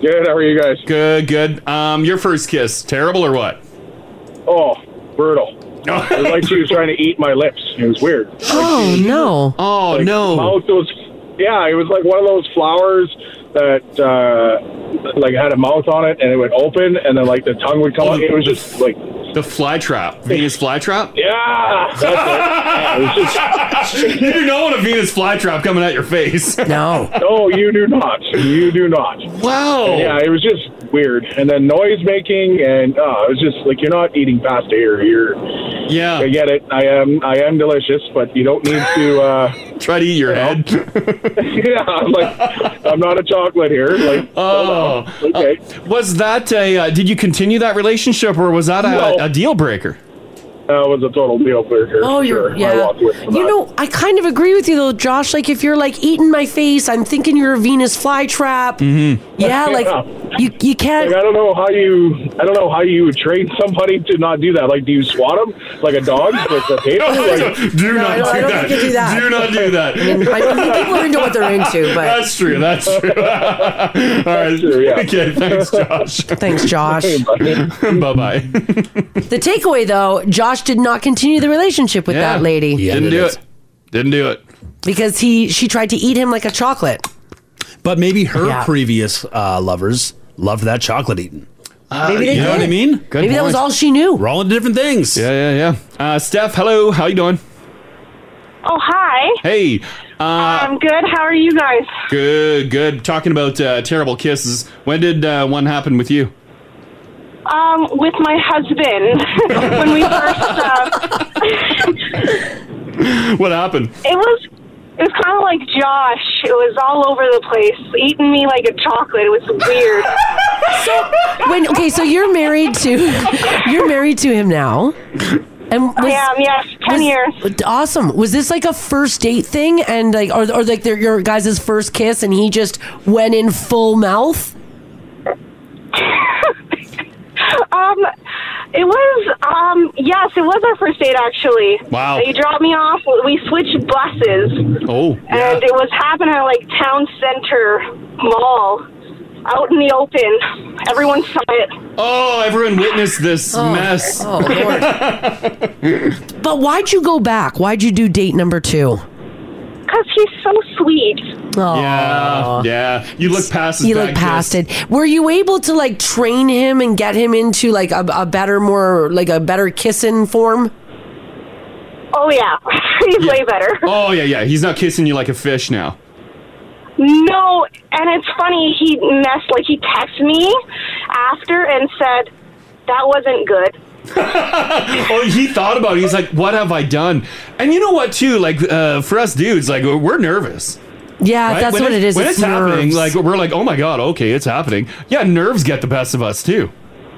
Speaker 15: Good. How are you guys?
Speaker 2: Good, good. Um, your first kiss, terrible or what?
Speaker 15: Oh,
Speaker 2: (laughs)
Speaker 15: brutal. it was like she was trying to eat my lips. It was weird.
Speaker 3: Oh no!
Speaker 2: Oh
Speaker 15: no! Mouth was, yeah, it was like one of those flowers that uh, like had a mouth on it, and it would open, and then like the tongue would come. out. It was just like
Speaker 2: The fly trap, Venus fly trap. (laughs)
Speaker 15: Yeah, that's it. Yeah, it was just- (laughs)
Speaker 2: you do not want a Venus flytrap coming at your face.
Speaker 3: (laughs) No.
Speaker 15: no, you do not. You do not.
Speaker 2: (laughs) Wow.
Speaker 15: And yeah, it was just weird, and then noise making, and uh, it was just like you're not eating pasta here. You're,
Speaker 2: yeah.
Speaker 15: I get it. I am. I am delicious, but you don't need to
Speaker 2: (laughs)
Speaker 15: uh,
Speaker 2: try to eat your head.
Speaker 15: (laughs) yeah, I'm like I'm not a chocolate here. Like,
Speaker 2: oh,
Speaker 15: okay.
Speaker 2: was that a? Uh, did you continue that relationship, or was that a,
Speaker 15: No.
Speaker 2: a deal breaker?
Speaker 15: That was a total deal breaker.
Speaker 3: Oh, you're
Speaker 15: sure. I
Speaker 3: yeah.
Speaker 15: walked away from
Speaker 3: You
Speaker 15: that.
Speaker 3: know, I kind of agree with you though, Josh. Like, if you're like eating my face, I'm thinking you're a Venus (laughs) flytrap.
Speaker 15: Hmm.
Speaker 3: Mm-hmm. Yeah, like you you can't.
Speaker 15: Like, I don't know how you. I don't know how you would train somebody to not do that. Like, do you swat them like a dog? Like the
Speaker 3: (laughs)
Speaker 15: tail? Like,
Speaker 2: do
Speaker 3: No, I don't- I don't think you do that.
Speaker 2: Do not
Speaker 3: (laughs)
Speaker 2: do that.
Speaker 3: I think people are into what they're into, but
Speaker 2: That's true. That's true. (laughs) All right. (laughs) Okay.
Speaker 15: (laughs)
Speaker 2: Thanks, Josh.
Speaker 3: Thanks, Josh.
Speaker 2: (laughs) bye bye.
Speaker 3: the takeaway though, Josh did not continue the relationship with that lady.
Speaker 2: Didn't do it. Didn't do it.
Speaker 3: because he she tried to eat him like a chocolate.
Speaker 4: But maybe her
Speaker 3: Yeah.
Speaker 4: previous uh, lovers loved that chocolate eating.
Speaker 3: Uh, Maybe they
Speaker 4: Uh, you know what I
Speaker 3: did.
Speaker 4: mean?
Speaker 3: Good Maybe that was point. all she knew.
Speaker 4: We're all into different things.
Speaker 2: Yeah, yeah, yeah. Uh, Steph, hello. How you doing?
Speaker 6: Oh, hi.
Speaker 2: Hey. Uh,
Speaker 6: I'm good. How are you guys?
Speaker 2: good. Good. Talking about uh, terrible kisses. When did uh, one happen with you? (laughs)
Speaker 6: Um, with my husband (laughs) when we first. Uh,
Speaker 2: what happened?
Speaker 6: it was it was kind of like Josh. It was all over the place, eating me like a chocolate. It was weird.
Speaker 3: When okay, (laughs) so you're married to you're married to him now. And was, I am,
Speaker 6: yes, ten
Speaker 3: years. Awesome. Was this like a first date thing, and like, or, or like their, your guys' first kiss, and he just went in full mouth?
Speaker 6: (laughs) um, it was um yes, it was our first date actually.
Speaker 2: Wow.
Speaker 6: He dropped me off. We switched buses,
Speaker 2: Oh.
Speaker 6: and it was happening at like town center mall, out in the open. Everyone saw it.
Speaker 2: Oh, everyone witnessed this
Speaker 3: Oh,
Speaker 2: mess. (laughs)
Speaker 3: But why'd you go back? Why'd you do date number two?
Speaker 6: Because he's so sweet.
Speaker 2: Yeah. Yeah. You look past his
Speaker 3: You
Speaker 2: bad
Speaker 3: look past
Speaker 2: kiss.
Speaker 3: it. Were you able to like train him and get him into like a, a better, more like a better kissing form?
Speaker 6: Oh yeah, he's way better.
Speaker 2: Oh yeah, yeah. He's not kissing you like a fish now.
Speaker 16: No, and it's funny. He messed like he texted me after and said that wasn't good.
Speaker 2: (laughs) oh, he thought about it. He's like, what have I done? And you know what, too? Like, uh, for us dudes, like, we're nervous.
Speaker 3: Yeah,
Speaker 2: right?
Speaker 3: that's
Speaker 2: When
Speaker 3: what it is.
Speaker 2: When it's, happening,
Speaker 3: nerves.
Speaker 2: like, we're like, oh my God, okay, it's happening. Yeah, nerves get the best of us, too.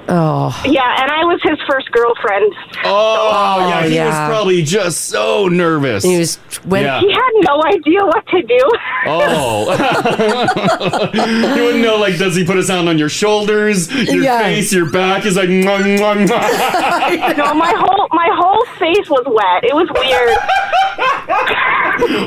Speaker 3: oh,
Speaker 16: Yeah, and I was his first girlfriend.
Speaker 2: Oh, yeah, he was probably just so nervous. He
Speaker 3: was
Speaker 2: Yeah.
Speaker 14: (laughs)
Speaker 16: he had no idea what to do.
Speaker 2: Oh, (laughs) you wouldn't know. Like, does he put his hand on your shoulders, your
Speaker 16: Yeah.
Speaker 2: face, your back? Is like, mwah, mwah,
Speaker 16: (laughs)
Speaker 14: (laughs)
Speaker 2: mwah.
Speaker 16: no, my whole my whole face was wet. It was weird.
Speaker 2: (laughs)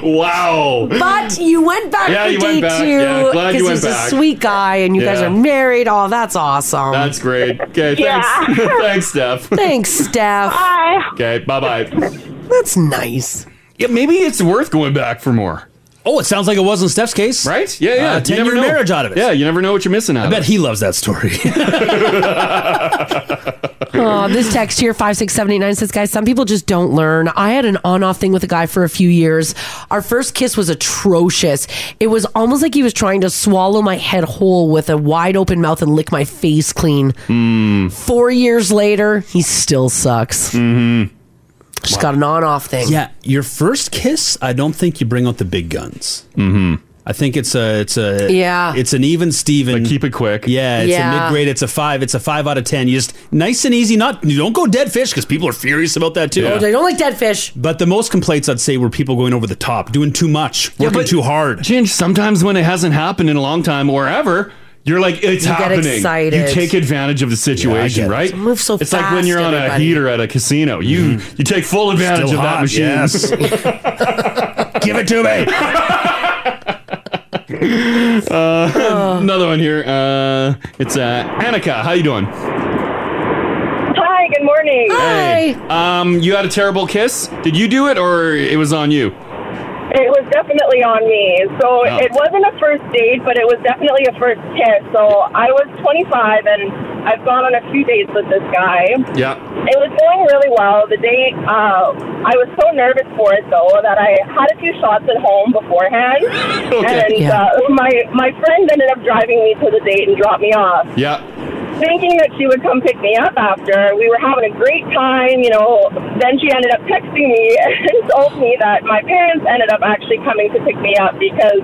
Speaker 2: wow.
Speaker 3: But you went back
Speaker 2: Oh. Yeah,
Speaker 3: for
Speaker 2: you went
Speaker 3: day
Speaker 2: back.
Speaker 3: two
Speaker 2: Yeah, glad you
Speaker 3: because
Speaker 2: went
Speaker 3: he's
Speaker 2: back.
Speaker 3: a sweet guy and you guys
Speaker 2: Yeah.
Speaker 3: are married. Oh, that's awesome.
Speaker 2: That's great. Okay,
Speaker 3: Yeah.
Speaker 2: thanks, (laughs) thanks, Steph.
Speaker 3: Thanks, Steph.
Speaker 16: Bye.
Speaker 2: Okay, bye bye.
Speaker 3: That's nice.
Speaker 2: Yeah, maybe it's worth going back for more.
Speaker 4: Oh, it sounds like it was in Steph's case,
Speaker 2: right? Yeah, yeah.
Speaker 4: Uh,
Speaker 2: You
Speaker 4: Ten
Speaker 2: never
Speaker 4: year
Speaker 2: know.
Speaker 4: marriage out of it.
Speaker 2: Yeah, you never know what you're missing out.
Speaker 4: I bet he loves that story. (laughs)
Speaker 3: Oh, this text here, 56789 says, guys, some people just don't learn. I had an on off thing with a guy for a few years. Our first kiss was atrocious. It was almost like he was trying to swallow my head whole with a wide open mouth and lick my face clean. Four years later, he still sucks. Mm-hmm. Just got an on off thing.
Speaker 4: Yeah, your first kiss. I don't think you bring out the big guns.
Speaker 2: Hmm.
Speaker 4: Mm-hmm. I think it's a it's a
Speaker 3: Yeah.
Speaker 4: It's an even Steven.
Speaker 2: keep it quick.
Speaker 4: Yeah, it's
Speaker 3: Yeah.
Speaker 4: a mid grade. It's a five. It's a five out of ten. You just nice and easy. Not you don't go dead fish because people are furious about that too.
Speaker 3: Oh, they don't like dead fish.
Speaker 4: But the most complaints I'd say were people going over the top, doing too much, working too hard.
Speaker 2: Ginge, sometimes when it hasn't happened in a long time or ever, you're like, it's
Speaker 4: You get
Speaker 2: happening.
Speaker 4: excited.
Speaker 2: You take advantage of the situation,
Speaker 4: get it.
Speaker 2: right?
Speaker 3: Move so
Speaker 2: it's like when
Speaker 3: fast,
Speaker 2: you're on
Speaker 3: everybody.
Speaker 2: a heater at a casino. You you take full advantage
Speaker 4: Mm-hmm. Still
Speaker 2: of
Speaker 4: hot,
Speaker 2: that machine. (laughs)
Speaker 4: yes. Give it to me.
Speaker 2: uh, another one here. Uh, it's uh, Annika. How you doing?
Speaker 14: Hi, good morning.
Speaker 2: Hey. Um, you had a terrible kiss. Did you do it, or it was on you?
Speaker 14: It was definitely on me. So
Speaker 2: Oh.
Speaker 14: it wasn't a first date, but it was definitely a first kiss. So I was 25 and I've gone on a few dates with this guy.
Speaker 2: Yeah.
Speaker 14: It was going really well. The date, uh, I was so nervous for it though that I had a few shots at home beforehand, and
Speaker 15: Yeah.
Speaker 14: uh, my my friend ended up driving me to the date and dropped me off.
Speaker 2: Yeah.
Speaker 14: thinking that she would come pick me up after. We were having a great time, you know. Then she ended up texting me (laughs) and told me that my parents ended up actually coming to pick me up because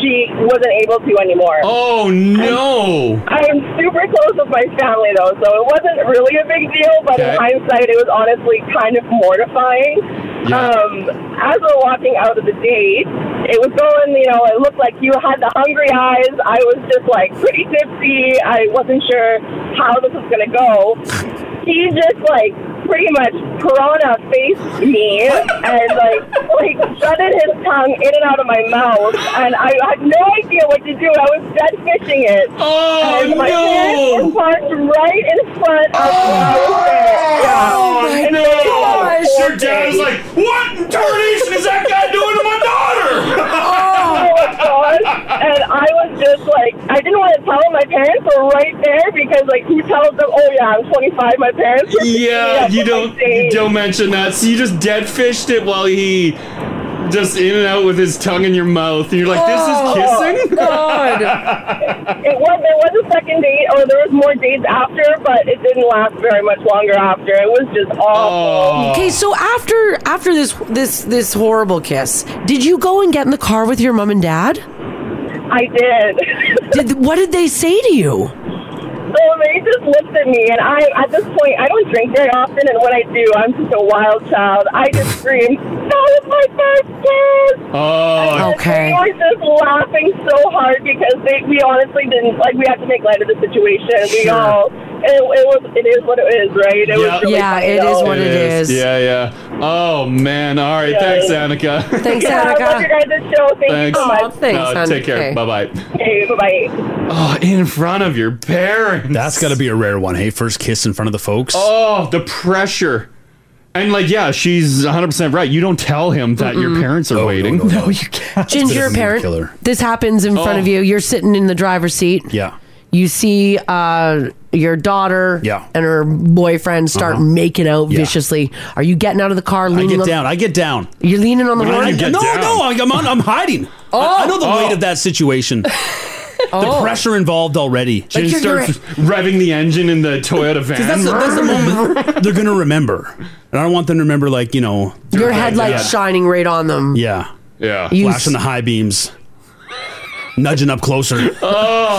Speaker 14: she wasn't able to anymore.
Speaker 2: Oh no!
Speaker 14: I'm super close with my family though, so it wasn't really a big deal, but in
Speaker 2: Okay.
Speaker 14: hindsight, it was honestly kind of mortifying. Um, as we're walking out of the date, it was going, you know, it looked like you had the hungry eyes. I was just like pretty tipsy. I wasn't sure how this was going to go. He just like pretty much piranha faced me and like like shutted his tongue in and out of my mouth and I had no idea what to do. I was dead fishing it.
Speaker 2: Oh
Speaker 14: and my
Speaker 15: no.
Speaker 14: parents were parked right in front of where I was there. Yeah. And they had a
Speaker 15: Oh, Your
Speaker 14: whole
Speaker 15: dad was
Speaker 14: thing.
Speaker 15: like, what in tarnation is that guy doing to my daughter?
Speaker 14: (laughs) Oh my gosh. And I was just like, I didn't want to tell them my parents were right there because, like, who tells them, oh, yeah, I'm 25, my parents were picking me
Speaker 2: Yeah,
Speaker 14: up
Speaker 2: you
Speaker 14: on
Speaker 2: don't
Speaker 14: my date."
Speaker 2: you don't mention that. So you just dead fished it while he just in and out with his tongue in your mouth, and you're like, this is kissing. (laughs)
Speaker 14: God. it was. There was a second date, or there was more dates after, but it didn't last very much longer after. It was just
Speaker 4: Oh.
Speaker 14: awful.
Speaker 3: Okay, so after after this this this horrible kiss, did you go and get in the car with your mom and dad?
Speaker 14: I did.
Speaker 3: did what did they say to you?
Speaker 14: So they just looked at me, and I, at this point, I don't drink very often, and when I do, I'm just a wild child. I just scream, "That was my first kiss!"
Speaker 2: Oh,
Speaker 14: We were just laughing so hard because they, we honestly didn't like. We had to make light of the situation. We
Speaker 2: Sure.
Speaker 14: all. It, it was. It is what it is, right? It was really funny, though.
Speaker 2: Yeah, yeah. Oh man. All right.
Speaker 14: Yeah.
Speaker 2: Thanks, Annika. (laughs)
Speaker 14: yeah, I love you guys' show. Thank
Speaker 2: Thanks.
Speaker 14: you so much.
Speaker 2: No, take care. Bye bye.
Speaker 14: Okay, bye bye.
Speaker 2: Oh, in front of your parents.
Speaker 4: That's got to be a rare one. Hey, first kiss in front of the folks.
Speaker 2: Oh, the pressure. And like, yeah, she's 100 percent right. You don't tell him that your parents are waiting. Oh, No,
Speaker 4: you can't.
Speaker 3: Ginger, your parent. This happens in front
Speaker 2: Oh.
Speaker 3: of you. You're sitting in the driver's seat.
Speaker 4: Yeah.
Speaker 3: You see uh, your daughter
Speaker 4: Yeah.
Speaker 3: and her boyfriend start
Speaker 4: Uh-huh.
Speaker 3: making out
Speaker 4: Yeah.
Speaker 3: viciously. Are you getting out of the car?
Speaker 4: I
Speaker 3: Leaning
Speaker 4: get
Speaker 3: on-
Speaker 4: down. I get down.
Speaker 3: You're leaning on Oh. the
Speaker 4: I
Speaker 3: horn.
Speaker 4: get- no, no, I'm on, I'm hiding. (laughs) I, I know the weight of that
Speaker 3: (laughs)
Speaker 4: situation. The
Speaker 2: Oh.
Speaker 4: pressure involved already.
Speaker 2: Jen starts revving the engine in the
Speaker 3: (laughs)
Speaker 2: Toyota van.
Speaker 4: 'Cause that's the- that's the
Speaker 2: (laughs)
Speaker 4: moment (laughs) they're gonna remember, and I don't want them to remember like you know
Speaker 3: Your headlights
Speaker 4: Yeah.
Speaker 3: shining right on them.
Speaker 4: Yeah, yeah,
Speaker 3: You
Speaker 4: flashing the high beams, nudging up closer.
Speaker 2: (laughs)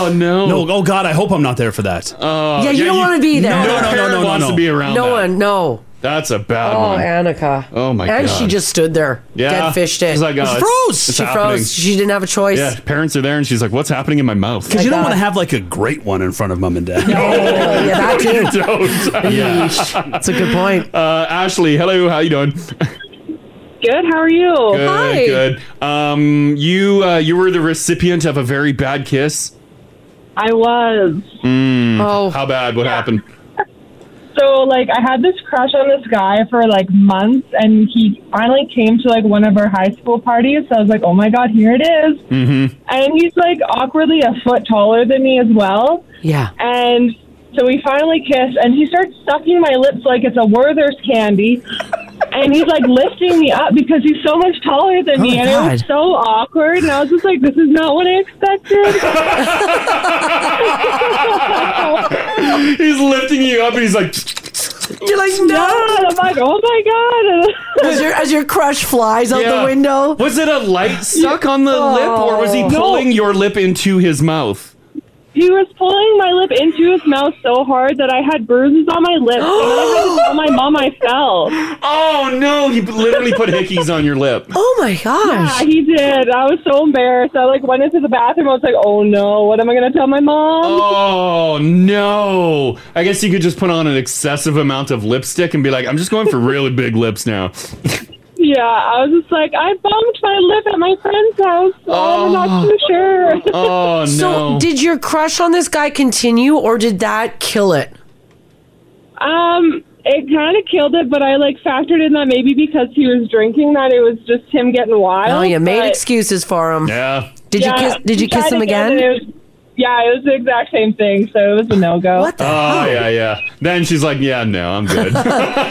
Speaker 2: Oh no! Oh,
Speaker 4: No, oh God, I hope I'm not there for that.
Speaker 3: yeah, you don't want to be there.
Speaker 4: Oh, No, no, no, no, no, no.
Speaker 3: No one, no.
Speaker 2: That's a bad
Speaker 3: Oh,
Speaker 2: one.
Speaker 3: Annika.
Speaker 2: Oh my
Speaker 3: and
Speaker 2: god.
Speaker 3: she just stood there,
Speaker 2: Yeah.
Speaker 3: dead fished it.
Speaker 2: She's like, oh,
Speaker 3: she
Speaker 2: it's-
Speaker 3: froze.
Speaker 2: it's
Speaker 3: she
Speaker 2: happening.
Speaker 3: froze. She didn't have a choice.
Speaker 2: Yeah, parents are there, and she's like, "What's happening in Oh, my mouth?"
Speaker 4: Because you don't want to
Speaker 2: to.
Speaker 4: have like a great one in front of mom and dad.
Speaker 2: (laughs)
Speaker 4: No,
Speaker 3: Oh, yeah, that
Speaker 2: you
Speaker 3: too.
Speaker 2: don't.
Speaker 3: Yeesh. That's a good point.
Speaker 2: Uh, Ashley, hello. How you doing?
Speaker 17: Good. How are you?
Speaker 2: Good, good. Um, you uh, you were the recipient of a very bad kiss.
Speaker 17: I was.
Speaker 2: Mm,
Speaker 17: Oh.
Speaker 2: how bad? What happened? (laughs)
Speaker 17: So like I had this crush on this guy for like months and he finally came to like one of our high school parties. So I was like, "Oh my god, here it is."
Speaker 13: Mm-hmm.
Speaker 17: And he's like awkwardly a foot taller than me as well.
Speaker 3: Yeah.
Speaker 17: And so we finally kiss, and he starts sucking my lips like it's a Werther's candy. And he's like lifting me up because he's so much taller than
Speaker 13: Oh,
Speaker 17: me,
Speaker 13: my
Speaker 17: and it was
Speaker 13: God.
Speaker 17: so awkward. And I was just like, "This is not what I
Speaker 2: (laughs)
Speaker 17: (laughs) expected."
Speaker 2: he's lifting you up, and he's
Speaker 3: (laughs)
Speaker 2: like,
Speaker 3: You're like, no.
Speaker 17: I'm like, oh my god.
Speaker 3: (laughs) As your as your crush flies out
Speaker 2: Yeah.
Speaker 3: the window.
Speaker 2: Was it a light suck on the
Speaker 17: Oh.
Speaker 2: lip, or was he pulling your lip into his mouth?
Speaker 17: He was pulling my lip into his mouth so hard that I had bruises on my lip. and I had to tell
Speaker 3: (gasps)
Speaker 17: my mom I fell.
Speaker 2: Oh no! He literally put hickeys on your lip.
Speaker 3: Oh my gosh.
Speaker 17: Yeah, he did. I was so embarrassed. I like went into the bathroom. I was like, "Oh no, what am I going to tell my mom?"
Speaker 2: Oh no! I guess you could just put on an excessive amount of lipstick and be like, "I'm just going for really big lips now."
Speaker 17: Yeah, I was just like, "I bumped my lip at my friend's house. Oh, I'm not too sure."
Speaker 2: (laughs) Oh
Speaker 3: (laughs) So did your crush on this guy continue or did that kill it?
Speaker 17: Um, it kind of killed it, but I like factored in that maybe because he was drinking that it was just him getting wild.
Speaker 3: Oh, you made
Speaker 17: but-
Speaker 3: excuses for him.
Speaker 2: Yeah.
Speaker 3: Did
Speaker 17: Yeah,
Speaker 3: you kiss did you
Speaker 17: he
Speaker 3: kiss
Speaker 17: tried
Speaker 3: him again?
Speaker 17: and it was- yeah, it was the exact same thing, so it was a no go. What
Speaker 2: Oh yeah, yeah. Then she's like, "Yeah, no, I'm (laughs) good."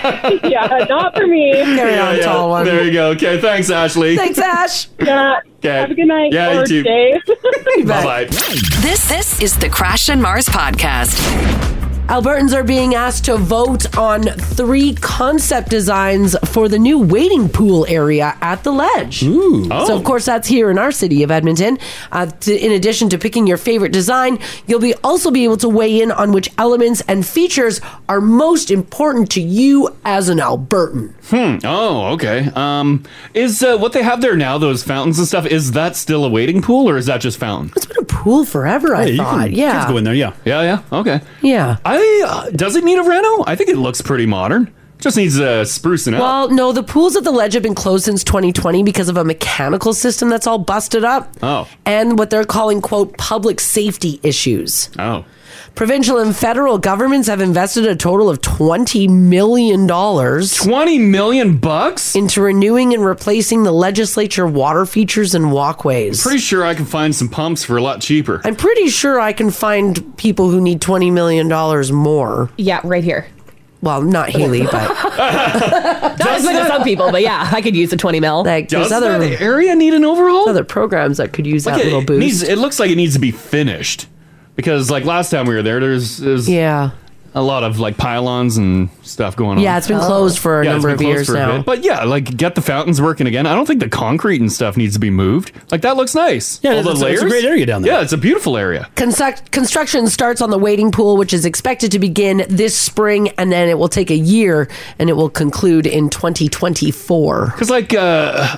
Speaker 17: yeah, not for me.
Speaker 2: Yeah, yeah. There you go. Okay, thanks, Ashley.
Speaker 3: Ash.
Speaker 17: Yeah.
Speaker 2: (laughs) Okay.
Speaker 1: Have a good night
Speaker 2: Yeah,
Speaker 1: or
Speaker 2: you too. (laughs)
Speaker 1: day.
Speaker 2: Bye bye.
Speaker 1: This this is the Crash and Mars podcast.
Speaker 3: Albertans are being asked to vote on three concept designs for the new wading pool area at the ledge. So, of course, that's here in our city of Edmonton. Uh, to, in addition to picking your favorite design, you'll be also be able to weigh in on which elements and features are most important to you as an Albertan.
Speaker 2: Hmm. Oh, okay. Um, is uh, what they have there now those fountains and stuff? Is that still a wading pool, or is that just fountain?
Speaker 3: It's been a pool forever. I thought. yeah.
Speaker 2: there. Yeah. Yeah. Yeah. Okay.
Speaker 3: Yeah.
Speaker 2: I uh, does it need a reno? I think it looks pretty modern. Just needs uh, sprucing up.
Speaker 3: Well, no, the pools at the ledge have been closed since 2020 because of a mechanical system that's all busted up.
Speaker 2: oh.
Speaker 3: and what they're calling, quote, public safety issues.
Speaker 2: Oh.
Speaker 3: Provincial and federal governments have invested a total of $20 million. 20
Speaker 2: million bucks?
Speaker 3: Into renewing and replacing the legislature water features and walkways.
Speaker 2: Pretty sure I can find some pumps for a lot cheaper.
Speaker 3: I'm pretty sure I can find people who need $20 million more.
Speaker 5: Yeah, right here.
Speaker 3: Well, not Haley, but
Speaker 5: Not as much as some people, but yeah, I could use the 20 mil.
Speaker 3: Like,
Speaker 2: there's Does other- that area need an overhaul?
Speaker 3: Other programs that could use that
Speaker 2: it,
Speaker 3: little boost.
Speaker 2: Needs, it looks like it needs to be finished because like last time we were there, there's, there's
Speaker 3: yeah
Speaker 2: a lot of like pylons and stuff going on.
Speaker 3: Yeah, it's been Oh. closed for a
Speaker 2: it's
Speaker 3: number
Speaker 2: been
Speaker 3: of
Speaker 2: closed
Speaker 3: years
Speaker 2: for a
Speaker 3: now.
Speaker 2: bit. But yeah, like get the fountains working again. I don't think the concrete and stuff needs to be moved. Like that looks nice.
Speaker 4: Yeah,
Speaker 2: All the
Speaker 4: it's a-
Speaker 2: layers.
Speaker 4: it's a great area down there.
Speaker 2: Yeah, it's a beautiful area.
Speaker 3: Construct, construction starts on the waiting pool, which is expected to begin this spring, and then it will take a year and it will conclude in 2024.
Speaker 2: Because like uh,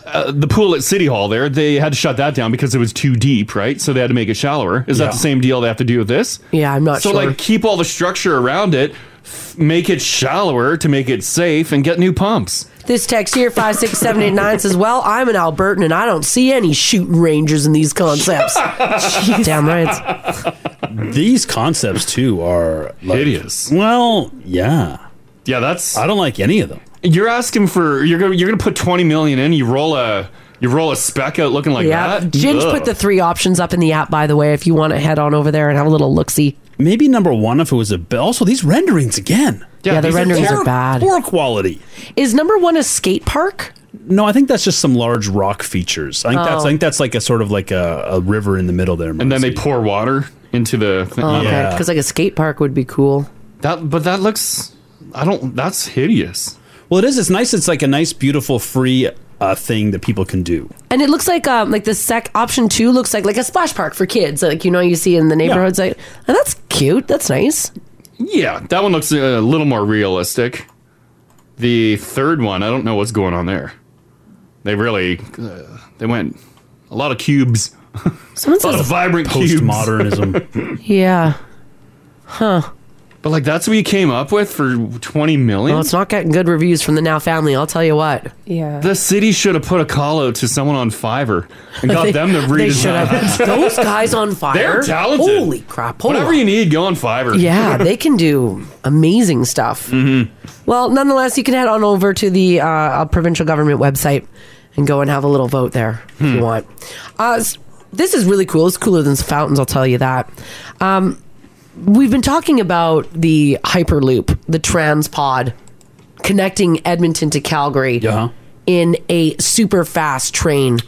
Speaker 2: uh, the pool at City Hall, there they had to shut that down because it was too deep, right? So they had to make it shallower. Is
Speaker 3: Yeah.
Speaker 2: that the same deal they have to do with this?
Speaker 3: Yeah, I'm not
Speaker 2: so
Speaker 3: sure.
Speaker 2: like keep all the structure around it, f- make it shallower to make it safe, and get new pumps.
Speaker 3: This text here, 56789, says, Well, I'm an Albertan and I don't see any shooting rangers in
Speaker 2: (laughs)
Speaker 3: these concepts. Damn right.
Speaker 4: These concepts too are like,
Speaker 2: hideous.
Speaker 4: Well, yeah,
Speaker 2: yeah. That's
Speaker 4: I don't like any of them.
Speaker 2: You're asking for you're gonna you're gonna put twenty million in. You roll a you roll a spec out looking like
Speaker 3: yeah.
Speaker 2: that.
Speaker 3: Ginge
Speaker 2: Ugh.
Speaker 3: put the three options up in the app, by the way, if you want to head on over there and have a little look see.
Speaker 4: Maybe number one if it was a bit. Also, these renderings again.
Speaker 3: Yeah, the
Speaker 4: these
Speaker 3: renderings are
Speaker 4: poor-
Speaker 3: bad.
Speaker 4: Poor quality.
Speaker 3: Is number one a skate park?
Speaker 4: No, I think that's just some large rock features. I think that's
Speaker 2: Oh.
Speaker 4: I think that's like a sort of like a, a river in the middle there. And then they
Speaker 2: pour water into the thing.
Speaker 3: Oh, okay. Because like a skate park would be cool.
Speaker 2: That, but that looks. I don't. That's hideous.
Speaker 4: Well, it is. It's nice. It's like a nice, beautiful, free uh, thing that people can do.
Speaker 3: And it looks like um like the sec option two looks like like a splash park for kids like you know you see in the neighborhoods like and that's cute that's nice
Speaker 2: Yeah, that one looks a little more realistic. The third one, I don't know what's going on there. They really, uh, they went a lot of cubes,
Speaker 3: Someone
Speaker 2: (laughs) a lot of
Speaker 3: says-
Speaker 2: vibrant (laughs)
Speaker 4: postmodernism.
Speaker 3: yeah huh
Speaker 2: but like that's what you came up with for twenty million.
Speaker 3: well it's not getting good reviews from the now family I'll tell you what
Speaker 5: yeah
Speaker 2: the city should have put a call out to someone on Fiverr and got
Speaker 3: (laughs) They-
Speaker 2: them to
Speaker 3: they should
Speaker 2: redesign.
Speaker 3: have. (laughs) Those guys
Speaker 2: (laughs)
Speaker 3: on
Speaker 2: They're
Speaker 3: Fiverr?
Speaker 2: talented.
Speaker 3: Holy crap! hold
Speaker 2: Whatever
Speaker 3: on.
Speaker 2: you need, go on Fiverr.
Speaker 3: yeah they can do amazing stuff
Speaker 2: Mm-hmm.
Speaker 3: well nonetheless you can head on over to the uh, uh, provincial government website and go and have a little vote there if you want uh, s- this is really cool it's cooler than fountains I'll tell you that um, we've been talking about the hyperloop the transpod connecting Edmonton to Calgary
Speaker 2: Uh-huh.
Speaker 3: in a super fast train.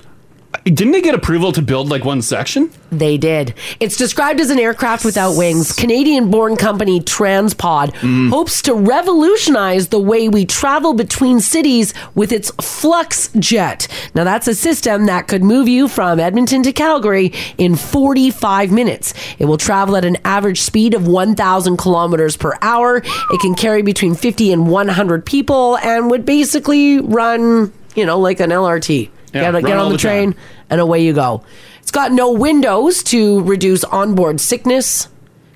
Speaker 2: Didn't they get approval to build like one section?
Speaker 3: They did. It's described as an aircraft without wings. Canadian born company Transpod
Speaker 2: Mm-hmm.
Speaker 3: hopes to revolutionize the way we travel between cities with its Flux Jet. Now, that's a system that could move you from Edmonton to Calgary in 45 minutes. It will travel at an average speed of 1,000 kilometers per hour. It can carry between 50 and 100 people and would basically run, you know, like an LRT.
Speaker 2: Yeah,
Speaker 3: get, get
Speaker 2: run all
Speaker 3: on
Speaker 2: the
Speaker 3: the
Speaker 2: time.
Speaker 3: train and away you go. It's got no windows to reduce onboard sickness.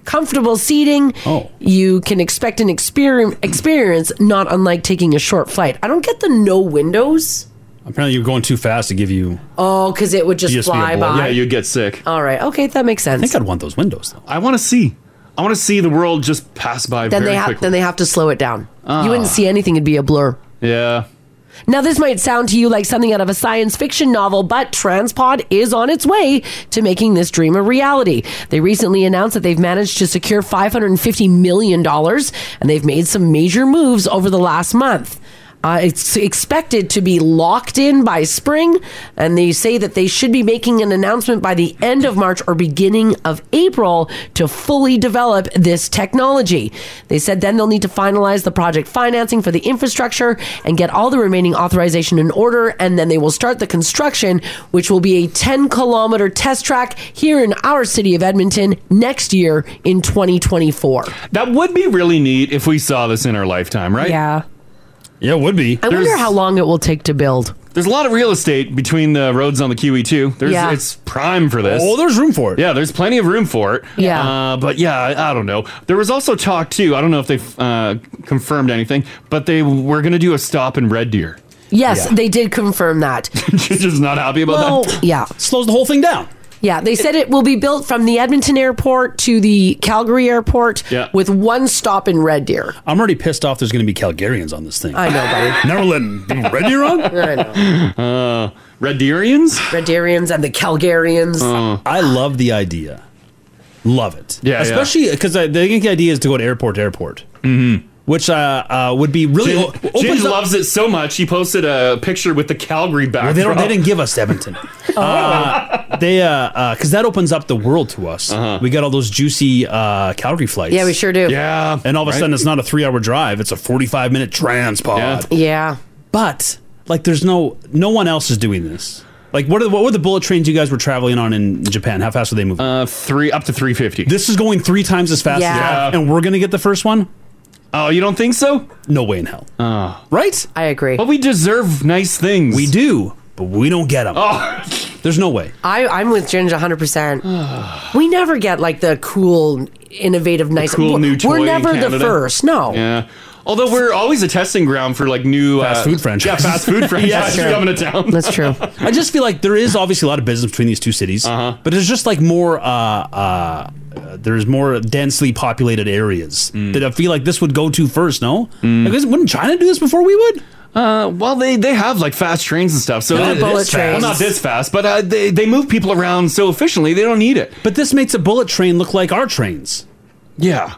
Speaker 3: Comfortable seating. Oh. You can expect an exper- experience not unlike taking a short flight. I don't get the no windows.
Speaker 4: Apparently, you're going too fast to give you.
Speaker 3: Oh, because it would just,
Speaker 4: you
Speaker 3: fly by.
Speaker 2: Yeah, you'd get sick.
Speaker 3: All right. Okay, that makes sense. I think
Speaker 4: I'd want those windows though.
Speaker 2: I want to see. I want to see the world just pass by.
Speaker 3: Then
Speaker 2: very
Speaker 3: they have
Speaker 2: quickly.
Speaker 3: then they have to slow it down.
Speaker 2: Ah.
Speaker 3: You wouldn't see anything; it'd be a blur.
Speaker 2: Yeah.
Speaker 3: Now, this might sound to you like something out of a science fiction novel, but Transpod is on its way to making this dream a reality. They recently announced that they've managed to secure $550 million, and they've made some major moves over the last month. Uh, it's expected to be locked in by spring, and they say that they should be making an announcement by the end of March or beginning of April to fully develop this technology. They said then they'll need to finalize the project financing for the infrastructure and get all the remaining authorization in order, and then they will start the construction, which will be a 10 kilometer test track here in our city of Edmonton next year in 2024.
Speaker 2: That would be really neat if we saw this in our lifetime, right?
Speaker 3: Yeah.
Speaker 4: Yeah, it would be.
Speaker 3: I wonder how long it will take to build.
Speaker 2: There's a lot of real estate between the roads on the QE too. There's
Speaker 3: Yeah.
Speaker 2: it's prime for this.
Speaker 4: Oh, there's room for it.
Speaker 2: Yeah, there's plenty of room for it.
Speaker 3: Yeah.
Speaker 2: Uh, but yeah, I, I don't know. There was also talk too. I don't know if they've uh, confirmed anything, but they were going to do a stop in Red Deer.
Speaker 3: Yes,
Speaker 2: Yeah.
Speaker 3: they did confirm that.
Speaker 2: (laughs) You're just not happy about that.
Speaker 3: yeah.
Speaker 4: Slows the whole thing down.
Speaker 3: Yeah, they said it will be built from the Edmonton airport to the Calgary airport
Speaker 4: Yeah.
Speaker 3: with one stop in Red Deer.
Speaker 4: I'm already pissed off. There's going to be Calgarians on this thing.
Speaker 3: I know,
Speaker 4: (gasps)
Speaker 3: buddy.
Speaker 4: Never letting Red Deer on.
Speaker 3: (laughs) I know.
Speaker 4: Uh,
Speaker 2: Red Deerians.
Speaker 3: Red Deerians and the Calgarians.
Speaker 4: I love the idea. Love it.
Speaker 2: Uh. Yeah, yeah.
Speaker 4: Especially because I think the idea is to go to airport to airport, mm-hmm. which uh, uh, would be really.
Speaker 2: Jin-
Speaker 4: o- opens
Speaker 2: Jin
Speaker 4: up-
Speaker 2: loves it so much he posted a picture with the Calgary backdrop.
Speaker 4: Well, they, don't, they didn't give us Edmonton.
Speaker 2: Oh.
Speaker 4: Uh, they because uh 'cause that opens up the world to us.
Speaker 2: Uh-huh.
Speaker 4: We got all those juicy uh, Calgary flights.
Speaker 3: Yeah, we sure do.
Speaker 2: Yeah,
Speaker 4: and all of a
Speaker 3: right?
Speaker 4: sudden it's not a three-hour drive; it's a forty-five minute transpod.
Speaker 3: Yeah.
Speaker 4: But like, there's no no one else is doing this. Like, what are the, what were the bullet trains you guys were traveling on in Japan? How fast were they moving?
Speaker 2: Uh, three up to three fifty.
Speaker 4: This is going three times as fast. as
Speaker 2: Yeah.
Speaker 4: that, and we're gonna get the first one.
Speaker 2: Oh, you don't think so?
Speaker 4: No way in hell.
Speaker 2: Oh.
Speaker 4: Right?
Speaker 3: I agree.
Speaker 4: Oh.
Speaker 2: But we deserve nice things. We
Speaker 4: do, but we don't get them.
Speaker 2: Oh.
Speaker 4: There's no way.
Speaker 3: I, I'm with Ginger 100%. we never get like the cool, innovative, nice
Speaker 2: cool
Speaker 3: we're,
Speaker 2: new toy.
Speaker 3: We're
Speaker 2: in
Speaker 3: never the
Speaker 2: Canada.
Speaker 3: first. No.
Speaker 2: Yeah. Although we're always a testing ground for like new uh,
Speaker 4: Fast food franchises.
Speaker 2: (laughs) Yeah, fast
Speaker 3: (laughs)
Speaker 2: food franchises
Speaker 4: That's true.
Speaker 2: coming to town.
Speaker 4: (laughs)
Speaker 3: That's true.
Speaker 4: I just feel like there is obviously a lot of business between these two cities,
Speaker 2: Uh-huh.
Speaker 4: but there's just like more. Uh, uh, uh, there's more densely populated areas
Speaker 2: Mm.
Speaker 4: that I feel like this would go to first. No, Like, this- wouldn't China do this before we would?
Speaker 2: Uh, well, they they have like fast trains and stuff. So
Speaker 4: Not
Speaker 2: it-
Speaker 4: bullet
Speaker 2: it's fast.
Speaker 4: trains.
Speaker 2: Well, not this fast, but uh, they they move people around so efficiently they don't need it.
Speaker 4: But this makes a bullet train look like our trains.
Speaker 2: Yeah,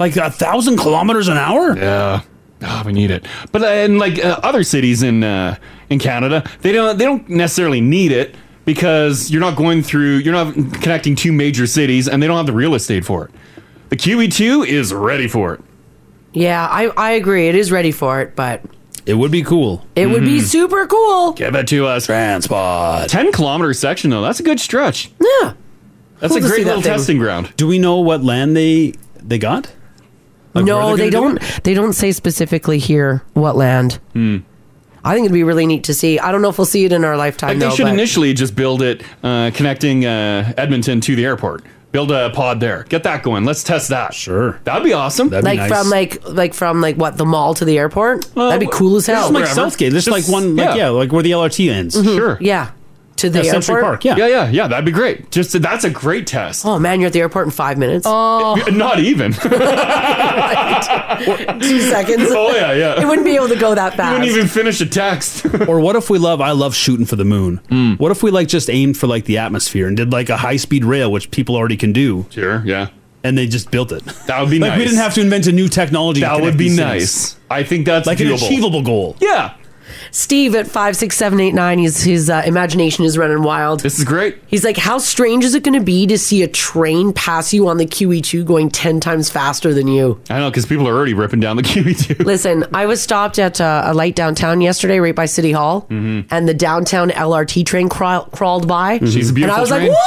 Speaker 4: like a thousand kilometers an hour.
Speaker 2: Yeah, Ah, we need it. But uh, and like uh, other cities in uh, in Canada, they don't they don't necessarily need it because you're not going through you're not connecting two major cities, and they don't have the real estate for it. The QE2 is ready for it.
Speaker 3: Yeah, I, I agree. It is ready for it, but
Speaker 2: It would be cool.
Speaker 3: it would be super cool.
Speaker 2: Give it to us. Transport. Ten kilometer section though. That's a good stretch.
Speaker 3: Yeah.
Speaker 2: That's
Speaker 3: Cool
Speaker 2: a great
Speaker 3: to see that
Speaker 2: little
Speaker 3: thing.
Speaker 2: testing ground.
Speaker 4: Do we know what land they they got? Like, where
Speaker 3: no,
Speaker 4: they're
Speaker 3: they
Speaker 4: gonna
Speaker 3: don't.
Speaker 4: do
Speaker 3: They don't say specifically here what land. I think it'd be really neat to see. I don't know if we'll see it in our lifetime.
Speaker 2: Like
Speaker 3: though,
Speaker 2: they should
Speaker 3: but-
Speaker 2: initially just build it uh, connecting uh, Edmonton to the airport. Build a pod there. Get that going. Let's test that. Sure. That'd be awesome. That'd
Speaker 3: like from like like from like what the mall to the airport. That'd be cool as hell.
Speaker 4: Just like Southgate. Just, like one, like, yeah. like where the LRT ends.
Speaker 3: Mhm. Yeah. To the
Speaker 4: Yeah,
Speaker 3: airport.
Speaker 4: Century Park, yeah.
Speaker 2: Yeah, yeah, yeah. That'd be great. Just that's a great test.
Speaker 3: Oh man, you're at the airport in five minutes.
Speaker 2: Oh, (laughs) not even.
Speaker 3: (laughs) two seconds.
Speaker 2: Oh, yeah, yeah.
Speaker 3: It wouldn't be able to go that fast.
Speaker 2: finish a text. (laughs) Hmm.
Speaker 4: or what if we love? I love shooting for the moon. What if we like just aimed for like the atmosphere and did like a high speed rail, which people already can do.
Speaker 2: Sure. Yeah.
Speaker 4: And they just built it.
Speaker 2: That would
Speaker 4: (laughs)
Speaker 2: be
Speaker 4: like we
Speaker 2: nice.
Speaker 4: didn't have to invent a new technology. to
Speaker 2: That
Speaker 4: connect
Speaker 2: would be
Speaker 4: these
Speaker 2: nice. I think that's
Speaker 4: like an
Speaker 2: doable.
Speaker 4: achievable goal.
Speaker 2: Yeah.
Speaker 3: Steve at five six seven eight nine. His his uh, imagination is running wild. This
Speaker 2: is great.
Speaker 3: He's like, how strange is it going to be to see a train pass you on the QE two going ten times faster than you?
Speaker 2: I know because people are already ripping down the (laughs) E QE2.
Speaker 3: Listen, I was stopped at uh, a light downtown yesterday, right by City Hall,
Speaker 2: Mm-hmm.
Speaker 3: and the downtown LRT train crawl- crawled by.
Speaker 2: She's a
Speaker 3: Mhm. And
Speaker 2: beautiful
Speaker 3: I was
Speaker 2: train.
Speaker 3: like, "Whoa!"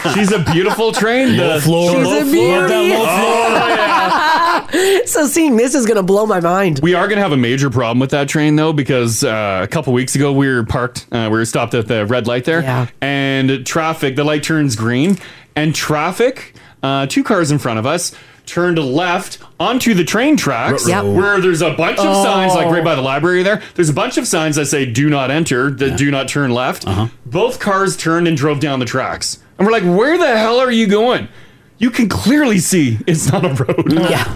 Speaker 2: Yeah. (laughs) She's a beautiful train. The
Speaker 4: Low floor.
Speaker 2: the
Speaker 3: She's
Speaker 2: low
Speaker 3: a
Speaker 2: floor.
Speaker 3: beauty. (laughs) so seeing this is going to blow my mind.
Speaker 2: We are going to have a major problem with that train though, because uh, a couple weeks ago we were parked, uh, we were stopped at the red light there, and traffic. The light turns green, and traffic. Uh, two cars in front of us turned left onto the train tracks,
Speaker 13: Yep.
Speaker 2: where there's a bunch of
Speaker 13: Oh.
Speaker 2: signs, like right by the library. There, there's a bunch of signs that say "Do not enter," that "Do not turn left."
Speaker 13: Uh-huh.
Speaker 2: Both cars turned and drove down the tracks, and we're like, "Where the hell are you going?" You can clearly see it's not a road.
Speaker 3: Yeah.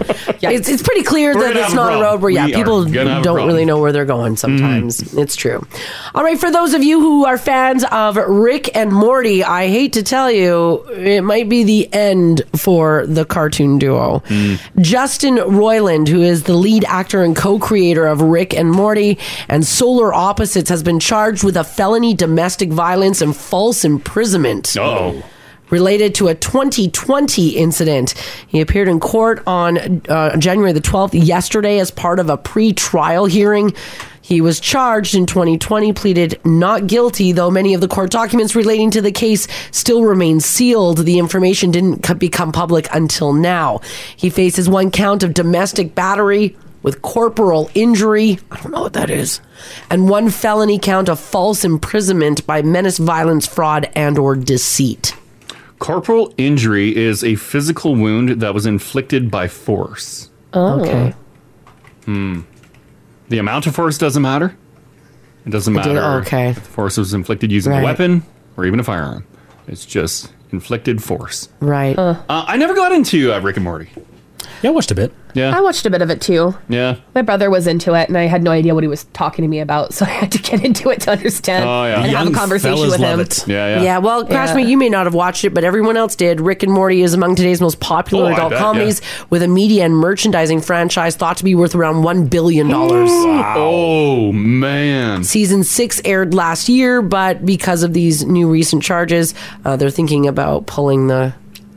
Speaker 3: It's, it's pretty clear
Speaker 2: We're
Speaker 3: that
Speaker 2: gonna have
Speaker 3: it's
Speaker 2: a
Speaker 3: not a
Speaker 2: problem.
Speaker 3: road where yeah
Speaker 2: We are
Speaker 3: people
Speaker 2: gonna have a
Speaker 3: don't
Speaker 2: problem. Mm-hmm.
Speaker 3: really know where they're going sometimes. It's true. All right, for those of you who are fans of Rick and Morty, I hate to tell you, it might be the end for the cartoon duo.
Speaker 2: Mm.
Speaker 3: Justin Roiland, who is the lead actor and co-creator of Rick and Morty and Solar Opposites, has been charged with a felony domestic violence and false imprisonment.
Speaker 2: Oh
Speaker 3: related to a 2020 incident. He appeared in court on uh, January the 12th, yesterday, as part of a pre trial hearing. He was charged in 2020, pleaded not guilty, though many of the court documents relating to the case still remain sealed. The information didn't co- become public until now. He faces one count of domestic battery with corporal injury. I don't know what that is. And one felony count of false imprisonment by menace, violence, fraud, and or deceit.
Speaker 2: Corporal injury is a physical wound that was inflicted by force.
Speaker 5: Oh.
Speaker 3: Okay.
Speaker 2: Hmm. The amount of force doesn't matter. It doesn't
Speaker 3: It do-
Speaker 2: matter.
Speaker 3: okay.
Speaker 2: If the force was inflicted using
Speaker 3: Right.
Speaker 2: a weapon or even a firearm. It's just inflicted force.
Speaker 3: Right.
Speaker 2: Uh, I never got into uh, Rick and Morty.
Speaker 4: Yeah, I watched a bit.
Speaker 2: Yeah.
Speaker 5: I watched a bit of it too.
Speaker 2: Yeah.
Speaker 5: My brother was into it, and I had no idea what he was talking to me about, so (laughs) I had to get into it to understand
Speaker 4: Oh,
Speaker 2: Oh,
Speaker 5: and have a conversation with him.
Speaker 2: Yeah,
Speaker 3: Yeah, well, Crash
Speaker 5: Yeah.
Speaker 3: Me, you may not have watched it, but everyone else did. Rick and Morty is among today's most popular
Speaker 5: Oh, I
Speaker 3: adult
Speaker 5: bet,
Speaker 3: comedies with a media and merchandising franchise thought to be worth around $1 billion.
Speaker 2: Oh man.
Speaker 3: Season six aired last year, but because of these new recent charges, uh, they're thinking about pulling the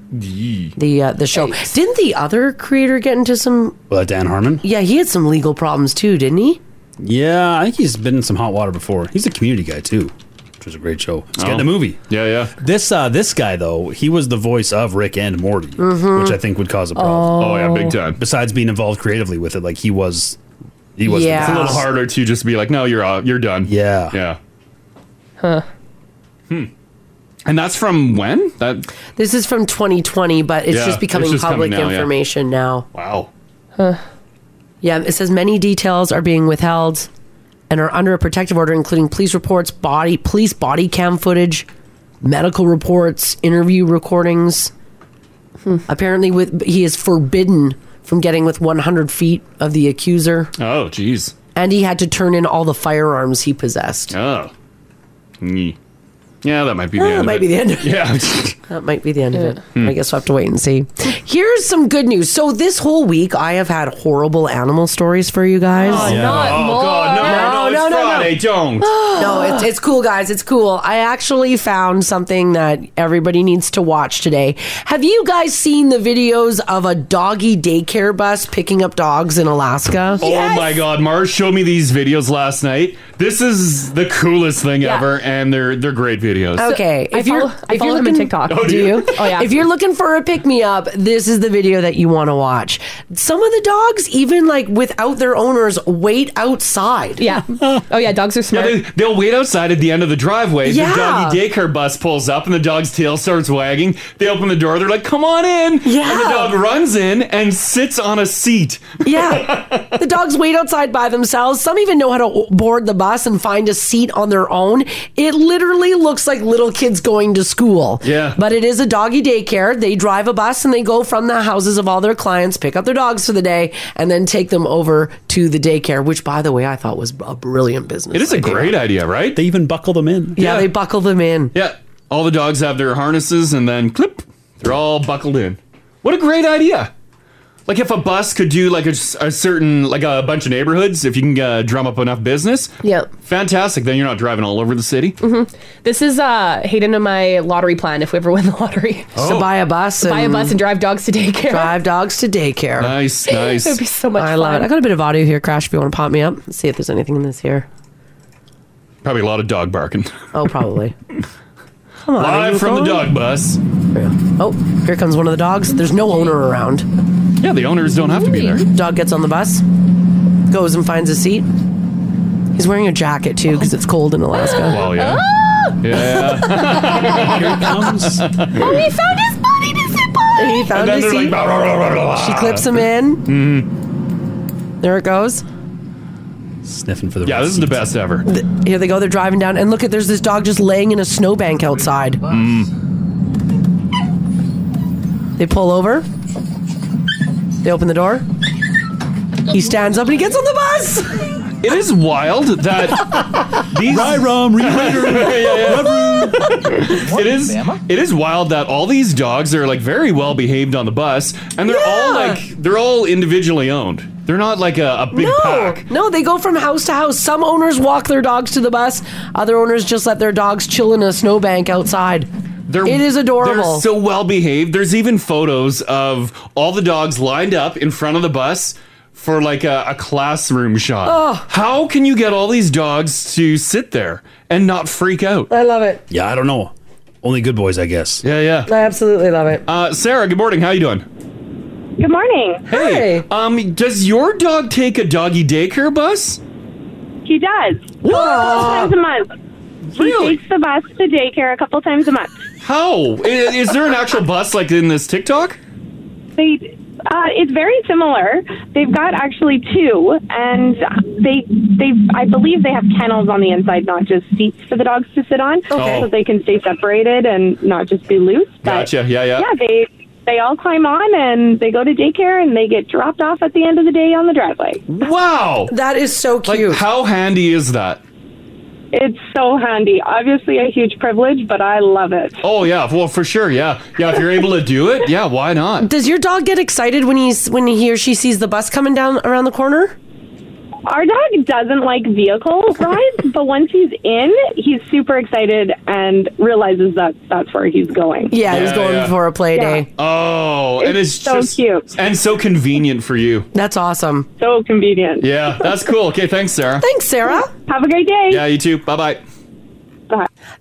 Speaker 3: the uh, the show. Didn't the other creator get into some?
Speaker 4: Well, Dan Harmon.
Speaker 3: Yeah, he had some legal problems too, didn't he?
Speaker 4: Yeah, I think he's been in some hot water before. He's a community guy too, which is a great show. He's getting
Speaker 2: Oh.
Speaker 4: a movie.
Speaker 2: Yeah, yeah.
Speaker 4: This uh, this guy though, he was the voice of Rick and Morty,
Speaker 3: Mm-hmm.
Speaker 2: Mhm.
Speaker 4: which I think would cause a problem.
Speaker 2: Oh. Oh, yeah, big time.
Speaker 4: Besides being involved creatively with it, like he was, he was. the
Speaker 2: It's a
Speaker 4: guy.
Speaker 2: little harder to just be
Speaker 4: (laughs)
Speaker 2: like, no, you're out, you're done.
Speaker 4: Yeah.
Speaker 2: Yeah.
Speaker 3: Huh.
Speaker 2: And that's from when? That
Speaker 3: This is from 2020, but it's
Speaker 2: Yeah,
Speaker 3: just becoming
Speaker 2: it's just coming
Speaker 3: public
Speaker 2: now, yeah.
Speaker 3: information now.
Speaker 2: Wow.
Speaker 3: Huh. Yeah, it says many details are being withheld and are under a protective order, including police reports, body police body cam footage, medical reports, interview recordings. Apparently, with he is forbidden from getting with 100 feet of the accuser,
Speaker 2: Oh, jeez. (laughs)
Speaker 3: and he had to turn in all the firearms he possessed.
Speaker 2: Oh. Nyeh. Yeah, that might be the
Speaker 3: Oh,
Speaker 2: end.
Speaker 3: that might
Speaker 2: of
Speaker 3: be the end.
Speaker 2: it. Yeah.
Speaker 3: That might be the end of it.
Speaker 2: Hmm.
Speaker 3: (laughs) I guess we'll have to wait and see. Here's some good news. So this whole week, I have had horrible animal stories for you guys.
Speaker 5: Oh,
Speaker 2: Oh. God, no, no, no, it's Friday. Don't.
Speaker 14: Oh,
Speaker 3: no, Oh, it's, it's cool, guys. It's cool. I actually found something that everybody needs to watch today. Have you guys seen the videos of a doggy daycare bus picking up dogs in Alaska?
Speaker 2: Oh my God, Mars showed me these videos last night. This is the coolest thing
Speaker 3: Yeah.
Speaker 2: ever, and they're they're great videos.
Speaker 3: Okay,
Speaker 5: I
Speaker 3: if you're
Speaker 5: follow- I
Speaker 3: if
Speaker 5: follow
Speaker 3: you're
Speaker 5: him on
Speaker 3: looking
Speaker 5: TikTok.
Speaker 2: Oh, do
Speaker 3: do
Speaker 2: you?
Speaker 3: you?
Speaker 5: Oh, yeah.
Speaker 3: If you're looking for a pick me up, this is the video that you want to watch. Some of the dogs, even like without their owners, wait outside.
Speaker 2: (laughs)
Speaker 5: Yeah. Oh yeah, dogs are
Speaker 2: Yeah,
Speaker 5: smart.
Speaker 2: they, they'll wait outside at the end of the driveway.
Speaker 5: Yeah.
Speaker 2: The doggy daycare bus pulls up and the dog's tail starts wagging. They open the door. They're like, come on in. Yeah. And the dog runs in and sits on a seat.
Speaker 3: Yeah. the dogs wait outside by themselves. Some even know how to board the bus and find a seat on their own. It literally looks like little kids going to school.
Speaker 2: Yeah.
Speaker 3: But it is a doggy daycare. They drive a bus and they go from the houses of all their clients, pick up their dogs for the day, and then take them over to the daycare, which, by the way, I thought was a brilliant business.
Speaker 2: It is a great idea, right? They
Speaker 4: even buckle them in.
Speaker 3: Yeah, they buckle them in.
Speaker 2: Yeah. All the dogs have their harnesses and then clip, they're all buckled in. What a great idea. Like if a bus could do like a, a certain, like a bunch of neighborhoods, if you can uh, drum up enough business.
Speaker 5: Yep.
Speaker 2: Fantastic. Then you're not driving all over the city.
Speaker 5: hmm
Speaker 3: Mm-hmm.
Speaker 5: This is uh, Hayden and my lottery plan. If we ever (laughs) win the lottery,
Speaker 2: Oh. To buy
Speaker 3: a bus,
Speaker 5: buy a
Speaker 3: and-
Speaker 5: bus, and drive dogs to daycare.
Speaker 3: Drive dogs to daycare.
Speaker 2: Nice,
Speaker 5: (laughs) nice. It would be so much
Speaker 3: I love
Speaker 5: fun.
Speaker 3: it. I got a bit of audio here, Crash, if you want to pop me up. Let's see if there's anything in this here.
Speaker 2: Probably a lot of dog barking.
Speaker 3: Oh,
Speaker 2: (laughs)
Speaker 3: probably. Come on, are you
Speaker 2: Live from the
Speaker 3: going?
Speaker 2: dog bus.
Speaker 3: Oh, here comes one of the dogs. There's no owner around.
Speaker 2: Yeah, the owners don't have to be there.
Speaker 3: Dog gets on the bus, goes and finds a seat. He's wearing a jacket too because it's cold in Alaska.
Speaker 2: Well, yeah. (laughs) Yeah.
Speaker 3: Here it comes.
Speaker 5: Oh, he found his body disappeared.
Speaker 3: He found his seat. (laughs) she clips him in.
Speaker 2: Mm-hmm.
Speaker 3: There it goes.
Speaker 4: Sniffing for the
Speaker 2: Yeah, this is the best ever.
Speaker 3: Here they go. They're driving down, and look at there's this dog just laying in a snowbank outside.
Speaker 4: (laughs)
Speaker 2: Mm.
Speaker 3: They pull over. They open the door. He stands up and he gets on the bus.
Speaker 2: (laughs) It is wild
Speaker 3: (laughs)
Speaker 2: that these
Speaker 4: Ryrom,
Speaker 2: It is it is wild that all these dogs are like very well behaved on the bus and they're all
Speaker 3: Yeah.
Speaker 2: like they're all individually owned. They're not like a, a (laughs) big
Speaker 3: no,
Speaker 2: pack.
Speaker 3: no, they go from house to house. Some owners walk their dogs to the bus. Other owners just let their dogs chill in a snowbank outside.
Speaker 2: They're-
Speaker 3: it is adorable.
Speaker 2: They're so well behaved. There's even photos of all the dogs lined up in front of the bus for like a, a classroom shot.
Speaker 3: Oh.
Speaker 2: How can you get all these dogs to sit there and not freak out?
Speaker 3: I love it.
Speaker 4: Yeah, I don't know. Only good boys, I guess.
Speaker 2: Yeah, yeah.
Speaker 3: I absolutely love it.
Speaker 2: Uh, Sarah, good morning. How you doing?
Speaker 18: Good morning.
Speaker 2: Hey. Um, does your dog take a doggy daycare bus?
Speaker 18: He does.
Speaker 2: What?
Speaker 18: A couple times a month. He takes the bus to daycare a couple times a month.
Speaker 2: How? I- Is there an actual bus like in this TikTok?
Speaker 18: They, uh, it's very similar. They've got actually two, and they they I believe they have kennels on the inside, not just seats for the dogs to sit on,
Speaker 2: Okay.
Speaker 18: so they can stay separated and not just be loose.
Speaker 2: Gotcha. Yeah, yeah.
Speaker 18: Yeah, they they all climb on and they go to daycare and they get dropped off at the end of the day on the driveway.
Speaker 2: Wow.
Speaker 3: That is so
Speaker 2: cute. Like, how handy is that?
Speaker 18: It's so handy. Obviously, a huge privilege, but I love it.
Speaker 2: Oh yeah, well for sure, yeah, yeah. If you're able to do it, yeah, why not?
Speaker 3: Does your dog get excited when he's when he or she sees the bus coming down around the corner?
Speaker 18: Our dog doesn't like vehicle rides, but once he's in, he's super excited and realizes that that's where he's going.
Speaker 3: Yeah, he's going
Speaker 2: yeah.
Speaker 3: for a play day.
Speaker 2: Oh, and
Speaker 18: It's
Speaker 2: it's
Speaker 18: so
Speaker 2: just, cute and so convenient for you.
Speaker 3: That's awesome.
Speaker 18: So convenient.
Speaker 2: Yeah, that's cool. Okay, thanks, Sarah.
Speaker 3: Thanks, Sarah.
Speaker 18: Have a great day.
Speaker 2: Yeah, you too. Bye bye.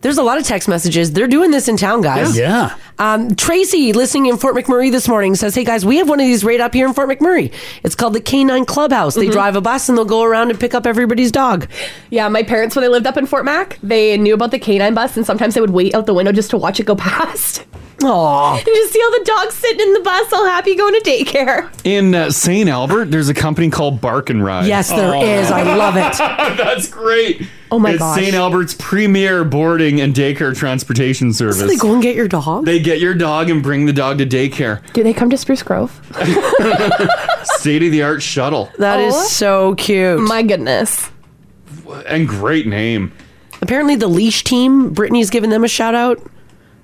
Speaker 3: There's a lot of text messages. They're doing this in town, guys.
Speaker 4: Yeah.
Speaker 3: Um, Tracy, listening in Fort McMurray this morning, says, Hey guys, we have one of these right up here in Fort McMurray. It's called the Canine Clubhouse. They drive a bus and they'll go around and pick up everybody's dog.
Speaker 5: (laughs) Yeah, my parents when they lived up in Fort Mac, they knew about the canine bus, and sometimes they would wait out the window just to watch it go (laughs) past.
Speaker 3: Aww.
Speaker 5: And just see all the dogs sitting in the bus, all happy going to daycare.
Speaker 2: In uh, Saint Albert, there's a company called Bark and Ride.
Speaker 5: Yes,
Speaker 2: there
Speaker 5: there
Speaker 2: is.
Speaker 5: is. I love it.
Speaker 2: (laughs) that's great.
Speaker 5: Oh my
Speaker 2: it's
Speaker 5: gosh.
Speaker 2: Saint Albert's premier boarding and daycare transportation service.
Speaker 3: So they go and get your dog?
Speaker 2: They get your dog and bring the dog to daycare.
Speaker 5: Do they come to Spruce Grove?
Speaker 2: State of the art shuttle.
Speaker 3: Oh. That is so cute.
Speaker 5: My goodness.
Speaker 2: And great name.
Speaker 3: Apparently, the leash team, Brittany's given them a shout out.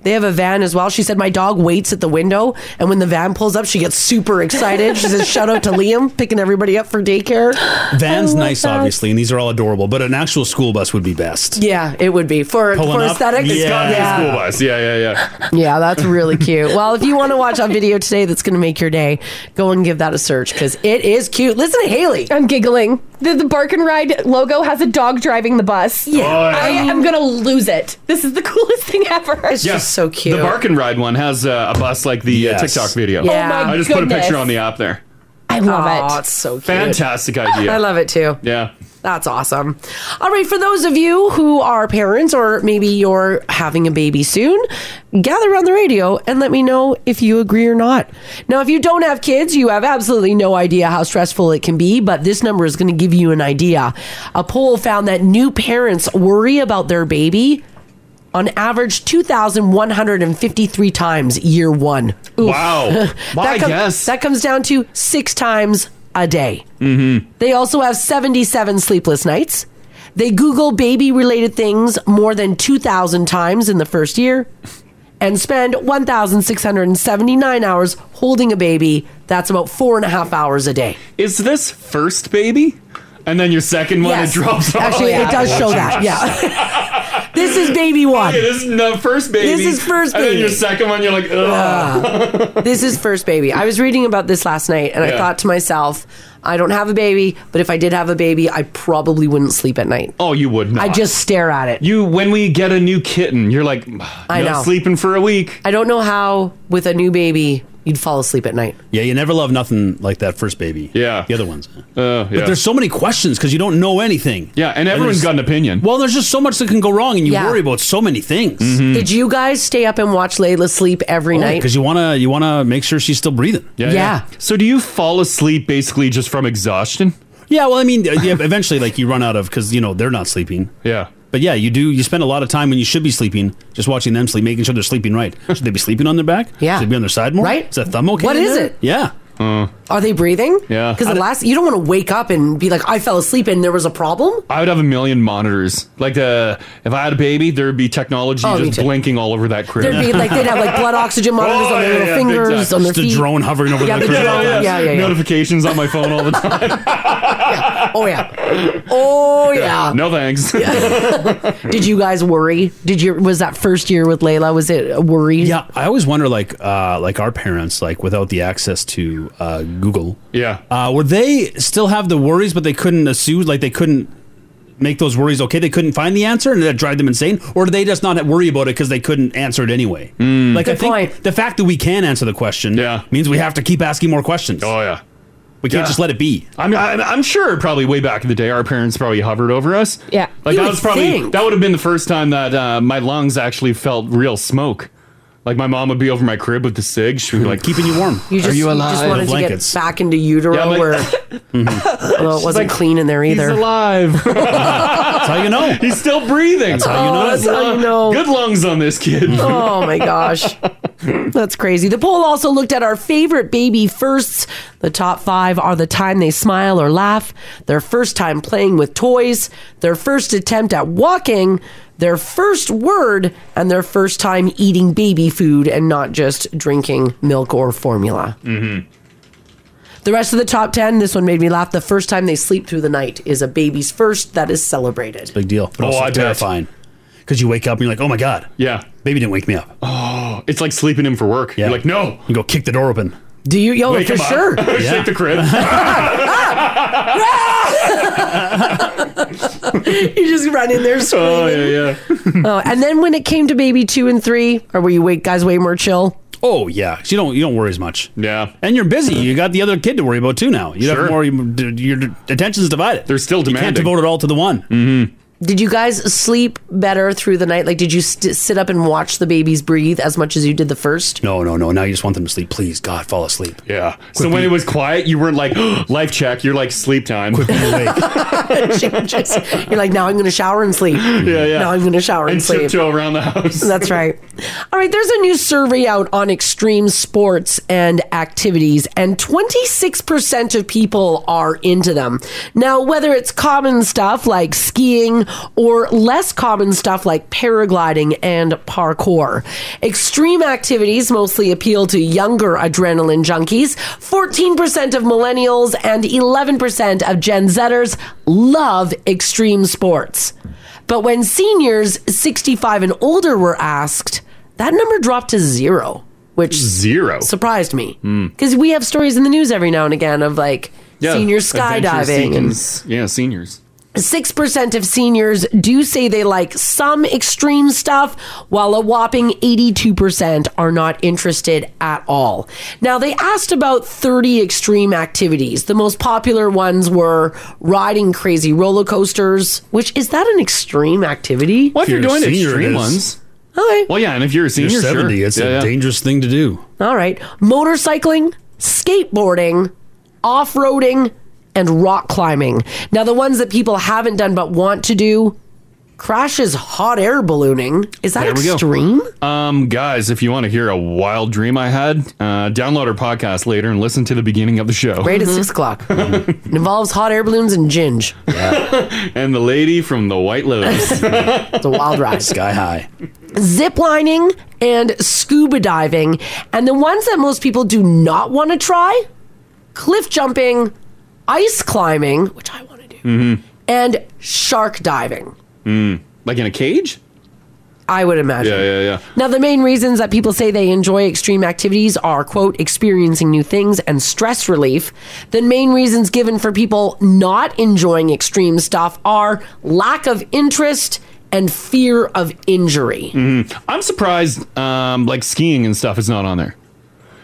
Speaker 3: They have a van as well. She said, My dog waits at the window, and when the van pulls up, she gets super excited. She says, Shout out to Liam, picking everybody up for daycare.
Speaker 4: Van's
Speaker 3: I love
Speaker 4: nice,
Speaker 3: that.
Speaker 4: obviously, and these are all adorable, but an actual school bus would be best.
Speaker 3: Yeah, it would be for,
Speaker 4: Pulling
Speaker 3: for
Speaker 4: up,
Speaker 3: aesthetics.
Speaker 4: it's gotta be a
Speaker 3: yeah.
Speaker 4: school
Speaker 2: bus. Yeah, yeah, yeah.
Speaker 3: Yeah, that's really cute. Well, if you want to watch a video today that's going to make your day, go and give that a search because it is cute. Listen to Haley.
Speaker 5: I'm giggling. The, the Bark and Ride logo has a dog driving the bus. Yeah. I am going to lose it. This is the (laughs) coolest thing ever. It's
Speaker 2: Yeah. The Bark and Ride one has uh, a bus like the uh,
Speaker 4: Yes.
Speaker 2: TikTok video.
Speaker 5: Oh my
Speaker 2: I just put a
Speaker 5: goodness.
Speaker 2: picture on the app there.
Speaker 5: I love
Speaker 3: it. It's so cute. (laughs)
Speaker 2: Fantastic idea.
Speaker 3: I love it too.
Speaker 2: Yeah.
Speaker 3: That's awesome. All right, for those of you who are parents or maybe you're having a baby soon, gather around the radio and let me know if you agree or not. Now, if you don't have kids, you have absolutely no idea how stressful it can be, but this number is going to give you an idea. A poll found that new parents worry about their baby on average 2,153 times year one.
Speaker 2: Wow. My
Speaker 3: (laughs) that, com-
Speaker 2: guess.
Speaker 3: that comes down to six times a day.
Speaker 2: Mm-hmm.
Speaker 3: They also have 77 sleepless nights. They Google baby related things more than 2,000 times in the first year and spend 1,679 hours holding a baby. That's about four and a half hours
Speaker 2: (laughs)
Speaker 3: a day.
Speaker 2: Is this first baby? And then your second one,
Speaker 3: Yes.
Speaker 2: it drops off.
Speaker 3: Actually, it does show that. Yeah. (laughs) this is baby one.
Speaker 2: Okay, this is the first baby.
Speaker 3: This is first
Speaker 2: And then your
Speaker 3: baby.
Speaker 2: second one, you're like, ugh.
Speaker 3: Ah. this is first baby. I was reading about this last night and I
Speaker 2: Yeah.
Speaker 3: thought to myself, I don't have a baby, but if I did have a baby, I probably wouldn't sleep at night.
Speaker 2: Oh, you would not.
Speaker 3: I just stare at it.
Speaker 2: You, when we get a new kitten, you're like,
Speaker 3: I
Speaker 2: I
Speaker 3: know.
Speaker 2: know. sleeping for a week.
Speaker 3: I don't know how with a new baby you'd fall asleep at night.
Speaker 4: Yeah, you never love nothing like that first baby. Yeah. The other ones.
Speaker 2: Uh,
Speaker 4: But there's so many questions because you don't know anything.
Speaker 2: Oh, Yeah, and everyone's
Speaker 4: there's-
Speaker 2: got an opinion.
Speaker 4: Well, there's just so much that can go wrong, and you
Speaker 3: Yeah.
Speaker 4: worry about so many things.
Speaker 2: Mm-hmm. Mm.
Speaker 3: Did you guys stay up and watch Layla sleep
Speaker 2: Oh,
Speaker 3: every night?
Speaker 4: Because you wanna you wanna make sure she's still breathing.
Speaker 3: Yeah. Yeah.
Speaker 2: So do you fall asleep basically just from exhaustion?
Speaker 4: Yeah. Well, I mean, uh,
Speaker 2: (laughs)
Speaker 4: yeah, eventually, like you run out of because you know they're not sleeping.
Speaker 2: Yeah.
Speaker 4: But yeah, you do. You spend a lot of time when you should be sleeping, just watching them sleep, making sure they're sleeping right. Should they be sleeping on their back? Yeah. Should they be on their side more? Right. Is that thumb okay?
Speaker 3: What
Speaker 4: in
Speaker 3: is
Speaker 4: there?
Speaker 3: it?
Speaker 4: Yeah.
Speaker 2: Uh,
Speaker 3: Are they breathing?
Speaker 2: Yeah.
Speaker 3: Because
Speaker 2: I
Speaker 3: the
Speaker 2: d-
Speaker 3: last, you don't want to wake up and be like, I fell asleep and there was a problem.
Speaker 2: I would have a million monitors. Like the if I had a baby, there would be technology
Speaker 3: Oh, me
Speaker 2: just
Speaker 3: too.
Speaker 2: blinking all over that crib.
Speaker 3: There'd be like, they'd have like
Speaker 2: (laughs)
Speaker 3: blood oxygen monitors
Speaker 2: Oh,
Speaker 3: on their
Speaker 2: yeah,
Speaker 3: little
Speaker 2: yeah, big
Speaker 3: fingers,
Speaker 2: time.
Speaker 3: on their
Speaker 2: Just a
Speaker 3: feet.
Speaker 2: drone hovering over
Speaker 3: yeah,
Speaker 2: the
Speaker 3: the
Speaker 2: crib.
Speaker 3: drone. Yeah, yeah, yeah.
Speaker 2: Notifications on my phone
Speaker 3: (laughs)
Speaker 2: all the time.
Speaker 3: Oh, yeah. Oh, yeah.
Speaker 2: No thanks. (laughs)
Speaker 3: Did you guys worry? Did you, was that first year with Layla, was it a worry?
Speaker 4: Yeah. I always wonder, like, uh, like our parents, like without the access to uh, Google.
Speaker 2: Yeah.
Speaker 4: Uh, were they still have the worries, but they couldn't assume, like, they couldn't make those worries okay? They couldn't find the answer, and that drive them insane, or did they just not worry about it because they couldn't answer it anyway? Like, I
Speaker 2: Good
Speaker 4: think the fact that we can answer the question, yeah. means we have to keep asking more questions. Oh
Speaker 2: yeah.
Speaker 4: We can't
Speaker 2: Yeah.
Speaker 4: just let it be.
Speaker 2: I'm, I'm I'm sure probably way back in the day, our parents probably hovered over us.
Speaker 5: Yeah.
Speaker 2: Like
Speaker 5: You
Speaker 2: that
Speaker 5: would
Speaker 2: was probably
Speaker 5: think.
Speaker 2: that would have been the first time that uh, my lungs actually felt real smoke. Like my mom would be over my crib with the cig. She would be like (laughs) keeping you warm.
Speaker 3: You just,
Speaker 2: Are you
Speaker 3: you
Speaker 2: alive?
Speaker 3: just wanted to get back into utero
Speaker 2: Yeah, like- (laughs)
Speaker 3: where, well, it wasn't clean in there either.
Speaker 2: He's alive. that's
Speaker 4: how you know.
Speaker 2: (laughs) He's still breathing.
Speaker 3: That's how you Oh, know. that's how you know.
Speaker 2: Good lungs on this kid.
Speaker 3: oh my gosh. That's crazy. The poll also looked at our favorite baby firsts. The top five are the time they smile or laugh, their first time playing with toys, their first attempt at walking, their first word, and their first time eating baby food and not just drinking milk or formula.
Speaker 13: Mm-hmm.
Speaker 3: The rest of the top 10, this one made me laugh. The first time they sleep through the night is a baby's first that is celebrated.
Speaker 4: (laughs)
Speaker 3: (laughs)
Speaker 4: Big deal. But
Speaker 2: Oh,
Speaker 4: also
Speaker 2: I bet.
Speaker 4: terrifying. Because you wake up and you're like, oh my God.
Speaker 2: Yeah.
Speaker 4: Baby didn't wake me up.
Speaker 2: Oh, it's like sleeping in for work. You're like, no.
Speaker 4: You go kick the door open.
Speaker 3: Do you? Yo,
Speaker 2: Wake
Speaker 3: for
Speaker 2: him up. (laughs)
Speaker 3: sure.
Speaker 2: Shake the crib.
Speaker 3: (laughs)
Speaker 4: (laughs)
Speaker 2: (laughs)
Speaker 3: you just run in there screaming. Oh,
Speaker 2: yeah,
Speaker 3: yeah. oh, and then when it came to baby two and three, or were you wait guys way more chill?
Speaker 4: Oh yeah, 'Cause you don't you don't worry as much.
Speaker 2: Yeah,
Speaker 4: and you're busy. You got the other kid to worry about too now. You
Speaker 2: Sure.
Speaker 4: have more. Your attention's divided. They're
Speaker 2: still
Speaker 4: You can't
Speaker 2: demanding.
Speaker 4: devote it all to the one. Mm-hmm.
Speaker 3: Did you guys sleep better through the night? Like, did you st- sit up and watch the babies breathe as much as you did the first?
Speaker 4: No, no, no. Now you just
Speaker 3: (laughs)
Speaker 4: want them to sleep. Please, God, fall asleep.
Speaker 2: Yeah. so when it was quiet, you weren't like (gasps) life check. You're like sleep time. (laughs)
Speaker 3: Changes. You're like, now I'm going to shower and sleep. Yeah,
Speaker 2: yeah.
Speaker 3: Now I'm going to shower and,
Speaker 2: and
Speaker 3: sleep.
Speaker 2: tiptoe around the house.
Speaker 3: (laughs) That's right. All right, there's a new survey out on extreme sports and activities, and 26% of people are into them. Now, whether it's common stuff like skiing or less common stuff like paragliding and parkour. Extreme activities mostly appeal to younger adrenaline junkies. 14% of millennials and 11% of Gen Zers love extreme sports. But when seniors 65 and older were asked, that number dropped to zero, which
Speaker 2: zero
Speaker 3: surprised me
Speaker 2: Mm.
Speaker 3: because we have stories in the news every now and again of like senior skydiving and
Speaker 2: and yeah, seniors.
Speaker 3: 6% of seniors do say they like some extreme stuff, while a whopping 82% are not interested at all. Now, they asked about 30 extreme activities. The most popular ones were riding crazy roller coasters, which is that an extreme activity?
Speaker 2: Well, if you're doing extreme ones,
Speaker 3: okay.
Speaker 2: Well, yeah, and if you're a
Speaker 4: You're
Speaker 2: senior, sure.
Speaker 4: 70. It's
Speaker 2: Yeah,
Speaker 4: a
Speaker 2: yeah.
Speaker 4: dangerous thing to do.
Speaker 3: All right. Motorcycling, skateboarding, off roading, and rock climbing. Now, the ones that people haven't done but want to do crashes hot air ballooning. Is that extreme?
Speaker 2: Um, guys, if you want to hear a wild dream I had, uh, download our podcast later and listen to the beginning of the show.
Speaker 3: Right
Speaker 2: (laughs)
Speaker 3: at six o'clock. it involves hot air balloons and ginge.
Speaker 2: and the lady from the White
Speaker 3: (laughs)
Speaker 2: Lotus.
Speaker 3: it's a wild ride.
Speaker 4: Sky high.
Speaker 3: Zip lining and scuba diving. And the ones that most people do not want to try cliff jumping, ice climbing, which I want,
Speaker 2: Mm-hmm.
Speaker 3: and shark diving.
Speaker 2: Mm. Like in a cage?
Speaker 3: I would imagine.
Speaker 2: Yeah, yeah, yeah.
Speaker 3: Now, the main reasons that people say they enjoy extreme activities are, quote, experiencing new things and stress relief. The main reasons given for people not enjoying extreme stuff are lack of interest and fear of injury.
Speaker 2: Mm. I'm surprised, um, like skiing and stuff is not on there.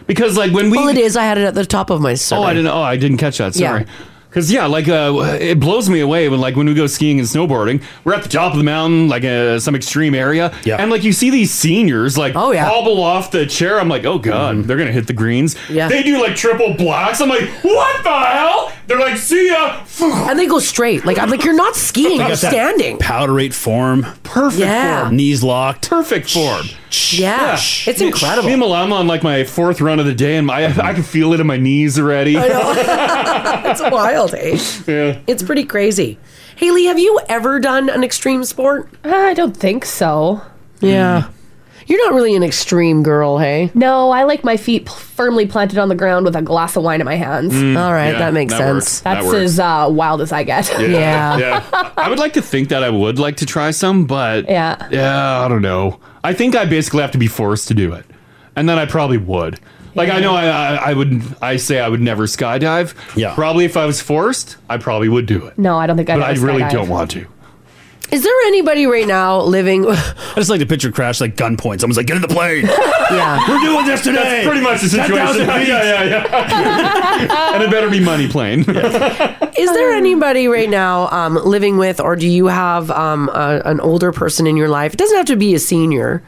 Speaker 2: Because, like, when we.
Speaker 3: well, it is. I had it at the top of my survey.
Speaker 2: Oh, I didn't. Oh, I didn't catch that.
Speaker 3: Yeah.
Speaker 2: Sorry. Cause yeah, like uh, it blows me away when like when we go skiing and snowboarding, we're at the top of the mountain, like uh, some extreme area, yeah. and like you see these seniors like oh, yeah. hobble off the chair. I'm like, oh god, they're gonna hit the greens.
Speaker 13: Yeah.
Speaker 2: they do like triple blocks. I'm like, what the hell? They're like, see ya.
Speaker 3: And they go straight. Like I'm like, you're not skiing,
Speaker 4: They
Speaker 3: you're
Speaker 4: got that
Speaker 3: standing.
Speaker 4: Powderate form.
Speaker 2: Perfect
Speaker 3: Yeah. form.
Speaker 4: Knees locked.
Speaker 2: Perfect form.
Speaker 3: Yeah. It's incredible.
Speaker 2: Meanwhile, I'm on like my fourth run of the day, and my I can feel it in my knees already.
Speaker 3: I know. (laughs) it's wild, eh?
Speaker 2: yeah.
Speaker 3: It's pretty crazy. Haley, have you ever done an extreme sport?
Speaker 5: Uh, I don't think so.
Speaker 3: Yeah.
Speaker 2: Hmm.
Speaker 3: You're not really an extreme girl, hey?
Speaker 5: No, I like my feet p- firmly planted on the ground with a glass of wine in my hands.
Speaker 2: Mm, All right, yeah, that makes that sense. works, that
Speaker 5: That's
Speaker 2: works.
Speaker 5: as uh, wild as I
Speaker 2: (laughs)
Speaker 5: get.
Speaker 3: (laughs)
Speaker 2: yeah. I would like to think that I would like to try some, but
Speaker 5: Yeah.
Speaker 2: yeah, I don't know. I think I basically have to be forced to do it, and then I probably would. Like I know I, I I would I say I would never skydive. Yeah. Probably if I was forced, I probably would do it.
Speaker 5: No, I don't think I'd
Speaker 2: but I
Speaker 5: ever
Speaker 2: really
Speaker 5: skydive.
Speaker 2: don't want to.
Speaker 3: Is there anybody right now living?
Speaker 4: I just like to picture crash like gunpoint. Someone's like, get in the plane.
Speaker 2: (laughs)
Speaker 3: yeah.
Speaker 4: We're doing this today.
Speaker 2: That's pretty much the
Speaker 4: 10,000
Speaker 2: situation. Yeah,
Speaker 4: feet.
Speaker 2: yeah, yeah. (laughs) and it better be money (laughs) plane.
Speaker 3: Is there anybody right now um, living with, or do you have um, a, an older person in your life? It doesn't have to be a senior.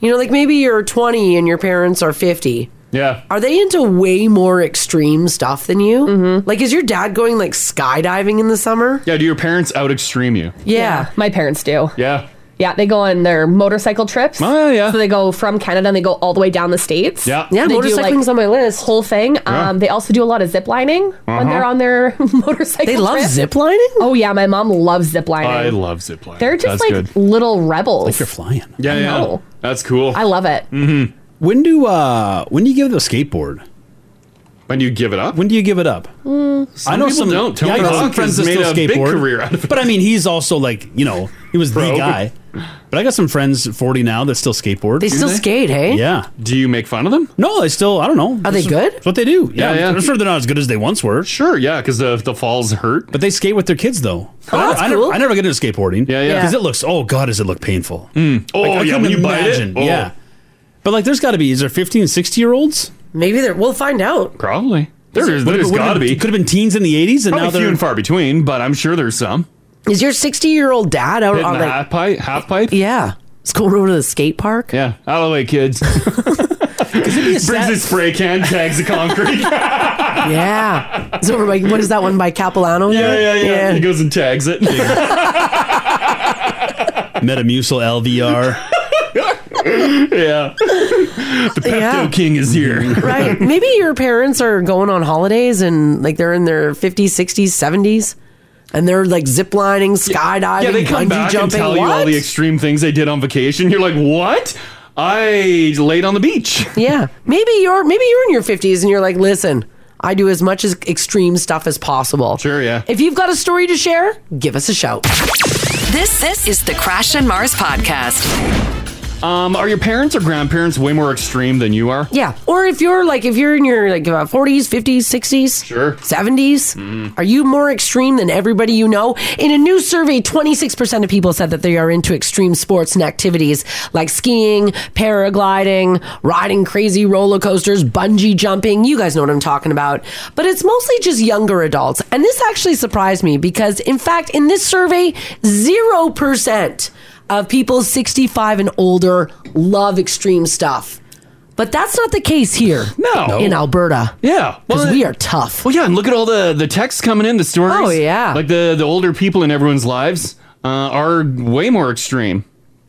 Speaker 3: You know, like maybe you're 20 and your parents are 50.
Speaker 2: Yeah.
Speaker 3: Are they into way more extreme stuff than you? Mm-hmm. Like, is your dad going like skydiving in the summer?
Speaker 2: yeah. Do your parents out extreme you?
Speaker 3: Yeah.
Speaker 5: My parents do.
Speaker 2: Yeah.
Speaker 5: Yeah, they go on their motorcycle trips.
Speaker 2: Oh, yeah.
Speaker 5: So they go from Canada and they go all the way down the states.
Speaker 2: Yeah. Yeah,
Speaker 5: They do,
Speaker 3: motorcycling's on my list.
Speaker 5: Whole thing.
Speaker 2: Yeah.
Speaker 5: Um, they also do a lot of zip lining when
Speaker 2: Uh-huh.
Speaker 5: they're on their (laughs) motorcycle.
Speaker 2: They love
Speaker 5: trip.
Speaker 2: zip lining?
Speaker 5: Oh yeah, my mom loves zip lining.
Speaker 2: I love ziplining.
Speaker 5: They're just
Speaker 2: That's good.
Speaker 5: like little rebels. Like you're
Speaker 4: flying.
Speaker 2: Yeah,
Speaker 5: I
Speaker 2: yeah.
Speaker 5: know.
Speaker 2: That's cool.
Speaker 5: I love it.
Speaker 4: Mm-hmm. When do uh when do you give the skateboard?
Speaker 2: When do you give it up?
Speaker 4: When do you give it up?
Speaker 5: mm.
Speaker 2: Some people don't. Tony
Speaker 4: I know some
Speaker 2: Hawk
Speaker 4: friends
Speaker 2: has
Speaker 4: that
Speaker 2: made
Speaker 4: still
Speaker 2: a big
Speaker 4: skateboard.
Speaker 2: career out of
Speaker 4: But I mean, he's also like you know he was
Speaker 2: Pro.
Speaker 4: the guy. But I got some friends at forty now that still skateboard.
Speaker 3: They still skate, hey?
Speaker 4: Yeah.
Speaker 2: Do you make fun of them?
Speaker 4: No, they still. I don't know.
Speaker 3: Are they
Speaker 4: That's-
Speaker 3: good?
Speaker 4: That's what they do. Yeah,
Speaker 2: Yeah, yeah.
Speaker 4: I'm sure they're not as good as they once were.
Speaker 2: Sure, yeah, because the the falls hurt.
Speaker 4: But they skate with their kids though.
Speaker 2: Oh,
Speaker 4: I,
Speaker 2: that's
Speaker 4: I,
Speaker 2: cool.
Speaker 4: never, I never get into skateboarding.
Speaker 2: yeah.
Speaker 4: Because it looks. Oh God, does it look painful?
Speaker 2: Oh,
Speaker 4: Like, I
Speaker 2: yeah,
Speaker 4: couldn't
Speaker 2: when you bite it,
Speaker 4: imagine.
Speaker 2: oh.
Speaker 4: Yeah. But like, there's got to be. Is there 15 and 60 year olds?
Speaker 3: Maybe there. We'll find out.
Speaker 2: Probably. There is.
Speaker 4: Would it-
Speaker 2: There's
Speaker 4: would it
Speaker 2: got
Speaker 4: have-
Speaker 2: to be.
Speaker 4: Could have been teens in the 80s, and
Speaker 2: Probably
Speaker 4: now
Speaker 2: few
Speaker 4: they're
Speaker 2: and far between, but I'm sure there's some.
Speaker 3: Is your 60 year old dad out
Speaker 2: Hitting
Speaker 3: on
Speaker 2: the
Speaker 3: like
Speaker 2: half pipe. Half
Speaker 3: (laughs)
Speaker 2: pipe.
Speaker 3: Yeah. Let's go over to the skate park.
Speaker 2: Yeah, out of the way,
Speaker 3: (laughs)
Speaker 2: kids. (laughs) Brings his spray can, tags the concrete.
Speaker 3: (laughs) yeah. It's over by, what is that one by Capilano?
Speaker 2: Yeah, yeah, yeah. He goes and tags it.
Speaker 4: Metamucil LVR.
Speaker 2: (laughs) yeah. (laughs) The Pepto
Speaker 3: Yeah.
Speaker 2: King is here.
Speaker 4: (laughs)
Speaker 2: (laughs)
Speaker 3: Right. Maybe your parents are going on holidays and like they're in their 50s, 60s, 70s. and they're like ziplining, skydiving,
Speaker 2: yeah, they
Speaker 3: bungee
Speaker 2: come back
Speaker 3: jumping.
Speaker 2: and tell
Speaker 3: what?
Speaker 2: you all the extreme things they did on vacation. You're like, what? I laid on the beach.
Speaker 3: Yeah, maybe you're maybe you're in your 50s and you're like, listen, I do as much as extreme stuff as possible. Sure, yeah. If you've got a story to share, give us a shout.
Speaker 1: This this is the Crash and Mars podcast.
Speaker 2: Um, are your parents or grandparents way more extreme than you are?
Speaker 3: Yeah, or if you're like if you're in your like uh, 40s, 50s, 60s, sure, 70s, are you more extreme than everybody you know? In a new survey, 26% of people said that they are into extreme sports and activities like skiing, paragliding, riding crazy roller coasters, bungee jumping. You guys know what I'm talking about. But it's mostly just younger adults. And this actually surprised me because in fact, in this survey, 0% of people 65 and older love extreme stuff. But that's not the case here.
Speaker 2: No.
Speaker 3: In Alberta.
Speaker 2: Yeah.
Speaker 3: Because we are tough.
Speaker 2: Well, yeah, and look at all the the texts coming in, the stories.
Speaker 3: Oh, yeah.
Speaker 2: like the the older people in everyone's lives uh, are way more extreme.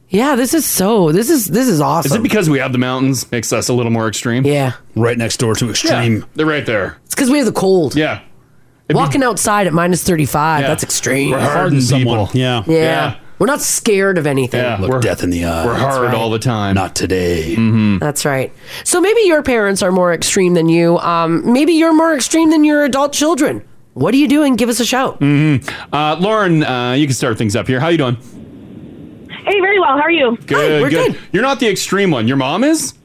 Speaker 3: Yeah, this is so this is this is awesome.
Speaker 2: Is it because we have the mountains makes us a little more extreme?
Speaker 3: Yeah,
Speaker 2: right next door to extreme. they're right there.
Speaker 3: It's because we have the cold.
Speaker 2: Yeah.
Speaker 3: Walking outside at minus 35, that's extreme.
Speaker 2: We're hard and people.
Speaker 4: Yeah.
Speaker 3: Yeah. We're not scared of anything.
Speaker 4: Look death in the eye.
Speaker 2: We're hard all the time. Mm-hmm.
Speaker 4: Not today.
Speaker 3: That's right. So maybe your parents are more extreme than you. Um, maybe you're more extreme than your adult children. What are you doing? Give us a shout.
Speaker 2: hmm Uh, Lauren, uh, you can start things up here. How you doing?
Speaker 19: Hey, very well. How are you?
Speaker 2: You're not the extreme one. Your mom is.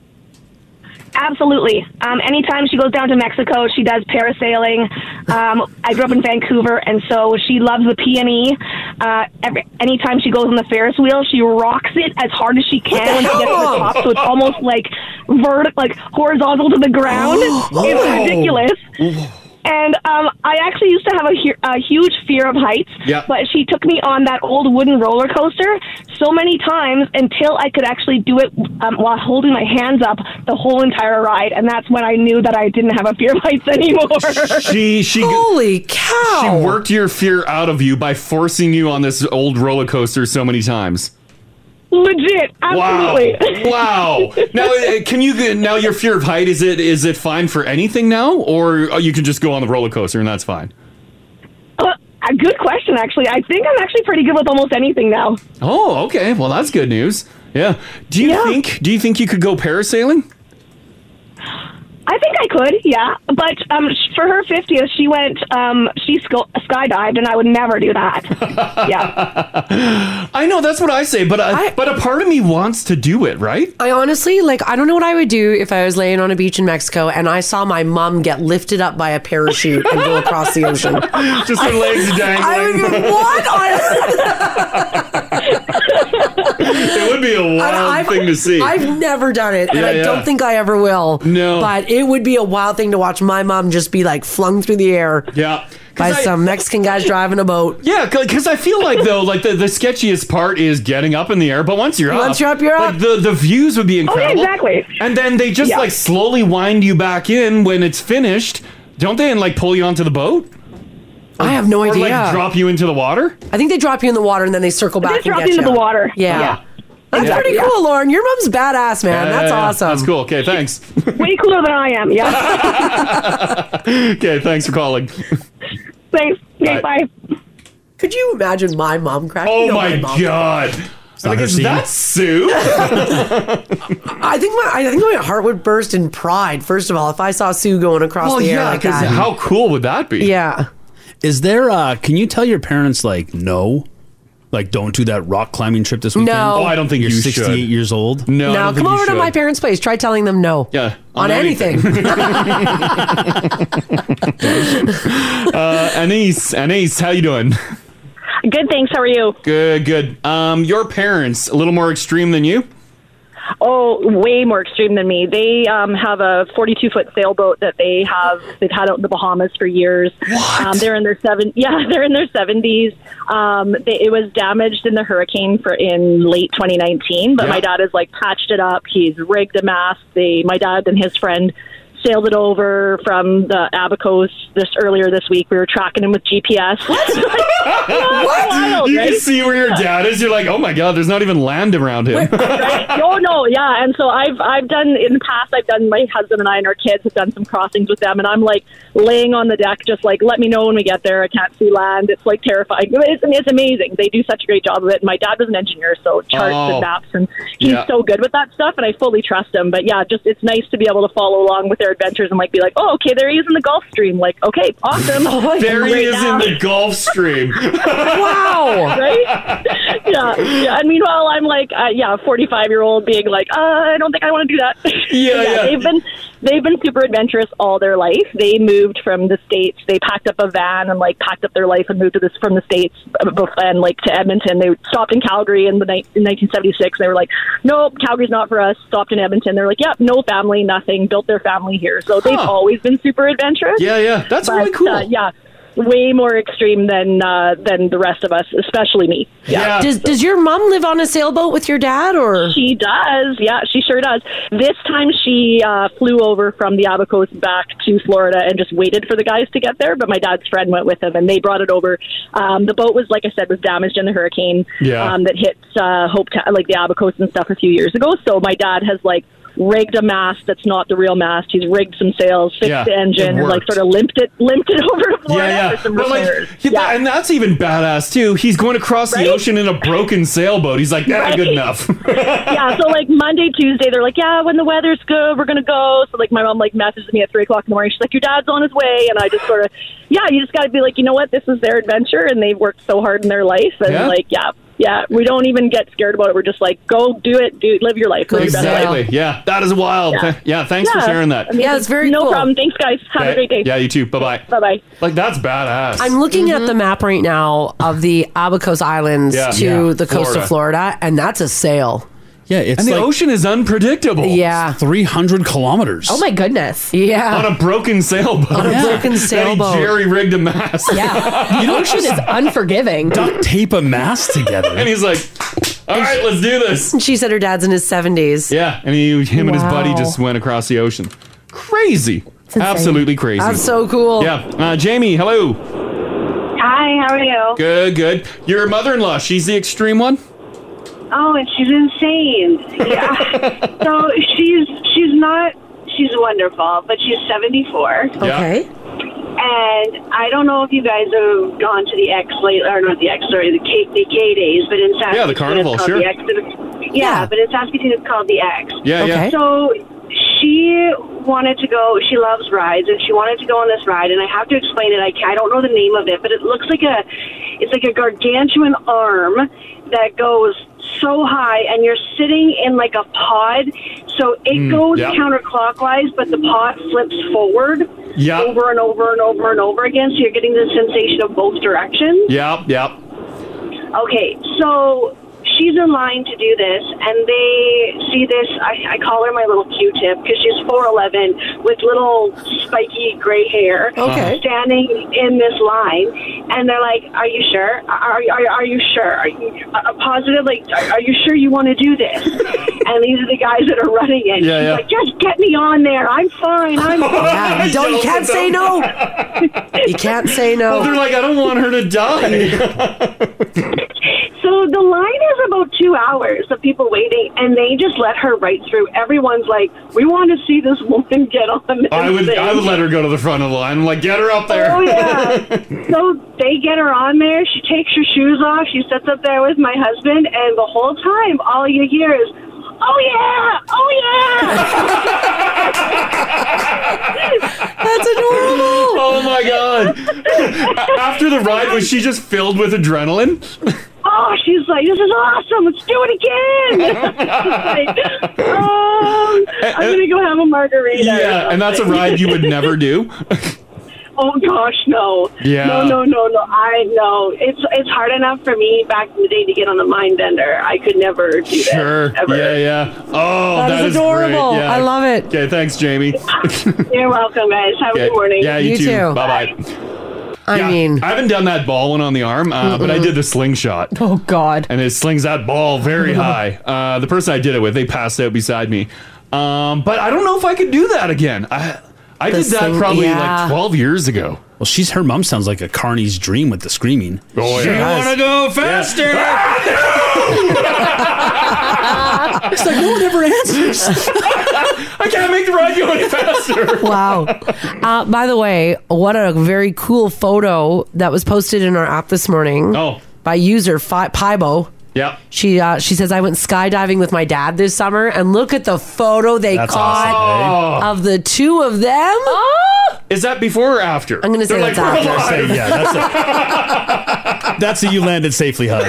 Speaker 19: Absolutely. Um, anytime she goes down to Mexico, she does parasailing. Um, I grew up in Vancouver, and so she loves the peony. Uh, every, anytime she goes on the Ferris wheel, she rocks it as hard as she can when she gets to the
Speaker 20: hell?
Speaker 19: top, so it's almost like vertic, like horizontal to the ground.
Speaker 20: Wow.
Speaker 19: it's ridiculous. And um, I actually used to have a, hu- a huge fear of heights,
Speaker 20: Yeah.
Speaker 19: but she took me on that old wooden roller coaster so many times until I could actually do it um, while holding my hands up the whole entire ride, and that's when I knew that I didn't have a fear of heights (laughs) anymore.
Speaker 2: She she
Speaker 3: Holy cow.
Speaker 2: She worked your fear out of you by forcing you on this old roller coaster so many times.
Speaker 19: Legit, absolutely.
Speaker 2: Wow. wow. Now uh, can you now your fear of height is it is it fine for anything now or uh, you can just go on the roller coaster and that's fine.
Speaker 19: Uh, a good question, actually. I think I'm actually pretty good with almost anything now.
Speaker 2: Oh, okay. Well, that's good news. Yeah. Do you think do you think you could go parasailing?
Speaker 19: I think I could, yeah. But um, sh- for her 50th, she went, um, she sco- skydived, and I would never do that. yeah.
Speaker 2: I know that's what I say, but uh, but a part of me wants to do it, right?
Speaker 3: I honestly like I don't know what I would do if I was laying on a beach in Mexico and I saw my mom get lifted up by a parachute and go across the ocean.
Speaker 2: (laughs) Just her legs dangling.
Speaker 3: I would be, what?
Speaker 2: (laughs) it would be a wild
Speaker 3: I've-
Speaker 2: thing to see.
Speaker 3: I've never done it, and
Speaker 2: Yeah,
Speaker 3: I
Speaker 2: yeah.
Speaker 3: don't think I ever will.
Speaker 2: No.
Speaker 3: but it would be a wild thing to watch my mom just be like flung through the air.
Speaker 2: Yeah,
Speaker 3: by some Mexican guys driving a boat.
Speaker 2: Yeah, because I feel like though, like the, the sketchiest part is getting up in the air. But once you're up,
Speaker 3: Once you're up, you're
Speaker 2: like, The the views would be incredible.
Speaker 19: Oh, exactly.
Speaker 2: And then they just
Speaker 19: Yeah.
Speaker 2: like slowly wind you back in when it's finished, don't they? And like pull you onto the boat.
Speaker 3: I have no
Speaker 2: or,
Speaker 3: idea.
Speaker 2: Like drop you into the water.
Speaker 3: I think they drop you in the water and then they circle back. and
Speaker 19: drop
Speaker 3: get
Speaker 19: you into
Speaker 3: ya.
Speaker 19: the water.
Speaker 3: Yeah.
Speaker 2: Yeah.
Speaker 3: That's
Speaker 2: Yeah.
Speaker 3: pretty
Speaker 2: Yeah.
Speaker 3: cool, Lauren. Your mom's badass, man.
Speaker 2: Yeah, yeah,
Speaker 3: That's
Speaker 2: yeah.
Speaker 3: awesome.
Speaker 2: That's cool. Okay, thanks.
Speaker 19: (laughs)
Speaker 2: (laughs)
Speaker 19: Way cooler than I am,
Speaker 3: (laughs)
Speaker 19: yeah.
Speaker 2: okay, thanks for calling.
Speaker 19: Thanks.
Speaker 2: Okay, Bye.
Speaker 3: Could you imagine my mom cracking?
Speaker 2: Oh
Speaker 3: up?
Speaker 2: my
Speaker 3: mom.
Speaker 2: god. Like,
Speaker 3: her
Speaker 2: is
Speaker 3: scene.
Speaker 2: that Sue?
Speaker 3: I think my I think my heart would burst in pride. First of all, if I saw Sue going across
Speaker 2: Well,
Speaker 3: the air
Speaker 2: yeah,
Speaker 3: like
Speaker 2: 'cause
Speaker 3: that,
Speaker 2: how cool would that be?
Speaker 3: Yeah.
Speaker 4: Is there uh can you tell your parents like no? Like don't do that rock climbing trip this weekend?
Speaker 3: No. Oh, I don't
Speaker 2: think
Speaker 4: you're
Speaker 2: you
Speaker 4: 68
Speaker 2: should.
Speaker 4: years old.
Speaker 2: No.
Speaker 3: now come over to my parents' place. Try telling them no.
Speaker 2: Yeah.
Speaker 3: On, anything. (laughs)
Speaker 19: (laughs)
Speaker 2: uh, Anise, Anise, how you doing?
Speaker 21: Good, thanks. How are you?
Speaker 2: Good, good. Um, your parents a little more extreme than you?
Speaker 21: Oh, way more extreme than me. They um, have a 42 foot sailboat that they have. They've had out in the Bahamas for years. Um, they're in their seven. (laughs) Yeah, they're in their 70s. Um, they, it was damaged in the hurricane for in late 2019. But
Speaker 20: Yeah.
Speaker 21: my dad has like patched it up. He's rigged a mast. They, my dad and his friend. Sailed it (laughs) over from the Abacos this earlier this week. We were tracking him with GPS.
Speaker 2: What?
Speaker 21: Wild,
Speaker 2: You can
Speaker 21: right?
Speaker 2: see where your dad is. You're like, oh my god, there's not even land around him.
Speaker 21: no, no, yeah. And so I've I've done in the past. I've done my husband and I and our kids have done some crossings with them, and I'm like laying on the deck, just like let me know when we get there. I can't see land. It's like terrifying. It's, it's amazing. They do such a great job of it. My dad was an engineer, so charts
Speaker 20: Oh.
Speaker 21: and maps, and he's
Speaker 20: Yeah.
Speaker 21: so good with that stuff, and I fully trust him. But yeah, just it's nice to be able to follow along with their adventures and like be like, oh, okay, there he is in the Gulf Stream. Like, okay, awesome.
Speaker 2: (laughs) there he
Speaker 21: Right
Speaker 2: is
Speaker 21: now.
Speaker 2: in the Gulf (laughs) Stream.
Speaker 21: (laughs) right? Yeah. yeah. And meanwhile, I'm like, uh, yeah, 45 year old being like, uh, I don't think I want to do that. (laughs)
Speaker 2: Yeah, yeah.
Speaker 21: They've been they've been super adventurous all their life. They moved from the states. They packed up a van and like packed up their life and moved to this from the states uh, bef- and like to Edmonton. They stopped in Calgary in the ni- in 1976. They were like, nope, Calgary's not for us. Stopped in Edmonton. They're like, yep, no family, nothing. Built their family here. So they've
Speaker 2: Huh.
Speaker 21: always been super adventurous.
Speaker 2: Yeah, yeah. That's really
Speaker 21: But, uh,
Speaker 2: cool.
Speaker 21: yeah. Way more extreme than uh, than the rest of us, especially me.
Speaker 3: Does does your mom live on a sailboat with your dad or?
Speaker 21: She does. Yeah, she sure does. This time she uh, flew over from the Abacos back to Florida and just waited for the guys to get there. But my dad's friend went with him and they brought it over. Um, the boat was, like I said, was damaged in the hurricane
Speaker 20: Yeah.
Speaker 21: um, that hit uh, Hope, Ta- like the Abacos and stuff a few years ago. So my dad has like rigged a mast that's not the real mast. He's rigged some sails, fixed
Speaker 2: Yeah,
Speaker 21: the
Speaker 2: it
Speaker 21: engine, and like
Speaker 2: worked.
Speaker 21: sort of limped it, limped it (laughs) over to Florida
Speaker 2: (laughs) Yeah, yeah.
Speaker 21: for some
Speaker 2: But like, (laughs)
Speaker 21: repairs.
Speaker 2: he- and that's even badass too. He's going across the ocean in a broken sailboat. He's like, that's good
Speaker 21: Right.
Speaker 2: enough. (laughs)
Speaker 21: yeah, so like Monday, Tuesday, they're like, yeah, when the weather's good, we're gonna go. So like my mom like messages me at three o'clock in the morning. She's like, your dad's on his way, and I just sort of, yeah, you just got to be like, you know what, this is their adventure, and they've worked so hard in their life, and
Speaker 2: Yeah.
Speaker 21: like, yeah, yeah, we don't even get scared about it. We're just like, go do it, do live your life, live your best life.
Speaker 2: exactly. Yeah, that is wild.
Speaker 21: Yeah.
Speaker 2: Yeah, thanks for
Speaker 21: Yeah.
Speaker 2: sharing that.
Speaker 21: Amazing. no problem. Thanks, guys. Have
Speaker 2: Okay.
Speaker 21: a great day.
Speaker 2: Yeah, you too. Bye bye.
Speaker 21: Bye bye.
Speaker 2: Like that's badass.
Speaker 3: I'm looking at
Speaker 2: Mm-hmm.
Speaker 3: the map right now of the Abacos Islands
Speaker 2: Yeah.
Speaker 3: to
Speaker 2: Yeah.
Speaker 3: the coast
Speaker 2: Florida.
Speaker 3: of Florida, and that's a sail.
Speaker 4: Yeah, it's
Speaker 2: and the ocean is unpredictable.
Speaker 3: Yeah, Oh,
Speaker 4: 300 kilometers.
Speaker 5: Oh
Speaker 3: my goodness.
Speaker 5: (laughs)
Speaker 3: Yeah.
Speaker 2: on a broken sailboat.
Speaker 3: On a Yeah. broken
Speaker 2: That he
Speaker 3: sailboat.
Speaker 2: Jerry rigged a mast.
Speaker 5: Yeah. The
Speaker 2: (laughs)
Speaker 5: ocean is unforgiving.
Speaker 4: Duct tape a mast together.
Speaker 2: and he's like, all right, let's do this.
Speaker 3: She said her dad's in his 70s.
Speaker 2: Yeah, and he, him and his buddy
Speaker 3: Wow.
Speaker 2: just went across the ocean. Crazy.
Speaker 3: insane.
Speaker 2: Absolutely crazy.
Speaker 3: That's
Speaker 2: (laughs)
Speaker 3: so cool.
Speaker 2: Yeah. Uh, Jamie, hello.
Speaker 14: Hi, how are you?
Speaker 2: Good, good. Your mother in law, she's the extreme one?
Speaker 14: Oh, and she's insane.
Speaker 19: (laughs)
Speaker 14: Yeah. so she's she's not she's wonderful, but she's seventy four.
Speaker 3: Okay.
Speaker 14: And I don't know if you guys have gone to the X late or not the X sorry the K the K days, but in Saskatoon
Speaker 2: Yeah, the carnival,
Speaker 14: it's called
Speaker 2: sure.
Speaker 14: The X, yeah, but in Saskatoon it's called the X.
Speaker 2: Yeah, yeah. Okay.
Speaker 14: So she wanted to go. She loves rides, and she wanted to go on this ride. And I have to explain it. I ca- I don't know the name of it, but it looks like a it's like a gargantuan arm that goes so high, and you're sitting in like a pod. So it
Speaker 20: Mm,
Speaker 14: goes
Speaker 20: yeah.
Speaker 14: counterclockwise, but the pod flips forward
Speaker 2: Yeah.
Speaker 14: over and over and over and over again. So you're getting the sensation of both directions.
Speaker 2: Yep, yep.
Speaker 14: Okay, so she's in line to do this, and they see this. I, I call her my little Q-tip because she's four eleven with little spiky gray hair.
Speaker 20: Okay.
Speaker 14: standing in this line, and they're like, "Are you sure? Are are, are you sure? Are you a a positive? Like, are, are you sure you want to do
Speaker 3: (laughs)
Speaker 14: this?" and these are the guys that are running it.
Speaker 20: Yeah,
Speaker 14: she's
Speaker 20: yeah.
Speaker 14: like, "Just get me on there. I'm fine. I'm
Speaker 3: (laughs) Yeah,
Speaker 14: fine."
Speaker 3: you don't- you can't say no. You can't say no.
Speaker 2: Well, they're like, I don't want her to
Speaker 3: (laughs)
Speaker 2: die.
Speaker 14: So the line is about two hours of people waiting, and they just let her right through. Everyone's like, "We want to see this (laughs) woman get on." This
Speaker 2: I would
Speaker 14: thing.
Speaker 2: I would let her go to the front of the line. I'm like, get her up (laughs) there.
Speaker 14: Oh yeah. so they get her on there. She takes her shoes off. She sits up there with my husband, and the whole time, all you hear is, "Oh yeah, oh
Speaker 3: That's adorable.
Speaker 2: Oh my god. A- After the ride, was she just filled with adrenaline?
Speaker 14: yeah." Oh, she's like, "This is awesome. Let's do it again." (laughs) she's
Speaker 2: (laughs)
Speaker 14: like, um, I'm gonna go have a margarita. or
Speaker 2: Yeah, and that's a
Speaker 14: something."
Speaker 2: ride you would never do.
Speaker 14: Oh gosh, no.
Speaker 2: Yeah.
Speaker 14: No, no, no, no. I know. It's it's hard enough for me back in the day to get on a mind bender. I could never do that.
Speaker 2: Sure. Yeah, yeah. Oh,
Speaker 14: That
Speaker 2: that
Speaker 14: is
Speaker 2: is
Speaker 14: adorable. I love
Speaker 3: it.
Speaker 2: Okay, thanks, Jamie.
Speaker 14: (laughs) You're welcome, guys. Have a
Speaker 2: Okay.
Speaker 14: good morning.
Speaker 2: Yeah, you, too.
Speaker 3: (laughs)
Speaker 2: Bye bye.
Speaker 3: I mean,
Speaker 2: I haven't done that ball one on the arm, uh, but I
Speaker 3: Mm-mm.
Speaker 2: did the slingshot.
Speaker 3: Oh God!
Speaker 2: And it slings that ball very high. Uh, the person I did it with, they passed out beside me. Um, but I don't know if I could do that again. I I
Speaker 3: The
Speaker 2: did that
Speaker 3: sling-
Speaker 2: probably
Speaker 3: yeah.
Speaker 2: like 12 years ago.
Speaker 4: Well, she's her mom sounds like a carny's dream with the screaming. Oh
Speaker 13: You wanna
Speaker 4: go faster?
Speaker 2: Ah,
Speaker 3: (laughs)
Speaker 13: it's like no one ever
Speaker 2: (laughs)
Speaker 13: answers. I can't make the ride go any faster.
Speaker 3: wow. Uh, by the way, what a very cool photo that was posted in our app this morning. Oh. By user Fi- Pybo.
Speaker 2: Yeah.
Speaker 3: She uh, she says I went skydiving with my dad this summer, and look at the photo they
Speaker 2: That's
Speaker 3: caught
Speaker 2: awesome, eh?
Speaker 3: of the two of them.
Speaker 2: Is that before or after? I'm
Speaker 3: gonna say that's after.
Speaker 4: Say, yeah, that's a,
Speaker 3: (laughs)
Speaker 4: that's a you landed safely
Speaker 2: (laughs)
Speaker 4: hug.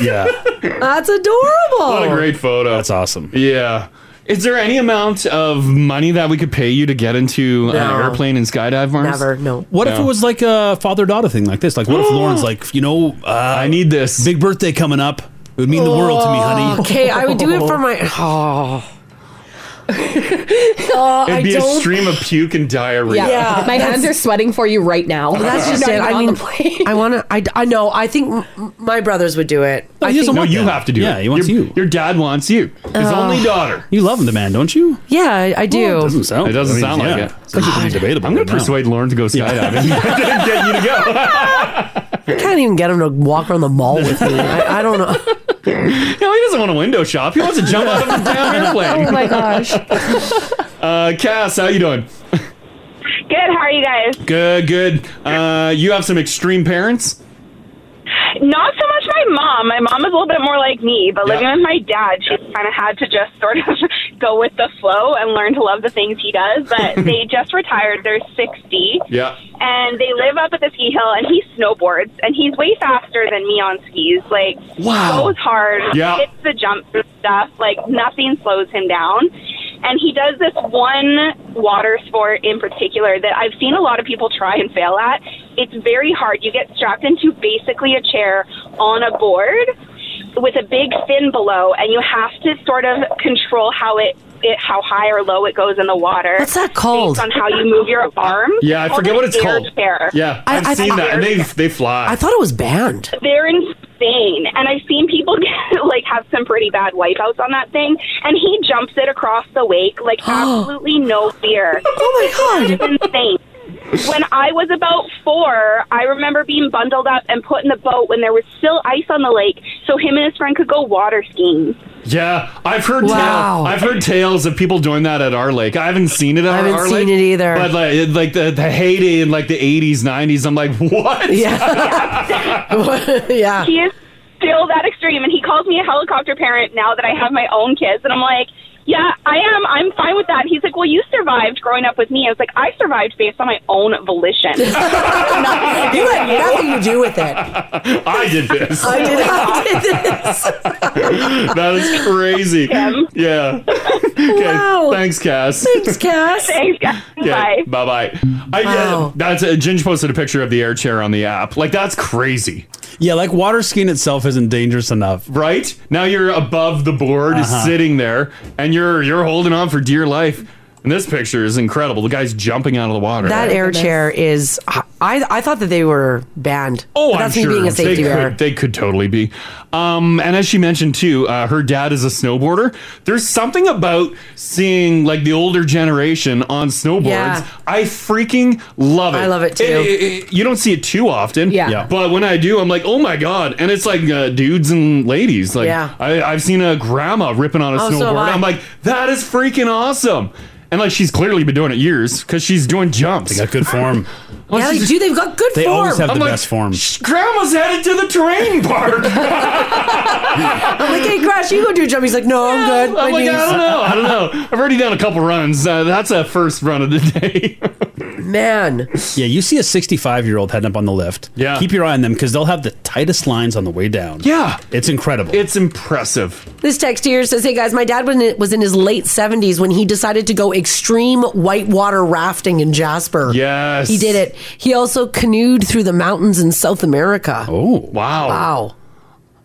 Speaker 4: Yeah,
Speaker 3: That's adorable.
Speaker 2: What a great photo. That's
Speaker 4: awesome.
Speaker 2: Yeah. Is there any amount of money that we could pay you to get into
Speaker 4: No.
Speaker 2: an airplane and skydive, Mars?
Speaker 4: Never,
Speaker 3: No.
Speaker 4: What if it was like a father daughter thing like this? Like,
Speaker 2: (gasps)
Speaker 4: what if Lauren's like, you know, uh, I
Speaker 2: need this
Speaker 4: big birthday coming up. It would mean the world to me, honey.
Speaker 3: Okay, I would do it for my. Oh. Oh,
Speaker 2: It'd
Speaker 3: I
Speaker 2: be a
Speaker 3: don't-
Speaker 2: stream of puke and diarrhea.
Speaker 5: Yeah. Uh, My hands are sweating for you right now.
Speaker 3: Well, that's just it. I mean, I want to. I, I know. I think m- m- my brothers would do it. I think,
Speaker 2: no, Oh, you have to do it.
Speaker 4: Yeah, he wants
Speaker 2: your, you. Your dad wants you. His
Speaker 3: Oh.
Speaker 2: only daughter.
Speaker 4: You love him, the man, don't you?
Speaker 3: Yeah, I, I do.
Speaker 4: Well, it doesn't sound.
Speaker 2: It doesn't
Speaker 4: I mean,
Speaker 2: sound like
Speaker 4: yeah.
Speaker 2: it.
Speaker 4: It's like it's debatable.
Speaker 2: I'm going to persuade Lauren to go skydiving. (laughs) get you to go.
Speaker 3: I can't even get him to walk around the mall with me. I, I
Speaker 2: (laughs)
Speaker 3: don't know.
Speaker 2: no, he doesn't want a window shop. He wants to jump out of a damn airplane.
Speaker 3: (laughs) Oh my gosh.
Speaker 2: Uh, Cass, how you doing?
Speaker 20: Good. How are you guys?
Speaker 2: Good, good. Uh, you have some extreme parents.
Speaker 20: Not so much my mom. My mom is a little bit more like me, but living with my dad, she kind of had to just sort of (laughs) go with the flow and learn to love the things he does. But they just retired. They're 60.
Speaker 2: Yeah.
Speaker 20: And they live up at the ski hill, and he snowboards, and he's way faster than me on skis. Like,
Speaker 13: Wow.
Speaker 20: goes hard,
Speaker 13: Yeah.
Speaker 20: hits the jumps and stuff. Like, nothing slows him down. And he does this one water sport in particular that I've seen a lot of people try and fail at. It's very hard. You get strapped into basically a chair on a board with a big fin below, and you have to sort of control how it. It, how high or low it goes in the water.
Speaker 3: What's that called?
Speaker 20: Based on how you move your arm.
Speaker 2: Yeah, I forget what it's
Speaker 20: air
Speaker 2: called.
Speaker 20: chair.
Speaker 2: Yeah,
Speaker 3: I-
Speaker 2: I've
Speaker 3: I
Speaker 2: seen
Speaker 3: thought-
Speaker 2: that, and they they fly.
Speaker 3: I thought it was banned.
Speaker 20: They're insane, and I've seen people (laughs) get, like have some pretty bad wipeouts on that thing. And he jumps it across the wake like
Speaker 2: (gasps)
Speaker 20: absolutely no fear.
Speaker 3: Oh my
Speaker 20: god, insane. When I was about four, I remember being bundled up and put in the boat when there was still ice on the lake, so him and his friend could go water skiing.
Speaker 2: Yeah, I've heard
Speaker 20: Wow.
Speaker 2: tale, I've heard tales of people doing that at our lake. I haven't seen it. At
Speaker 3: I haven't
Speaker 2: our
Speaker 3: seen
Speaker 2: lake,
Speaker 3: it either.
Speaker 2: But like, it- like the, the heyday in like the eighties, nineties, I'm like, what?
Speaker 3: Yeah. (laughs) yeah.
Speaker 20: He is still that extreme, and he calls me a helicopter parent now that I have my own kids, and I'm like, yeah, I am. I'm fine with that. He's like, well, you survived growing up with me. I was like, I survived based on my own volition.
Speaker 3: (laughs) You
Speaker 20: (laughs)
Speaker 3: had nothing to do with it.
Speaker 2: I did this.
Speaker 3: (laughs) I did, I did this.
Speaker 2: (laughs) that is crazy. Yeah. (laughs) okay. Thanks, Cass.
Speaker 3: Thanks, Cass.
Speaker 20: Thanks, Cass.
Speaker 2: Okay, bye bye. I yeah, that's uh, Ginge posted a picture of the air chair on the app. Like that's crazy.
Speaker 4: Yeah, like water skiing itself isn't dangerous enough.
Speaker 2: Right? Now you're above the board
Speaker 4: Uh-huh.
Speaker 2: sitting there and you're you're holding on for dear life. And this picture is incredible. The guy's jumping out of the water.
Speaker 3: That air chair is. I I thought that they were banned.
Speaker 2: Oh,
Speaker 3: But
Speaker 2: I'm
Speaker 3: that's
Speaker 2: sure
Speaker 3: me being a
Speaker 2: they,
Speaker 3: safety error.
Speaker 2: could, they could totally be. Um, and as she mentioned too, uh, her dad is a snowboarder. There's something about seeing like the older generation on snowboards.
Speaker 13: Yeah.
Speaker 2: I freaking love it.
Speaker 13: I love it, too.
Speaker 2: it- you don't see it too often.
Speaker 13: Yeah. Yeah.
Speaker 2: But when I do, I'm like, oh my god! And it's like uh, dudes and ladies. Like,
Speaker 13: Yeah.
Speaker 2: I, I've seen a grandma ripping on a
Speaker 13: Oh, so have
Speaker 2: snowboard.
Speaker 13: I.
Speaker 2: I'm like, that is freaking awesome. And like, she's clearly been doing it years because she's doing jumps. They got
Speaker 4: good form.
Speaker 3: yeah, they do. They've got good
Speaker 2: They
Speaker 3: form.
Speaker 2: always have the
Speaker 3: I'm like,
Speaker 2: best
Speaker 4: form.
Speaker 2: Grandma's headed to the terrain park.
Speaker 3: I'm like, hey, Crash, you go do a jump. He's like, no, I'm good.
Speaker 2: I'm
Speaker 3: My
Speaker 2: like,
Speaker 3: knees-
Speaker 2: I don't know. I don't
Speaker 3: (laughs)
Speaker 2: know. I've already done a couple runs. Uh, that's a first run of the day. (laughs)
Speaker 3: Man.
Speaker 4: Yeah, you see a 65 year old heading up on the lift. Yeah. Keep your eye on them because they'll have the tightest lines on the way down.
Speaker 2: Yeah.
Speaker 4: It's incredible.
Speaker 2: It's impressive.
Speaker 3: This text here says, "Hey guys, my dad was in- was in his late seventies when he decided to go extreme whitewater rafting in Jasper.
Speaker 2: Yes.
Speaker 3: he did it. He also canoed through the mountains in South America.
Speaker 4: Oh,
Speaker 2: wow,
Speaker 3: wow!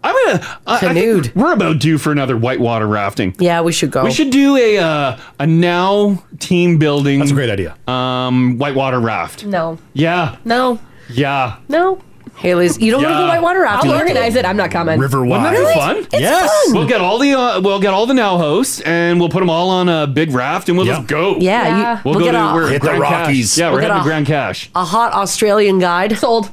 Speaker 2: I'm gonna I- I think we're about due for another whitewater rafting.
Speaker 3: Yeah, we should go.
Speaker 2: We should do a uh, a now team building. That's a
Speaker 4: great idea.
Speaker 2: Um, whitewater raft.
Speaker 5: No.
Speaker 2: Yeah.
Speaker 5: No.
Speaker 2: Yeah.
Speaker 5: No.
Speaker 3: Haley's. You don't want to go whitewater rafting.
Speaker 5: I'll organize it. I'm not coming.
Speaker 2: Wouldn't that be
Speaker 5: Really?
Speaker 2: fun?
Speaker 5: It's fun.
Speaker 2: We'll get all the uh, we'll get all the now hosts and we'll put them all on a big raft and we'll just go.
Speaker 3: Yeah, you- Yeah.
Speaker 2: we'll,
Speaker 3: we'll
Speaker 2: go
Speaker 3: get
Speaker 2: to
Speaker 3: a-
Speaker 2: we're
Speaker 3: Hit the
Speaker 2: Grand Cache.
Speaker 3: Rockies.
Speaker 2: Yeah,
Speaker 3: We'll
Speaker 2: we're
Speaker 3: get
Speaker 2: heading to
Speaker 3: a-
Speaker 2: Grand Cash.
Speaker 3: A hot Australian guide. Sold.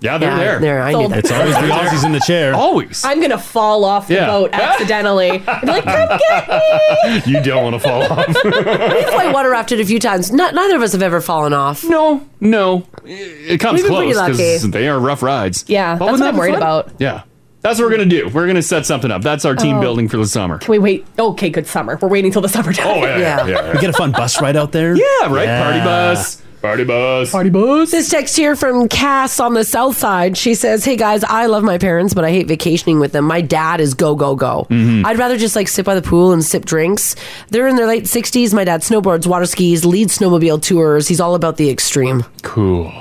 Speaker 2: Yeah, they're
Speaker 3: Yeah,
Speaker 2: there.
Speaker 3: there, I knew Sold. that.
Speaker 4: It's
Speaker 2: (laughs)
Speaker 4: always the Aussies in the chair.
Speaker 2: Always.
Speaker 5: I'm gonna fall off the
Speaker 2: Yeah. (laughs)
Speaker 5: boat accidentally. I'd be like, "Come get
Speaker 2: (laughs)
Speaker 5: me!"
Speaker 2: you don't want to fall off.
Speaker 3: We've whitewater rafted a few times. Not, neither of us have ever fallen off.
Speaker 2: No, no. It comes
Speaker 3: We've been pretty
Speaker 2: close because
Speaker 3: lucky.
Speaker 2: they are rough rides.
Speaker 5: Yeah,
Speaker 2: But wouldn't
Speaker 5: that's what
Speaker 2: that
Speaker 5: I'm
Speaker 2: be
Speaker 5: worried
Speaker 2: fun?
Speaker 5: about.
Speaker 2: Yeah, that's what we're gonna do. We're gonna set something up. That's our team
Speaker 5: Oh.
Speaker 2: building for the summer.
Speaker 5: Can we wait? Okay, good summer. We're waiting till the summertime.
Speaker 2: Oh yeah, yeah. yeah.
Speaker 4: We get a fun bus ride out there.
Speaker 2: (laughs) Yeah, right. Party
Speaker 4: Yeah.
Speaker 2: bus. Party bus.
Speaker 3: Party bus. This text here from Cass on the south side. She says, Hey guys, I love my parents, but I hate vacationing with them. My dad is go, go, go.
Speaker 13: Mhm.
Speaker 3: I'd rather just like sit by the pool and sip drinks. They're in their late 60s. My dad snowboards, water skis, leads snowmobile tours. He's all about the extreme.
Speaker 2: Cool.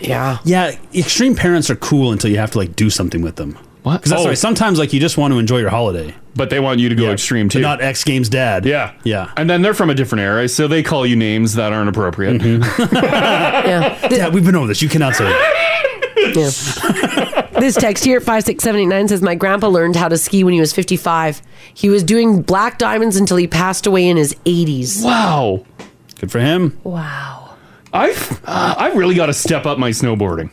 Speaker 3: Yeah.
Speaker 4: Yeah. Extreme parents are cool until you have to like do something with them. What? Because that's
Speaker 2: Oh.
Speaker 4: right. Sometimes like you just want to enjoy your holiday.
Speaker 2: But they want you to go extreme too. Not
Speaker 4: X Games dad.
Speaker 2: Yeah.
Speaker 4: Yeah.
Speaker 2: And then they're from a different era, so they call you names that aren't appropriate. (laughs)
Speaker 3: yeah.
Speaker 4: Mm-hmm. (laughs) Dad, we've been over this. You cannot say that.
Speaker 3: this text here, 56789, says, My grandpa learned how to ski when he was 55. He was doing black diamonds until he passed away in his 80s.
Speaker 2: Wow.
Speaker 4: Good for him.
Speaker 3: Wow.
Speaker 2: I've uh, I really got to step up my snowboarding.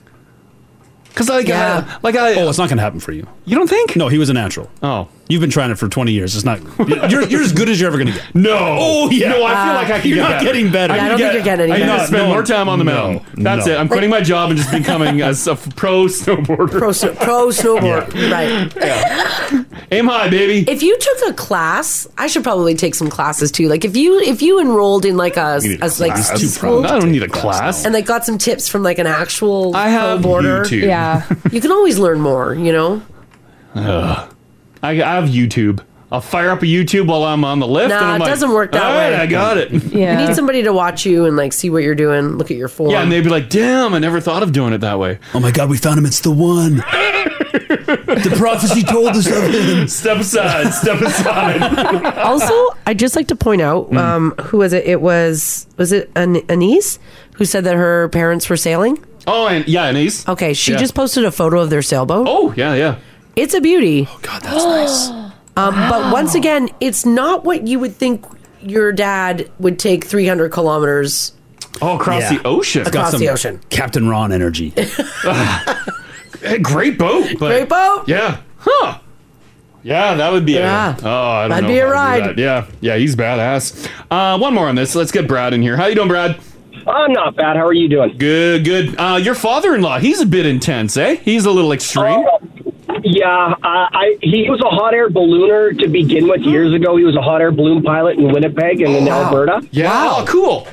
Speaker 2: Cause like, I, like I.
Speaker 4: Oh, it's not going to happen for you.
Speaker 2: You don't think?
Speaker 4: No, he was a natural.
Speaker 2: Oh,
Speaker 4: you've been trying it for twenty years. It's not. (laughs) You're, you're as good as you're ever going to get.
Speaker 2: No.
Speaker 4: Oh yeah.
Speaker 2: No, I feel like I can
Speaker 4: You're
Speaker 2: get
Speaker 4: not
Speaker 2: better.
Speaker 4: getting better.
Speaker 2: can
Speaker 4: You get-
Speaker 2: I need
Speaker 4: No,
Speaker 2: to spend
Speaker 4: no,
Speaker 2: more time on the
Speaker 4: no,
Speaker 2: mountain. That's
Speaker 4: no.
Speaker 2: it. I'm quitting my job and just becoming a, s- a f- pro snowboarder. (laughs)
Speaker 3: Pro, pro snowboard. Right.
Speaker 2: Aim high, baby.
Speaker 3: If you took a class, I should probably take some classes too. Like if you if you enrolled in like a,
Speaker 2: You need a
Speaker 3: a like
Speaker 2: class. Too
Speaker 3: school,
Speaker 2: proud to I don't need a take a class, class.
Speaker 3: and like got some tips from like an actual I
Speaker 2: have
Speaker 3: border.
Speaker 2: YouTube.
Speaker 3: Yeah, (laughs) you can always learn more. You know,
Speaker 2: Ugh. I, I have YouTube. I'll fire up a YouTube while I'm on the lift. and
Speaker 3: nah,
Speaker 2: I'm
Speaker 3: it
Speaker 2: like,
Speaker 3: doesn't work that
Speaker 2: "All
Speaker 3: way.
Speaker 2: right, I got (laughs)
Speaker 3: (laughs)
Speaker 2: it.
Speaker 3: you need somebody to watch you and like see what you're doing, look at your form.
Speaker 2: Yeah, and they'd be like, "Damn, I never thought of doing it that way."
Speaker 4: Oh my God, we found him. It's the one. the prophecy told us of him.
Speaker 2: (laughs) Step aside. Step
Speaker 3: (laughs)
Speaker 2: aside.
Speaker 3: (laughs) also, I'd just like to point out,
Speaker 2: Mm.
Speaker 3: um, who was it? It was was it An- Anise who said that her parents were sailing.
Speaker 2: oh, and yeah, Anise.
Speaker 3: Okay, she
Speaker 2: Yeah.
Speaker 3: just posted a photo of their sailboat.
Speaker 2: Oh, yeah, yeah.
Speaker 3: It's a beauty. Oh
Speaker 4: god,
Speaker 3: (gasps) that's nice. Um, But once again, it's not what you would think your dad would take 300 kilometers.
Speaker 2: Oh, across the ocean.
Speaker 4: It's got
Speaker 3: Across
Speaker 4: some
Speaker 3: the ocean.
Speaker 4: Captain Ron energy.
Speaker 2: Hey, Eh, great boat. But
Speaker 3: Great boat?
Speaker 2: Yeah. Huh. Yeah, that would be a.
Speaker 3: Yeah.
Speaker 2: Oh, I don't
Speaker 3: That'd
Speaker 2: know
Speaker 3: be
Speaker 2: if I
Speaker 3: a
Speaker 2: would do
Speaker 3: ride.
Speaker 2: that. Yeah, yeah, he's badass. Uh, one more on this. Let's get Brad in here. How you doing, Brad?
Speaker 15: I'm Uh, not bad. How are you doing?
Speaker 2: Good, good. Uh, your father-in-law, he's a bit intense, eh? He's a little extreme.
Speaker 15: Oh. Yeah, uh, I he was a hot air ballooner to begin with years ago. He was a hot air balloon pilot in Winnipeg and in Alberta.
Speaker 2: Yeah, Oh, cool.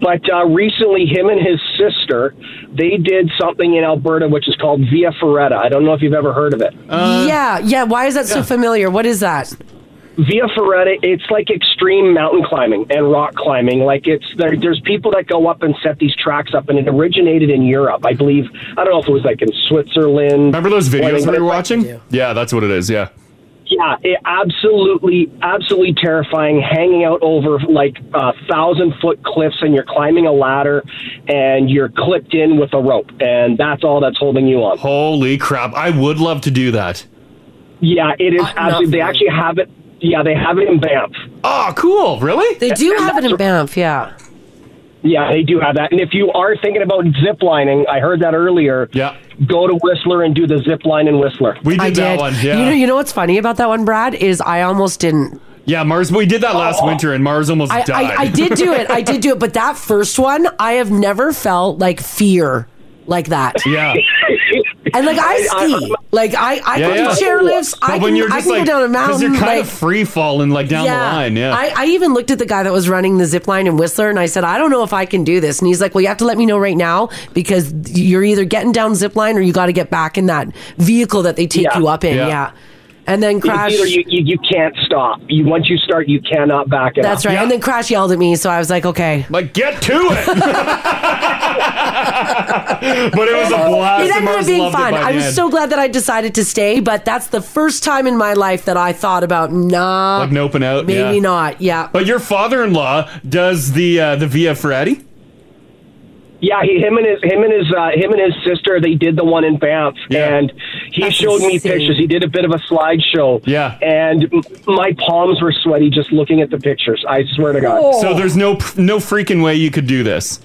Speaker 15: But uh, recently, him and his sister, they did something in Alberta which is called Via Ferrata. I don't know if you've ever heard of it.
Speaker 3: yeah, yeah. Why is that so familiar? What is that?
Speaker 15: Via Ferrata, it's like extreme mountain climbing and rock climbing. Like it's there, there's people that go up and set these tracks up, and it originated in Europe, I believe. I don't know if it was like in Switzerland.
Speaker 2: Remember those
Speaker 15: Well, I mean,
Speaker 2: videos
Speaker 15: but
Speaker 2: we
Speaker 15: it's
Speaker 2: were
Speaker 15: like-
Speaker 2: watching? Yeah. that's what it is. Yeah.
Speaker 15: Yeah, it absolutely, absolutely terrifying. Hanging out over like uh, thousand foot cliffs, and you're climbing a ladder, and you're clipped in with a rope, and that's all that's holding you on.
Speaker 2: Holy crap! I would love to do that.
Speaker 15: Yeah, it is
Speaker 2: Uh,
Speaker 15: absolutely. They
Speaker 2: nothing.
Speaker 15: actually have it. Yeah, they have it in Banff.
Speaker 2: Oh, cool! Really?
Speaker 3: They do have it in Banff. Yeah.
Speaker 15: Yeah, they do have that. And if you are thinking about zip lining, I heard that earlier.
Speaker 2: Yeah,
Speaker 15: go to Whistler and do the zip line in Whistler.
Speaker 3: I did. You know, you know what's funny about that one, Brad, is I almost didn't.
Speaker 2: Yeah, Mars. We did that
Speaker 15: Oh.
Speaker 2: last winter, and Mars almost
Speaker 3: I,
Speaker 2: died.
Speaker 3: I, I did do it.
Speaker 2: (laughs)
Speaker 3: I did do it. But that first one, I have never felt like fear like that.
Speaker 2: Yeah.
Speaker 3: And like I
Speaker 13: I- I-
Speaker 3: ski, like I I can do chairlifts.
Speaker 2: But
Speaker 3: I
Speaker 2: when
Speaker 3: can,
Speaker 2: you're
Speaker 3: I
Speaker 2: just
Speaker 3: can
Speaker 2: like-
Speaker 3: go down a mountain.
Speaker 2: you're kind
Speaker 3: like,
Speaker 2: of free falling like down the line. Yeah. (gasps)
Speaker 3: I, I even looked at the guy that was running the zip line in Whistler and I said, I don't know if I can do this. And he's like, Well, you have to let me know right now because you're either getting down zip line or you got to get back in that vehicle that they take you up in. Yeah. And then
Speaker 15: It's
Speaker 3: Crash.
Speaker 15: Either you, you, you can't stop. You once you start, you cannot back it
Speaker 3: That's
Speaker 15: up.
Speaker 3: right. And then Crash yelled at me. So I was like, Okay.
Speaker 2: Like, get to it. but it was a blast.
Speaker 3: (laughs) It
Speaker 2: and
Speaker 3: ended up
Speaker 2: Mars
Speaker 3: being
Speaker 2: loved it
Speaker 3: fun.
Speaker 2: by
Speaker 3: I
Speaker 2: the
Speaker 3: was
Speaker 2: end.
Speaker 3: so glad that I decided to stay, but that's the first time in my life that I thought about, nah,
Speaker 2: like noping out.
Speaker 3: maybe
Speaker 2: yeah.
Speaker 3: not. Yeah.
Speaker 2: uh, But your father-in-law does the uh, the Via Ferrati.
Speaker 15: (laughs) Yeah, he, him and his him and his uh, him and his sister they did the one in Banff, and he showed me
Speaker 13: insane.
Speaker 15: pictures. He did a bit of a slideshow. Yeah, and m- my palms were sweaty just looking at the pictures. I swear to God.
Speaker 3: Oh.
Speaker 5: Oh.
Speaker 2: So there's no no freaking way you could do this.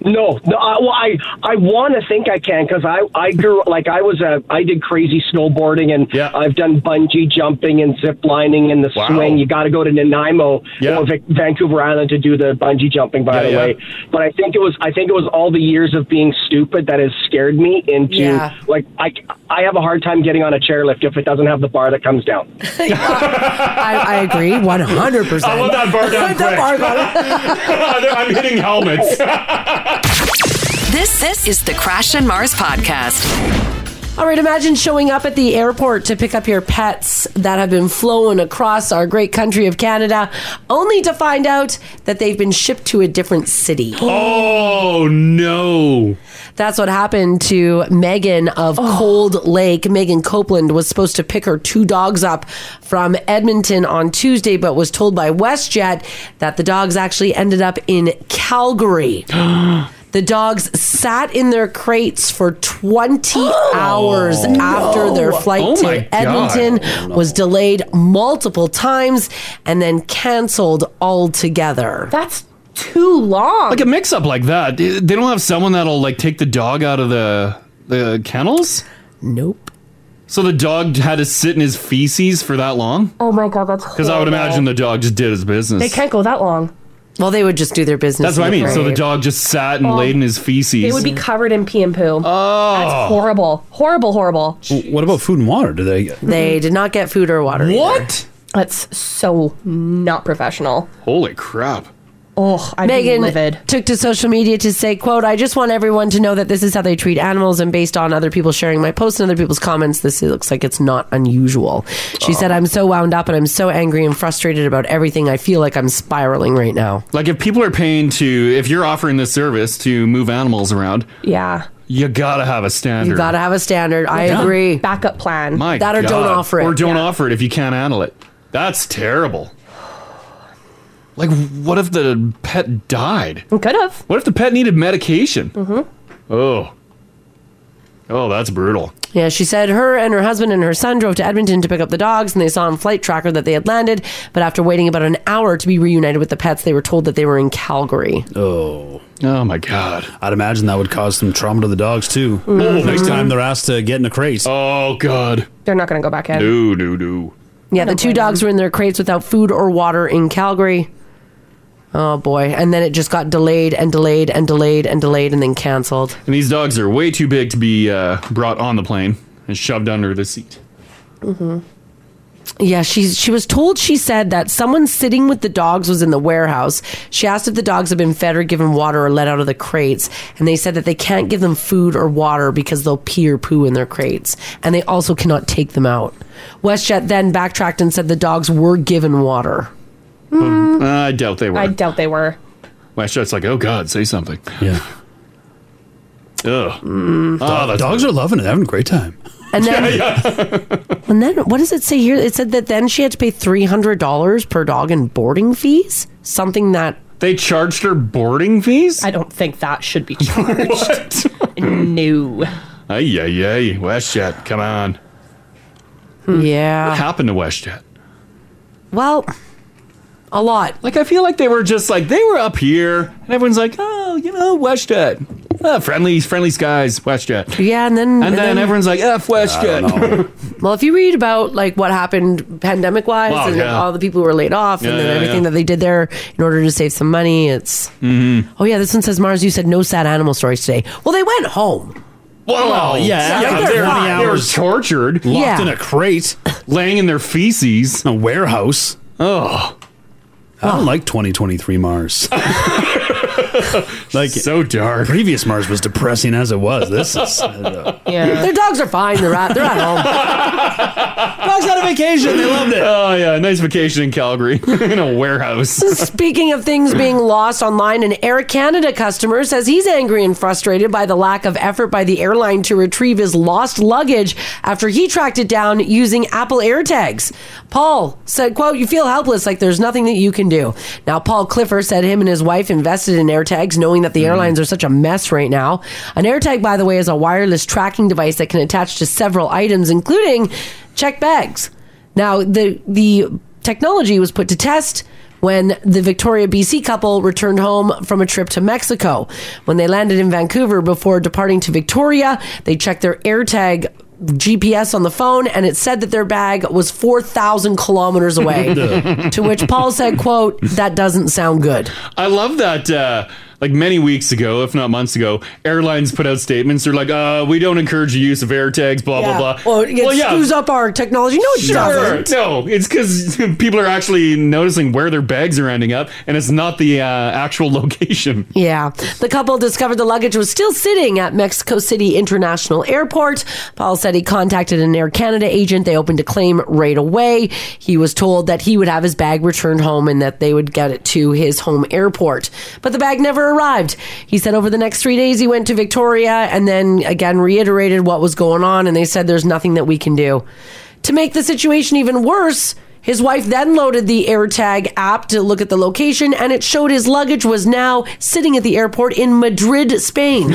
Speaker 15: No, no. I, well, I I want to think I can because I I grew like I was a I did crazy snowboarding and I've done bungee jumping and zip lining and the swing. You got to go to Nanaimo
Speaker 13: Yeah.
Speaker 15: or Vic- Vancouver Island to do the bungee jumping. By
Speaker 13: Yeah,
Speaker 15: the
Speaker 13: yeah.
Speaker 15: way, but I think it was I think it was all the years of being stupid that has scared me into
Speaker 13: Yeah.
Speaker 15: like I I have a hard time getting on a chairlift if it doesn't have the bar that comes down.
Speaker 3: (laughs) I, I agree 100%.
Speaker 13: I want that bar down
Speaker 3: That bar
Speaker 13: (laughs) quick.
Speaker 2: I'm hitting helmets.
Speaker 1: (laughs) This this is the Crash and Mars podcast.
Speaker 3: All right, imagine showing up at the airport to pick up your pets that have been flown across our great country of Canada, only to find out that they've been shipped to a different city.
Speaker 2: (gasps) Oh no.
Speaker 3: That's what happened to Megan of Cold Lake. Megan Copeland was supposed to pick her two dogs up from Edmonton on Tuesday, but was told by WestJet that the dogs actually ended up in
Speaker 2: (gasps)
Speaker 3: Calgary. (gasps) The dogs sat in their crates for 20 hours after their flight
Speaker 13: Oh my
Speaker 3: to
Speaker 13: God.
Speaker 3: Edmonton was delayed multiple times and then canceled altogether.
Speaker 5: That's too long.
Speaker 2: Like a mix up like that. They they don't have someone that'll like take the dog out of the the kennels?
Speaker 3: Nope.
Speaker 2: So the dog had to sit in his feces for that long?
Speaker 5: Oh my god, that's
Speaker 2: Because I would
Speaker 5: horrible.
Speaker 2: imagine the dog just did his business.
Speaker 5: they can't go that long.
Speaker 3: Well, they would just do their business.
Speaker 2: That's what I
Speaker 5: in the
Speaker 2: mean. So the
Speaker 5: grave.
Speaker 2: dog just sat and
Speaker 5: Well,
Speaker 2: laid in his feces.
Speaker 5: They would be covered in pee and poo. Oh, that's horrible, horrible, horrible.
Speaker 4: What about food and water? Do they?
Speaker 3: They did not get food or water.
Speaker 2: What?
Speaker 5: That's so not professional.
Speaker 2: Holy crap.
Speaker 5: Oh, I'd
Speaker 3: Megan
Speaker 5: be livid.
Speaker 3: took to social media to say, quote, I just want everyone to know that this is how they treat animals and based on other people sharing my posts and other people's comments, this looks like it's not unusual. She
Speaker 13: Oh.
Speaker 3: said, I'm so wound up and I'm so angry and frustrated about everything. I feel like I'm spiraling right now.
Speaker 2: Like if people are paying to, if you're offering this service to move animals around,
Speaker 5: Yeah.
Speaker 2: you gotta have a standard.
Speaker 3: You gotta have a standard. I
Speaker 2: Yeah.
Speaker 3: agree.
Speaker 5: Backup plan.
Speaker 2: My
Speaker 3: that or don't
Speaker 2: God.
Speaker 3: offer it.
Speaker 2: or don't offer it if you can't handle it. That's terrible. Like, what if the pet died?
Speaker 5: Could have.
Speaker 2: What if the pet needed medication?
Speaker 5: Mm-hmm.
Speaker 3: Mhm.
Speaker 2: Oh, oh, that's brutal.
Speaker 3: Yeah, she said her and her husband and her son drove to Edmonton to pick up the dogs and they saw on flight tracker that they had landed, but after waiting about an hour to be reunited with the pets, they were told that they were in Calgary.
Speaker 4: Oh.
Speaker 2: Oh my God! Mm-hmm.
Speaker 4: I'd imagine that would cause some trauma to the dogs too.
Speaker 3: Mhm.
Speaker 4: Next time they're asked to get in a crate.
Speaker 2: Oh God!
Speaker 5: They're not going to go back in.
Speaker 2: No, no, no.
Speaker 3: Yeah, the two dogs were in their crates without food or water in Calgary. Oh boy. And then it just got delayed and delayed and delayed and delayed and then canceled.
Speaker 2: And these dogs are way too big to be uh, brought on the plane and shoved under the seat.
Speaker 3: Mm-hmm. Yeah, she's she was told she said that someone sitting with the dogs was in the warehouse. She asked if the dogs had been fed or given water or let out of the crates, and they said that they can't give them food or water because they'll pee or poo in their crates, and they also cannot take them out. WestJet then backtracked and said the dogs were given water.
Speaker 2: Uh, I doubt they were.
Speaker 5: I doubt they were.
Speaker 2: Westshot's like, oh God, say something.
Speaker 4: Yeah.
Speaker 2: Ugh. Ah,
Speaker 4: Dog- dogs are loving it, having a great time.
Speaker 3: And then, and then, what does it say here? It said that then she had to pay three hundred dollars per dog in boarding fees. Something that
Speaker 2: they charged her boarding fees.
Speaker 5: I don't think that
Speaker 2: (laughs)
Speaker 5: should be charged. No.
Speaker 2: Ay, ay, ay. WestJet, come on.
Speaker 3: Yeah.
Speaker 2: What happened to WestJet?
Speaker 3: Well, a lot.
Speaker 2: Like, I feel like they were just like, they were up here, and everyone's like, oh, you know, WestJet. Ah, friendly, friendly skies, WestJet.
Speaker 3: Yeah, Hmm. and then
Speaker 2: And, then, everyone's like, F (laughs) WestJet.
Speaker 3: well, if you read about like what happened pandemic wise
Speaker 2: Wow,
Speaker 3: and
Speaker 2: yeah.
Speaker 3: all the people who were laid off
Speaker 2: Yeah,
Speaker 3: and then
Speaker 2: yeah,
Speaker 3: everything
Speaker 2: yeah.
Speaker 3: that they did there in order to save some money, it's.
Speaker 2: mm-hmm.
Speaker 3: Oh yeah, this one says Mars. You said no sad animal stories today. Well, they went home.
Speaker 2: Wow.
Speaker 4: yeah, after
Speaker 2: they,
Speaker 4: 20
Speaker 2: were, they were
Speaker 4: hours
Speaker 2: tortured.
Speaker 4: locked Yeah. in a crate.
Speaker 2: Laying in their feces.
Speaker 4: A warehouse.
Speaker 2: Oh.
Speaker 4: I don't like 2023
Speaker 2: (laughs)
Speaker 4: Mars. like
Speaker 2: so dark.
Speaker 4: Previous Mars was depressing as it was. (laughs) This is
Speaker 3: Yeah. Their dogs are fine. They're at they're at
Speaker 2: (laughs)
Speaker 3: home.
Speaker 4: dogs on a (laughs) vacation. They loved it.
Speaker 2: Oh, yeah. Nice vacation in Calgary (laughs) in a warehouse.
Speaker 3: (laughs) Speaking of things being lost online, an Air Canada customer says he's angry and frustrated by the lack of effort by the airline to retrieve his lost luggage after he tracked it down using Apple AirTags. Paul said, quote, you feel helpless like there's nothing that you can do. Now, Paul Clifford said him and his wife invested in AirTags AirTags, knowing that the airlines are such a mess right now. An AirTag, by the way, is a wireless tracking device that can attach to several items, including check bags. Now, the the technology was put to test when the Victoria, BC couple returned home from a trip to Mexico. When they landed in Vancouver before departing to Victoria, they checked their AirTag GPS on the phone, and it said that their bag was four thousand
Speaker 2: (laughs)
Speaker 3: kilometers away. to which Paul said, "quote That doesn't sound good."
Speaker 2: I love that. Uh, like many weeks ago, if not months ago, airlines put out statements. They're like, uh, "We don't encourage the use of air tags." Blah blah blah.
Speaker 3: Well, it screws up our technology. No, it doesn't.
Speaker 2: No, it's because (laughs) people are actually noticing where their bags are ending up, and it's not the uh, actual (laughs) location.
Speaker 3: Yeah. The couple discovered the luggage was still sitting at Mexico City International Airport. Paul said he contacted an Air Canada agent. They opened a claim right away. He was told that he would have his bag returned home and that they would get it to his home airport. But the bag never arrived. He said over the next three days he went to Victoria and then again reiterated what was going on. And they said there's nothing that we can do. To make the situation even worse, his wife then loaded the AirTag app to look at the location, and it showed his luggage was now sitting at the airport in Madrid,
Speaker 2: (laughs)
Speaker 3: Spain.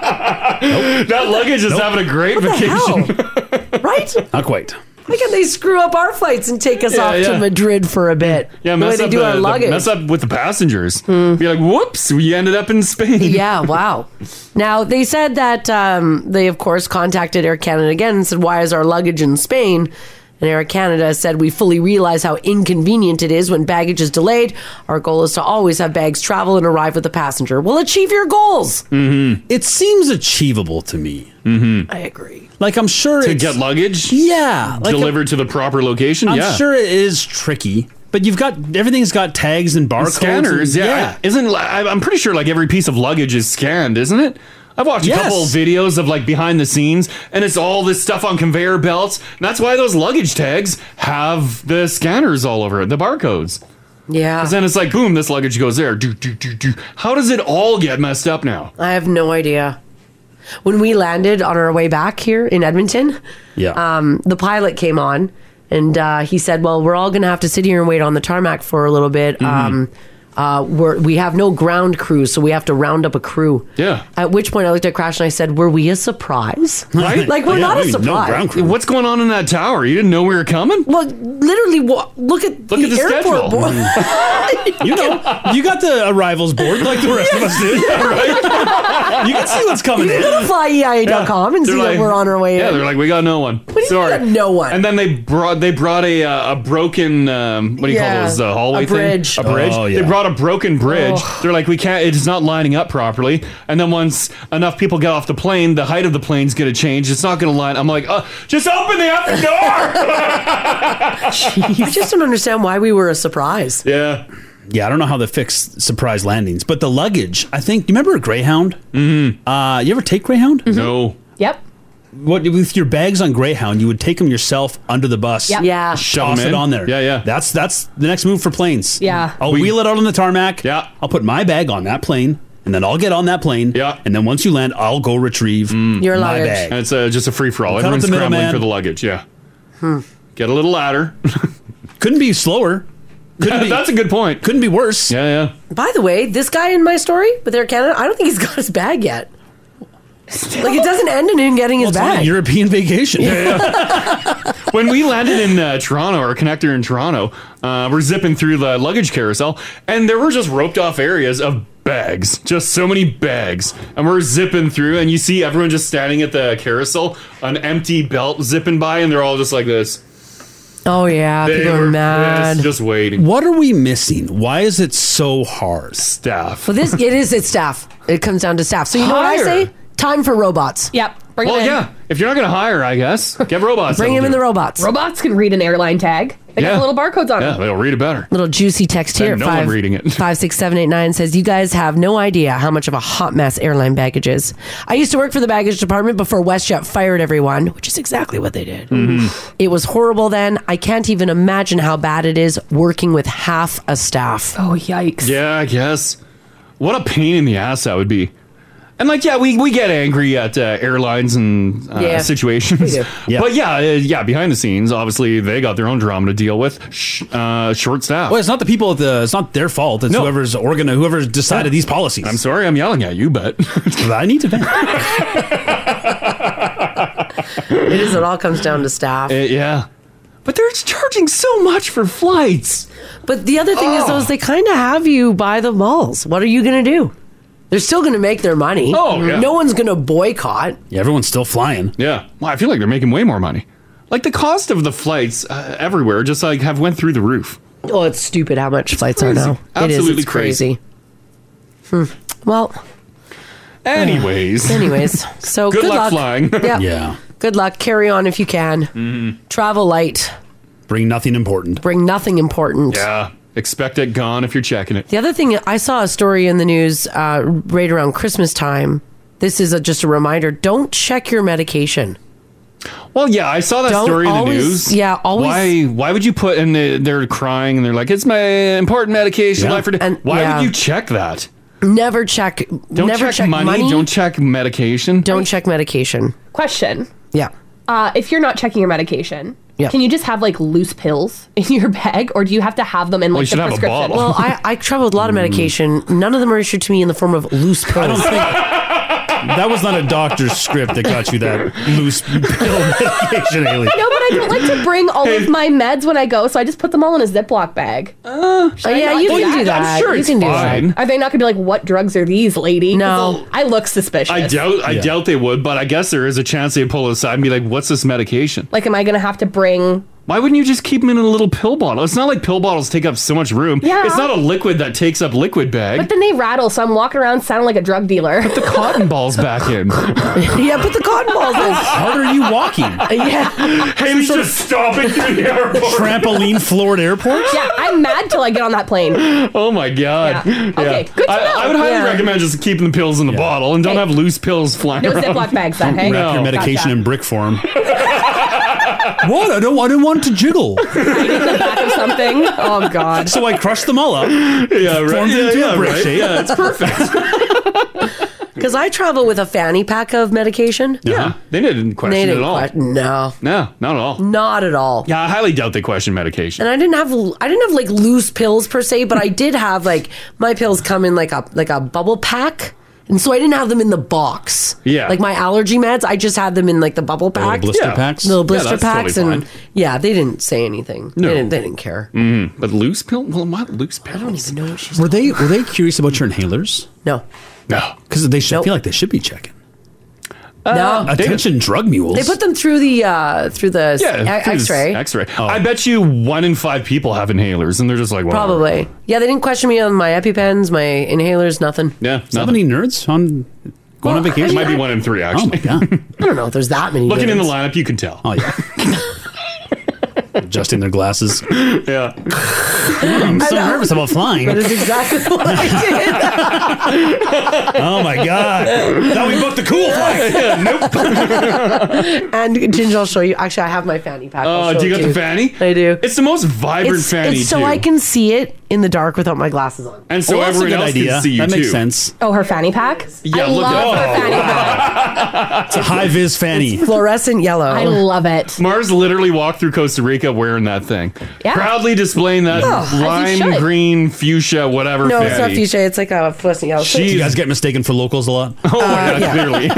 Speaker 2: That luggage is
Speaker 3: Nope.
Speaker 2: having a great
Speaker 3: What the
Speaker 2: vacation. (laughs)
Speaker 3: right?
Speaker 4: Not quite.
Speaker 3: Why can they screw up our flights and take us
Speaker 2: Yeah,
Speaker 3: off
Speaker 2: yeah.
Speaker 3: to Madrid for a bit?
Speaker 2: Yeah,
Speaker 3: The way
Speaker 2: mess
Speaker 3: they
Speaker 2: up
Speaker 3: do
Speaker 2: the,
Speaker 3: our
Speaker 2: the-
Speaker 3: luggage. Hmm.
Speaker 2: mess up with the passengers. Be like, whoops, we ended up in (laughs) Spain.
Speaker 3: yeah, wow. Now they said that um, they, of course, contacted Air Canada again and said, "Why is our luggage in Spain?" And Air Canada said, "We fully realize how inconvenient it is when baggage is delayed. Our goal is to always have bags travel and arrive with the passenger. We'll achieve your goals."
Speaker 4: Mm-hmm. It seems achievable to me. Mm-hmm.
Speaker 3: I agree.
Speaker 4: Like I'm sure
Speaker 2: Mm. to
Speaker 4: it's
Speaker 2: get luggage.
Speaker 4: Yeah, like
Speaker 2: delivered to the proper location.
Speaker 4: I'm
Speaker 2: yeah,
Speaker 4: sure it is tricky, but you've got everything's got tags and barcodes, and-
Speaker 2: And scanners. yeah, isn't I- I'm pretty sure like every piece of luggage is scanned, isn't it? I've watched a
Speaker 4: Yes.
Speaker 2: couple videos of like behind the scenes, and it's all this stuff on conveyor belts. And that's why those luggage tags have the scanners all over it, the barcodes.
Speaker 3: Yeah.
Speaker 2: Because then it's like, boom, this luggage goes there. Do, do, do, do. How does it all get messed up
Speaker 3: (laughs)
Speaker 2: now?
Speaker 3: I have no idea. When we landed on our way back here in Edmonton,
Speaker 2: Yeah.
Speaker 3: um, the pilot came on and uh, he said, "Well, we're all going to have to sit here and wait on the tarmac for a little bit.
Speaker 2: Mm-hmm.
Speaker 3: Um, uh, we're, we have no ground crew, so we have to round up a crew."
Speaker 2: Yeah.
Speaker 3: At which point, I looked at Crash and I said, "Were we a surprise?
Speaker 2: (laughs) Right?
Speaker 3: like we're
Speaker 2: Yeah,
Speaker 3: not
Speaker 2: what do
Speaker 3: a
Speaker 2: you mean, no
Speaker 3: surprise.
Speaker 2: ground crew? What's going on in that tower? You didn't know we were coming?
Speaker 3: Well, literally, wa- look at
Speaker 2: look at the schedule.
Speaker 3: (laughs)
Speaker 4: Mm. you know, you got the arrivals board like the rest of us do. right? (laughs) You can see what's coming
Speaker 3: You
Speaker 4: in.
Speaker 3: can go to flyeia.com
Speaker 2: (laughs)
Speaker 3: and
Speaker 2: They're
Speaker 3: see
Speaker 2: like-
Speaker 3: that we're on our way
Speaker 2: Yeah,
Speaker 3: in.
Speaker 2: they're like, we got no one. Sorry,
Speaker 3: no one.
Speaker 2: And then they brought they brought a uh, a broken um, what do you
Speaker 3: Yeah.
Speaker 2: call those uh, hallway
Speaker 3: A bridge.
Speaker 2: thing? A bridge.
Speaker 4: Oh,
Speaker 2: They
Speaker 4: yeah.
Speaker 2: brought a broken bridge.
Speaker 4: Oh.
Speaker 2: They're like, we can't. It's not lining up properly. And then once enough people get off the plane, the height of the plane's gonna change. It's not gonna line. I'm like, uh, just open the other door.
Speaker 3: (laughs) I just don't understand why we were a surprise.
Speaker 2: Yeah.
Speaker 4: Yeah, I don't know how they fix surprise landings, but the luggage. I think. Do you remember Greyhound? Mm-hmm. Uh, you ever take Greyhound?
Speaker 3: Mm-hmm.
Speaker 2: No.
Speaker 5: Yep.
Speaker 4: What with your bags on Greyhound, you would take them yourself under the bus.
Speaker 5: Yep. Yeah.
Speaker 2: Shove
Speaker 4: toss
Speaker 2: 'em in.
Speaker 4: it on there. Yeah, yeah. That's that's the next move for planes.
Speaker 5: Yeah.
Speaker 4: I'll
Speaker 5: We-
Speaker 4: Oh, wheel it out on the tarmac.
Speaker 2: Yeah.
Speaker 4: I'll put my bag on that plane, and then I'll get on that plane. Yeah. And then once you land, I'll go retrieve
Speaker 2: Mm.
Speaker 3: Your
Speaker 4: my
Speaker 3: luggage.
Speaker 4: bag.
Speaker 2: And it's uh, just a free for all.
Speaker 4: Cut out
Speaker 2: Everyone's
Speaker 4: the middleman.
Speaker 2: scrambling for the luggage. Yeah.
Speaker 4: Hmm.
Speaker 2: Get a little louder.
Speaker 4: (laughs) Couldn't be slower.
Speaker 2: Couldn't be, That's a good point.
Speaker 4: Couldn't be worse.
Speaker 2: Yeah, yeah.
Speaker 3: By the way, this guy in my story with Air Canada, I don't think he's (laughs) got his bag yet. Like it doesn't end in him getting his
Speaker 4: It's on a
Speaker 3: bag.
Speaker 4: European (laughs) vacation.
Speaker 2: (laughs) when we landed in uh, Toronto, our connector in Toronto, uh, we're zipping through the luggage carousel, and there were just roped off areas of bags, just so many bags, and we're zipping through, and you see everyone just standing at the carousel, an empty belt zipping by, and they're all just like this.
Speaker 3: Oh yeah,
Speaker 2: They
Speaker 3: people
Speaker 2: were
Speaker 3: are mad.
Speaker 2: pissed, just waiting.
Speaker 4: What are we missing? Why is it so hard?
Speaker 2: Staff.
Speaker 3: Well, this it is. It's staff. It comes down to staff. So you know what I
Speaker 2: Hire.
Speaker 3: say? Time for robots.
Speaker 5: Yep. Bring
Speaker 2: well,
Speaker 5: them in.
Speaker 2: yeah. If you're not gonna hire, I guess get robots.
Speaker 3: Bring
Speaker 2: that'll
Speaker 3: him in
Speaker 2: do
Speaker 3: the
Speaker 2: it.
Speaker 3: robots.
Speaker 5: Robots can read an airline tag. They
Speaker 2: Yeah.
Speaker 5: got little barcodes on
Speaker 2: Yeah,
Speaker 5: them.
Speaker 2: they'll read it better.
Speaker 3: Little juicy text
Speaker 2: And
Speaker 3: here. at
Speaker 2: no one
Speaker 3: five-
Speaker 2: reading
Speaker 5: (laughs)
Speaker 2: it.
Speaker 3: Five six seven eight nine says you guys have no idea how much of a hot mess airline baggage is. I used to work for the baggage department before WestJet fired everyone, which is exactly what they did.
Speaker 2: Mm-hmm.
Speaker 3: It was horrible then. I can't even imagine how bad it is working with half a staff.
Speaker 5: Oh, yikes.
Speaker 2: Yeah, I guess. What a pain in the ass that would be. And like, yeah, we, we get angry at uh, airlines and uh,
Speaker 13: Yeah. We
Speaker 2: situations,
Speaker 13: do.
Speaker 2: (laughs)
Speaker 13: Yeah.
Speaker 2: but yeah, uh, yeah, behind the scenes, obviously they got their own drama to deal with. Sh- uh, short staff.
Speaker 4: Well, it's not the people at the. It's not their fault. It's whoever's organ. Whoever's decided these policies. I'm
Speaker 2: sorry, I'm yelling at you, but
Speaker 4: (laughs) I need to vent.
Speaker 3: It is. It all comes down to staff.
Speaker 2: yeah. But they're charging so much for flights. Oh.
Speaker 3: But the other thing is, those they kind of have you by the balls. What are you going to do? They're still going to make their money.
Speaker 2: Oh, yeah.
Speaker 3: no one's going to boycott.
Speaker 4: Yeah, everyone's still flying.
Speaker 2: Yeah. Well, I feel like they're making way more money. Like the cost of the flights uh, everywhere just like have went through the roof.
Speaker 3: Oh, it's stupid how much flights are
Speaker 2: crazy.
Speaker 3: now. it is.
Speaker 2: Absolutely
Speaker 3: It's crazy. Hmm. Well, Uh,
Speaker 2: Anyways.
Speaker 3: anyways, so
Speaker 2: Good
Speaker 3: good,
Speaker 2: luck flying.
Speaker 3: (laughs)
Speaker 2: Mm-hmm.
Speaker 3: Yeah.
Speaker 2: Yeah.
Speaker 3: Good luck. Carry on if you can. Travel light.
Speaker 4: Bring nothing important.
Speaker 3: Bring nothing important.
Speaker 2: Yeah. Expect it gone if you're checking it.
Speaker 3: The other thing I saw a story in the news uh, right around Christmas time. This is a, just a reminder: don't check your medication.
Speaker 2: Well, yeah, I saw that
Speaker 3: Don't
Speaker 2: story in the
Speaker 3: always-
Speaker 2: news.
Speaker 3: yeah, always-
Speaker 2: Why? Why would you put? And they- they're crying and they're like, "It's my important medication."
Speaker 3: Yeah.
Speaker 2: life or death."
Speaker 3: And-
Speaker 2: why
Speaker 3: yeah.
Speaker 2: would you check that?
Speaker 3: Never check.
Speaker 2: Don't
Speaker 3: never
Speaker 2: check, money, Don't check medication.
Speaker 3: Don't check medication.
Speaker 5: Question.
Speaker 3: Yeah.
Speaker 5: Uh, if you're not checking your medication,
Speaker 3: Yeah.
Speaker 5: can you just have like loose pills (laughs) in your bag, or do you have to have them in like the prescription?
Speaker 3: Well, I, I travel with a lot
Speaker 4: Mm.
Speaker 3: of (laughs) medication. None of them are issued to me in the form of loose pills.
Speaker 4: That was not a doctor's script that got you that loose pill (laughs) medication, Haley.
Speaker 5: no, but I don't like to bring all of my meds when I go, so I just put them all in a Ziploc bag. Uh,
Speaker 3: oh, yeah, you can do that. You can do that.
Speaker 5: Are they not going to be like, "What drugs are these, lady"? No, I look suspicious.
Speaker 2: I doubt. I doubt they would, but I guess there is a chance they pull it aside and be like, "What's this medication?"
Speaker 5: Like, am I going to have to bring?
Speaker 2: Why wouldn't you just keep them in a little pill bottle? It's not like pill bottles take up so much room.
Speaker 5: Yeah.
Speaker 2: It's not a liquid that takes up liquid
Speaker 5: But
Speaker 2: bag.
Speaker 5: then they rattle, so I'm walking around sounding like a drug dealer. Put
Speaker 2: the cotton balls back in. (laughs)
Speaker 5: (laughs)
Speaker 3: (laughs) yeah, put the cotton balls in.
Speaker 4: How are you walking?
Speaker 5: Yeah.
Speaker 4: Haley's just
Speaker 2: stomping (laughs) through the airport.
Speaker 4: Trampoline floored airport?
Speaker 5: Yeah, I'm mad till I get on that plane.
Speaker 2: Oh my god!
Speaker 5: Yeah. Okay, good to
Speaker 2: I,
Speaker 5: know.
Speaker 2: I would highly
Speaker 5: Yeah.
Speaker 2: recommend just keeping the pills in the bottle and don't have loose pills flying
Speaker 5: No
Speaker 2: around.
Speaker 5: Ziploc bags then, hey?
Speaker 4: Wrap your
Speaker 5: No.
Speaker 4: medication
Speaker 5: Gotcha.
Speaker 4: in brick
Speaker 3: (laughs)
Speaker 4: form. what? I don't. I don't want to jiggle.
Speaker 5: Or something. (laughs) Oh God.
Speaker 4: So I crushed them all up.
Speaker 2: Yeah,
Speaker 4: right. Formed
Speaker 2: Yeah,
Speaker 4: into
Speaker 2: yeah,
Speaker 4: a brick
Speaker 2: right.
Speaker 4: shape.
Speaker 2: Yeah, (laughs) it's perfect.
Speaker 3: (laughs) Because I travel with a fanny pack of medication.
Speaker 2: Yeah, they didn't question
Speaker 3: They
Speaker 2: it
Speaker 3: didn't
Speaker 2: at all.
Speaker 3: question- no,
Speaker 2: no, not at all.
Speaker 3: Not at all.
Speaker 2: Yeah, I highly doubt they question medication.
Speaker 3: And I didn't have I didn't have like loose pills per se, but I did have like my pills come in like a like a bubble pack. And so I didn't have them in the box.
Speaker 2: Yeah.
Speaker 3: Like my allergy meds, I just had them in like the bubble pack.
Speaker 2: blister Yeah. packs?
Speaker 3: Little
Speaker 2: Yeah,
Speaker 3: blister
Speaker 2: that's
Speaker 3: packs.
Speaker 2: totally
Speaker 3: and
Speaker 2: fine.
Speaker 3: yeah, they didn't say anything.
Speaker 2: No.
Speaker 3: They didn't, they didn't care.
Speaker 2: Mm, but loose pill? Well, not loose pills. I don't even
Speaker 3: know what she's.
Speaker 4: Were they Were they curious about your inhalers?
Speaker 3: No.
Speaker 2: No,
Speaker 4: because they should I feel like they should be checking.
Speaker 2: Uh,
Speaker 4: Uh,
Speaker 3: No.
Speaker 4: Attention, drug mules.
Speaker 3: They put them through the uh through the
Speaker 2: Yeah,
Speaker 3: x ray.
Speaker 2: X ray.
Speaker 4: Oh.
Speaker 2: I bet you one in five people have inhalers, and they're just like, whatever.
Speaker 3: Probably. Yeah, they didn't question me on my EpiPens, my inhalers, nothing.
Speaker 2: Yeah,
Speaker 4: Not many nerds on going on Oh, vacation.
Speaker 2: It might be one in three, actually.
Speaker 3: (laughs) I don't know if there's that many.
Speaker 2: Looking in the
Speaker 3: nerds.
Speaker 2: lineup, you can tell.
Speaker 4: Oh yeah. Adjusting their glasses.
Speaker 2: (laughs)
Speaker 4: (clears throat)
Speaker 2: yeah.
Speaker 4: I'm so
Speaker 13: I know.
Speaker 4: nervous about flying.
Speaker 13: That is
Speaker 3: exactly what I
Speaker 2: (laughs)
Speaker 13: did.
Speaker 4: (laughs) Oh my god! Now we booked the cool flight.
Speaker 3: (laughs) and Ginger, I'll show you. Actually, I have my fanny pack. I'll
Speaker 2: Oh,
Speaker 3: show
Speaker 2: do you
Speaker 3: it
Speaker 2: got
Speaker 3: to
Speaker 2: the fanny? I
Speaker 3: do.
Speaker 2: It's the most vibrant
Speaker 3: It's,
Speaker 2: fanny,
Speaker 3: it's so
Speaker 2: too.
Speaker 3: I can see it in the dark without my glasses on.
Speaker 2: and so
Speaker 4: Oh, that's a
Speaker 2: everyone
Speaker 4: good
Speaker 2: else
Speaker 4: idea.
Speaker 2: can see you,
Speaker 4: That makes
Speaker 2: too.
Speaker 4: sense.
Speaker 5: Oh, her fanny pack.
Speaker 2: Yeah, look at Oh,
Speaker 5: love
Speaker 2: it.
Speaker 5: her fanny
Speaker 4: Oh, It's a high vis fanny.
Speaker 3: Fluorescent yellow.
Speaker 5: I love it.
Speaker 2: Mars literally walked through Costa Rica wearing that thing.
Speaker 5: Yeah.
Speaker 2: Proudly displaying that
Speaker 3: Oh, as you
Speaker 2: lime
Speaker 3: should.
Speaker 2: green fuchsia whatever
Speaker 3: No,
Speaker 2: fanny.
Speaker 3: it's not fuchsia. It's like a fluorescent yellow. So-
Speaker 4: Do you guys get mistaken for locals a lot?
Speaker 2: Oh my god, clearly.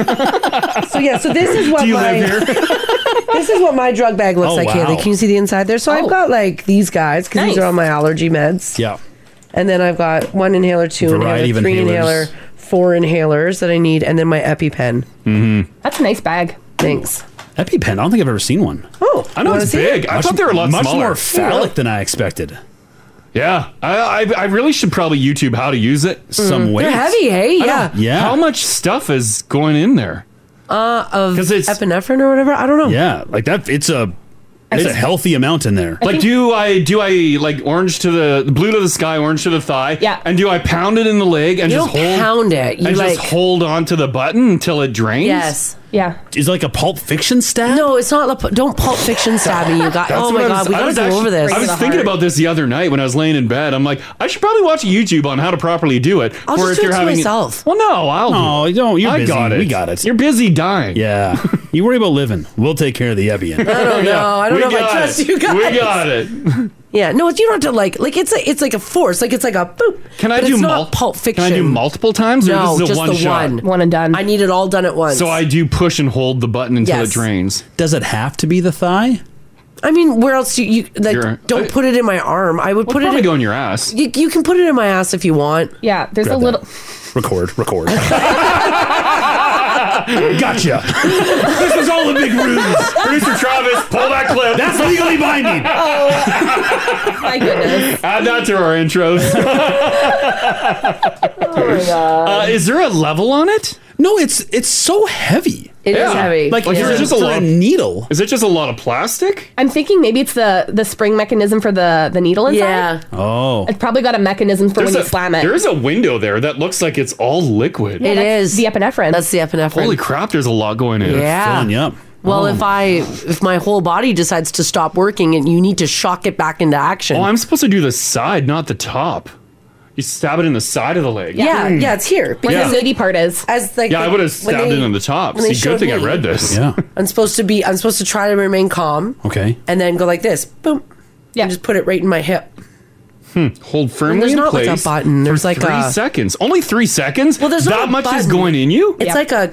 Speaker 3: So yeah, so this is what
Speaker 4: Do you
Speaker 3: my
Speaker 4: live
Speaker 3: (laughs) this is what my drug bag looks
Speaker 4: Oh,
Speaker 3: like,
Speaker 4: wow.
Speaker 3: Haley. Can you see the inside there? So I've got like these guys because these
Speaker 4: Nice.
Speaker 3: are all my allergy meds.
Speaker 4: Yeah.
Speaker 3: And then I've got one inhaler, two
Speaker 4: Variety
Speaker 3: inhaler,
Speaker 4: of
Speaker 3: three
Speaker 4: inhalers.
Speaker 3: inhaler, four inhalers that I need, and then my EpiPen.
Speaker 4: Mm-hmm.
Speaker 5: That's a nice bag.
Speaker 3: Thanks.
Speaker 4: EpiPen. I don't think I've ever seen one.
Speaker 3: Oh,
Speaker 4: I know
Speaker 2: wanna
Speaker 4: it's
Speaker 2: see it?
Speaker 4: big. I
Speaker 2: Much-
Speaker 4: thought they were a lot
Speaker 2: much
Speaker 4: smaller.
Speaker 2: more phallic
Speaker 4: than I expected.
Speaker 2: Yeah, I, I I really should probably YouTube how to use it some
Speaker 3: Mhm.
Speaker 2: way.
Speaker 3: They're heavy, hey? Yeah.
Speaker 2: yeah. How much stuff is going in there?
Speaker 3: Uh, of epinephrine or whatever. I don't know.
Speaker 4: Yeah, like that. It's a. That's a healthy amount in there.
Speaker 2: Like, do I do I like orange to the blue to the sky, orange to the thigh? Yeah. And do I pound it in the leg and
Speaker 3: You
Speaker 2: just
Speaker 3: don't
Speaker 2: hold
Speaker 3: pound it. You,
Speaker 2: and
Speaker 3: like-
Speaker 2: just hold on to the button until it drains?
Speaker 3: Yes.
Speaker 5: Yeah.
Speaker 4: Is it like a Pulp Fiction stab?
Speaker 3: No, it's not. La- don't Pulp Fiction stab me, you guys.
Speaker 2: That's
Speaker 3: oh
Speaker 2: what
Speaker 3: my
Speaker 2: I
Speaker 3: god,
Speaker 2: was-
Speaker 3: we
Speaker 2: I
Speaker 3: gotta
Speaker 2: was
Speaker 3: go
Speaker 2: actually-
Speaker 3: over this.
Speaker 2: I was thinking about this the other night when I was laying in bed. I'm like, I should probably watch YouTube on how to properly do it.
Speaker 3: I'll
Speaker 2: or
Speaker 3: just
Speaker 2: if
Speaker 3: do
Speaker 2: you're
Speaker 3: it to
Speaker 2: having
Speaker 3: myself.
Speaker 2: Well, no, I'll.
Speaker 4: No, you don't. You're
Speaker 2: I
Speaker 4: busy.
Speaker 2: got it.
Speaker 4: We got it.
Speaker 2: You're busy dying. (laughs)
Speaker 4: Yeah. you worry about living. We'll take care of the Evian.
Speaker 3: I don't know. I don't
Speaker 2: We
Speaker 3: know if I
Speaker 2: got
Speaker 3: trust
Speaker 2: it.
Speaker 3: you guys.
Speaker 2: We got it.
Speaker 3: Yeah, no, it's- you don't have to like like it's a, it's like a force, like it's like a boop.
Speaker 2: Can I
Speaker 3: But
Speaker 2: do
Speaker 3: it's
Speaker 2: mul-
Speaker 3: not Pulp Fiction?
Speaker 2: Can I do multiple times? Or this
Speaker 3: No,
Speaker 2: is a
Speaker 3: just
Speaker 2: one
Speaker 3: the
Speaker 2: shot?
Speaker 3: one.
Speaker 5: One and done.
Speaker 3: I need it all done at once.
Speaker 2: So I do push and hold the button until
Speaker 3: Yes.
Speaker 2: it drains.
Speaker 4: Does it have to be the thigh?
Speaker 3: I mean, where else do you like?
Speaker 2: You're-
Speaker 3: don't put it in my arm. I would put it.
Speaker 2: probably
Speaker 3: In,
Speaker 2: go in your ass.
Speaker 3: You, you can put it in my ass if you want.
Speaker 5: Yeah, there's
Speaker 3: Grab
Speaker 5: a little.
Speaker 4: Record, record. gotcha.
Speaker 13: this
Speaker 4: was all a big ruse.
Speaker 2: Producer Travis, pull that clip.
Speaker 13: That's
Speaker 2: (laughs)
Speaker 13: legally binding.
Speaker 5: Oh, my goodness.
Speaker 2: Add that to our
Speaker 5: (laughs)
Speaker 2: intros.
Speaker 5: Oh,
Speaker 2: Uh, is there a level on it?
Speaker 4: No, it's it's so heavy.
Speaker 5: It is heavy.
Speaker 4: Like,
Speaker 5: Like,
Speaker 4: it's
Speaker 5: is it
Speaker 4: just a
Speaker 5: for
Speaker 4: lot
Speaker 5: a
Speaker 4: of needle.
Speaker 2: Is it just a lot of plastic?
Speaker 5: I'm thinking maybe it's the the spring mechanism for the the needle inside. Yeah.
Speaker 4: Oh.
Speaker 5: It's probably got a mechanism for when you
Speaker 2: a,
Speaker 5: slam it.
Speaker 2: There is a window there that looks like it's all liquid.
Speaker 5: Yeah, that's
Speaker 3: is.
Speaker 5: the epinephrine.
Speaker 3: That's the epinephrine.
Speaker 2: Holy oh. crap, there's a lot going in.
Speaker 3: Yeah. Well, if I if my whole body decides to stop working and you need to shock it back into action.
Speaker 2: Oh, I'm supposed to do the side, not the top. You stab it in the side of the leg.
Speaker 3: yeah,
Speaker 4: Hmm.
Speaker 3: yeah, it's here
Speaker 2: Where the
Speaker 5: meaty part is.
Speaker 3: As like
Speaker 2: yeah, I
Speaker 3: the-
Speaker 2: would have
Speaker 3: when
Speaker 2: stabbed
Speaker 3: they-
Speaker 2: it in the top.
Speaker 3: when they
Speaker 2: See, good
Speaker 3: showed
Speaker 2: thing I
Speaker 3: me.
Speaker 2: read this. (laughs)
Speaker 3: I'm supposed to be. I'm supposed to try to remain calm
Speaker 4: Okay.
Speaker 3: and then go like this. Boom. Yeah. And just put it right in my hip.
Speaker 2: Hmm. Hold firmly
Speaker 3: there's
Speaker 2: in
Speaker 3: not like
Speaker 2: place.
Speaker 3: a button. There's
Speaker 2: for
Speaker 3: like
Speaker 2: three
Speaker 3: a-
Speaker 2: seconds. Only three seconds.
Speaker 3: Well, there's
Speaker 2: that
Speaker 3: not a
Speaker 2: much is
Speaker 3: button.
Speaker 2: going in you.
Speaker 3: It's like a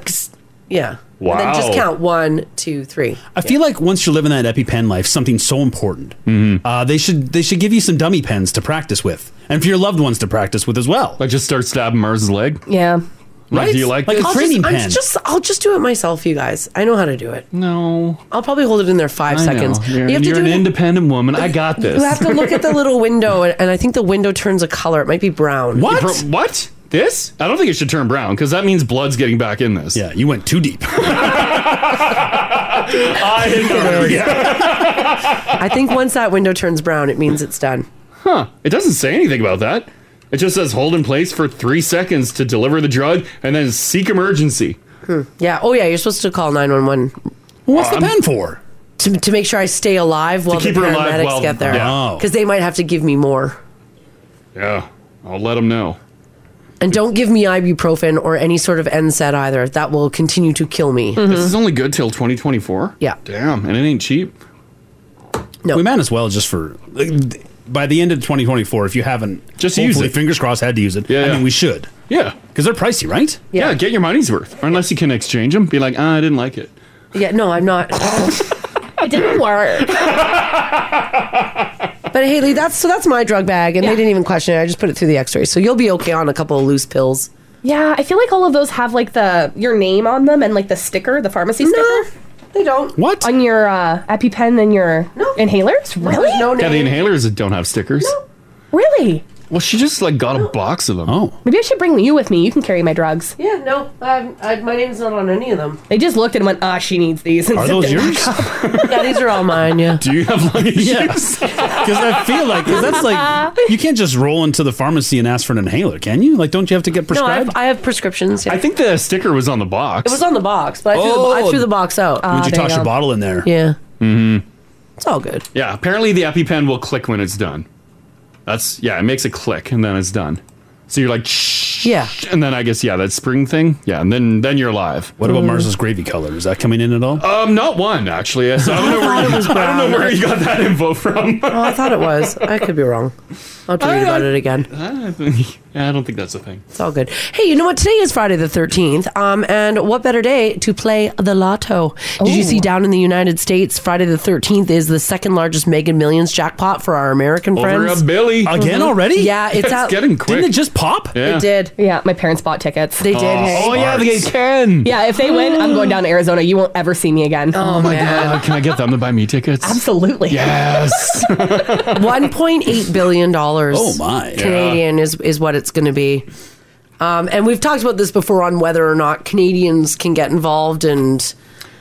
Speaker 3: yeah. And then just
Speaker 4: Wow.
Speaker 3: count one, two, three.
Speaker 4: I feel like once you're living that EpiPen life, something's so important.
Speaker 2: Mm-hmm.
Speaker 4: Uh, they should they should give you some dummy pens to practice with, and for your loved ones to practice with as well.
Speaker 2: Like just start stabbing Mars's leg.
Speaker 5: Yeah.
Speaker 4: Right?
Speaker 2: Do you like
Speaker 4: Like
Speaker 2: this?
Speaker 4: a training
Speaker 3: just,
Speaker 4: pen.
Speaker 3: I'm just I'll just do it myself, you guys. I know how to do it.
Speaker 2: No.
Speaker 3: I'll probably hold it in there 5
Speaker 2: I know.
Speaker 3: seconds.
Speaker 2: You're,
Speaker 3: you have
Speaker 2: you're
Speaker 3: to do
Speaker 2: an
Speaker 3: it in-
Speaker 2: independent woman. I got this.
Speaker 3: You have to
Speaker 2: (laughs)
Speaker 3: look at the little window and, and I think the window turns a color. It might be brown.
Speaker 2: What? what? This? I don't think it should turn brown because that means blood's getting back in this. Yeah,
Speaker 4: you went too
Speaker 2: (laughs)
Speaker 4: deep.
Speaker 2: I hit (laughs) the
Speaker 3: (laughs) I think once that window turns brown, it means it's done.
Speaker 2: Huh. It doesn't say anything about that. It just says hold in place for three seconds to deliver the drug and then seek emergency.
Speaker 3: Hmm. Yeah. Oh yeah, you're supposed to call 911.
Speaker 4: What's the
Speaker 2: Um,
Speaker 4: pen for?
Speaker 3: To, to make sure I stay alive while
Speaker 2: keep
Speaker 3: the
Speaker 2: her
Speaker 3: paramedics
Speaker 2: alive while-
Speaker 3: get there.
Speaker 2: yeah. Oh.
Speaker 3: Because they might have to give me more.
Speaker 2: Yeah. I'll let them know.
Speaker 3: And don't give me ibuprofen or any sort of NSAID either. That will continue to kill me.
Speaker 2: This is only good till 2024.
Speaker 3: Mm-hmm. Yeah.
Speaker 2: Damn. And it ain't cheap.
Speaker 3: No.
Speaker 4: We might as well just for like, th- by the end of 2024, if you haven't
Speaker 2: Just use
Speaker 4: hopefully,
Speaker 2: it.
Speaker 4: Fingers crossed, had to use it. I
Speaker 2: yeah.
Speaker 4: mean, we should.
Speaker 2: Yeah.
Speaker 4: Because they're pricey, right?
Speaker 2: Yeah. Get your money's worth. Or unless you can exchange them, be like, ah, I didn't like it.
Speaker 3: Yeah, no, I'm
Speaker 2: (laughs)
Speaker 3: not.
Speaker 5: it didn't work.
Speaker 3: (laughs) But Haley, that's so that's my drug bag, and they didn't even question it. I just put it through the X-ray, so you'll be okay on a couple of loose pills.
Speaker 5: Yeah, I feel like all of those have like the your name on them and like the sticker, the pharmacy sticker.
Speaker 3: They don't.
Speaker 4: What?
Speaker 5: On your uh, EpiPen and your inhalers? Really? No,
Speaker 2: Yeah, the inhalers that don't have stickers.
Speaker 5: Really?
Speaker 2: Well, she just like got a box of them. Oh.
Speaker 5: Maybe I should bring you with me. You can carry my drugs.
Speaker 3: Yeah, no, um, I, my name's not on any
Speaker 4: (laughs)
Speaker 3: of them.
Speaker 5: They just looked at him and went, ah, she needs these. and
Speaker 4: Are
Speaker 5: zipped
Speaker 4: those
Speaker 5: it back
Speaker 4: yours?
Speaker 5: up.
Speaker 3: yeah, these are all mine. Yeah.
Speaker 2: (laughs) Do you
Speaker 4: (laughs)
Speaker 2: have like (laughs)
Speaker 4: Yes. Because I feel like 'cause that's like you can't just roll into the pharmacy and ask for an inhaler, can you? Like, don't you have to get
Speaker 3: No, I
Speaker 4: prescribed?
Speaker 3: have, I have prescriptions. Yeah.
Speaker 2: I think the sticker was on the box.
Speaker 3: it was on the box, but I threw, the, bo- I
Speaker 4: Oh.
Speaker 3: threw the box out. Ah,
Speaker 4: Would you toss your bottle in there?
Speaker 3: Yeah.
Speaker 2: Mm-hmm.
Speaker 3: It's all good.
Speaker 2: Yeah, apparently the EpiPen will click when it's done. That's yeah, it makes a click and then it's done. So you're like shh,
Speaker 3: yeah,
Speaker 2: and then I guess yeah, that spring thing, yeah, and then then you're alive.
Speaker 4: What
Speaker 3: Mm.
Speaker 4: about Mars's gravy color? Is that coming in at all?
Speaker 2: Um, not one actually. So
Speaker 3: (laughs)
Speaker 2: I don't know where you, (laughs) I don't know where you got that info from.
Speaker 3: Oh, I thought
Speaker 2: (laughs)
Speaker 3: it was. I could be wrong. I'll have to read about it again.
Speaker 2: Yeah, I don't think that's a thing.
Speaker 3: It's all good. Hey, you know what? Today is Friday the 13th. Um, and what better day to play the lotto? Did you see
Speaker 4: Oh.
Speaker 3: down in the United States, Friday the 13th is the second largest mega millions jackpot for our American
Speaker 2: Over
Speaker 3: friends?
Speaker 2: a Billy
Speaker 3: Again Mhm. already? Yeah, it's out-
Speaker 2: getting
Speaker 3: Didn't
Speaker 2: quick.
Speaker 3: it just
Speaker 4: pop?
Speaker 2: (laughs) Yeah.
Speaker 5: It did. Yeah, my parents bought tickets.
Speaker 2: They did, Oh, hey? oh, yeah, they get 10.
Speaker 5: Yeah, if they win, I'm going down to Arizona. You won't ever see me again.
Speaker 2: Oh my god! Can I get them to buy me tickets?
Speaker 5: Absolutely.
Speaker 3: (laughs)
Speaker 2: Yes.
Speaker 3: $1.8 billion. Oh,
Speaker 4: my.
Speaker 3: Canadian is, is what it's going to be. Um, and we've talked about this before on whether or not Canadians can get involved and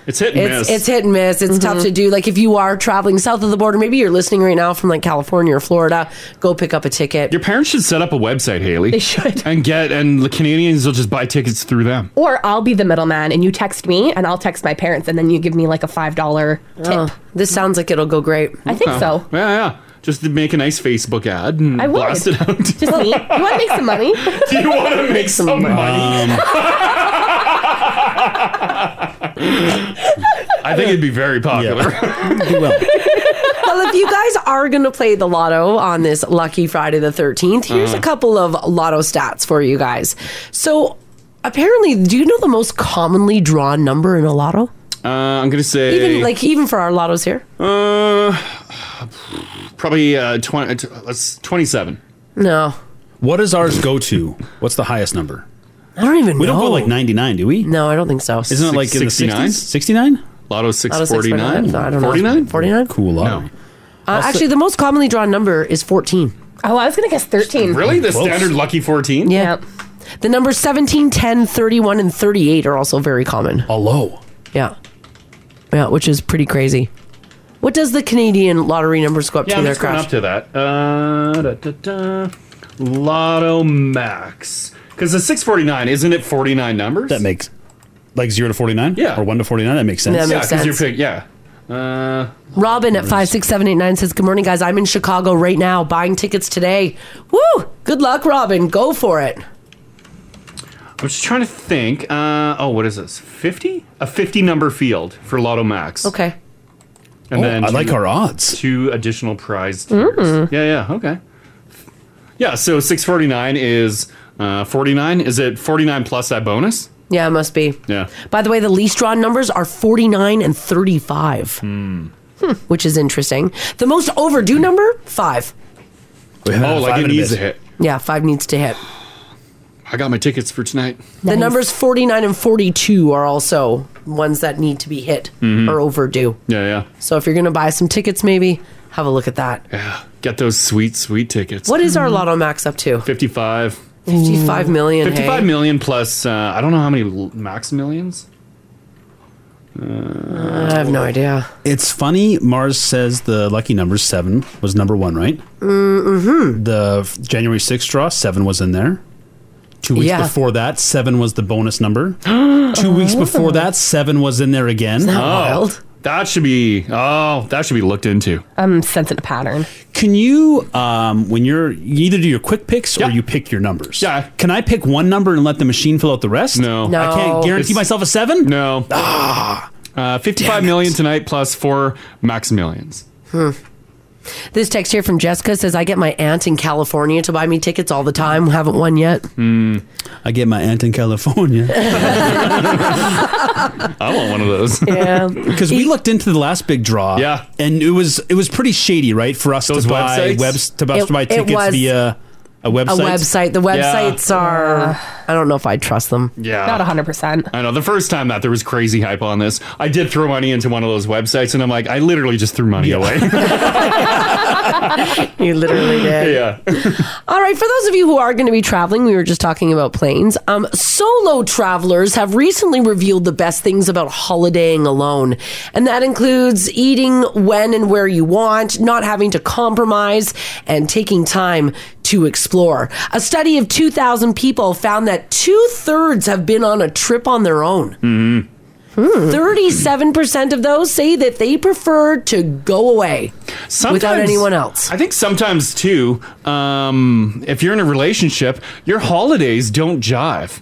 Speaker 2: It's hit and
Speaker 3: It's,
Speaker 2: miss.
Speaker 3: it's hit and miss. It's tough to do. Like if you are traveling south of the border, maybe you're listening right now from like California or Florida, go pick up a ticket.
Speaker 2: Your parents should set up a website, Haley. They
Speaker 5: should.
Speaker 2: And get and the Canadians will just buy tickets through them.
Speaker 5: Or I'll be the middleman and you text me and I'll text my parents and then you give me like a $5 tip.
Speaker 3: Oh, this sounds like it'll go great.
Speaker 5: I think
Speaker 2: Okay.
Speaker 5: so.
Speaker 2: Yeah, yeah. Just to make a nice Facebook ad and
Speaker 5: I would.
Speaker 2: blast it out.
Speaker 5: Just me. You want to make some money?
Speaker 2: (laughs) Do you want to make some money? I think it'd be very popular. (laughs)
Speaker 3: (laughs) well, if you guys are going to play the lotto on this lucky Friday the 13th, here's a
Speaker 2: Mm.
Speaker 13: Uh-huh.
Speaker 3: couple of lotto stats for you guys. So, apparently, do you know the most commonly drawn number in a lotto?
Speaker 2: Uh, I'm gonna say
Speaker 3: Even like even for our lottos here?
Speaker 2: uh, probably uh, 20, uh, let's- 27.
Speaker 3: No.
Speaker 4: What does ours go to? What's the highest number?
Speaker 3: I don't even
Speaker 4: we
Speaker 3: know.
Speaker 4: don't go like 99, do we?
Speaker 3: No, I don't think so.
Speaker 4: Isn't it like in the
Speaker 2: 69?
Speaker 4: 60s? 69?
Speaker 2: Lotto
Speaker 3: Lotto 649? I don't know.
Speaker 2: 49?
Speaker 3: 49?
Speaker 4: Cool lotto.
Speaker 3: Uh,
Speaker 2: Also-
Speaker 3: actually, the most commonly drawn number is 14.
Speaker 5: Oh, I was going to guess 13.
Speaker 2: Really? The standard lucky 14?
Speaker 3: Yeah. The numbers 17, 10, 31, and 38 are also very common.
Speaker 4: Hello.
Speaker 3: Yeah. Yeah, which is pretty crazy. What does the Canadian lottery numbers go up
Speaker 2: Yeah,
Speaker 3: to
Speaker 2: I'm
Speaker 3: there,
Speaker 2: just going
Speaker 3: Crash?
Speaker 2: up to that. Uh, da, da, da. Lotto Max. Because the 649, isn't it 49 numbers? That
Speaker 4: makes like 0 to 49? Yeah. Or 1 to 49? That makes sense.
Speaker 3: That makes
Speaker 2: yeah, 'cause
Speaker 3: sense.
Speaker 2: You're pick, yeah. Uh,
Speaker 3: Robin at 56789 says, Good morning, guys. I'm in Chicago right now buying tickets today. Woo! Good luck, Robin. Go for it.
Speaker 2: I'm just trying to think. Uh, oh, what is this? 50? A 50 number field for Lotto Max.
Speaker 3: Okay.
Speaker 2: And
Speaker 4: Oh,
Speaker 2: then
Speaker 4: I like our odds.
Speaker 2: Two additional prize. tiers.
Speaker 3: Mm-hmm.
Speaker 2: Yeah, yeah, okay. Yeah, so 649 is uh, 49. Is it 49 plus that bonus?
Speaker 3: Yeah, it must be.
Speaker 2: Yeah.
Speaker 3: By the way, the least drawn numbers are 49 and 35, Hmm, which is interesting. The most overdue number, five.
Speaker 2: Oh, like
Speaker 4: five
Speaker 2: it
Speaker 4: in a
Speaker 2: needs a
Speaker 4: bit.
Speaker 2: hit.
Speaker 3: Yeah, five needs to hit.
Speaker 2: I got my tickets for tonight.
Speaker 3: The numbers 49 and 42 are also ones that need to be hit
Speaker 2: Mhm.
Speaker 3: or overdue.
Speaker 2: Yeah, yeah.
Speaker 3: So if you're going to buy some tickets, maybe have a look at that.
Speaker 2: Yeah. Get those sweet, sweet tickets.
Speaker 3: What is our Lotto Max up to?
Speaker 2: 55.
Speaker 3: 55 million. hey?
Speaker 2: Fifty-five million plus, uh, I don't know how many l- max millions.
Speaker 3: Uh, I have no idea.
Speaker 4: It's funny. Mars says the lucky number seven was number one, right? Mm-hmm. The f- January sixth draw, seven was in there. Two weeks
Speaker 13: Yeah.
Speaker 4: before that, seven was the bonus number. Two weeks before that, seven was in there again.
Speaker 2: oh, That should be, oh, that should be looked into.
Speaker 5: I'm sensing a pattern.
Speaker 4: Can you, um, when you're, you either do your quick picks or you pick your numbers? Yeah. Can I pick one number and let the machine fill out the rest? No. I can't guarantee myself. a seven?
Speaker 2: No. Ah. Uh, 55 million tonight plus four max millions.
Speaker 3: Hmm. This text here from Jessica says, I get my aunt in California to buy me tickets all the time. Haven't won yet.
Speaker 2: Hmm.
Speaker 4: I get my aunt in
Speaker 3: (laughs)
Speaker 4: California.
Speaker 2: (laughs) I want one of those.
Speaker 3: Yeah.
Speaker 4: Because we looked into the last big draw. Yeah. And it was it was pretty shady, right? For us
Speaker 2: Those
Speaker 4: to buy
Speaker 2: websites?
Speaker 4: webs to, us
Speaker 3: It-
Speaker 4: to buy
Speaker 3: it
Speaker 4: tickets
Speaker 3: was
Speaker 4: via a website.
Speaker 3: A website. The websites are, I don't know if I trust them.
Speaker 2: Yeah.
Speaker 5: Not 100%.
Speaker 2: I know. The first time that there was crazy hype on this, I did throw money into one of those websites, and I'm like, I literally just threw money away.
Speaker 3: (laughs) you
Speaker 2: (laughs)
Speaker 3: literally did.
Speaker 2: Yeah.
Speaker 3: All right, for those of you who are going to be traveling, we were just talking about planes. Um, solo travelers have recently revealed the best things about holidaying alone, and that includes eating when and where you want, not having to compromise, and taking time to explore. A study of 2,000 people found that two thirds have been on a trip on their own. (laughs)
Speaker 13: Mm-hmm.
Speaker 3: 37% of those say that they prefer to go away without
Speaker 2: Sometimes-
Speaker 3: anyone else.
Speaker 2: I think sometimes too, um, if you're in a relationship, your holidays don't jive.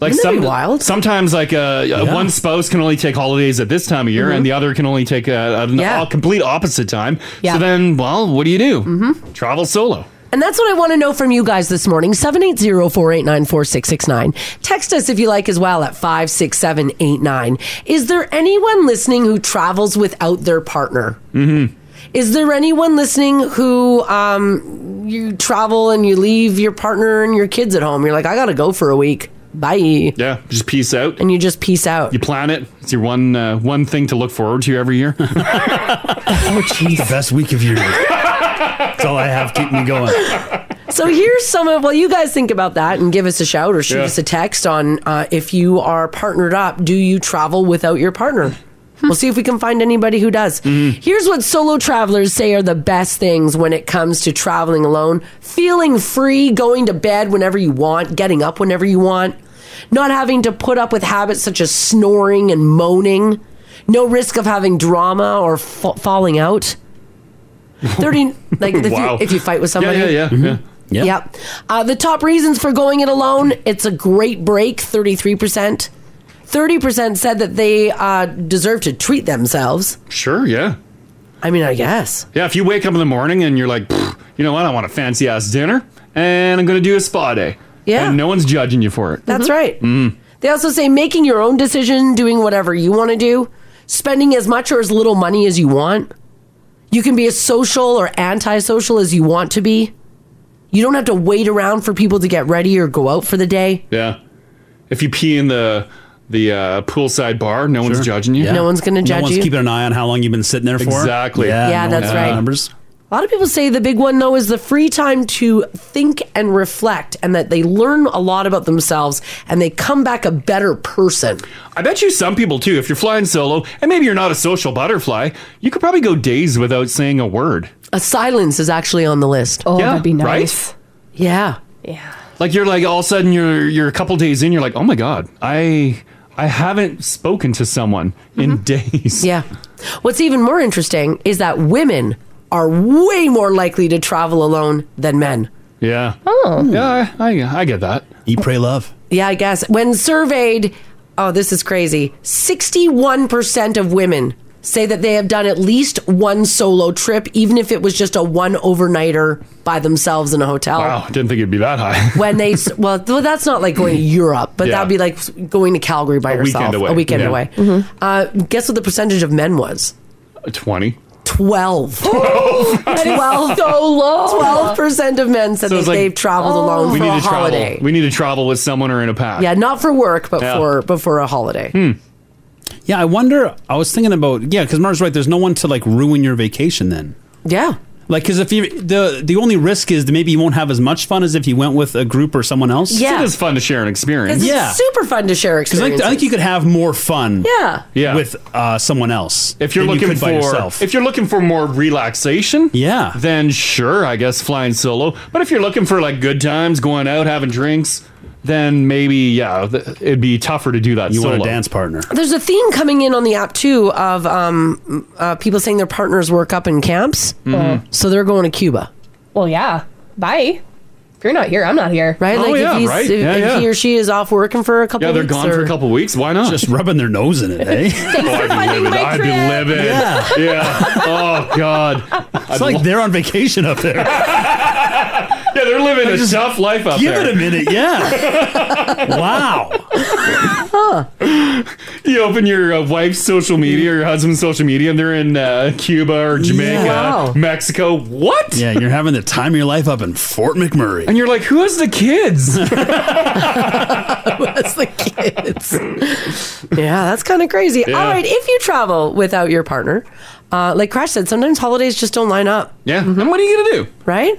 Speaker 2: Like
Speaker 3: Isn't that
Speaker 2: some
Speaker 3: wild?
Speaker 2: sometimes like uh, uh one spouse can only take holidays at this time of year,
Speaker 3: Mhm.
Speaker 2: and the other can only take a, a, a complete opposite time.
Speaker 3: Yeah.
Speaker 2: So then, well, what do you do? Mm-hmm. Travel solo.
Speaker 3: And that's what I want to know from you guys this morning. 780-489-4669. Text us if you like as well at 56789. Is there anyone listening who travels without their partner?
Speaker 13: Mm-hmm.
Speaker 3: Is there anyone listening who um, you travel and you leave your partner and your kids at home? You're like, I got to go for a week. Bye.
Speaker 2: Yeah, just peace out.
Speaker 3: And you just peace out.
Speaker 2: You plan it. It's your one uh, one thing to look forward to every year.
Speaker 4: oh, jeez. The best week of your year. (laughs) That's all I have keeping me going.
Speaker 3: So here's some of well, you guys think about that and give us a shout or shoot
Speaker 4: Yeah.
Speaker 3: us a text on uh, if you are partnered up. Do you travel without your partner? We'll see if we can find anybody who does.
Speaker 13: Mm-hmm.
Speaker 3: Here's what solo travelers say are the best things when it comes to traveling alone feeling free, going to bed whenever you want, getting up whenever you want, not having to put up with habits such as snoring and moaning, no risk of having drama or fa- falling
Speaker 13: (laughs)
Speaker 3: out. 30 like if,
Speaker 13: Wow.
Speaker 3: you, if you fight with
Speaker 13: Yeah,
Speaker 3: somebody Mm-hmm.
Speaker 13: yeah, yeah, yeah.
Speaker 3: Yep.
Speaker 13: Yep.
Speaker 3: Uh, the top reasons for going it alone it's a great break, 33%. 30% said that they uh, deserve to treat themselves.
Speaker 2: Sure, yeah.
Speaker 3: I mean, I guess.
Speaker 2: Yeah, if you wake up in the morning and you're like, "Pfft, you know what, I want a fancy ass dinner and I'm going to do a spa day.
Speaker 3: Yeah.
Speaker 2: And no one's judging you for it.
Speaker 3: That's right.
Speaker 2: Mm.
Speaker 3: They also say making your own decision, doing whatever you want to do, spending as much or as little money as you want. You can be as social or antisocial as you want to be. You don't have to wait around for people to get ready or go out for the day.
Speaker 2: Yeah. If you pee in the the uh, poolside bar, no one's judging you.
Speaker 3: Yeah. No one's gonna judge
Speaker 2: one's
Speaker 3: you.
Speaker 2: keeping an eye on how long you've been sitting there
Speaker 4: for.
Speaker 2: Exactly.
Speaker 4: Yeah,
Speaker 3: Yeah, no that's one's right.
Speaker 4: numbers.
Speaker 3: A lot of people say the big one, though, is the free time to think and reflect, and that they learn a lot about themselves and they come back a better person.
Speaker 2: I bet you some people too, if you're flying solo and maybe you're not a social butterfly, you could probably go days without saying a word.
Speaker 3: A silence is actually on the list. Oh,
Speaker 2: Yeah, that'd be right?
Speaker 3: Right?
Speaker 2: nice.
Speaker 3: Yeah.
Speaker 2: Like you're like all of a sudden you're you're a couple days in, you're like, oh my god, I I haven't spoken to someone in days.
Speaker 3: Mm-hmm. Yeah. What's even more interesting is that women are way more likely to travel alone than men.
Speaker 2: Yeah.
Speaker 3: Oh.
Speaker 2: Yeah, I, I, I get that.
Speaker 4: Eat, pray, love.
Speaker 3: Yeah, I guess. When surveyed, oh, this is crazy 61% of women say that they have done at least one solo trip, even if it was just a one overnighter by themselves in a hotel.
Speaker 2: Wow, Oh, didn't think it'd be that high. (laughs)
Speaker 3: (laughs) When they, s- well, th- that's not like going to Europe, but
Speaker 2: Yeah.
Speaker 3: that'd be like s- going to Calgary by
Speaker 2: A weekend
Speaker 3: yourself
Speaker 2: away.
Speaker 3: a weekend
Speaker 2: Yeah.
Speaker 3: away.
Speaker 13: Mm-hmm.
Speaker 3: Uh, guess what the percentage of men was?
Speaker 2: Uh, Twenty. (laughs)
Speaker 3: 12. (laughs)
Speaker 13: That is
Speaker 3: 12.
Speaker 13: so low. Oh.
Speaker 3: 12% of men said
Speaker 2: So
Speaker 3: that
Speaker 2: it's like-
Speaker 3: they've traveled alone
Speaker 2: we
Speaker 3: for
Speaker 2: need
Speaker 3: a
Speaker 2: to travel.
Speaker 3: holiday.
Speaker 2: We need to travel with someone or in a pack.
Speaker 3: Yeah, not for work, but
Speaker 4: Yeah.
Speaker 3: for but for a holiday.
Speaker 2: Hmm.
Speaker 4: Yeah, I wonder. I was thinking about yeah, because Mars right. There's no one to like ruin your vacation then.
Speaker 3: Yeah.
Speaker 4: Like, because if you the the only risk is that maybe you won't have as much fun as if you went with a group or someone else.
Speaker 3: Yeah. It is
Speaker 2: fun to share an experience.
Speaker 3: 'Cause
Speaker 4: Yeah,
Speaker 3: It's super fun to share
Speaker 4: because I,
Speaker 3: experiences.
Speaker 4: think- I think you could have more fun.
Speaker 3: Yeah.
Speaker 2: Yeah.
Speaker 4: with uh, someone else.
Speaker 2: If you're
Speaker 4: than you
Speaker 2: looking
Speaker 4: could
Speaker 2: for
Speaker 4: by yourself.
Speaker 2: if you're looking for more relaxation,
Speaker 4: yeah,
Speaker 2: then sure, I guess flying solo. But if you're looking for like good times, going out, having drinks, then maybe yeah, th- it'd be tougher to do that.
Speaker 4: You
Speaker 2: solo.
Speaker 4: want a dance partner?
Speaker 3: There's a theme coming in on the app too of um, uh, people saying their partners work up in camps,
Speaker 2: Mm-hmm.
Speaker 5: Mhm.
Speaker 3: so they're going to Cuba.
Speaker 5: Well, yeah. Bye. If you're not here, I'm not here.
Speaker 2: Oh,
Speaker 3: Right? like if, he's, if, if he or she is off working for a couple.
Speaker 2: Yeah, they're
Speaker 3: weeks
Speaker 2: gone
Speaker 3: or-
Speaker 2: for a couple weeks. Why not?
Speaker 4: Just rubbing their nose in it,
Speaker 2: (laughs)
Speaker 3: (laughs)
Speaker 4: eh?
Speaker 2: I'd be living.
Speaker 4: my
Speaker 2: I'd be
Speaker 4: trip.
Speaker 2: living.
Speaker 4: Yeah.
Speaker 2: yeah. Oh God. It's
Speaker 4: like they're on vacation up there.
Speaker 2: (laughs) (laughs) yeah, they're living
Speaker 4: Like,
Speaker 2: a
Speaker 4: just
Speaker 2: tough life up
Speaker 4: give
Speaker 2: there.
Speaker 4: it a minute,
Speaker 2: (laughs)
Speaker 4: yeah. wow.
Speaker 2: You open your uh, wife's social media or your husband's social media, and they're in uh, Cuba or Jamaica,
Speaker 4: Wow.
Speaker 2: Mexico. What?
Speaker 4: Yeah, you're having
Speaker 2: (laughs)
Speaker 4: the time of your life up in Fort McMurray.
Speaker 2: And you're like, who has the kids?
Speaker 3: (laughs)
Speaker 4: (laughs)
Speaker 2: Mm-hmm.
Speaker 3: That's the kids. yeah, that's kind of crazy.
Speaker 2: Yeah.
Speaker 3: All right, if you travel without your partner, uh, like Crash said, sometimes holidays just don't line up. Mm-hmm.
Speaker 2: Yeah, and what are you gonna do?
Speaker 3: Right?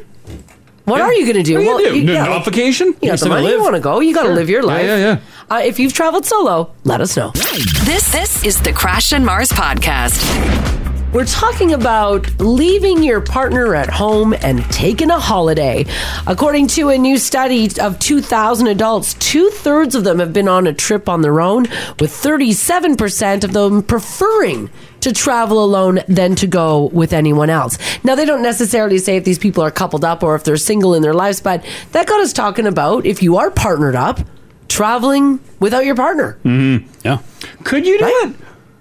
Speaker 3: What are you gonna do?
Speaker 2: What are you gonna do? No-
Speaker 3: yeah,
Speaker 2: no
Speaker 3: like,
Speaker 2: vacation?
Speaker 3: You
Speaker 2: You're
Speaker 3: got
Speaker 2: still
Speaker 3: the
Speaker 2: gonna
Speaker 3: money. You
Speaker 2: live.
Speaker 3: want to go? You got to
Speaker 2: Sure.
Speaker 3: live your
Speaker 2: Yeah,
Speaker 3: life.
Speaker 2: yeah, yeah.
Speaker 3: Uh, if you've traveled solo, let us know.
Speaker 1: This this is the Crash and Mars podcast.
Speaker 3: We're talking about leaving your partner at home and taking a holiday. According to a new study of 2,000 adults, two thirds of them have been on a trip on their own, with 37% of them preferring to travel alone than to go with anyone else. Now, they don't necessarily say if these people are coupled up or if they're single in their lives, but that got us talking about if you are partnered up, traveling without your partner.
Speaker 2: Mm-hmm.
Speaker 4: Yeah.
Speaker 2: Could you do it?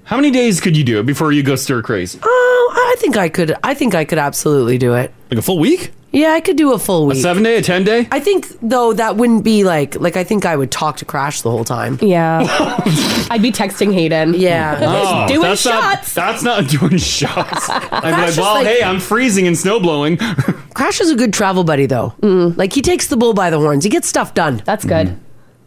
Speaker 2: How many days could you do it before you go stir crazy?
Speaker 3: Oh, I think I could. I think I could absolutely do it.
Speaker 4: Like a full week?
Speaker 3: Yeah, I could do a full week.
Speaker 2: seven day, a ten day.
Speaker 3: I think though that wouldn't be like like I think I would talk to Crash the whole time.
Speaker 2: (laughs)
Speaker 5: Yeah. I'd be texting Hayden.
Speaker 3: Yeah.
Speaker 4: Oh,
Speaker 5: Doing
Speaker 2: Oh, that's
Speaker 5: shots.
Speaker 2: Not, that's not (laughs) doing shots. I'm
Speaker 3: That's
Speaker 2: like,
Speaker 3: just
Speaker 2: well,
Speaker 3: like-
Speaker 2: hey, I'm freezing and snow blowing. (laughs)
Speaker 3: Crash is a good travel buddy though. Like he takes the bull by the horns. He gets stuff done.
Speaker 5: Mm. That's good.
Speaker 2: Mm.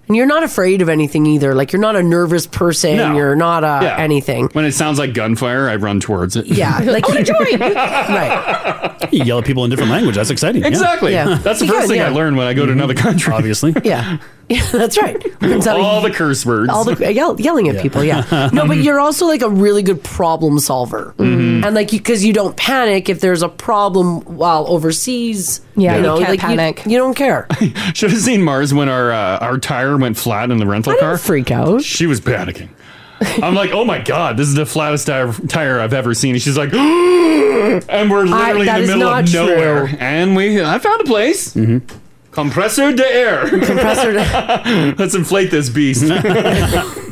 Speaker 3: And you're not afraid of anything either. Like you're not a nervous person.
Speaker 2: No.
Speaker 3: You're not a
Speaker 2: Yeah.
Speaker 3: uh, anything.
Speaker 2: When it sounds like gunfire, I run towards it.
Speaker 3: Yeah. Like
Speaker 14: Oh,
Speaker 3: he, (laughs) right.
Speaker 4: You yell at people in different language. That's exciting.
Speaker 2: (laughs)
Speaker 4: Mm-hmm.
Speaker 2: Exactly. That's the first thing I learned when I go to another country.
Speaker 4: Obviously.
Speaker 3: Yeah. (laughs) Yeah, that's right. Learns how to-
Speaker 2: (laughs) All the curse words.
Speaker 4: (laughs)
Speaker 3: all the yell, yelling at people. Yeah, (laughs) no,
Speaker 4: Mm-hmm.
Speaker 2: Um,
Speaker 3: but you're also like a really good problem solver,
Speaker 2: Mm-hmm. Mm.
Speaker 3: and like because you, don't panic if there's a problem while overseas.
Speaker 5: Yeah,
Speaker 3: you
Speaker 5: you
Speaker 3: know,
Speaker 5: can't
Speaker 3: like
Speaker 5: panic.
Speaker 3: You, don't
Speaker 2: (laughs)
Speaker 3: care.
Speaker 2: (laughs) Should have seen Mars when our uh, our tire went flat in the rental car.
Speaker 3: freak out.
Speaker 2: She was panicking. I'm like, oh my god, this is the flattest tire, tire I've ever seen. And she's like, (gasps) and we're
Speaker 13: I-
Speaker 2: literally
Speaker 13: that
Speaker 2: in
Speaker 13: is
Speaker 2: the middle
Speaker 13: not
Speaker 2: of
Speaker 13: true.
Speaker 2: nowhere. And we, I found a place.
Speaker 4: Mm-hmm.
Speaker 2: Compressor de air.
Speaker 3: Compressor
Speaker 2: de. (laughs) Let's inflate this beast.
Speaker 4: (laughs)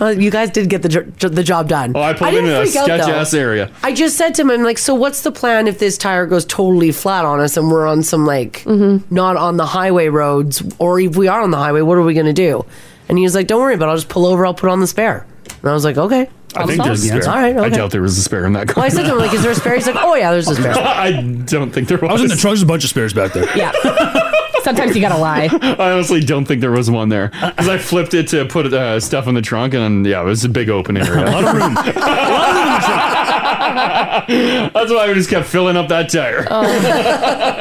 Speaker 3: Uh, you guys did get the jo- the job done. Oh, I
Speaker 2: Pulled
Speaker 3: didn't
Speaker 2: into a
Speaker 3: freak out,
Speaker 2: sketch
Speaker 3: though.
Speaker 2: ass area.
Speaker 3: I just said to him, I'm like, so what's the plan if this tire goes totally flat on us and we're on some like
Speaker 2: Mm-hmm.
Speaker 3: not on the highway roads, or if we are on the highway, what are we gonna do? And he was like, don't worry about it. I'll just pull over. I'll put on the spare. And I was like, okay.
Speaker 2: I think there's a spare.
Speaker 3: All right. Okay.
Speaker 2: I doubt there was a spare in that car.
Speaker 3: Well, I said to
Speaker 2: (laughs)
Speaker 3: him, like, is there a spare? He's like, oh, yeah, there's a spare.
Speaker 2: I don't think there was. I was in the
Speaker 4: trunk. There's a bunch of spares back there.
Speaker 5: Yeah. (laughs) Sometimes you gotta lie.
Speaker 2: (laughs) I honestly don't think there was one there because I flipped it to put uh, stuff in the trunk, and yeah, it was a big open
Speaker 4: (laughs)
Speaker 2: area.
Speaker 13: A lot of
Speaker 2: room. (laughs) That's why we just kept filling up that tire. (laughs)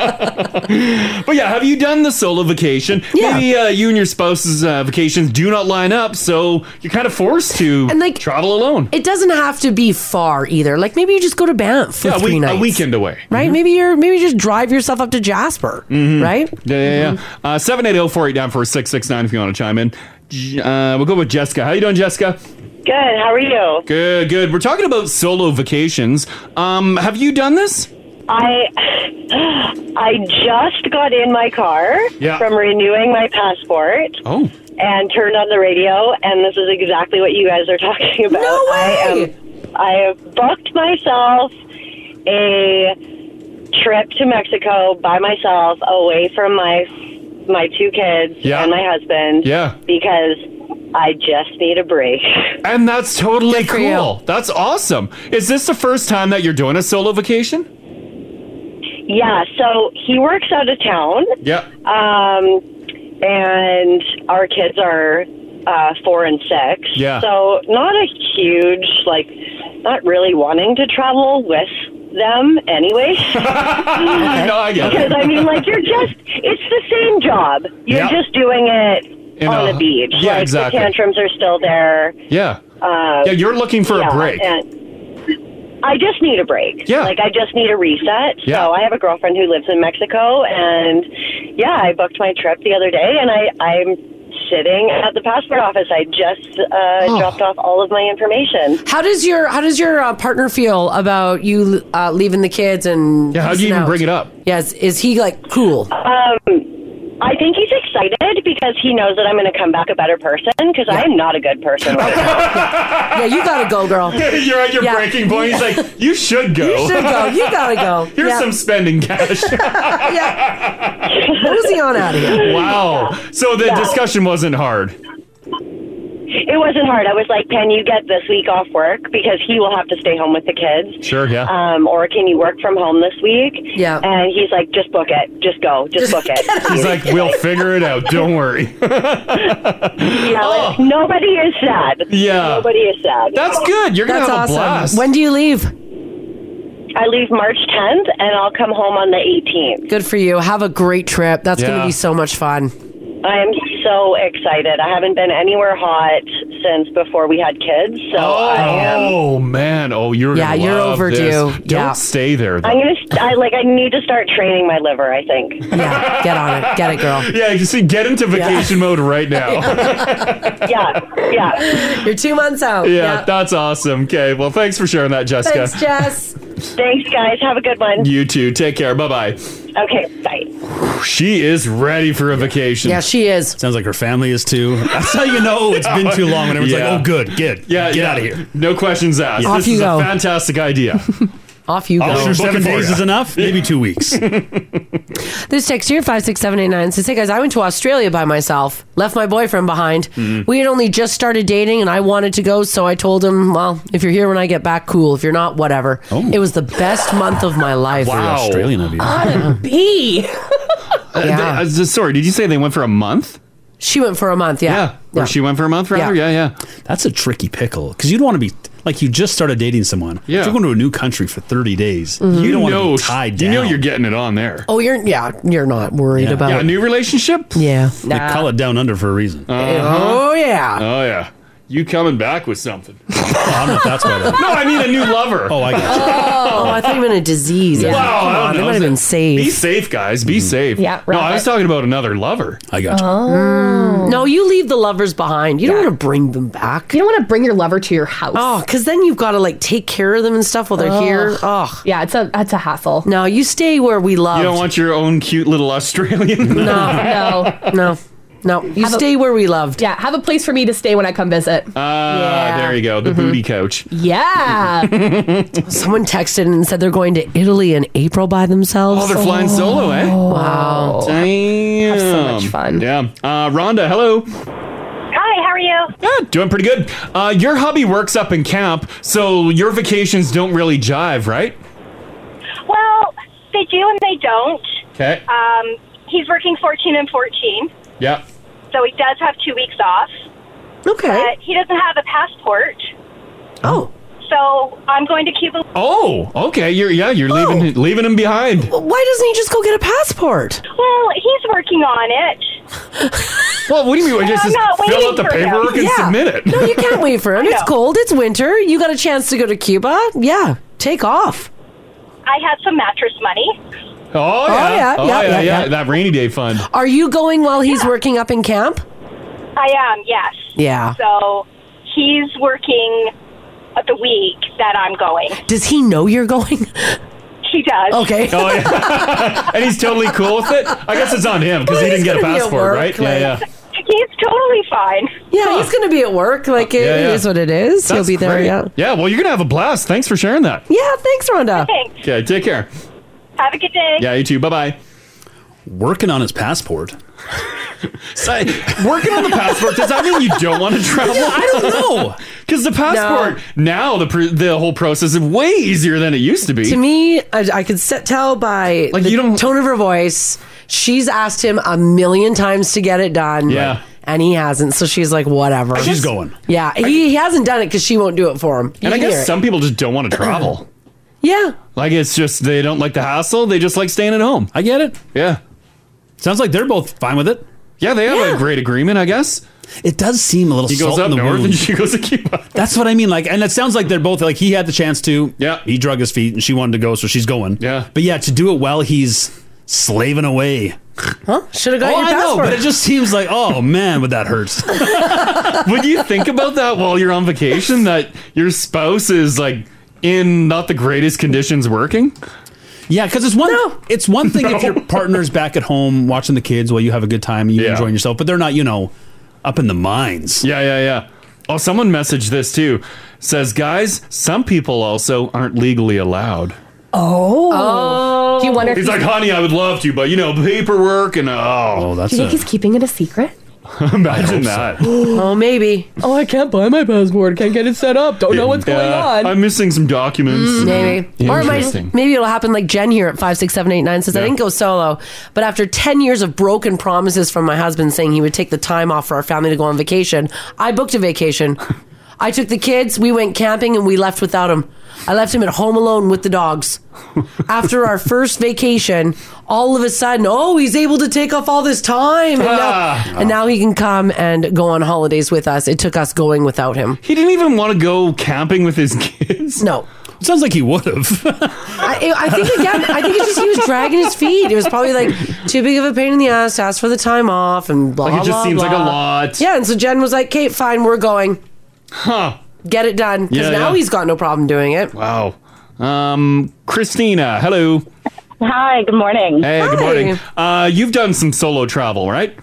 Speaker 2: but yeah, have you done the solo vacation? Yeah. Maybe uh, you and your spouse's uh, vacations do not line up, so you're kind of forced to
Speaker 3: And, like,
Speaker 2: travel alone.
Speaker 3: It doesn't have to be far either. Like maybe you just go to Banff for
Speaker 2: yeah, a,
Speaker 3: three
Speaker 2: week,
Speaker 3: nights,
Speaker 2: a weekend away. Mm-hmm.
Speaker 3: right? Maybe you're maybe you just drive yourself up to Jasper, right?
Speaker 2: Yeah, yeah, yeah. Uh, 780-489-4669 if you want to chime in. J- Uh, we'll go with Jessica. How you doing, Jessica?
Speaker 7: Good. How are you?
Speaker 2: Good, good. We're talking about solo vacations. Um, have you done this?
Speaker 7: I I just got in my car
Speaker 2: Yeah.
Speaker 7: from renewing my passport
Speaker 2: Oh.
Speaker 7: and turned on the radio, and this is exactly what you guys are (laughs) talking about. No way! I, am, I have booked myself a trip to Mexico by myself, away from my my two kids
Speaker 2: Yeah.
Speaker 7: and my husband.
Speaker 2: Yeah.
Speaker 7: because I just need a break. (laughs)
Speaker 2: And that's totally
Speaker 7: for you.
Speaker 2: cool. That's awesome. Is this the first time that you're doing a solo vacation?
Speaker 7: Yeah, so he works out of town.
Speaker 2: Yeah.
Speaker 7: Um, and our kids are uh, four and six.
Speaker 13: Yeah.
Speaker 7: So not a huge like, not really wanting to travel with them anyway.
Speaker 2: (laughs) No, I get it.
Speaker 7: Because I mean, like you're just it's the same job. You're
Speaker 2: Yeah.
Speaker 7: just doing it
Speaker 2: In
Speaker 7: on
Speaker 2: a-
Speaker 7: the beach.
Speaker 2: yeah,
Speaker 7: like,
Speaker 2: exactly.
Speaker 7: The tantrums are still there.
Speaker 2: Yeah.
Speaker 7: Um,
Speaker 2: Yeah, you're looking for a break.
Speaker 7: and I just need a break.
Speaker 2: Yeah.
Speaker 7: Like, I just need a reset.
Speaker 2: Yeah.
Speaker 7: So, I have a girlfriend who lives in Mexico, and yeah, I booked my trip the other day, and I, I'm sitting at the passport office. I just uh,
Speaker 2: Oh.
Speaker 7: dropped off all of my information.
Speaker 3: How does your how does your uh, partner feel about you uh, leaving the kids and
Speaker 7: Yeah, how do you
Speaker 3: peacing
Speaker 7: even
Speaker 3: out?
Speaker 7: bring it
Speaker 2: up?
Speaker 3: Yes, is he like cool?
Speaker 7: Um, I think he's excited because he knows that I'm going to come back a better person because I am not a good person. Right
Speaker 3: (laughs) yeah, you gotta go, girl.
Speaker 2: (laughs) you're at your
Speaker 7: Yeah.
Speaker 2: breaking point. He's
Speaker 7: (laughs)
Speaker 2: like, you should go.
Speaker 7: You should go. You
Speaker 3: gotta go.
Speaker 2: (laughs) Here's
Speaker 7: Yeah.
Speaker 2: some spending
Speaker 7: (laughs)
Speaker 2: cash.
Speaker 3: Mosey on out of here.
Speaker 2: Wow. So the
Speaker 7: Yeah.
Speaker 2: discussion wasn't hard.
Speaker 7: It wasn't hard. I was like, "Can you get this week off work because he will have to stay home with the kids?"
Speaker 2: Sure, yeah.
Speaker 7: Um, or can you work from home this week?
Speaker 3: Yeah.
Speaker 7: And he's like, "Just book it. Just go. Just
Speaker 3: (laughs)
Speaker 7: book it."
Speaker 2: He's like, we'll figure it out. Don't worry.
Speaker 7: You know, like, nobody is sad.
Speaker 2: Oh. Yeah.
Speaker 7: Nobody is sad.
Speaker 2: That's good. You're gonna That's have a awesome. blast.
Speaker 3: When do you leave?
Speaker 7: I leave March 10th, and I'll come home on the 18th.
Speaker 3: Good for you. Have a great trip. That's
Speaker 7: Yeah.
Speaker 3: gonna be so much fun.
Speaker 7: I am so excited. I haven't been anywhere hot since before we had kids, so I am
Speaker 2: Oh man! Oh, you're
Speaker 7: Yeah,
Speaker 2: gonna
Speaker 7: you're
Speaker 2: love
Speaker 7: overdue.
Speaker 2: this. Don't
Speaker 7: Yeah.
Speaker 2: stay there. Though.
Speaker 7: I'm gonna. St- I like. I need to start training my liver. I think.
Speaker 3: Yeah, get on it. Get it, girl.
Speaker 2: Yeah, you see, get into vacation mode right now. yeah.
Speaker 3: Yeah. (laughs) You're two months out.
Speaker 2: that's awesome. Okay, well, thanks for sharing that, Jessica.
Speaker 3: Thanks, Jess.
Speaker 7: Thanks, guys. Have a good one.
Speaker 2: you too. Take care. Bye bye.
Speaker 7: Okay. Bye.
Speaker 2: She is ready for a vacation.
Speaker 3: Yeah, she is.
Speaker 4: Sounds like her family is too.
Speaker 2: (laughs)
Speaker 4: That's how you know it's been too long. And everyone's
Speaker 2: Yeah.
Speaker 4: like, oh, good, good.
Speaker 2: Yeah,
Speaker 4: get
Speaker 2: yeah.
Speaker 4: out of here.
Speaker 2: No questions asked.
Speaker 4: Off
Speaker 2: this
Speaker 4: you
Speaker 2: is
Speaker 4: go.
Speaker 2: a fantastic idea.
Speaker 3: Off you
Speaker 4: I'm
Speaker 2: go.
Speaker 4: sure
Speaker 2: Book
Speaker 4: seven
Speaker 2: it for
Speaker 4: days
Speaker 2: ya.
Speaker 4: is enough. Maybe two
Speaker 2: (laughs)
Speaker 4: weeks.
Speaker 3: This text here, 56789, says, Hey guys, I went to Australia by myself, left my boyfriend behind.
Speaker 4: Mm-hmm.
Speaker 3: We had only just started dating and I wanted to go, so I told him, Well, if you're here when I get back, cool. If you're not, whatever.
Speaker 4: Oh.
Speaker 3: It was the best month of my life.
Speaker 2: Wow. Australian of you.
Speaker 3: On a bee.
Speaker 2: Uh, they- uh, sorry, did you say they went for a month?
Speaker 3: She went for a month, yeah.
Speaker 2: Or she went for a month, rather? Yeah, yeah.
Speaker 4: That's a tricky pickle because you'd want to be like you just started dating someone. Yeah. If you're going to a new country for 30 days.
Speaker 3: Mm-hmm.
Speaker 2: Mhm.
Speaker 4: You
Speaker 2: You
Speaker 4: don't want to
Speaker 2: know-
Speaker 4: be tied
Speaker 2: you
Speaker 4: down.
Speaker 2: know you're getting it on there.
Speaker 3: Oh, you're yeah, you're not worried
Speaker 4: Yeah.
Speaker 3: about
Speaker 4: Yeah, a new
Speaker 2: relationship.
Speaker 3: Yeah,
Speaker 4: They call it down under for a reason.
Speaker 3: Oh, yeah.
Speaker 2: Uh-huh. Oh yeah. You coming back
Speaker 4: (laughs)
Speaker 2: with something?
Speaker 4: I don't know if that's what.
Speaker 2: no, I mean a new lover.
Speaker 4: Oh, I got
Speaker 3: Oh, I thought you meant a disease. Yeah.
Speaker 2: Wow,
Speaker 3: Come
Speaker 2: I don't
Speaker 3: on, they
Speaker 2: know.
Speaker 3: might have been saved.
Speaker 2: Be safe, guys. Be safe.
Speaker 3: Yeah,
Speaker 2: No, I
Speaker 3: right.
Speaker 2: was talking about another lover.
Speaker 4: Mm-hmm. I
Speaker 3: Mm. No, you leave the lovers behind. You don't want to bring them back. You
Speaker 5: don't want to bring your lover to your house.
Speaker 3: Oh, because then you've got to like take care of them and stuff while they're here.
Speaker 4: (laughs)
Speaker 3: Oh,
Speaker 5: yeah, it's a it's a hassle.
Speaker 3: No, you stay where we love.
Speaker 2: You don't want your own cute little Australian.
Speaker 5: no,
Speaker 3: Oh, no, no, no. You
Speaker 5: Have a-
Speaker 3: stay where we loved.
Speaker 5: Yeah, have a place for me to stay when I come visit.
Speaker 2: (laughs) Ah, there you go. The
Speaker 3: Mm-hmm.
Speaker 2: booty coach.
Speaker 5: Yeah.
Speaker 3: (laughs) Someone texted and said they're going to Italy in April by themselves.
Speaker 2: Oh, they're flying solo, eh?
Speaker 3: Wow.
Speaker 2: Damn. fun. Yeah. Uh, Rhonda, hello.
Speaker 6: Hi, how are you?
Speaker 2: Yeah, doing pretty good. Uh, your hubby works up in camp, so your vacations don't really jive, right?
Speaker 6: Well, they do and they don't.
Speaker 2: Okay.
Speaker 6: Um, he's working 14 and 14,
Speaker 2: Yeah.
Speaker 6: so he does have two weeks off.
Speaker 3: Okay.
Speaker 6: But he doesn't have a passport,
Speaker 3: Oh.
Speaker 6: so I'm going to Cuba.
Speaker 2: Oh, okay. You're yeah, you're leaving leaving him behind.
Speaker 3: Why doesn't he just go get Oh. a passport?
Speaker 6: Well, he's working on it.
Speaker 2: Well, what do you mean? Just,
Speaker 6: I'm
Speaker 2: just
Speaker 6: not
Speaker 2: fill
Speaker 6: waiting
Speaker 2: out the
Speaker 6: for him.
Speaker 2: paperwork and
Speaker 6: Yeah.
Speaker 2: submit it.
Speaker 3: No, you can't
Speaker 6: (laughs)
Speaker 3: wait for him. It's cold. It's winter. You got a chance to go to Cuba. Yeah, take off.
Speaker 6: I had some mattress money.
Speaker 2: (laughs) Oh yeah.
Speaker 3: yeah,
Speaker 2: Oh,
Speaker 3: yeah,
Speaker 2: yeah,
Speaker 3: yeah,
Speaker 2: yeah,
Speaker 3: yeah.
Speaker 2: That rainy day fund.
Speaker 3: Are you going while he's working up in camp?
Speaker 6: I am, yes.
Speaker 3: Yeah.
Speaker 6: um, So he's working the week that I'm going.
Speaker 3: Does he know you're going?
Speaker 6: He does.
Speaker 3: Okay.
Speaker 2: Oh, yeah. (laughs) and he's totally cool with it. I guess it's on him because he
Speaker 3: Well,
Speaker 2: didn't
Speaker 3: he's
Speaker 2: get a
Speaker 3: gonna be at
Speaker 2: passport,
Speaker 3: work,
Speaker 2: right? yeah, yeah.
Speaker 6: He's totally fine.
Speaker 3: Yeah, he's going to be at work. Like it is
Speaker 2: Yeah, yeah.
Speaker 3: what it is. He'll
Speaker 2: That's
Speaker 3: be there.
Speaker 2: great.
Speaker 3: Yeah.
Speaker 2: Yeah. Well, you're gonna have a blast. Thanks for sharing that.
Speaker 3: Yeah. Thanks, Rhonda.
Speaker 6: Thanks.
Speaker 2: Okay. Take care.
Speaker 6: Have a good day.
Speaker 2: Yeah. You too. Bye bye.
Speaker 4: Working on his
Speaker 2: (laughs)
Speaker 4: passport.
Speaker 2: working on the passport does that mean you don't want to travel?
Speaker 4: I don't know.
Speaker 2: Because the passport now the pr- the whole process is way easier than it used to be.
Speaker 3: To me, I, I could set, tell by the tone of her voice. She's asked him a million times to get it done.
Speaker 2: Yeah.
Speaker 3: And he hasn't. So she's like, whatever.
Speaker 2: She's going.
Speaker 3: Yeah. He, he hasn't done it because she won't do it for him. You
Speaker 2: and I
Speaker 3: can hear
Speaker 2: guess
Speaker 3: it.
Speaker 2: some people just don't want to travel.
Speaker 3: Yeah.
Speaker 2: Like it's just they don't like the hassle. They just like staying at home.
Speaker 4: I get it.
Speaker 2: Yeah.
Speaker 4: Sounds like they're both fine with it.
Speaker 2: Yeah, they have a great agreement, I guess.
Speaker 4: It does seem a little.
Speaker 2: He goes
Speaker 4: salt
Speaker 2: up
Speaker 4: in the
Speaker 2: north
Speaker 4: wound.
Speaker 2: and she goes to Cuba.
Speaker 4: That's what I mean. Like, and it sounds like they're both like he had the chance to. Yeah, he drug his feet and she wanted to go, so she's going. Yeah, but yeah, to do it while he's slaving away.
Speaker 3: Huh? Should have
Speaker 4: oh,
Speaker 13: got your
Speaker 4: I know,
Speaker 13: passport.
Speaker 4: but it just seems like oh man, would that hurt? (laughs)
Speaker 2: (laughs) Would you think about that while you're on vacation that your spouse is like in not the greatest conditions working?
Speaker 4: Yeah, because it's one it's one thing
Speaker 2: (laughs)
Speaker 4: if your partner's back at home watching the kids while you have a good time and you're enjoying yourself, but they're not, you know, up in the mines.
Speaker 2: Yeah, yeah, yeah. Oh, someone messaged this too. Says, guys, some people also aren't legally allowed.
Speaker 5: Oh. Oh. Do you wonder? if
Speaker 2: He's like, honey, I would love to, but you know, paperwork and oh,
Speaker 5: do you
Speaker 4: (laughs)
Speaker 5: think he's keeping it a secret?
Speaker 2: imagine that.
Speaker 3: oh, maybe.
Speaker 5: (gasps) Oh, I can't buy my passport. Can't get it set up. Don't
Speaker 2: Yeah. I'm missing some documents.
Speaker 3: Mm,
Speaker 2: Mm,
Speaker 3: Maybe. Or it might, maybe it'll happen like Jen here at 56789 says, I
Speaker 2: Yeah.
Speaker 3: didn't go solo, but after 10 years of broken promises from my husband saying he would take the time off for our family to go on vacation, I booked a vacation. I took the kids, we went camping, and we left without him. I left him at home alone with the dogs. After our first vacation, all of a sudden, oh, he's able to take off all this time. And,
Speaker 2: Ah.
Speaker 3: now, and now he can come and go on holidays with us. It took us going without him.
Speaker 2: He didn't even want to go camping with his (laughs) kids.
Speaker 3: No.
Speaker 4: Sounds like he would
Speaker 2: (laughs)
Speaker 3: (laughs)
Speaker 4: have.
Speaker 3: I, (laughs) I think again, I think it's just he was dragging his feet. It was probably like too big of a pain in the ass to ask for the time off and blah.
Speaker 2: Like, it just
Speaker 3: blah,
Speaker 2: seems like a
Speaker 3: blah.
Speaker 2: lot.
Speaker 3: Yeah, and so Jen was like, "Kate, fine, we're going.
Speaker 2: Huh?
Speaker 3: Get it done because
Speaker 2: Yeah,
Speaker 3: now
Speaker 2: yeah.
Speaker 3: he's got no problem doing it."
Speaker 2: Wow. Um, Christina, hello.
Speaker 22: Hi, good morning.
Speaker 2: Hey, good
Speaker 22: Hi.
Speaker 2: morning. Uh, you've done some solo travel, right?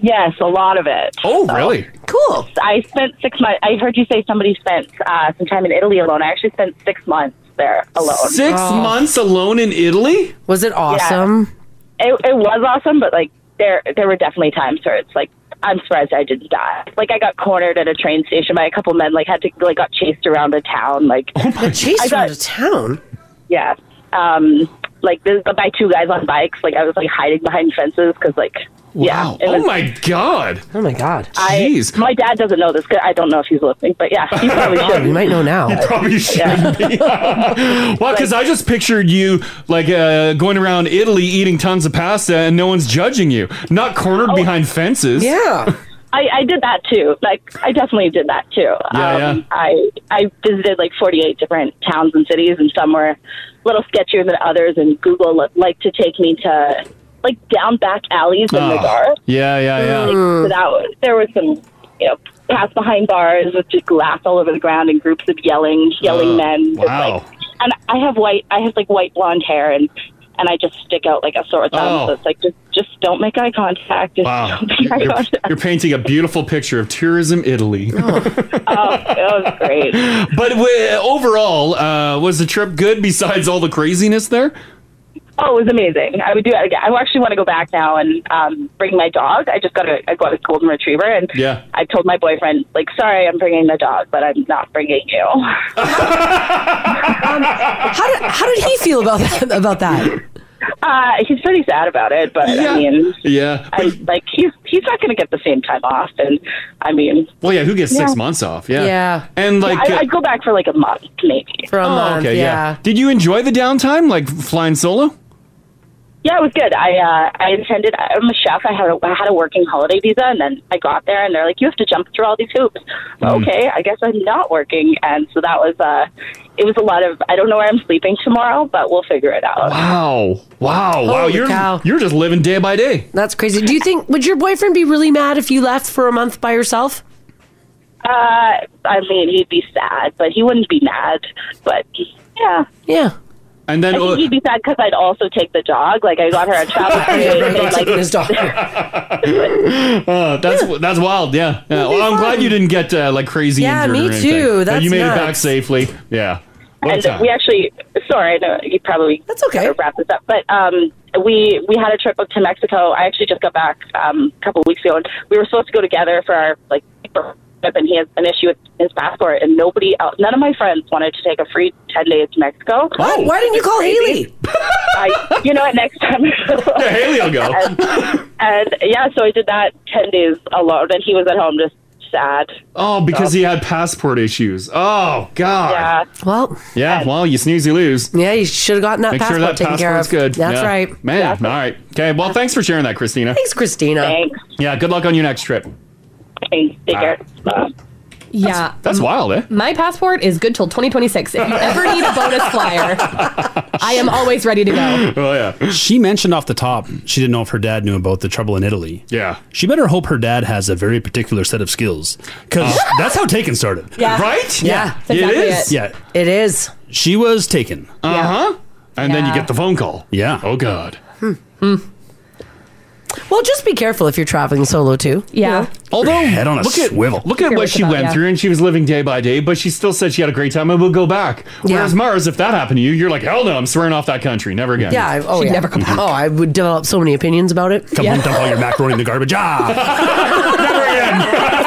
Speaker 22: Yes, a lot of it.
Speaker 2: Oh, really?
Speaker 3: Cool.
Speaker 22: I spent six months. I heard you say somebody spent uh, some time in Italy alone. I actually spent six months there alone.
Speaker 2: Six months alone in Italy?
Speaker 3: Oh. Was it
Speaker 22: awesome? It, it was awesome, but like there, there were definitely times where it's like I'm surprised I didn't die. Like I got cornered at a train station by a couple men. Like had to like got chased around a town. Like
Speaker 2: Oh
Speaker 3: Got chased
Speaker 22: I got-
Speaker 3: around a town.
Speaker 22: (laughs) Yeah. Um, like this, by two guys on bikes. Like I was like hiding behind fences because like
Speaker 2: Wow.
Speaker 22: it
Speaker 2: oh
Speaker 22: was-
Speaker 2: my god.
Speaker 3: Oh my god.
Speaker 2: Jeez.
Speaker 22: I, my dad doesn't know this. 'cause I don't know if he's listening, but yeah, he
Speaker 3: (laughs)
Speaker 22: probably should.
Speaker 3: You might know now.
Speaker 2: You probably should.
Speaker 22: Yeah.
Speaker 2: (laughs) Well, because I just pictured you like uh, going around Italy eating tons of pasta and no one's judging you, not
Speaker 22: Oh.
Speaker 2: cornered behind fences.
Speaker 3: Yeah.
Speaker 22: I, I did that too. Like I definitely did that too.
Speaker 2: Yeah, yeah.
Speaker 22: um, I I visited like 48 different towns and cities, and some were a little sketchier than others. And Google li- liked to take me to like down back alleys in the
Speaker 2: Oh,
Speaker 22: dark.
Speaker 2: yeah, yeah, yeah.
Speaker 22: Like,
Speaker 3: Hmm.
Speaker 22: so that was, there was some, you know, pass behind bars with just glass all over the ground and groups of yelling, yelling
Speaker 2: Uh,
Speaker 22: men. Just,
Speaker 2: wow.
Speaker 22: Like, and I have white, I have like white blonde hair and. And I just stick out like a sore thumb.
Speaker 2: Oh.
Speaker 22: So it's like just, just don't make eye contact. Just (laughs)
Speaker 2: Wow.
Speaker 22: don't make eye
Speaker 2: You're,
Speaker 22: contact.
Speaker 2: you're painting a beautiful picture of tourism Italy.
Speaker 22: Oh, it was great.
Speaker 3: Oh.
Speaker 2: (laughs) But w- overall, uh, was the trip good besides all the craziness there?
Speaker 22: Oh, it was amazing. I would do it again. I actually want to go back now and um, bring my dog. I just got a I got a golden retriever, and
Speaker 2: Yeah.
Speaker 22: I told my boyfriend like, sorry, I'm bringing the dog, but I'm not bringing you.
Speaker 3: Um, how did how did he feel about that? About that?
Speaker 22: Uh, he's pretty sad about it, but
Speaker 2: Yeah.
Speaker 22: I mean,
Speaker 2: Yeah.
Speaker 22: I, like he's he's not going to get the same time off, and I mean,
Speaker 2: Well, yeah, who gets six
Speaker 22: Yeah.
Speaker 2: months off? Yeah.
Speaker 22: Yeah.
Speaker 2: And like.
Speaker 22: I,
Speaker 2: uh,
Speaker 22: I'd go back for like a month, maybe.
Speaker 3: For
Speaker 2: oh, okay, Did you enjoy the downtime, like flying solo?
Speaker 22: Yeah, it was good. I uh, I intended. I'm a chef. I had a, I had a working holiday visa, and then I got there, and they're like, "You have to jump through all these hoops."
Speaker 8: Mm.
Speaker 22: Okay, I guess I'm not working, and so that was uh, it was a lot of. I don't know where I'm sleeping tomorrow, but we'll figure it out.
Speaker 2: Wow! Wow! wow!
Speaker 3: Holy
Speaker 2: You're
Speaker 3: cow.
Speaker 2: you're just living day by day.
Speaker 3: That's crazy. Do you think would your boyfriend be really mad if you left for a month by yourself?
Speaker 22: Uh, I mean, he'd be sad, but he wouldn't be mad. But yeah,
Speaker 3: yeah.
Speaker 2: And
Speaker 22: I (laughs)
Speaker 2: then oh,
Speaker 22: think he'd be sad because I'd also take the dog. Like I got her a travel
Speaker 2: Yeah,
Speaker 22: period. (laughs)
Speaker 2: right.
Speaker 22: like
Speaker 3: his dog.
Speaker 2: (laughs) Uh, that's that's wild. Yeah. yeah. Well, I'm glad you didn't get uh, like crazy
Speaker 22: Yeah,
Speaker 2: injured.
Speaker 22: me
Speaker 2: or anything.
Speaker 22: too.
Speaker 2: Yeah,
Speaker 22: That's
Speaker 2: you made it back
Speaker 22: nuts.
Speaker 2: safely. Yeah. What a
Speaker 22: and
Speaker 2: time.
Speaker 22: we actually, sorry, I know you probably
Speaker 3: that's okay.
Speaker 22: Wrap this up, but um, we we had a trip up to Mexico. I actually just got back um, a couple of weeks ago, and we were supposed to go together for our like for trip, and he has an issue with his passport, and nobody else, none of my friends wanted to take a free ten days to Mexico.
Speaker 2: Oh.
Speaker 3: What? Why didn't you call Haley?
Speaker 22: I, you know what? Next
Speaker 2: (laughs)
Speaker 22: time,
Speaker 2: yeah, Haley will
Speaker 22: (laughs)
Speaker 2: go.
Speaker 22: And, and yeah, so I did that ten days alone, and he was at home just sad.
Speaker 2: Oh, because he had passport issues. Oh God.
Speaker 22: Yeah.
Speaker 3: Well.
Speaker 2: Yeah. Well, you snooze, you lose.
Speaker 3: Yeah, you should have gotten that
Speaker 2: Make
Speaker 3: passport
Speaker 2: sure that
Speaker 3: taken
Speaker 2: passport's
Speaker 3: care of.
Speaker 2: good.
Speaker 3: That's
Speaker 2: Yeah.
Speaker 3: right.
Speaker 2: man. All right. Okay. Well, thanks for sharing that, Christina.
Speaker 3: Thanks, Christina.
Speaker 22: Thanks.
Speaker 2: Yeah. Good luck on your next trip.
Speaker 22: Thanks. Take
Speaker 2: care.
Speaker 5: Yeah.
Speaker 2: That's wild, eh?
Speaker 5: My passport is good till 2026. If you ever need a bonus flyer, I am always ready to go.
Speaker 2: (laughs) Oh yeah.
Speaker 4: She mentioned off the top she didn't know if her dad knew about the trouble in Italy.
Speaker 2: Yeah.
Speaker 4: She better hope her dad has a very particular set of skills because
Speaker 2: Uh.
Speaker 4: that's how Taken started.
Speaker 3: Yeah. Right? Yeah. That's exactly it.
Speaker 4: Yeah.
Speaker 3: It is.
Speaker 4: She was taken.
Speaker 2: Uh huh. And then you
Speaker 3: Yeah.
Speaker 2: get the phone call.
Speaker 4: Yeah.
Speaker 2: Oh God.
Speaker 3: Well, just be careful if you're traveling solo too.
Speaker 5: Yeah.
Speaker 2: Although
Speaker 4: head on a
Speaker 2: look at,
Speaker 4: swivel.
Speaker 2: Look at
Speaker 3: You're
Speaker 2: what
Speaker 3: right
Speaker 2: she
Speaker 3: about-
Speaker 2: went
Speaker 3: yeah.
Speaker 2: through, and she was living day by day. But she still said she had a great time and would go back. Whereas Mars, if that happened to you, you're like, hell no, I'm swearing off that country, never again.
Speaker 3: Yeah. I, oh, yeah. Oh, I would develop so many opinions about it.
Speaker 4: Come home, dump all your macaroni in the garbage.
Speaker 2: (laughs)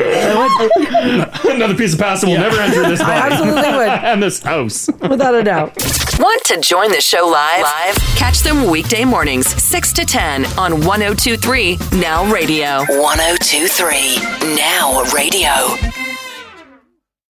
Speaker 4: Ah.
Speaker 2: Another piece of pasta will never enter this body.
Speaker 1: absolutely would.
Speaker 2: (laughs) and this house.
Speaker 3: Without a doubt.
Speaker 1: Want to join the show live? Live? Catch them weekday mornings, 6 to 10 on 1023 Now Radio. 1023 Now Radio.